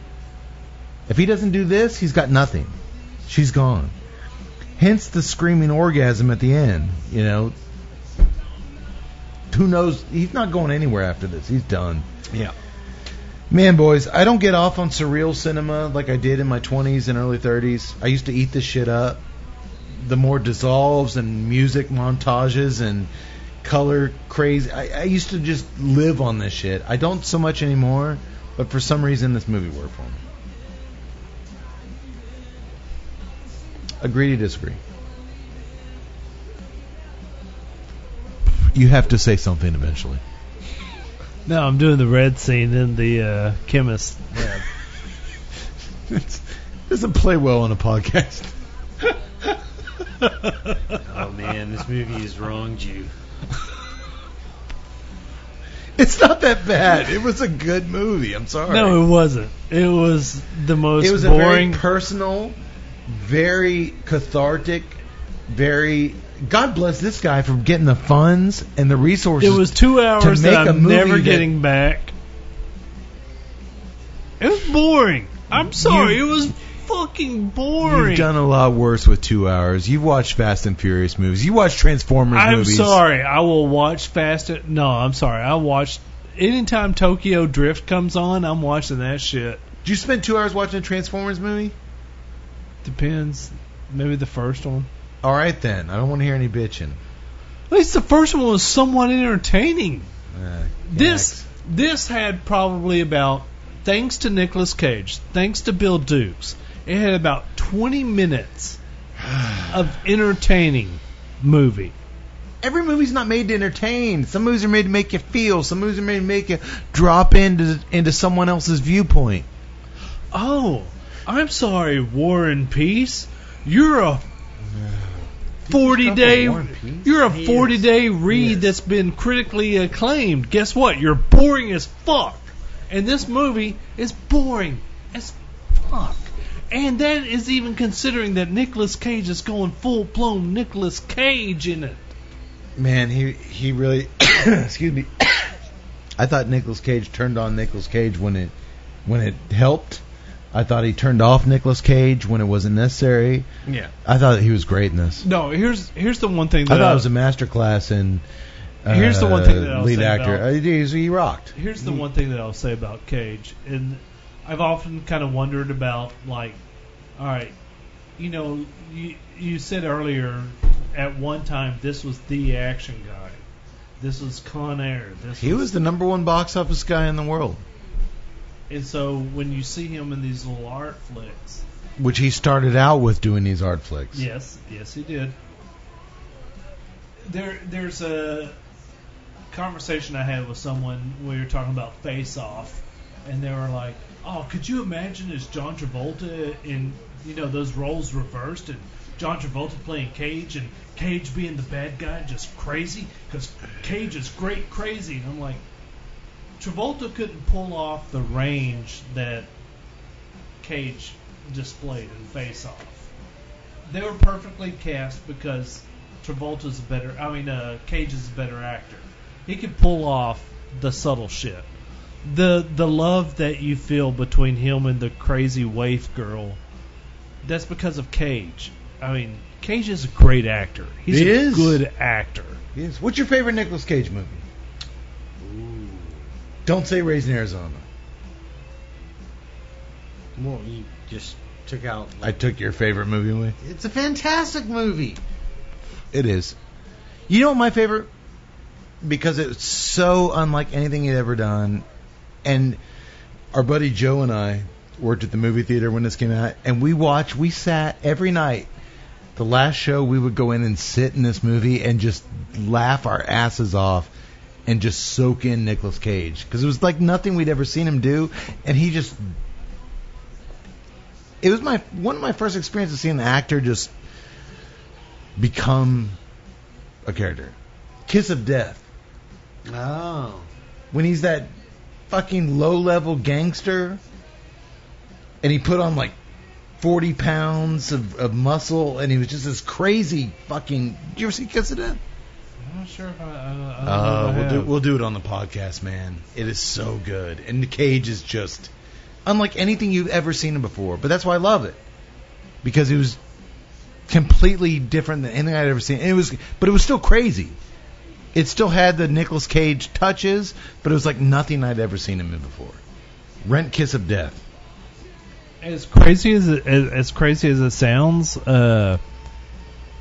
If he doesn't do this, he's got nothing. She's gone. Hence the screaming orgasm at the end. You know, who knows? He's not going anywhere after this. He's done.
Yeah.
Man, boys, I don't get off on surreal cinema like I did in my 20s and early 30s. I used to eat this shit up. The more dissolves and music montages and color crazy. I, I used to just live on this shit. I don't so much anymore, but for some reason, this movie worked for me. Agree to disagree. You have to say something *laughs* eventually.
No, I'm doing the red scene in the uh, chemist. lab.
It's, it doesn't play well on a podcast.
Oh man, this movie has wronged you.
*laughs* It's not that bad. It was a good movie. I'm sorry.
no, it wasn't. It was the most
it was a
boring.
very personal, very cathartic, very. God bless this guy for getting the funds and the
it
resources.
was two hours
make
that
a
I'm
movie
never
that-
getting back. It was boring. I'm sorry. it was fucking boring.
You've done a lot worse with two hours. You've watched Fast and Furious movies. You watched Transformers
I'm
movies.
sorry. I will watch Fast. and- No, I'm sorry. I watched. Anytime Tokyo Drift comes on, I'm watching that shit.
Did you spend two hours watching a Transformers movie?
Depends. Maybe the first one.
All right then. I don't want to hear any bitching.
At least the first one was somewhat entertaining.
Uh,
This this had probably about thanks to Nicolas Cage, thanks to Bill Dukes, it had about twenty minutes of entertaining movie.
every movie's not made to entertain. Some movies are made to make you feel. Some movies are made to make you drop into into someone else's viewpoint.
Oh, I'm sorry, War and Peace. You're a forty day
War and Peace?
you're a forty day read that's been critically acclaimed. Guess what? You're boring as fuck. And this movie is boring as fuck. And that is even considering that Nicolas Cage is going full blown Nicolas Cage in it.
Man, he he really *coughs* excuse me. I thought Nicolas Cage turned on Nicolas Cage when it when it helped. I thought he turned off Nicolas Cage when it wasn't necessary.
Yeah.
I thought he was great in this.
No, here's here's the one thing
I
that
thought it was a masterclass in uh,
Here's the one thing that I'll
lead
say
actor.
about-
Uh, he, he rocked.
here's the one thing that I'll say about Cage, and I've often kind of wondered about like, all right, you know, you, you said earlier at one time this was the action guy. This was Con Air. This
He was the number one box office guy in the world,
And so when you see him in these little art flicks,
which he started out with doing these art flicks.
yes, yes, he did. There, there's a conversation I had with someone. We were talking about Face Off, and they were like, "Oh, could you imagine as John Travolta in you know those roles reversed and John Travolta playing Cage and Cage being the bad guy, just crazy because Cage is great crazy." And I'm like, Travolta couldn't pull off the range that Cage displayed in Face Off. They were perfectly cast because Travolta's a better, I mean, uh, Cage is a better actor. He could pull off the subtle shit. The the love that you feel between him and the crazy waif girl, that's because of Cage. I mean, Cage is a great actor. He's
He
a
is.
good actor.
Yes. What's your favorite Nicolas Cage movie? Don't say Raising Arizona.
Well, you just took out.
I took your favorite movie away.
It's a fantastic movie.
It is. You know what my favorite? Because it's so unlike anything he'd ever done. And our buddy Joe and I worked at the movie theater when this came out, and we watched, we sat every night. The last show, we would go in and sit in this movie and just laugh our asses off and just soak in Nicolas Cage. Because it was like nothing we'd ever seen him do, and he just. It was my one of my first experiences seeing an actor just become a character. Kiss of Death.
Oh.
When he's that fucking low level gangster and he put on like 40 pounds of, of muscle and he was just this crazy fucking. Did you ever see Kiss of Death?
I'm not sure if I. I, I don't
Uh,
know if I
we'll, do,
have.
we'll do it on the podcast, man. It is so good. And the cage is just unlike anything you've ever seen him before. But that's why I love it. Because it was completely different than anything I'd ever seen. And it was but it was still crazy. It still had the Nicolas Cage touches, but it was like nothing I'd ever seen him in before. Rent Kiss of Death.
as crazy as it, as, as crazy as it sounds, uh,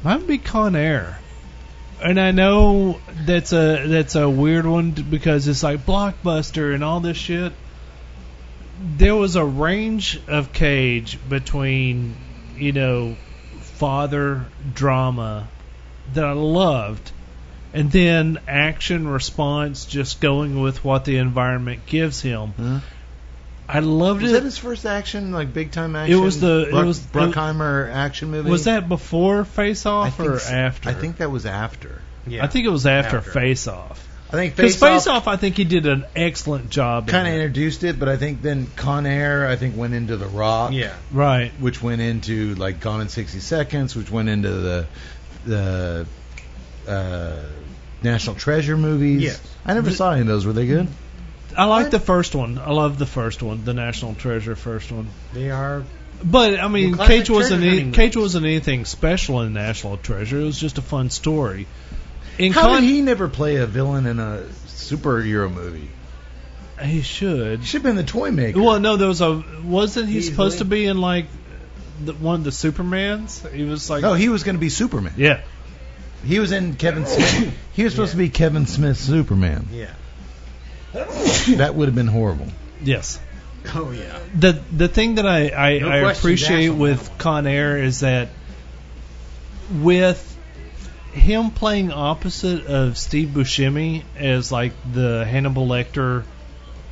might be Con Air. And I know that's a that's a weird one t- because it's like blockbuster and all this shit. There was a range of Cage between, you know, father drama that I loved, and then action response, just going with what the environment gives him. I loved
Was
it.
that his first action, like big time action?
was the- it
Bruck-
was- it-
Bruckheimer action movie.
Was that before Face
I
Off
think
or
s-
after?
I think that was after.
Yeah.
I think it was after,
After.
Face Off.
I think
Because
Face Off
Face Off, I think he did an excellent job. in
kind of
it.
introduced it, but I think then Con Air, I think went into The Rock,
Yeah.
right.
which went into like Gone in 60 Seconds, which went into the the uh, National Treasure movies.
Yes.
I never saw any of those. Were they good?
I like the first one. I love the first one, the National Treasure first one.
They are.
But I mean,
Well, classic
Cage wasn't
treasure
any,
hunting
Cage
movies.
wasn't anything special in National Treasure. It was just a fun story. In
How
Con-
did he never play a villain in a superhero movie?
he should.
He should have been the toy maker.
Well, no, there was a. Wasn't he
Easily.
supposed to be in like the, one of the Supermans? He was like.
no, he was going to be Superman.
yeah.
He was in Kevin
*coughs*
Smith. He was supposed to be Kevin Smith's Superman.
Yeah.
That would have been horrible.
Yes.
*laughs* Oh yeah.
the the thing that I I,
No
I
questions
appreciate
asked on that
with
one.
Con Air is that with him playing opposite of Steve Buscemi as like the Hannibal Lecter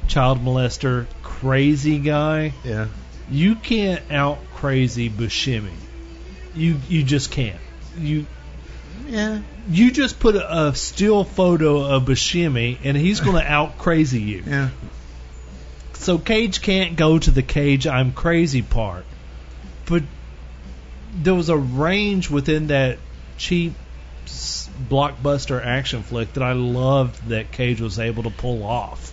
child molester crazy guy,
Yeah.
you can't out crazy Buscemi. You you just can't. You
Yeah.
you just put a, a still photo of Buscemi and he's going to out crazy you.
Yeah.
So Cage can't go to the Cage I'm crazy part. But there was a range within that cheap s- blockbuster action flick that I loved that Cage was able to pull off.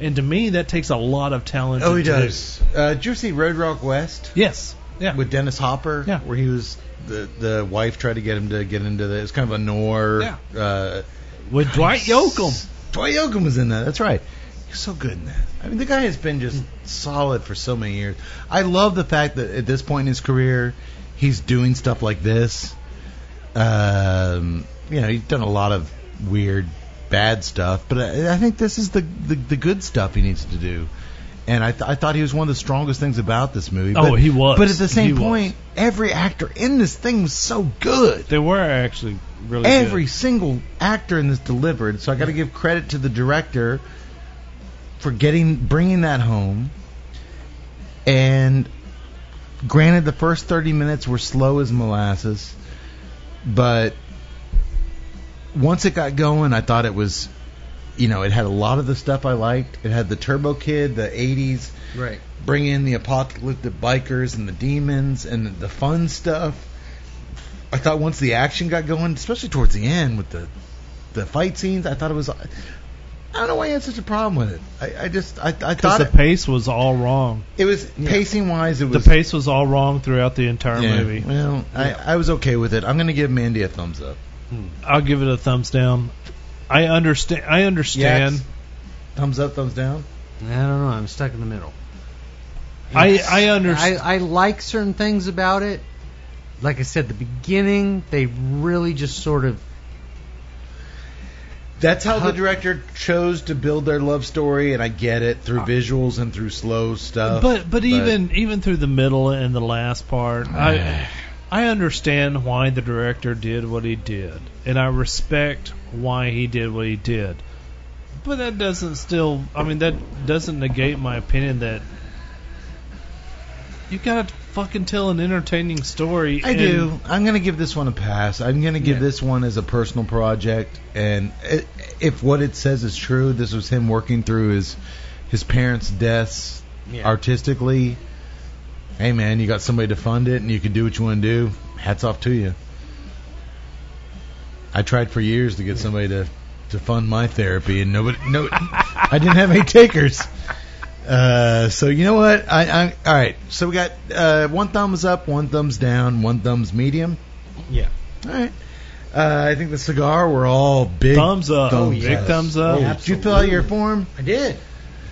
And to me, that takes a lot of talent.
Oh, he
to do.
does. Uh, did you ever see Road Rock West?
Yes. Yeah.
with Dennis Hopper,
Yeah.
where he was the the wife tried to get him to get into the. It's kind of a noir.
Yeah.
Uh,
With Dwight Yoakam.
Dwight Yoakam was in that. That's right. He's so good in that. I mean, the guy has been just solid for so many years. I love the fact that at this point in his career, he's doing stuff like this. Um, you know, he's done a lot of weird, bad stuff, but I, I think this is the, the the good stuff he needs to do. And I, th- I thought he was one of the strongest things about this movie.
Oh,
but-
he was.
But at the
He
same
was.
point, every actor in this thing was so good.
They were actually really good.
Every single actor in this delivered. So I got to give credit to the director for getting bringing that home. And granted, the first 30 minutes were slow as molasses, but once it got going, I thought it was, you know, it had a lot of the stuff I liked. It had the Turbo Kid, the 80s
Right.
bring in the apocalyptic bikers and the demons and the, the fun stuff. I thought once the action got going, especially towards the end with the the fight scenes, I thought it was. I don't know why I had such a problem with it. I, I just I, I
because
thought
the
it,
pace was all wrong.
it was pacing wise. It
The
was
pace was all wrong throughout the entire
yeah,
movie.
Well, I, I was okay with it. I'm gonna give Mandy a thumbs up.
I'll give it a thumbs down. I understand. I understand.
Yes. Thumbs up, thumbs down.
I don't know. I'm stuck in the middle.
I
It's-
I understand.
I, I like certain things about it. Like I said, the beginning, they really just sort of
That's how the director chose to build their love story, and I get it through visuals and through slow stuff.
Uh. but but even even through the middle and the last part, *sighs* I I understand why the director did what he did, and I respect why he did what he did. But that doesn't still. I mean, that doesn't negate my opinion that you gotta fucking tell an entertaining story.
I
and-
do. I'm going to give this one a pass. I'm going to give
Yeah.
this one as a personal project, and i if what it says is true, this was him working through his his parents' deaths
Yeah.
artistically. Hey man, you got somebody to fund it, and you can do what you want to do. Hats off to you. I tried for years to get somebody to to fund my therapy, and nobody, no, *laughs* I didn't have any takers. Uh, so you know what? I, I all right. So we got uh, one thumbs up, one thumbs down, one thumbs medium.
yeah.
All right. Uh, I think the cigar we're all big
Thumbs up. Big
ups.
thumbs up.
Oh, did you fill out your form?
I did.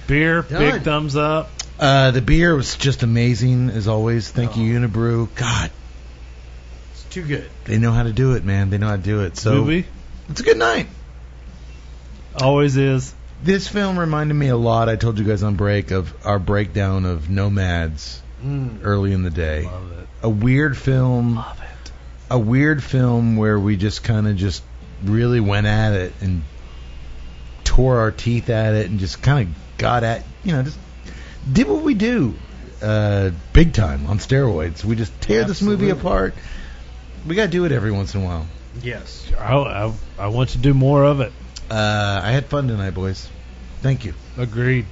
Beer,
Done.
big thumbs up.
Uh, the beer was just amazing as always. Thank
Oh.
you, Unibrew. God,
It's too good.
they know how to do it, man. They know how to do it. So
movie
it's a good night.
always is.
This film reminded me a lot. I told you guys on break of our breakdown of Nomads
Mm.
early in the day.
Love it.
A weird film.
Love it.
a weird film where we just kind of just really went at it and tore our teeth at it and just kind of got at you know just did what we do uh, big time on steroids. We just tear this movie apart. We gotta do it every once in a while.
Yes.
I, I, I want to do more of it.
Uh, I had fun tonight, boys. Thank you.
Agreed.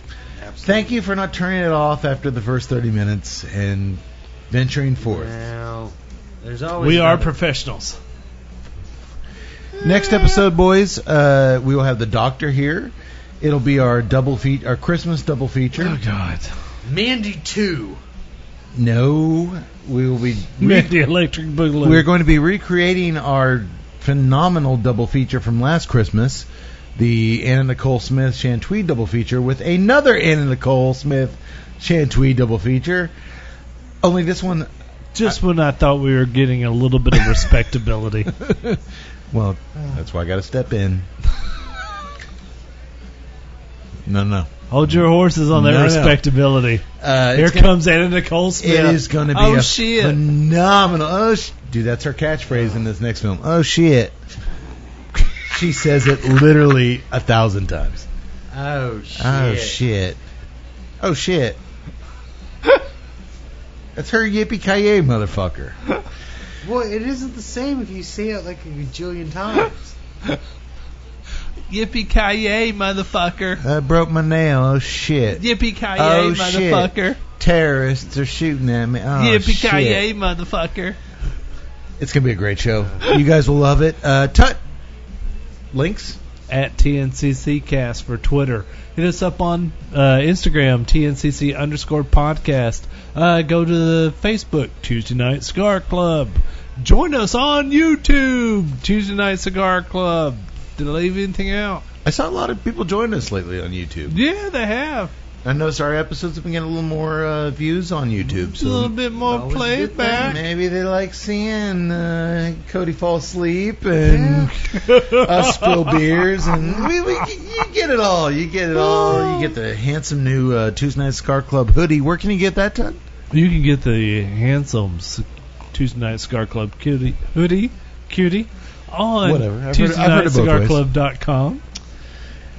Thank you for not turning it off after the first 30 minutes and venturing forth.
Now, there's always
We are
another-
professionals. *laughs*
Next episode, boys, uh, we will have the doctor here. It'll be our double feat, our Christmas double feature.
God.
Mandy two.
No, we will be.
Read the electric boogaloo.
we're going to be recreating our phenomenal double feature from last Christmas, the Anna Nicole Smith Chantry double feature with another Anna Nicole Smith Chantry double feature. Only this one,
Just when I thought we were getting a little bit of
*laughs*
respectability.
well, that's why I got to step in. *laughs* No, no.
Hold your horses on that
No, no.
respectability.
Uh,
Here
it's gonna-
comes Anna Nicole Smith.
It is going to be
Oh,
a
shit.
phenomenal. Oh, sh- dude, that's her catchphrase in this next film. Oh shit. she says it literally a thousand times.
Oh shit.
Oh shit. Oh shit. that's her yippee ki motherfucker.
Well, it isn't the same if you say it like a gajillion times.
Yippee ki motherfucker.
I broke my nail. Oh shit.
Yippee ki
Oh, shit. motherfucker. Terrorists are shooting at me. Oh shit.
motherfucker.
It's gonna be a great show. You guys will love it. Uh, tut. Links.
at TNCCcast for Twitter. Hit us up on uh, Instagram, TNCC underscore podcast. Uh, go to the Facebook, Tuesday Night Cigar Club. Join us on YouTube, Tuesday Night Cigar Club. Did I leave anything out?
I saw a lot of people join us lately on YouTube.
Yeah, they have.
I noticed our episodes have been getting a little more uh, views on YouTube. So
a little bit more
Always a good
playback.
Maybe they like seeing uh, Cody fall asleep and us *laughs* spill beers, and we, we, you get it all. You get it all. You get the handsome new uh, Tuesday Night Scar Club hoodie. Where can you get that done?
You can get the handsome s- Tuesday Night Cigar Club cutie, hoodie, cutie, on
Whatever. I've heard- I've heard it both ways.
TuesdayNightCigarClub.com.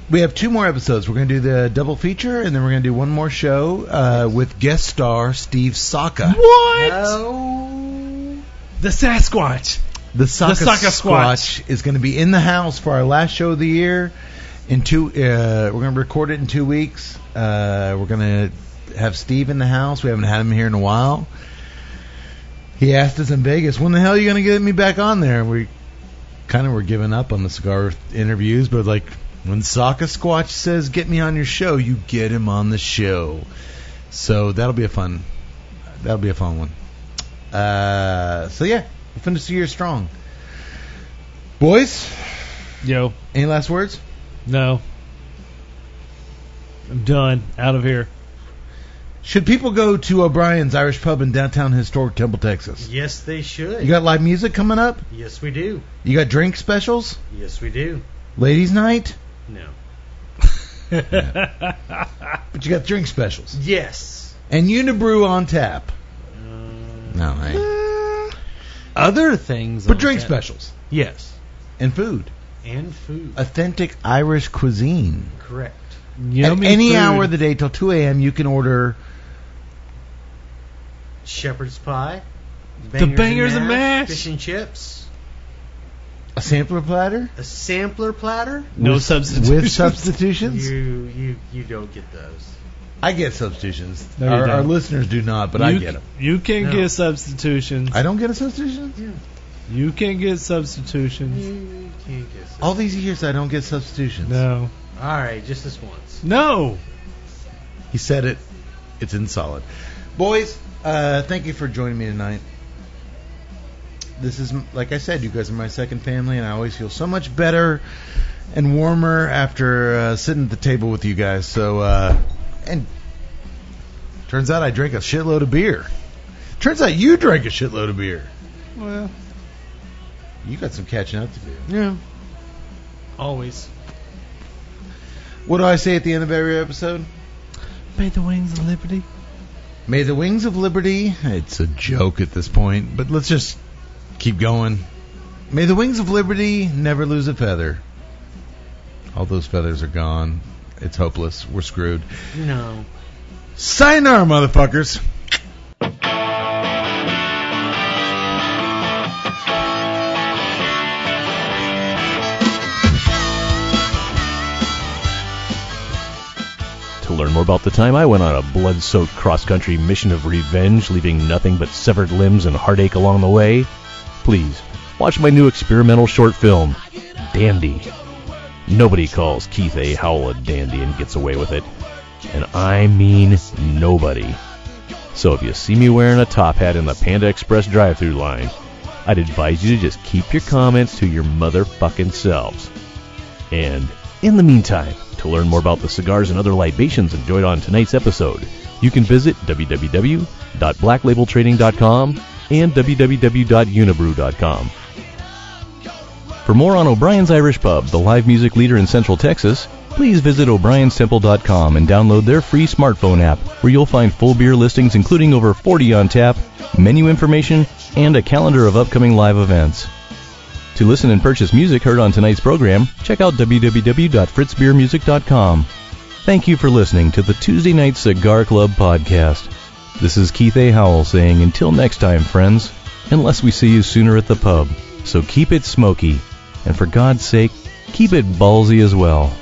We have two more episodes. We're going to do the double feature, and then we're going to do one more show uh, with guest star Steve Saka.
What?
Oh.
The Sasquatch.
The Saka,
The Saka
Squatch is going to be in the house for our last show of the year. In two, uh, we're going to record it in two weeks. Uh, we're going to have Steve in the house. We haven't had him here in a while. He asked us in Vegas, "When the hell are you going to get me back on there?" We kind of were giving up on the cigar interviews, but like when Saka Squatch says, "Get me on your show," you get him on the show. So that'll be a fun. That'll be a fun one. Uh, so yeah, we'll finish the year strong. Boys,
Yo,
any last words?
no. I'm done. Out of here.
Should people go to O'Brien's Irish Pub in downtown historic Temple, Texas?
Yes, they should.
You got live music coming up.
yes, we do.
You got drink specials.
Yes, we do.
Ladies' night.
No.
But you got drink specials.
Yes.
And Unibrew on tap.
Uh,
No, I
Other things.
But
on
drink
that-
specials.
Yes.
And food.
And food.
Authentic Irish cuisine.
Correct.
Yummy
At any
food.
hour of the day till 2 a.m., you can order
Shepherd's pie.
bangers and mash.
Fish and chips.
a sampler
*laughs*
platter
A sampler platter.
No
with-
substitutions.
With substitutions?
You you you don't get those.
I get substitutions.
No, you
our,
don't.
our listeners do not, but
you,
I get them.
You can
No.
get substitutions.
I don't get a substitution?
you can get substitutions.
You can't get those.
All these years I don't get substitutions.
No.
All right, just this once.
No.
He said it. It's in solid. Boys, uh, thank you for joining me tonight. This is, m- like I said, you guys are my second family, and I always feel so much better and warmer after uh, sitting at the table with you guys. So, uh, and turns out I drank a shitload of beer. Turns out you drank a shitload of beer.
Well,
You got some catching up to do.
Yeah.
Always.
What do I say at the end of every episode?
may the wings of liberty.
May the wings of liberty. It's a joke at this point, but let's just keep going. May the wings of liberty never lose a feather. All those feathers are gone. It's hopeless. We're screwed.
No.
Sign our motherfuckers.
To learn more about the time I went on a blood soaked cross country mission of revenge, leaving nothing but severed limbs and heartache along the way, please watch my new experimental short film, Dandy. Nobody calls Keith A. Howell a dandy and gets away with it. And I mean nobody. So if you see me wearing a top hat in the Panda Express drive through line, I'd advise you to just keep your comments to your motherfucking selves. And in the meantime, to learn more about the cigars and other libations enjoyed on tonight's episode, you can visit www.blacklabeltrading.com and www.unibrew.com. For more on O'Brien's Irish Pub, the live music leader in Central Texas, please visit o'brienstemple.com and download their free smartphone app where you'll find full beer listings including over 40 on tap, menu information, and a calendar of upcoming live events. To listen and purchase music heard on tonight's program, check out www.fritzbeermusic.com. Thank you for listening to the Tuesday Night Cigar Club podcast. This is Keith A. Howell saying until next time, friends, unless we see you sooner at the pub. So keep it smoky, and for God's sake, keep it ballsy as well.